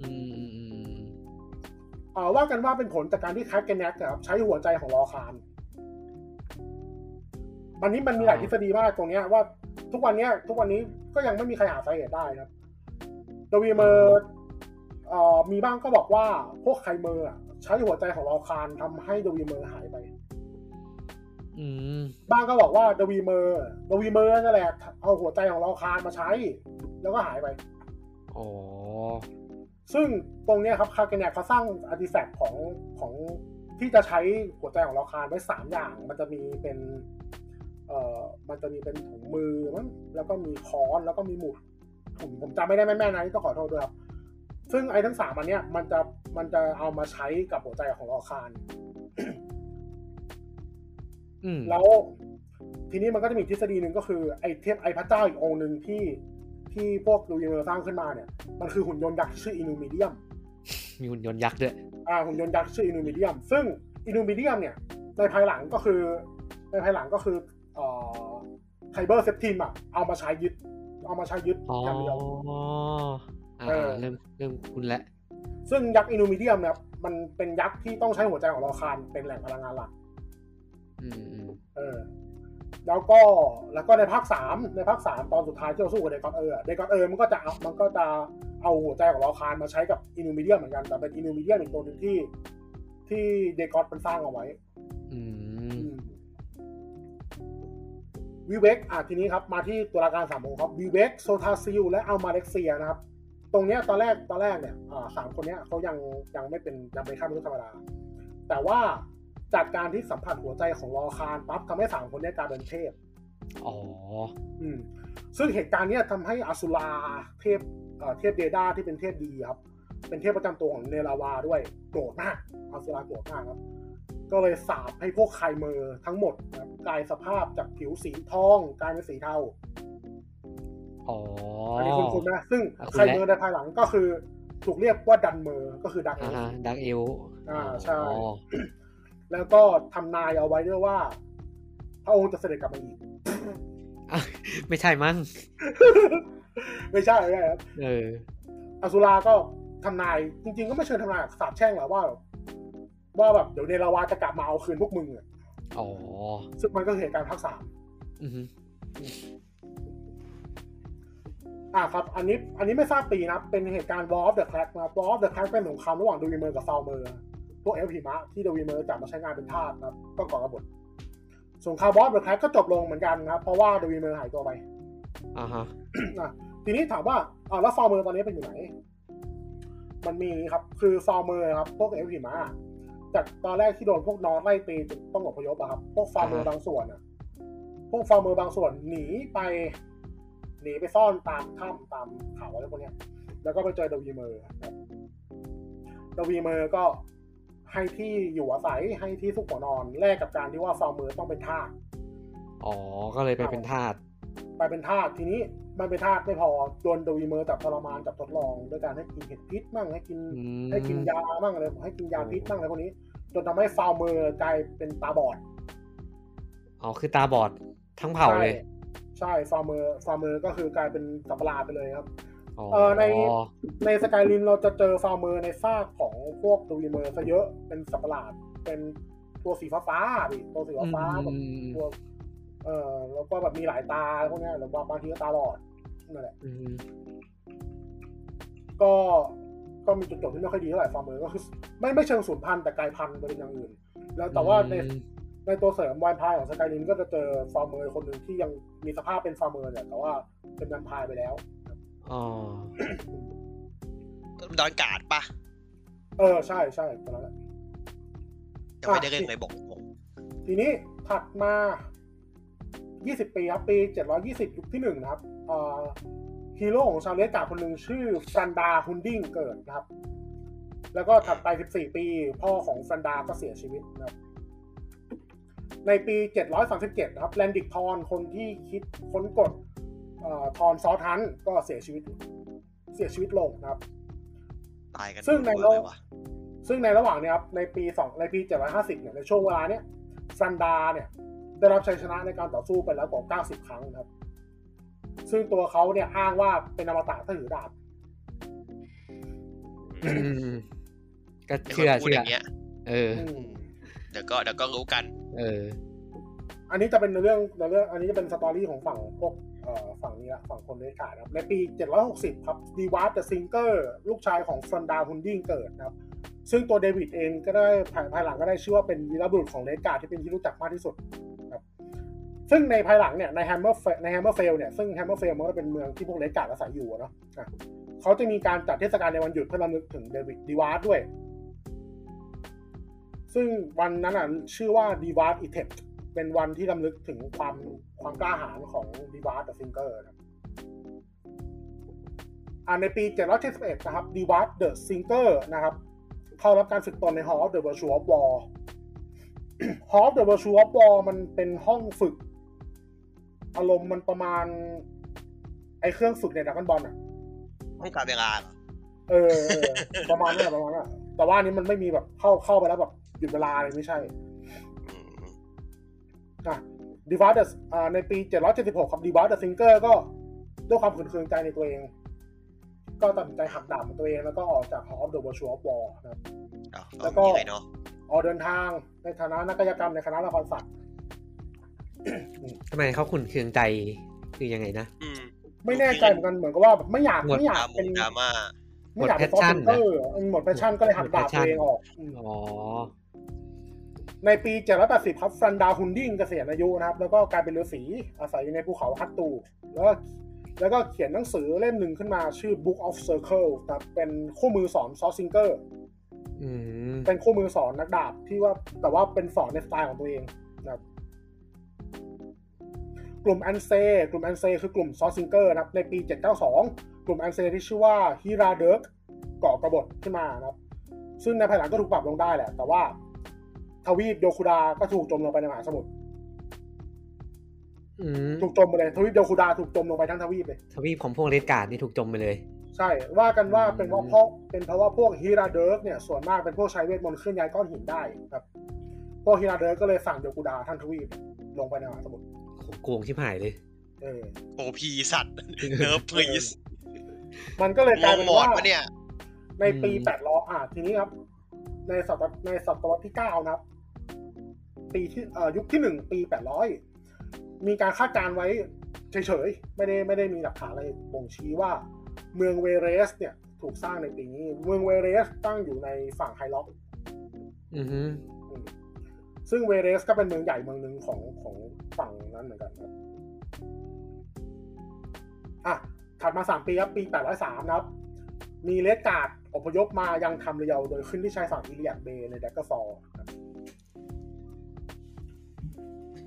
S1: อืมอืมอืม
S3: เอ่อว่ากันว่าเป็นผลจากการที่แคทเกนแนกนะครับใช้หัวใจของลอคานมันนี้มันมีหลายทฤษฎีมากตรงเนี้ยว่าทุกวันเนี้ย ทุกวันนี้ก็ยังไม่มีใครหาสาเหตุได้นะครับโดวีเมอร์เอ่อมีบ้างก็บอกว่าพวกไคเมอร์อะใช้หัวใจของลอคานทำให้โดวีเมอร์หายไป
S1: อืม
S3: บ้างก็บอกว่าโดวีเมอร์โดวีเมอร์นั่นแหละเอาหัวใจของลอคานมาใช้ แล้วก็หายไป
S1: อ๋อ
S3: ซึ่งตรงเนี้ยครับคาเกเนกเขาสร้างอาร์ติแฟกต์ของของที่จะใช้หัวใจของเราคานไว้สามอย่าง มันจะมีเป็นเอ่อมันจะมีเป็นถุงมือมั้งแล้วก็มีค้อนแล้วก็มีหมุดผมผมจำไม่ได้แม่นๆนะนี่ก็ขอโทษด้วยครับ ซึ่งไอ้ทั้งสามอันเนี้ยมันจะมันจะเอามาใช้กับหัวใจของเราคาน
S1: อืม
S3: แล้วทีนี้มันก็จะมีทฤษฎีหนึ่งก็คือไอ้เทพไอ้พระเจ้าอีกองค์หนึ่งที่ที่พวกดูยิเมอร์สร้างขึ้นมาเนี่ยมันคือหุ่นยนต์ยักษ์ที่ชื่ออินูมิเดียม
S1: มีหุ่นยนต์ยักษ์ด้วย
S3: อ่าหุ่นยนต์ยักษ์ชื่ออินูมิเดียม ซึ่งอินูมิเดียมเนี่ย ในภายหลังก็คือ ในภายหลังก็คือเอ่อไคเบอร์เซปทิมอ่ะ เอามาใช้ยึด เอามาใช้ยึด
S1: อ๋อ
S3: อย่างเดียว
S1: อ่า
S3: เออ
S1: เริ่ม เริ่มคุณแล้ว
S3: ซึ่งยักษ์อินูมิเดียมเนี่ยมันเป็นยักษ์ที่ต้องใช้หัวใจของเราคานเป็นแหล่งพลังงานหลัก
S1: อืมอืม
S3: เออ แล้วก็แล้วก็ในภาคสามในภาคสามตอนสุดท้ายที่เราสู้กับเดกอนเออร์เดกอนเออร์มันก็จะเอามันก็จะเอาหัวใจของเราคานมาใช้กับอินูมิเดียมเหมือนกัน แต่เป็นอินูมิเดียมอีกตัวหนึ่งที่ที่เดกอนมันสร้างเอาไว้
S1: อืม
S3: วิเวกอ่ะทีนี้ครับ มาที่ตุลาการสามองค์ครับวิเวกโซทาซิลและอัลมาเล็กเซียนะครับ ตรงเนี้ยตอนแรกตอนแรกเนี่ยอ่าสามคนเนี้ยเขายังยังไม่เป็นยังเป็นข้ามนุษย์ธรรมดา แต่ว่าจากการที่สัมผัสหัวใจของลอคานปั๊บทำให้สามคนเนี้ยกลายเป็นเทพ
S1: อ๋อ
S3: อืมซึ่งเหตุการณ์เนี้ยทำให้อสุราเทพเอ่อเทพเดดาที่เป็นเทพดีครับ เป็นเทพประจำตัวของเนราวาด้วยโกรธมากอสุราโกรธมากครับ ก็เลยสาปให้พวกไคเมอร์ทั้งหมดนะครับกลายสภาพจากผิวสีทองกลายเป็นสีเทา
S1: อ๋อ
S3: อั
S1: อั
S3: นนี้คุณคุณนะซึ่ง
S1: อ่ะคุ้นแล้ว
S3: ไคเมอร์ในภายหลังก็คือถูกเรียกว่าดันเมอร์ก็คือดักเม
S1: อ่า
S3: อร์
S1: ฮะดักเอล
S3: อ่าใช่ แล้วก็ทำนายเอาไว้ด้วยว่า พระองค์จะเสด็จกลับมาอีก
S1: ไม่ใช่มั้ง
S3: ไม่ใช่ไม่ใช่ครับ
S1: เออ
S3: อสุราก็ทำนายจริงๆ ก็ไม่เชิงทำนายหรอกสาบแช่งแหละว่าแบบว่าแบบเดี๋ยวเนราวาจะกลับมาเอาคืนพวกมึงอะ
S1: อ๋อ
S3: ซึ่งมันก็คือเหตุการณ์ภาคสาม
S1: อือฮึ
S3: อ่ะครับ อันนี้อันนี้ไม่ทราบปีนะเป็นเหตุการณ์ War of the Crack นะ War of the Crack เป็นสงครามระหว่างดูวีเมอร์กับซาวเมอร์พวกเอลพีมะที่ดูวีเมอร์จับมาใช้งานเป็นทาสนะครับต้องก่อกบฏสงคราม War of the Crack ก็จบลงเหมือนกันนะครับ เพราะว่าดูวีเมอร์หายตัวไป
S1: อ่าฮะ
S3: อ่ะทีนี้ถามว่าอ่าแล้วฟาร์เมอร์ตอนนี้เป็นอยู่ไหน มันมีครับ คือฟาร์เมอร์ครับ พวกเอลหิมะจากตอนแรกที่โดนพวกนอร์ทไล่ตีจนต้องอพยพอะครับ พวกฟาร์เมอร์
S1: อ่าฮะ
S3: บางส่วนอะพวกฟาร์เมอร์บางส่วนหนีไป หนีไปซ่อนตามถ้ำตามเขาอะไรพวกเนี้ย แล้วก็ไปเจอดวีเมอร์ครับดวีเมอร์ก็ให้ที่อยู่อาศัยให้ที่ซุกหัวนอนแลกกับการที่ว่าฟาร์เมอร์ต้องเป็นทาส
S1: อ๋อ ก็เลยไปเป็นทาส
S3: ไปเป็นทาสทีนี้มันเป็นทาสไม่พอโดนโดวีเมอร์จับทรมานจับทดลองด้วยการให้กินเห็ดพิษมั่งให้กิน
S1: อืม
S3: ให้กินยามั่งอะไรให้กินยาพิษมั่งอะไรพวกนี้ จนทำให้ฟาวเมอร์กลายเป็นตาบอด
S1: อ๋อ คือตาบอดทั้งเผ่าเลย
S3: ใช่ใช่ฟาวเมอร์ฟาวเมอร์ก็คือกลายเป็นสัตว์ประหลาดไปเลยครับ
S1: อ๋อ
S3: เอ่อใน ในสกายลินเราจะเจอฟาวเมอร์ในซากของพวกโดวีเมอร์ซะเยอะเป็นสัตว์ประหลาดเป็นตัวสีฟ้าๆดิตัวสีฟ้าๆแบบ
S1: อืม
S3: ตัว เออแล้วก็แบบมีหลายตาพวกเนี้ยหรือว่าบางทีก็ตาบอดนั่นแหละ
S1: อืม
S3: ก็ก็มีจุดจบที่ไม่ค่อยดีเท่าไหร่ฟอร์มเลยก็คือไม่ไม่เชิงสูญพันธุ์แต่กลายพันธุ์ไปเป็นอย่างอื่น แล้วแต่ว่าใน
S1: อืม
S3: ในตัวเสริมวายพายของสกายลินก็จะเจอฟอร์เมอร์คนหนึ่งที่ยังมีสภาพเป็นฟอร์เมอร์เนี่ยแต่ว่าเป็นแวมไพายไปแล้ว
S1: อ๋อ
S2: ดอนการ์ดปะ
S3: เออใช่ใช่ตอนนั้นแหละ
S2: ยังไม่ได้
S3: อ่ะ
S2: เล่นเลยบอกผม
S3: ทีนี้ถัดมา 20 ปีครับ ปี 720 ยุคที่หนึ่งนะครับเอ่อฮีโร่ของชาวเลกาคนหนึ่งชื่อแฟนดาฮุนดิ้งเกิดนะครับ แล้วก็ถัดไป 14 ปี พ่อของแฟนดาก็เสียชีวิตนะครับ ในปี 737 นะครับแลนดิกทอนคนที่คิดค้นกฎเอ่อทอนซอทันก็เสียชีวิต เสียชีวิตลงนะครับ
S2: ตายกัน
S3: ซึ่งใน
S2: โล
S3: โล
S2: ย
S3: ก
S2: วะ
S3: ซึ่งในระหว่างเนี้ยครับในปีสองในปี 750 เนี่ยในช่วงเวลาเนี้ยซันดาเนี่ยได้รับชัยชนะในการต่อสู้ไปแล้วกว่า 90 ครั้งนะครับ ซึ่งตัวเขาเนี่ยอ้างว่าเป็นอมตะถ้าถือดาบ
S1: อืมอืมก็
S2: ไอ้คน
S1: เชื่อ
S2: พูด
S1: เชื่
S2: อ
S1: อย่าง
S2: เงี้ย
S1: เออ
S3: อืม
S2: เดี๋ยวก็เดี๋ยวก็รู้กัน
S1: เออ
S3: อันนี้จะเป็นในเรื่องในเรื่องอันนี้จะเป็นสตอรี่ของฝั่งพวกเอ่อฝั่งนี้ละฝั่งคนเลขานะครับ ในปี 760 ครับดีวาร์เดอะซิงเกอร์ลูกชายของซันดาฮุนดิ้งเกิดนะครับ ซึ่งตัวเดวิดเองก็ได้ภายภายหลังก็ได้ชื่อว่าเป็นวีรบุรุษของเลกาที่เป็นที่รู้จักมากที่สุดนะครับซึ่งในภายหลังเนี่ยในแฮมเมอร์ในแฮมเมอร์เฟลเนี่ยซึ่งแฮมเมอร์เฟลมันก็เป็นเมืองที่พวกเลกาอาศัยอยู่อะเนาะอ่ะเขาจะมีการจัดเทศกาลในวันหยุดเพื่อรำลึกถึงเดวิดดีวาร์ด้วย ซึ่งวันนั้นอ่ะชื่อว่าดีวาร์ดอิเทปเป็นวันที่รำลึกถึงความความกล้าหาญของดีวาร์ดเดอะซิงเกอร์นะครับอ่าในปี 771 นะครับดีวาร์ดเดอะซิงเกอร์นะครับ เข้ารับการฝึกตนใน Hall of the Virtue of War Hall of the Virtue of War มันเป็นห้องฝึก อารมณ์มันประมาณ ไอเครื่องฝึกในดักกันบอลอ่ะ
S2: ห้องการเวลาเหรอ
S3: เออเออ ประมาณนั้นอะประมาณนั้นอะแต่ว่าอันนี้มันไม่มีแบบเข้าเข้าไปแล้วแบบหยุดเวลาเลยไม่ใช่
S2: อืม
S3: อ่ะดีวาร์ดอ่าในปี 776 ครับดีวาร์ดซิงเกอร์ก็ด้วยความขุนเคืองใจในตัวเอง ก็ตัดสินใจหักดาบของตัวเองแล้วก็ออกจาก Hall of the Virtue of War นะครับ
S2: เอา
S3: แล้
S2: เอา
S3: วก็
S2: มีอะไรเนาะ
S3: ออกเดินทางในฐานะนักกายกรรมในคณะละครสัตว์
S1: ทำไมเขาขุนเคืองใจคือยังไงนะ
S2: อืม
S3: ไม่แน่ใจเหมือนกันเหมือนกับว่าแบบไม่อยาก
S1: หมด
S3: ไม่อยา
S2: ดราก ม
S3: เป็น
S2: งดราม่า
S3: ไม่อยากเป็นซอฟต์ซิงเกอร์หมดแพชชั่นก็เลยหักดาบตัวเองออกอืม
S1: อ๋อ
S3: ในปี 780 ครับฟันดาฮุนดิ้งเกษียณอายุนะครับ แล้วก็กลายเป็นฤาษีอาศัยอยู่ในภูเขาฮัตตู แล้วก็แล้วก็เขียนหนังสือเล่มหนึ่งขึ้นมาชื่อ Book of Circle นะครับเป็นคู่มือสอนซอซิงเกอร์
S1: อืม
S3: เป็นคู่มือสอนนักดาบที่ว่าแต่ว่าเป็นสอนในสไตล์ของตัวเองนะครับกลุ่มแอนเซกลุ่มแอนเซคือกลุ่มซอซิงเกอร์นะครับ ในปี 792 กลุ่มแอนเซที่ชื่อว่าฮิราเดิร์กก่อกระบฏขึ้นมานะครับ ซึ่งในภายหลังก็ถูกปรับลงได้แหละ แต่ว่าทวีปโยคุดาก็ถูกจมลงไปในมหาสมุทร
S1: อืม
S3: ถูกจมไปเลยทวีปโยคูดาถูกจมลงไปทั้งทวีปเลย
S1: ทวีปของพวกเรดการ์ดนี่ถูกจมไปเลย
S3: ใช่ ว่ากันว่า
S1: อืม
S3: เป็นเพราะพวกเป็นเพราะว่าพวกฮิราเดิร์กเนี่ยส่วนมากเป็นพวกใช้เวทมนต์เคลื่อนย้ายก้อนหินได้ครับ พวกฮิราเดิร์กก็เลยสั่งโยคูดาทั้งทวีปลงไปในมหาสมุทร
S1: โหโกงชิบหายเลย
S3: เออ
S2: โอพีสั ตว์เนิร์ฟพลีส
S3: มันก็เลย
S2: ง
S3: กลาย
S2: ง
S3: เป็น
S2: หมอ
S3: ว่า
S2: ดปะเนี่ย
S3: ในปี
S1: อืม
S3: แปดล้ออ่ะทีนี้ครับ ในศตวรรษในศตวรรษที่เก้านะครับ ปีที่เอ่อยุคที่หนึ่งปีแปดร้อยมีการคาดการณ์ไว้เฉยๆไม่ได้ไม่ได้มีหลักฐานอะไรบ่งชี้ว่า เมืองเวเรส เนี่ย ถูกสร้างในปีนี้ เมืองเวเรสตั้งอยู่ในฝั่งไฮล็อก
S1: อือฮึ
S3: ซึ่งเวเรสก็เป็นเมืองใหญ่เมืองหนึ่งของของฝั่งนั้นเหมือนกันครับ อ่ะ ถัดมาสามปีครับ ปี 803 นะครับ มีเลสการ์ดอพยพมายังทำเรียว โดยขึ้นที่ชายฝั่งอิเลียดเบย์ในแดกเกอร์ฟอลครับ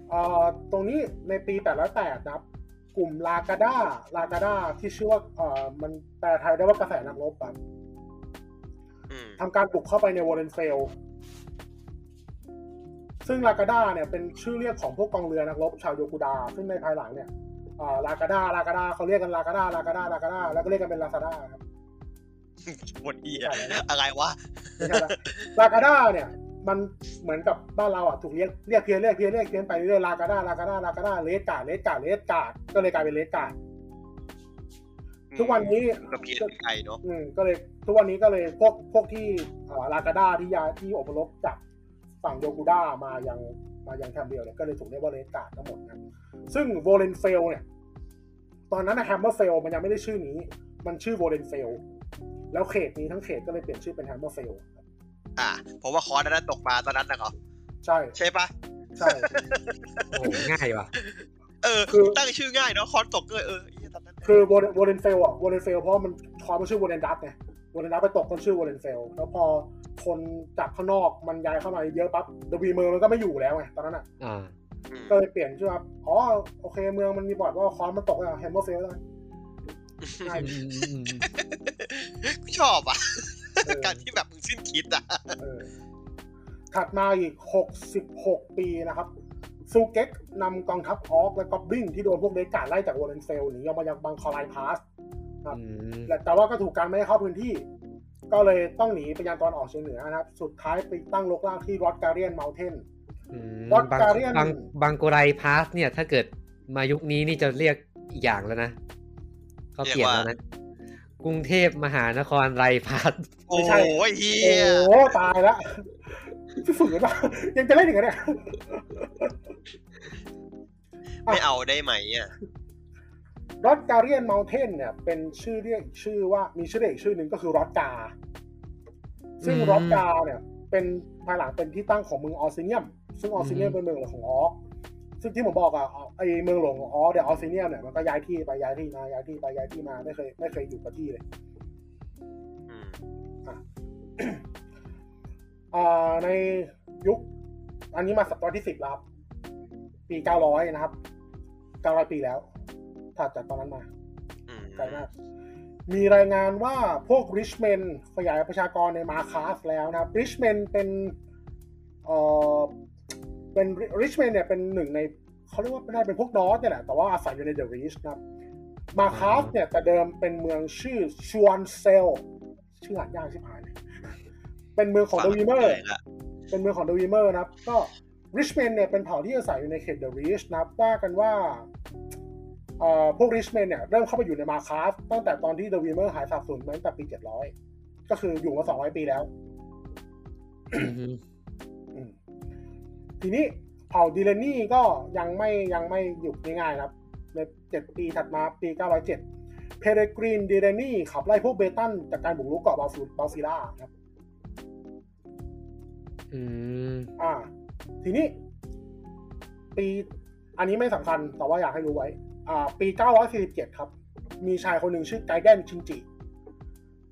S3: เอ่อตรงนี้ในปี 808 นะครับ กลุ่มลากาด้าลากาด้าที่ชื่อว่าเอ่อมันแปลไทยได้ว่ากระแสนักรบครับ
S2: อืม
S3: ทำการบุกเข้าไปในวอร์เรนเฟล ซึ่งลากาด้าเนี่ยเป็นชื่อเรียกของพวกกองเรือนักรบชาวโยกูดา ซึ่งในภายหลังเนี่ยอ่าลากาด้าลากาด้าเขาเรียกกันลากาด้าลากาด้าลากาด้าแล้วก็เรียกกันเป็นลาซาด้าครับ
S2: หมดอีอะอะไรวะ
S3: ไม่ใช่ละลากาด้าเนี่ย มันเหมือนกับบ้านเราอ่ะถูกเรียกเรียกเพี้ยนเรียกเพี้ยนเรียกเพี้ยนไปเรื่อยๆลากาด้าลากาด้าลากาด้าเลสการ์ดเลสการ์ดเลสการ์ดก็เลยกลายเป็นเลสการ์ดทุกวันนี้
S2: กับพีไทยเนาะ
S3: อืมก็เลยทุกวันนี้ก็เลยพวกพวกที่ลากาด้าที่ยายที่อพยพจากฝั่งโยกูด้ามายัง มายังแทมเบลเนี่ยก็เลยถูกเรียกว่าเลสการ์ดทั้งหมดนะซึ่งโวเลนเฟลเนี่ย ตอนนั้นนะแฮมเมอร์เฟลมันยังไม่ได้ชื่อนี้ มันชื่อโวเลนเฟลแล้วเขตนี้ทั้งเขตก็เลยเปลี่ยนชื่อเป็นแฮมเมอร์เฟล
S2: อ่าเพราะว่าคอร์สนั้นตกปลาตอนนั้นนะเหรอ
S3: ใช่
S2: ใช่ปะ
S3: ใช่
S1: โอ้โหง่ายว่ะ
S2: เออ
S3: คือ
S2: ตั้งชื่อง่ายเนาะคอร์สตกก็เลยเออไอ้เหี้ยตอนนั้น
S3: คือโวโวเลนเฟลอะโวเลนเฟลเพราะมันคอมันชื่อโวเลนดัสไงโวเลนดัสไปตกคนชื่อโวเลนเฟลแล้วพอคนจากข้างนอกมันย้ายเข้ามาเยอะปั๊บดวีเมืองมันก็ไม่อยู่แล้วไงตอนนั้นอ่ะ
S1: อ่า
S2: อืม
S3: ก็เลยเปลี่ยนชื่อว่าอ๋อโอเคเมืองมันมีบอร์ดว่าคอนมันตกแล้วแฮมเมอร์เฟลแล้วใช่
S2: กูชอบอ่ะ
S3: เออ
S2: การที่แบบมึงสิ้นคิดอ่ะ
S3: เออถัดมาอีก 66 ปีนะครับ ซูเก็กนำกองทัพออกและก็อบลินที่โดนพวกเดกการดไล่จากโวเลนเฟลหนีออกมายังบังคอไลพาส ครับ
S1: อืม
S3: และแต่ว่าก็ถูกกันไม่ให้เข้าพื้นที่ ก็เลยต้องหนีไปยังตอนออกเฉียงเหนือนะครับ สุดท้ายไปตั้งรกรากที่รอดการเรียนเมลเทน
S1: อืม
S3: รอด
S1: บาง
S3: การเรียน
S1: บางบางโกไรพาสเนี่ย ถ้าเกิดมายุคนี้นี่จะเรียกอีกอย่างแล้วนะเขาเปลี่ยนแล้วนะ กรุงเทพมหานครไรพาส
S2: โอ้
S3: ใช่
S2: โหเฮี
S3: โอ้
S2: ย
S3: โหตายละพี่ฝืนปะยังจะเล่นอย่างเงี้ย
S2: ไม่เอาได้ไหมอ่ะ
S3: รอดการเรียนเมลเทนเนี่ย เป็นชื่อเรียกอีกชื่อว่ามีชื่อเรียกอีกชื่อหนึ่งก็คือรอดกา ซึ่งรอดกาเนี่ย เป็นภายหลังเป็นที่ตั้งของเมืองออสซิเนียม ซึ่งออสซิเนียมเป็นเมืองหลวงของออสซึ่งที่ผมบอกอะเอาไอเมืองหลวงของออสเดี๋ยวออสซิเนียมเนี่ยมันก็ย้ายที่ไปย้ายที่มาย้ายที่ไปย้ายที่มาไม่เคยไม่เคยอยู่กับที่เลย
S2: อืม
S3: อ่าในยุค อันนี้มาศตวรรษที่สิบแล้วครับ ปีเก้าร้อยนะครับเก้าร้อยปีแล้วถัดจากตอนนั้นมา
S2: อืม
S3: ไกลมากมีรายงานว่าพวกริชเมนขยายประชากรในมาคาสแล้วนะครับริชเมนเป็นเอ่อเป็นริชเมนเนี่ยเป็นหนึ่งในเขาเรียกว่าไม่ได้เป็นพวกนอสเนี่ยแหละ แต่ว่าอาศัยอยู่ในเดอะริชนะครับมาคาสเนี่ยแต่เดิมเป็นเมืองชื่อชวนเซลชื่ออ่านยากชิบหายเลยเป็นเมืองของเด
S2: ฟั
S3: วีเมอ
S2: ห
S3: ร์
S2: นื่ยละ
S3: เป็นเมืองของเดวีเมอร์นะครับ ก็ริชแมนเนี่ยเป็นเผ่าที่อาศัยอยู่ในเขตเดอะริชนะครับว่ากันว่าเอ่อพวกริชแมนเนี่ยเริ่มเข้าไปอยู่ในมาคาฟตั้งแต่ตอนที่เดวีเมอร์หายสาบสูญมาตั้งแต่ปี 700 ก็คืออยู่มา 200 ปีแล้ว
S1: อืม
S3: อืมทีนี้เผ่าดิเลนี่ก็ยังไม่ยังไม่หยุดง่ายๆนะครับ ใน 7 ปีถัดมาปี 907 เพเรกรีนดิเลนี่ขับไล่พวกเบตันจากการบุกรุกเกาะบาฟูบาฟิล่านะครับ
S1: อืม
S3: อ่า ทีนี้ ปีอันนี้ไม่สำคัญแต่ว่าอยากให้รู้ไว้ อ่า ปี 947 ครับ มีชายคนหนึ่งชื่อไกเดนชินจิ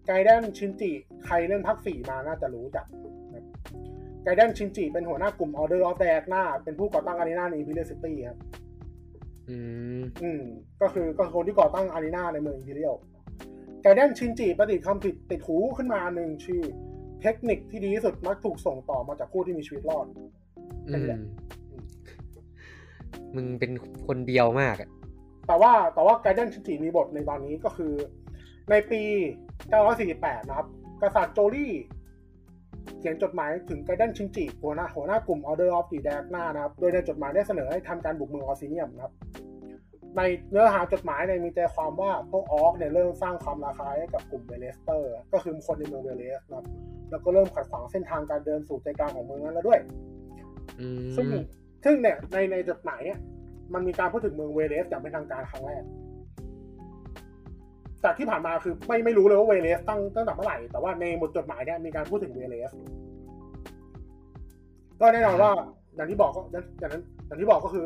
S3: ไกเดนชินจิ ใครเล่นภาคสี่มาน่าจะรู้จักนะครับไกเดนชินจิ เป็นหัวหน้ากลุ่ม Order of the Agna เป็นผู้ก่อตั้งอารีนาใน Imperial City ครับ
S1: อืม
S3: อืม ก็คือก็คือคนที่ก่อตั้งอารีนาในเมือง Imperial ไกเดนชินจิประดิษฐ์คำผิดติดหูขึ้นมาอันหนึ่งชื่อ เทคนิคที่ดีที่สุดมักถูกส่งต่อมาจากผู้ที่มีชีวิตรอด
S1: อืมมึงเป็นคนเดียวมากอะ
S3: แต่ว่าแต่ว่าไกด์เดนชิจิมีบทในตอนนี้ก็คือ ในปี 948 นะครับ กษัตริย์โจลี่ เขียนจดหมายถึงไกด์เดนชินจิหัวหน้าหัวหน้ากลุ่ม Order of the d a g n a นะครับ โดยในจดหมายได้เสนอให้ทำการบุกเมืองออสซิเนียมนะครับ ในเนื้อหาจดหมายเนี่ยมีใจความว่าพวกออกเนี่ยเริ่มสร้างความราคายให้กับกลุ่มเวเลสเตอร์ ก็คือคนในเมืองเวเลสนะครับ แล้วก็เริ่มขัดขวางเส้นทางการเดินสู่ใจกลางของเมืองนั้นแล้วด้วย
S1: อืม
S3: ซึ่งซึ่งเนี่ยในในจดหมายเนี่ยมันมีการพูดถึงเมืองเวเลสอย่างเป็นทางการครั้งแรก จากที่ผ่านมาคือไม่ไม่รู้เลยว่าเวเลสตั้งตั้งแต่เมื่อไหร่ แต่ว่าในบทจดหมายเนี่ยมีการพูดถึงเวเลส ก็แน่นอนว่าอย่างที่บอกก็อย่างอย่างนั้นอย่างที่บอกก็คือ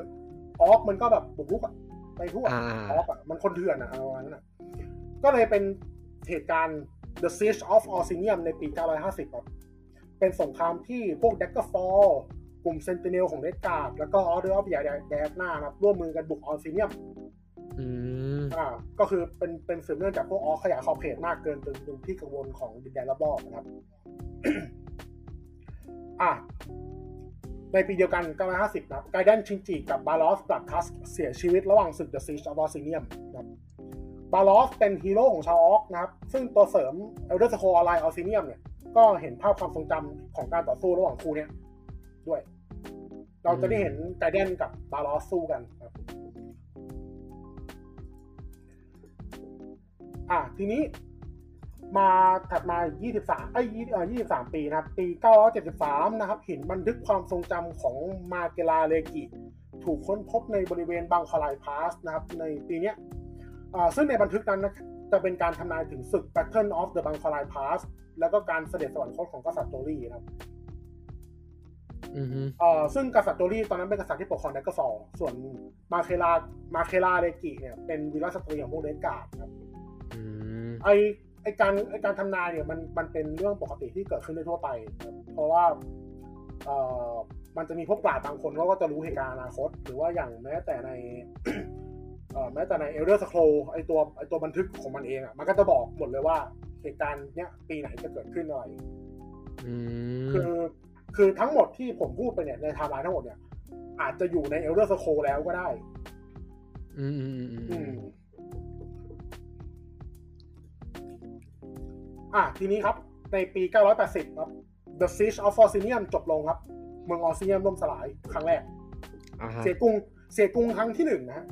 S3: ออฟมันก็แบบบุกรุกอะไปทั่ว
S1: อ่า
S3: ออฟอ่ะมันคนเถื่อนอ่ะเอาประมาณนั้นอ่ะ ก็เลยเป็นเหตุการณ์ The Siege of Orsinium ในปี 950ครับเป็นสงครามที่พวก d ดกเกอร์ฟอลกลุ่มเซนติเนลของเดกการ์ดแล้วก็ออเดอร์ออฟยาแดกหน้านะครับ ร่วมมือกันบุกออร์ซิเนียม
S1: อืม
S3: อ่าก็คือเป็นเป็นสืบเนื่องจากพวกออสขยายขอบเขตมากเกินจนเป็นที่กังวลของดินแดนรอบๆนะครับ อ่ะในปีเดียวกัน 950 นะครับไกเดนชิงจิกับบาลอสปลับทัสเสียชีวิตระหว่างศึก The Siege of Orsinium นะครับบาลอสเป็นฮีโร่ของชาวออกนะครับ ซึ่งตัวเสริม Elder Scrolls Online Orsinium เนี่ย ก็เห็นภาพความทรงจำของการต่อสู้ระหว่างคู่เนี่ย ด้วย เราจะได้เห็นไกเดนกับบาลอสสู้กันนะครับอ่ะทีนี้ มาถัดมาอีก23ไอ้ยี่อ23 ปีนะครับ ปี 973 นะครับ หินบันทึกความทรงจำของมาเกลาเลกิ ถูกค้นพบในบริเวณบางคลายพาสนะครับ ในปีเนี้ยอ่าซึ่งในบันทึกนั้นนะจะเป็นการทำนายถึงศึก Battle of the b a n g k a l a i Pass แล้วก็การเสด็จสวรรคตของกษัตริย์โตรี่นะครับ
S1: อือฮึ
S3: เอ่อซึ่งกษัตริย์โตรี่ตอนนั้นเป็นกษัตริย์ที่ปกครองแดกกอซอร์ส่วนมาเคลามาเคลาเรกิเนี่ยเป็นวีรสตรีของพวกเดกการ์ดครับ
S1: อืม
S3: ไอไอการไอการทำนายเนี่ยมันมันเป็นเรื่องปกติที่เกิดขึ้นได้ทั่วไปครับเพราะว่าเอ่อมันจะมีพวกปราชญ์บางคนเขาก็จะรู้เหตุการณ์อนาคต หรือว่าอย่างแม้แต่ใน เอ่อแม้แต่ในเอลเดอร์สโครไอตัวไอตัวบันทึกของมันเองอ่ะมันก็จะบอกหมดเลยว่าเหตุการณ์เนี้ยปีไหนจะเกิดขึ้นอะไร
S1: อืม
S3: คือคือทั้งหมดที่ผมพูดไปเนี่ยในไทม์ไลน์ทั้งหมดเนี่ย อาจจะอยู่ในเอลเดอร์สโคแล้วก็ได้
S1: อืมอืมอืมอื
S3: อืม
S1: ม
S3: อ่ะทีนี้ครับ ในปี 980 ครับ The Siege of f o r c i n i u m จบลงครับ เมืองออร์ซิเนียมล่มสลายครั้งแรก
S1: อ่าฮะ
S3: เสียกรุงเสียกรุงครั้งที่หนึ่งนะฮะ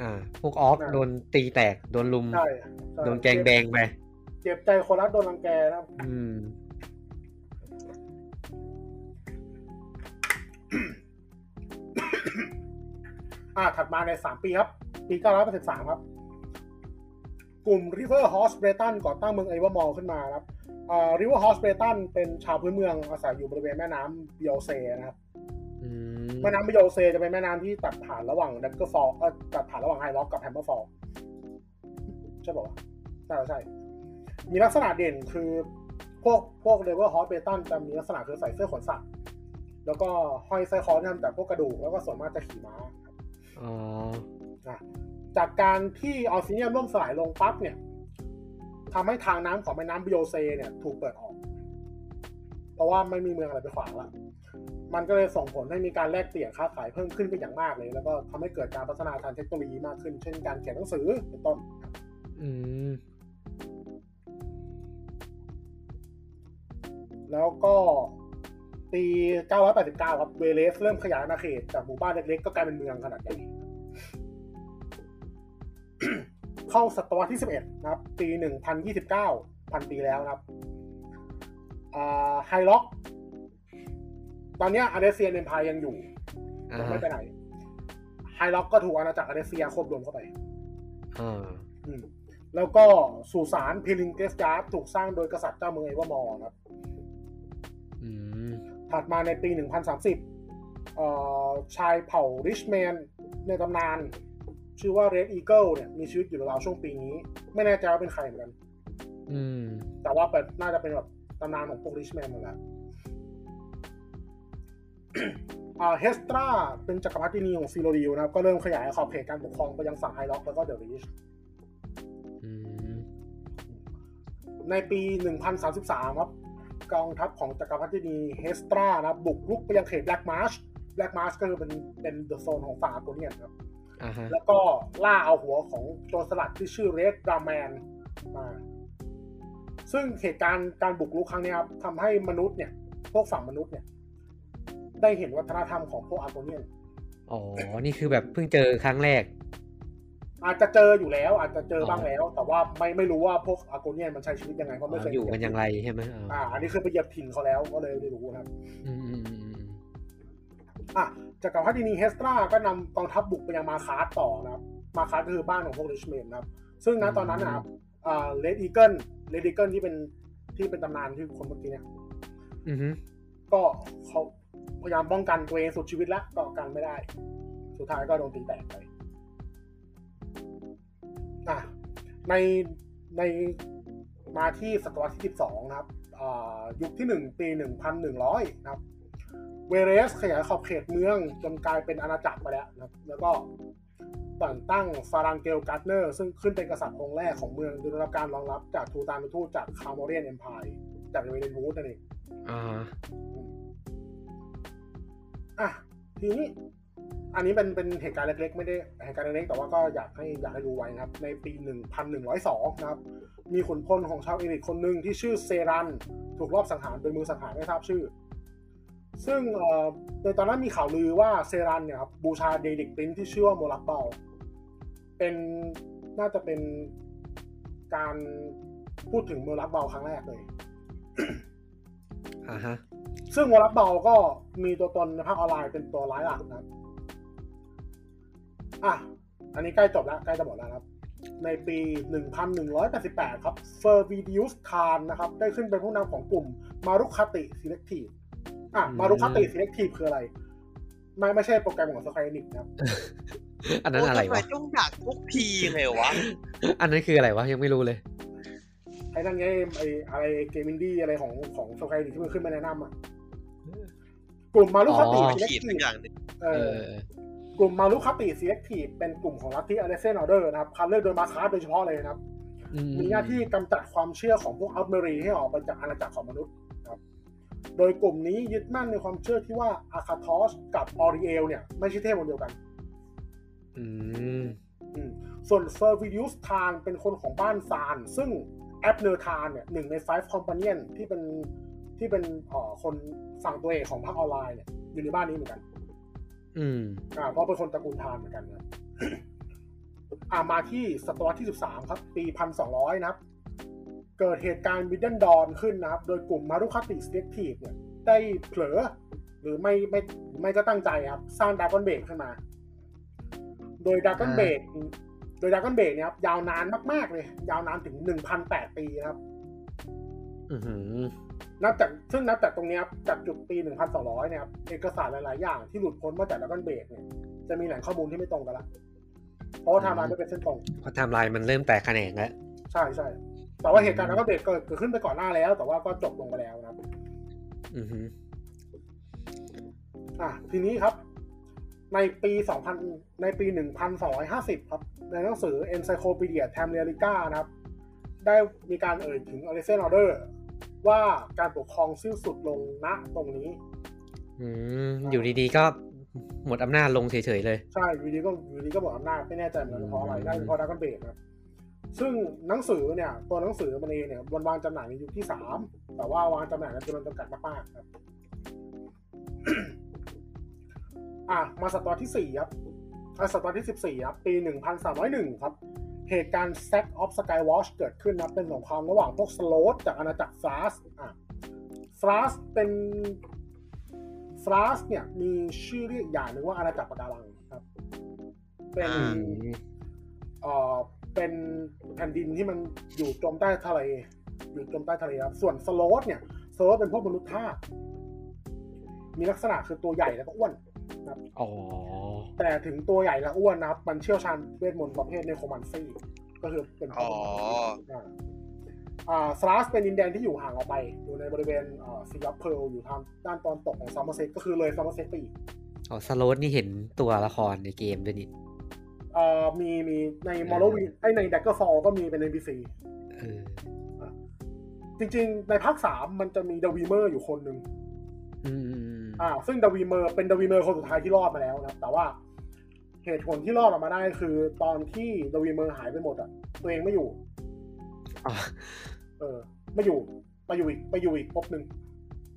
S1: อ่า พวกออฟโดนตีแตก โดนลุม
S3: ใช่ใช่
S1: โดนแกงแดงไป
S3: เจ็บใจโคลัสโดนรังแกนะครับ
S1: อืม
S3: อ่าถัดมาใน 3 ปีครับ ปี 983 ครับ กลุ่ม River Horse Breton ก่อตั้งเมืองไอวอมอลขึ้นมาครับอ่า River Horse Breton เป็นชาวพื้นเมืองอาศัยอยู่บริเวณแม่น้ำบิโอเซนะครับ
S1: อืม
S3: แม่น้ำบิโอเซจะเป็นแม่น้ำที่ตัดผ่านระหว่างดักเกอร์ฟอลตัดผ่านระหว่างไฮล็อกกับแฮมเมอร์ฟอลใช่ป่าวะใช่ใช่ มีลักษณะเด่นคือพวกพวกเลเวอร์ฮอสเบตันจะมีลักษณะคือใส่เสื้อขนสัตว์ แล้วก็ห้อยสร้อยคอที่ทำจากพวกกระดูกแล้วก็ส่วนมากจะขี่ม้า
S1: อ๋อ
S3: จากการที่ออซิเนียมล่มสลายลงปั๊บเนี่ยทำให้ทางน้ำของแม่น้ำบิโอเซเนี่ยถูกเปิดออก เพราะว่าไม่มีเมืองอะไรไปขวางละมันก็เลยส่งผลให้มีการแลกเปลี่ยนค้าขายเพิ่มขึ้นเป็นอย่างมากเลย แล้วก็ทำให้เกิดการพัฒนาทางเทคโนโลยีมากขึ้น เช่นการเขียนหนังสือเป็นต้น
S1: อืม
S3: แล้วก็ปี 989 ครับ เวเลสเริ่มขยายอาณาเขตจากหมู่บ้านเล็กๆ ก็กลายเป็นเมืองขนาดใหญ่ เข้าศตวรรษที่ 11 นะครับ ปี 1029 พันปีแล้วนะครับไฮล็อก ตอนเนี้อาเดเซียนเอ็มพายยังอยู่
S1: อ่า
S3: ยัง
S1: ฮะ
S3: ไม่ไปไหนไฮล็อกก็ถูกอาณาจักรอาเดเซียควบรวมเข้าไป
S1: อ่า
S3: อืมแล้วก็สุสานพิลิงเกสจาร์ดถูกสร้างโดยกษัตริย์เจ้าเมืองเอวามอร์นะครับ
S1: อืม
S3: ถัดมาในปี 1030เอ่อชายเผ่าริชแมนในตำนาน ชื่อว่า Red Eagle เนี่ย มีชีวิตอยู่ราวๆช่วงปีนี้ ไม่แน่ใจว่าเป็นใครเหมือนกัน
S1: อืม
S3: แต่ว่าเป็นน่าจะเป็นแบบตำนานของพวกริชแมนหมดแล้ว อ่าเฮสตราเป็นจักรพรรดินีของซีโรดิวนะครับ ก็เริ่มขยายขอบเขตการปกครองไปยังฝั่งไฮล็อกแล้วก็เดอะริช
S1: อืม
S3: ในปี 1033 ครับ กองทัพของจักรพรรดินีเฮสตรานะครับบุกรุกไปยังเขตแบล็กมาร์ชแบล็กมาร์ชก็คือเป็นเป็นเดอะโซนของฝั่งอาโกเนียนครับ
S1: อ่าฮะ
S3: แล้วก็ล่าเอาหัวของโจรสลัดที่ชื่อเรดราแมนมา ซึ่งเหตุการณ์การบุกรุกครั้งเนี้ยครับทำให้มนุษย์เนี่ย พวกฝั่งมนุษย์เนี่ย ได้เห็นวัฒนธรรมของพวกอาโกเนียน
S1: อ๋อ นี่คือแบบเพิ่งเจอครั้งแรก
S3: อาจจะเจออยู่แล้ว อาจจะเจอบ้างแล้ว แต่ว่าไม่ไม่รู้ว่าพวกอาโกเนียนมันใช้ชีวิตยังไงเพราะไม่เคย
S1: อยู่กันอย่างไรใช่ไหม
S3: อ่า อันนี้คือไปเหยียบถิ่นเขาแล้วก็เลยไม่รู้นะครับ
S1: อืมอืมอืมอืม
S3: อ่ะจากกับพรรดินีเฮสตรา ก็นำกองทัพบุกไปยังมาคาสต่อนะครับ มาคาสก็คือบ้านของพวกริชเมนนะครับ ซึ่งณตอนนั้นนะครับเลดอีเกิลเลดอีเกิลที่เป็นที่เป็นตำนานที่คนเมื่อกี้เนี่ย
S1: อืมฮึ
S3: ก็เขาพยายามป้องกันตัวเองสุดชีวิตแล้วก็กันไม่ได้ สุดท้ายก็โดนตีแตกไปอ่ะในในมาที่ศตวรรษที่ 12 นะครับอ่ายุคที่ 1 ปี 1100 นะครับ เวเรสขยายขอบเขตเมืองจนกลายเป็นอาณาจักรไปแล้วนะครับ แล้วก็แต่งตั้งฟารังเกลการ์ดเนอร์ ซึ่งขึ้นเป็นกษัตริย์องค์แรกของเมืองโดยได้รับการรองรับจากทูตานุทูตจากคาร์โมเรียนเอ็มพายจากเวเดนวูดนั่นเอง
S1: อ่าฮะ
S3: อ่ะทีนี้อันนี้เป็นเป็นเหตุการณ์เล็กๆ ไม่ได้เหตุการณ์เล็กๆแต่ว่าก็อยากให้อยากให้รู้ไว้นะครับ ในปี 1102 นะครับ มีขุนพลของชาวอิริกคนหนึ่งที่ชื่อเซรัน ถูกรอบสังหารโดยมือสังหารไม่ทราบชื่อ ซึ่งเอ่อในตอนนั้นมีข่าวลือว่าเซรันเนี่ยครับบูชาเดดิกปรินซ์ที่ชื่อว่าโมลักเบาเป็นน่าจะเป็นการ พูดถึงเมอร์ลับเบาครั้งแรกเลย
S1: อ่าฮะ
S3: ซึ่งเมอร์ลับเบาก็มีตัวตนในภาคออนไลน์เป็นตัวร้ายหลักนะครับอ่ะ อันนี้ใกล้จบแล้ว ใกล้จะหมดแล้วครับ ในปี 1188 ครับเฟอร์วีดิอุสคานนะครับ ได้ขึ้นเป็นผู้นำของกลุ่มมารุคติซีเล c กทีฟอ่ะ
S1: อืม
S3: มารุคติซีเล c กทีฟคืออะไร ไม่ไม่ใช่โปรแกรมของสควอนิกนะครับ
S1: อันนั้นอะไร
S2: โทำม
S1: วะ
S2: ต้องดักทุกทีเลยวะ
S1: อันนั้นคืออะไรวะยังไม่รู้เลย
S3: ไอ้นั่นไงไอ้อะไรเกมอินดี้อะไรของของสควอนิกที่มันขึ้นมาแนะนำอ่ะ กลุ่มมารุคติ
S1: อ๋อ
S3: ซีเล c ก
S2: ขีด
S3: ที
S2: สั
S3: ฟ
S2: กอย่างหนึ่ง
S3: เอ
S1: เอ
S3: อ
S1: อ
S3: กลุ่มมารุคติ Selective เป็นกลุ่มของลัทธิอเลเซนออเดอร์นะครับคัดเลือกโดยมาคาร์โดยเฉพาะเลยนะครับ
S1: อื
S3: มีหน้าที่กำจัดความเชื่อของพวกอัลเมรีให้ออกไปจากอาณาจักรของมนุษย์นะครับ โดยกลุ่มนี้ยึดมั่นในความเชื่อที่ว่าอาคาทอสกับออริเอลเนี่ย ไม่ใช่เทพองค์เดียวกัน
S1: อืม
S3: อืมส่วนเฟอร์วิดิอุสทานเป็นคนของบ้านซาน ซึ่งแอปเนอร์ทานเนี่ยหนึ่งในไฟฟ์คอมพานีนที่เป็นที่เป็นเอ่อคนสั่งตัวเอกของภาคออนไลน์เนี่ยอยู่ในบ้านนี้เหมือนกัน
S1: อืม
S3: อ่าเพราะเป็นคนตระกูลทานเหมือนกันนะ อ่ามาที่ศตวรรษที่ 13 ครับ ปี 1200 นะครับ เกิดเหตุการณ์มิดเดิลดอนขึ้นนะครับ โดยกลุ่มมารุคติสเต็กทีฟเนี่ย ได้เผลอ หรือไม่ไม่ไม่ก็ตั้งใจครับ สร้างดากอนเบรกขึ้นมา โดยดากอนเบรกโดยดากอนเบรกเนี่ยครับ ยาวนานมากๆเลย ยาวนานถึง 1,008 ปีนะครับ
S1: อือหือ
S3: นับจากซึ่งนับจากตรงเนี้ยครับจากจุดปี 1,200 เนี่ยครับเอกสารหลาย ๆ อย่างที่หลุดพ้นมาจากดากอนเบรกเนี่ยจะมีแหล่งข้อมูลที่ไม่ตรงกันละเพราะว่าไทม์ไลน์ไม่เป็นเส้นตรง
S1: เพราะไทำลายมันเริ่มแตกแขนงแล้ว
S3: ใช่ใช่แต่ว่าเหตุการณ์ดากอนเบรกเกิดเกิดขึ้นไปก่อนหน้าแล้ว แต่ว่าก็จบลงไปแล้วนะครับ
S1: อือหือ
S3: อ่ะทีนี้ครับ ในปี 2000 ในปี 1250 ครับ ในหนังสือ Encyclopedia t a m e r i c a นะครับ ได้มีการเอ่ยถึง a l e x a n d e r ว่าการปกครองสิ้นสุดลงณตรงนี้
S1: อืมอยู่ดีๆก็หมดอำนาจลงเฉยๆเลย
S3: ใช่วีดีก็วีดีก็บอกอำนาจไม่แน่ใจเหมือนกันเพราะอะไรน่าจะเพราะดักกันเบรกนะซึ่งหนังสือเนี่ย ตัวหนังสือมันเองเนี่ยวันวางจำหน่ายในยุคที่สามแต่ว่าวางจำหน่ายในจำนวนจำกัดมากๆครับ อ่ะมาศตวรรษที่สี่ครับอ่ะศตวรรษที่สิบสี่ครับ ปีหนึ่งพันสามร้อยหนึ่งครับ เหตุการณ์ Sack of Skywatch เกิดขึ้นนะครับเป็นสงครามระหว่างพวกสโลธจากอาณาจักรฟราสอ่ะฟราสเป็นฟราสเนี่ยมีชื่อเรียกอย่างหนึ่งว่าอาณาจักรปะการังครับ เป็น
S1: อืม
S3: เอ่อเป็นแผ่นดินที่มันอยู่จมใต้ทะเล อยู่จมใต้ทะเลครับส่วนสโลธเนี่ยสโลธเป็นพวกมนุษย์ท่าสมีลักษณะคือตัวใหญ่แล้วก็อ้วน
S1: อ๋อ
S3: แต่ถึงตัวใหญ่และอ้วนนะครับ มันเชี่ยวชาญเวทมนต์ประเภทเนโคมันซี่ ก็คือเป็นพวกมนุษย์
S2: อ๋อ
S3: ท่าสอ่าสลาสเป็นดินแดนที่อยู่ห่างออกไป อยู่ในบริเวณซียับเพลอยู่ทางด้านตอนตกของซัมเมอร์เซตก็คือเลยซัมเมอร์เซตไปอีก
S1: อ๋อสโลตนี่เห็นตัวละครในเกมด้วยนี่
S3: เอ่อมีมีในมอร์วินไอในดักเกอร์ฟอลก็มีเป็น NPC
S1: เออ
S3: จริงๆ ในภาคสามมันจะมีเดวีเมอร์อยู่คนหนึ่ง
S1: อืมอืมอืม
S3: อ่า ซึ่งเดวีเมอร์เป็นเดวีเมอร์คนสุดท้ายที่รอดมาแล้วนะครับ แต่ว่าเหตุผลที่รอดออกมาได้คือตอนที่เดวีเมอร์หายไปหมดอ่ะ ตัวเองไม่อยู่
S1: อ๋อ
S3: เออ ไม่อยู่ ไปอยู่อีก ไปอยู่อีกภพหนึ่ง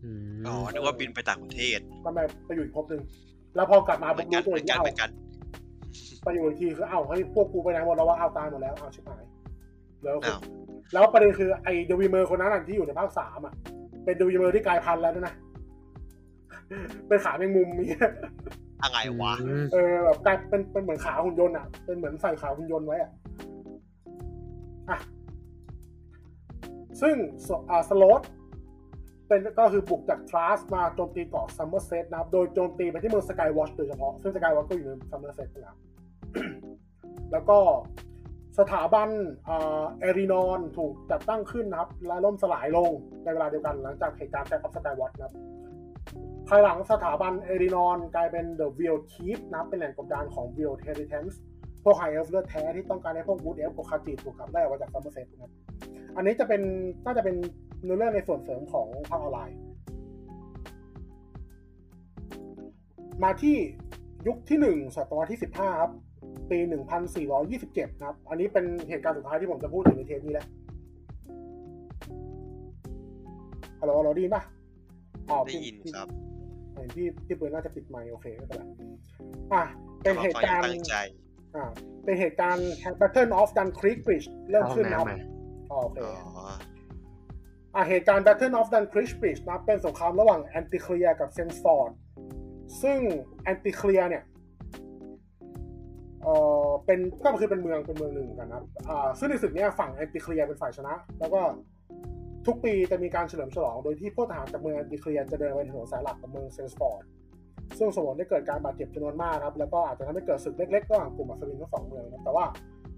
S1: อืม
S2: อ๋อนึกว่าบินไปต่างประเทศ
S3: ทำไมไปอยู่อีกภพหนึ่ง แล้วพอกลับมา
S2: เห
S3: ผ
S2: มือ
S3: ม
S2: นกั
S3: รู้
S2: นเห
S3: ตัว
S2: มือ
S3: เอ
S2: ง นกั
S3: ที่
S2: น
S3: เอา
S2: เหมือนกัน
S3: ไปอยู่อีกทีคือเอ้าเฮ้ยพวกกูไปไหนหมดแล้วว่าเอาตายหมดแล้วเอาชิบหาย แล้วคือ
S2: อ้าว
S3: แล้วประเด็นคือไอเดวีเมอร์คนนั้นอะที่อยู่ในภาคสามอ่ะ เป็นเดวีเมอร์ที่กลายพันธุ์แล้วด้วยนะ เป็นขาแมงมุมเนี่ย
S2: อะไรวะ
S1: อืม
S3: เออแบบกลายเป็นเป็นเหมือนขาหุ่นยนต์อ่ะ เป็นเหมือนใส่ขาหุ่นยนต์ไว้อ่ะอ่ะซึ่งสอ่าสโลตเป็นก็คือบุกจากทรัสมาโจมตีเกาะซัมเมอร์เซตนะครับ โดยโจมตีไปที่เมืองสกายวอชโดยเฉพาะ ซึ่งสกายวอชก็อยู่ในซัมเมอร์เซตนะครับ แล้วก็สถาบันอ่าเอรินอนถูกจัดตั้งขึ้นนะครับ และล่มสลายลงในเวลาเดียวกันหลังจากเหตุการณ์แซกกับสกายวอชนะครับ ภายหลังสถาบันเอรินอนกลายเป็นเดอะวิลคีฟนะครับเป็นแหล่งกบดานของวิลเทริเทนส์พวกไฮเอลฟ์เลือดแท้ที่ต้องการให้พวกวูดเอลฟ์กับคาจิถูกขับไล่ออกมาจากซัมเมอร์เซตนะครับอันนี้จะเป็นน่าจะเป็นเนื้อเรื่องในส่วนเสริมของภาคออนไลน์ มาที่ยุคที่ 1 ศตวรรษที่ 15 ครับ ปี 1427 นะครับ อันนี้เป็นเหตุการณ์สุดท้ายที่ผมจะพูดถึงในเทปนี้แหละฮัลโหลฮัลโหลไดีป่ะอ๋อ
S2: ได้
S3: พี่
S2: ยินครับ
S3: เห็นพี่พี่ปืนน่าจะปิดไมค์โอเคไม่เป็นไรอ่ะ เป็นเหตุ
S2: แต่
S3: การ
S2: ว่
S3: ณ์
S2: ฟังอย่งตั้งใจ
S3: อ่าเป็นเหตุการณ์ Battle of Dun Creek Bridge เริ่มขึ้นนะครับ
S1: เอามา
S3: อ๋อโอเค
S2: อ๋อ
S3: อ่ะเหตุการณ์ Battle of Dunkish Bridge นะเป็นสงครามระหว่างแอนติเคลียกับเซนซอร์ดซึ่งแอนติเคลียเนี่ยเออเป็นก็คือเป็นเมืองเป็นเมืองหนึ่งเหมือนกันนะครับอ่าซึ่งในศึกเนี้ยฝั่งแอนติเคลียเป็นฝ่ายชนะ แล้วก็ทุกปีจะมีการเฉลิมฉลอง โดยที่พวกทหารจากเมืองแอนติเคลียจะเดินไปถนนสายหลักของเมืองเซนสปอร์ดซึ่งสมมติได้เกิดการบาดเจ็บจำนวนมากนะครับ แล้วก็อาจจะทำให้เกิดศึกเล็กๆระหว่างกลุ่มอัศวินทั้งสองเมืองนะครับแต่ว่า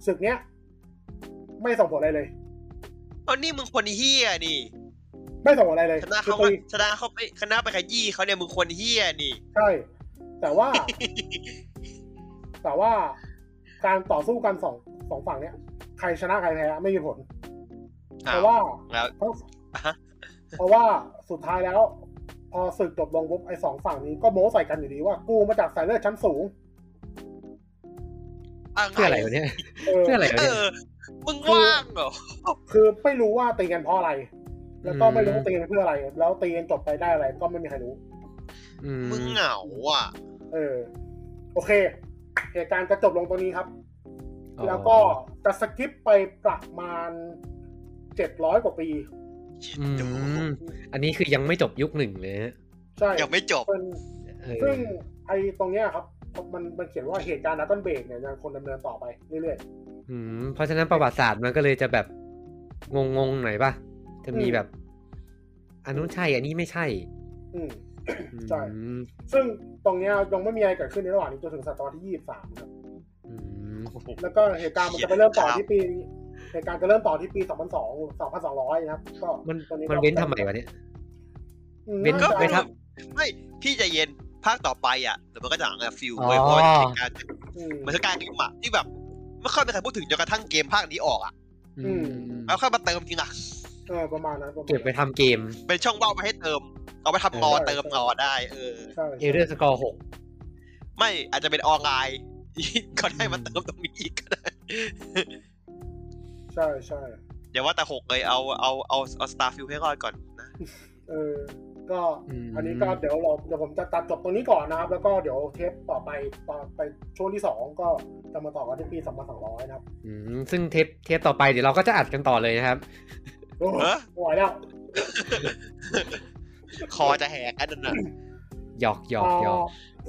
S3: ศึกเนี้ยไม่ส่งผลอะไรเลย
S2: เอานี่มึงคนเฮียนี่
S3: ไม่ส่งผลอะไรเลย
S2: ชนะ
S3: คือ
S2: เขาก็
S3: ตี
S2: ชนะเขาไปชนะไปขยี้เขาเนี่ยมึงคนเฮียนี่
S3: ใช่ แต่ ว่า แต่ว่าการต่อสู้กันสองสองฝั่งเนี้ย ใครชนะใครแพ้ไม่มีผล เพ
S2: อ้าว
S3: ราะว่า
S2: แล้ว
S3: เพ ราะ
S2: อ่ะฮะ
S3: เพราะว่าสุดท้ายแล้ว พอศึกจบลงปุ๊บไอ้สองฝั่งนี้ก็โม้ใส่กันอยู่ดีว่ากูมาจากสายเลือดชั้นสูง
S2: อ้าว
S1: เพื่ออะไรวะเนี่ย
S3: เออ
S1: เพื่ออะไรวะ
S2: เอ
S1: เนี่ย
S2: อ มึงว่างเหรอ
S3: คือไม่รู้ว่าตีกันเพราะอะไร แล้วก็ไม่รู้
S1: อืม
S3: ว่าตีกันเพื่ออะไร แล้วตีกันจบไปได้อะไร ก็ไม่มีใครรู้
S1: อืม
S2: มึงเหงาอ่ะ
S3: เออ โอเค เหตุการณ์จะจบลงตรงนี้ครับ
S1: อ๋อ
S3: แล้วก็จะสกิปไปประมาณเจ็ดร้อยกว่าปี
S1: อืมอันนี้คือยังไม่จบยุคหนึ่งเลยฮะ
S3: ใช่
S2: ยังไม่จบ
S3: เป็น
S1: เออ
S3: ซึ่งไอ้ตรงเนี้ยครับ มันมันเขียนว่าเหตุการณ์ดักกอนเบรกเนี่ยยังคงดำเนินต่อไปเรื่อย
S1: อืมเพราะฉะนั้นประวัติศาสตร์มันก็เลยจะแบบงงๆหน่อยป่ะจะมีแบบ อันนู้นใช่อันนี้ไม่ใช่
S3: ๆอืม ใช่
S1: อืม
S3: ซึ่งตรงเนี้ยยังไม่มีอะไรเกิดขึ้นในระหว่างนี้จนถึงศตวรรษที่ยี่สิบสามครับ
S1: อืม
S3: แล้วก็เหตุการณ์มันจะไปเริ่มต่อที่ปี เหตุการณ์จะเริ่มต่อที่ปีสองพันสองสองพันสองร้อยนะครับ ก็
S1: มัน
S3: ตรง
S1: มันเว้นทำไมวะเนี่ย
S3: อืม
S1: เว้น
S2: ก็
S3: า
S1: ว้
S3: จะ
S2: ไม่
S1: น ครับ
S2: ไม่พี่ใจเย็นภาคต่อไปอ่ะเดี๋ยวมันก็จะหนังฟิล
S1: อ๋อ
S2: เว้ยเพราะมันเป็นการ
S3: อืม
S2: มันคือการเกมอะที่แบบไม่ค่อยมีใครพูดถึงจนกระทั่งเกมภาคนี้ออกอ่ะ
S3: อืม
S2: แล้วค่อยมาเติมจริงอ่ะ
S3: เออประมาณนั้นระมาณ
S1: เก็บไปทำเกม
S2: เป็นช่องว่างมาให้เติม เอาไปทำงอเติมงอได้ เออ
S3: ใช่
S1: เอเดอร์สกอร์หก
S2: ไม่อาจจะเป็นออนไลน์ ก็ได้มาเติมตรงนี้อีกก็ได้
S3: ใช่ใช่
S2: เดี๋ยวว่าแต่หกเลยเอาเอาเอาเอาสตาร์ฟิลให้รอดก่อนนะ
S3: เออ ก็
S1: ม
S3: อันนี้ก็เดี๋ยวเราเดี๋ยวผมจะตัดจบตรงนี้ก่อนนะครับ แล้วก็เดี๋ยวเทปต่อไปต่อไปช่วงที่สองก็จะมาต่อกันที่ปีสองพันสองร้อยนะครับ
S1: อืมซึ่งเทปเทปต่อไปเดี๋ยวเราก็จะอัดกันต่อเลยนะครับ
S3: โอ้ย
S2: เออ
S3: ไม่ไหวแล้ว
S2: คอจะแหกอันนั้นน่ะ
S1: หยอกหยอกหยอก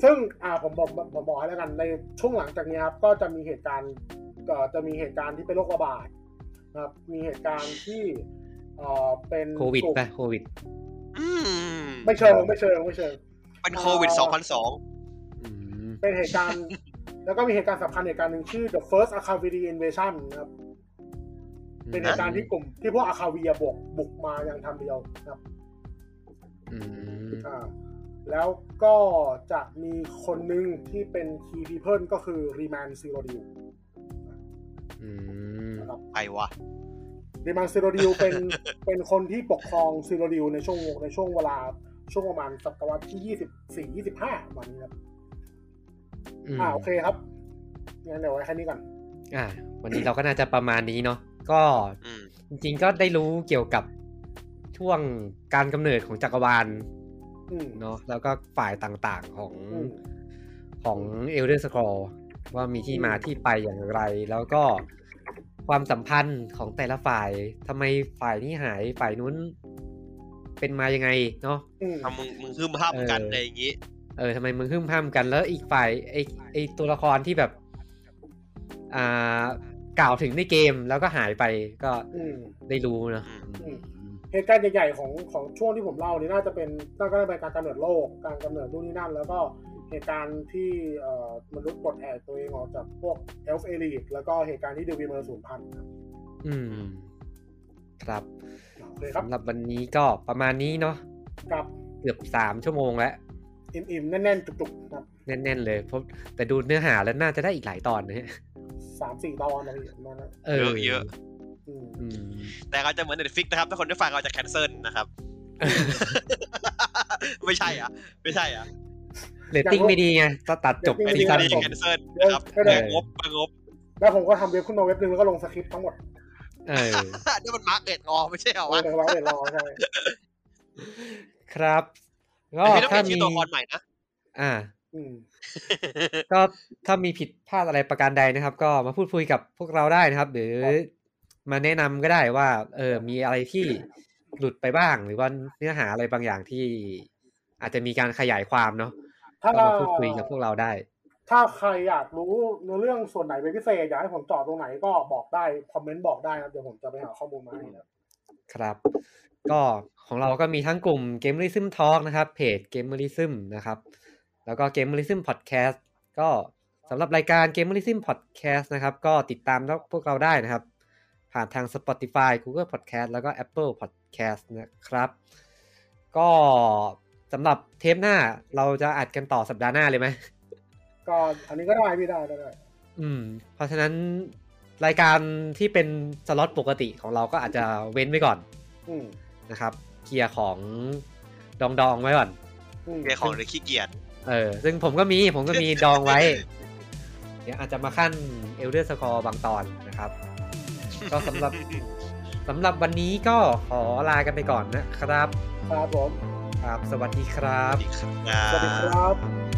S3: เซึ่งอ่าผมบอกผมบอกให้แล้วกันในช่วงหลังจากเนี้ยครับก็จะมีเหตุการณ์ก็จะมีเหตุการณ์ที่เป็นโรคระบาดนะครับมีเหตุการณ์ที่เอ่อเป็น
S1: โควิด
S3: กลุ่ม
S1: ป่ะโควิด
S2: อืม
S3: ไม่เชิงไม่เชิงไม่เชิง
S2: เป็นโควิด 2002
S1: อืม
S3: เป็นเหตุการณ์ แล้วก็มีเหตุการณ์สำคัญเหตุการณ์หนึ่งชื่อ the first a c a v i r i invasion นะครับ เป็นเหตุการณ์ที่กลุ่มที่พวกอาคาเวียบุกบุกมาอย่างทำเดียวนะครับ
S1: อืม
S3: อ่าแล้วก็จะมีคนหนึ่งที่เป็น key people ก็คือรีแมนซิโรดิว
S1: อืม
S2: ใครวะ
S3: ริมันซิโรดิว เป็น เป็นคนที่ปกครองซิโรดิวในช่วงในช่วงเวลาช่วงประมาณศตวรรษที่ยี่สิบสี่ยี่สิบห้าประมาณนี้ครับ
S1: อืม
S3: อ่าโอเคครับงั้นเดี๋ยวไว้แค่นี้ก่อน
S1: อ่า วันนี้เราก็น่าจะประมาณนี้เนาะก็
S2: อืม
S1: จริงๆก็ได้รู้เกี่ยวกับช่วงการกำเนิดของจักรวาล
S3: อืม
S1: เนาะแล้วก็ฝ่ายต่างๆของ
S3: อืม
S1: ของเอลเดอร์สกอว่ามีที่มาที่ไปอย่างไร แล้วก็ความสัมพันธ์ของแต่ละฝ่ายทำไมฝ่ายนี้หายฝ่ายนู้นเป็นมายังไงเนาะ
S3: อืม
S2: ทำมึงมึงฮึมห้ามกัน
S1: เอออ
S2: อะไรอย่างงี้
S1: เออทำไมมึงฮึ่มห้ามกันแล้วอีกฝ่ายไอไอตัวละครที่แบบ อ่ากล่าวถึงในเกมแล้วก็หายไปก็
S3: อืม
S1: ได้รู้เนอะ
S3: อืม เหตุการณ์ใหญ่ๆของของช่วงที่ผมเล่านี่น่าจะเป็นน่าจะเป็นการกำเนิดโลกการกำเนิดนู่นนี่นั่น แล้วก็เหตุการณ์ที่เอ่อมนุษย์ปลดแอกตัวเองออกจากพวกเอลฟ์เอลีแล้วก็เหตุการณ์ที่เดวิเมอร์สูญพันธุ์ครับ
S1: อืม ครับ
S3: โอเคครับ
S1: สำหรับวันนี้ก็ประมาณนี้เนาะ
S3: กับ
S1: เกือบสามชั่วโมงแล้ว
S3: อิ่มๆแน่นๆจุกๆนะครับ
S1: แน่นๆเลยเพราะแต่ดูเนื้อหาแล้วน่าจะได้อีกหลายตอนนะฮะ
S3: สามสี่ตอนอะไรอย่างเงี้ยนะ
S1: เออ
S2: เยอะ
S3: อืม
S1: อืม
S2: แต่เราจะเหมือนเน็ตฟิกนะครับ ถ้าคนได้ฟังเราจะแคนเซิลนะครับ ไม่ใช่อ่ะ ไม่ใช่อ่ะ
S1: เรตติ้งไม่ดีไงก็ตัดจบ
S2: ไม่
S3: เรต
S2: ดี
S3: ง
S1: ซี
S2: ไม่
S1: ซั่น
S2: ดี
S1: จบ
S2: แคนเซิลนะครับ
S3: ไม่ได้
S2: เบิกงบเบิกงบ
S3: แล้วผมก็ทำเว็บขึ้นมาเว็บหนึงแล้วก็ลงสคริปต์ทั้งหมด
S1: เออ
S2: นี่มันมาร์กเก็ตงอไม่ใช่เหรอ
S3: เอาไว้
S2: วะ
S3: เดี๋ยวเราเดี๋ยวรอใช่
S1: ครับก็
S2: แต่พี่
S1: ถ้ามี
S2: ต้องเปลี่ยนชื่อตัวละครใหม่นะ
S1: อ่า
S3: อืม
S1: ก็ถ้ามีผิดพลาดอะไรประการใดนะครับ ก็มาพูดคุยกับพวกเราได้นะครับ หรือ มาแนะนำก็ได้ว่า เออ มีอะไรที่หลุดไปบ้าง หรือว่าเนื้อหาอะไรบางอย่างที่ อาจจะมีการขยายความเนาะ
S3: ถ้า
S1: ก็มาพูดคุยกับพวกเราได้
S3: ถ้าใครอยากรู้เนื้อเรื่องส่วนไหนเป็นพิเศษอยากให้ผมเจาะตรงไหนก็บอกได้คอมเมนต์บอกได้ครับเดี๋ยวผมจะไปหาข้อมูลมาให้นะครับ
S1: ครับ ก็ของเราก็มีทั้งกลุ่ม g a m e r i s m Talk นะครับ เพจ g a m e r i s m นะครับ แล้วก็ g a m e r i s m Podcast ก็สำหรับรายการ g a m e r i s m Podcast นะครับ ก็ติดตามพวกเราได้นะครับ ผ่านทาง Spotify Google Podcast แล้วก็ Apple Podcast นะครับ ก็สำหรับเทปหน้าเราจะอัดกันต่อสัปดาห์หน้าเลยไหม
S3: ก็อันนี้ก็ได้พี่ได้ได้ได้
S1: อืม เพราะฉะนั้นรายการที่เป็นสล็อตปกติของเราก็อาจจะเว้นไว้ก่อน
S3: อืม
S1: นะครับเกียร์ของดองดองๆไว้ก่อน
S3: อืม
S2: เรื่องของเลยขี้เกียจ
S1: เออ ซึ่งผมก็มีผมก็มี ดองไว้ เดี๋ยวอาจจะมาขั้นเอลเดอร์สกอร์บางตอนนะครับ ก็สำหรับสำหรับวันนี้ก็ขอลากันไปก่อนนะครับ
S3: ครับผม
S1: ครับ สวัสดีครับ
S2: สวัสดีครั
S3: สวัสดีค
S2: บ
S3: รับ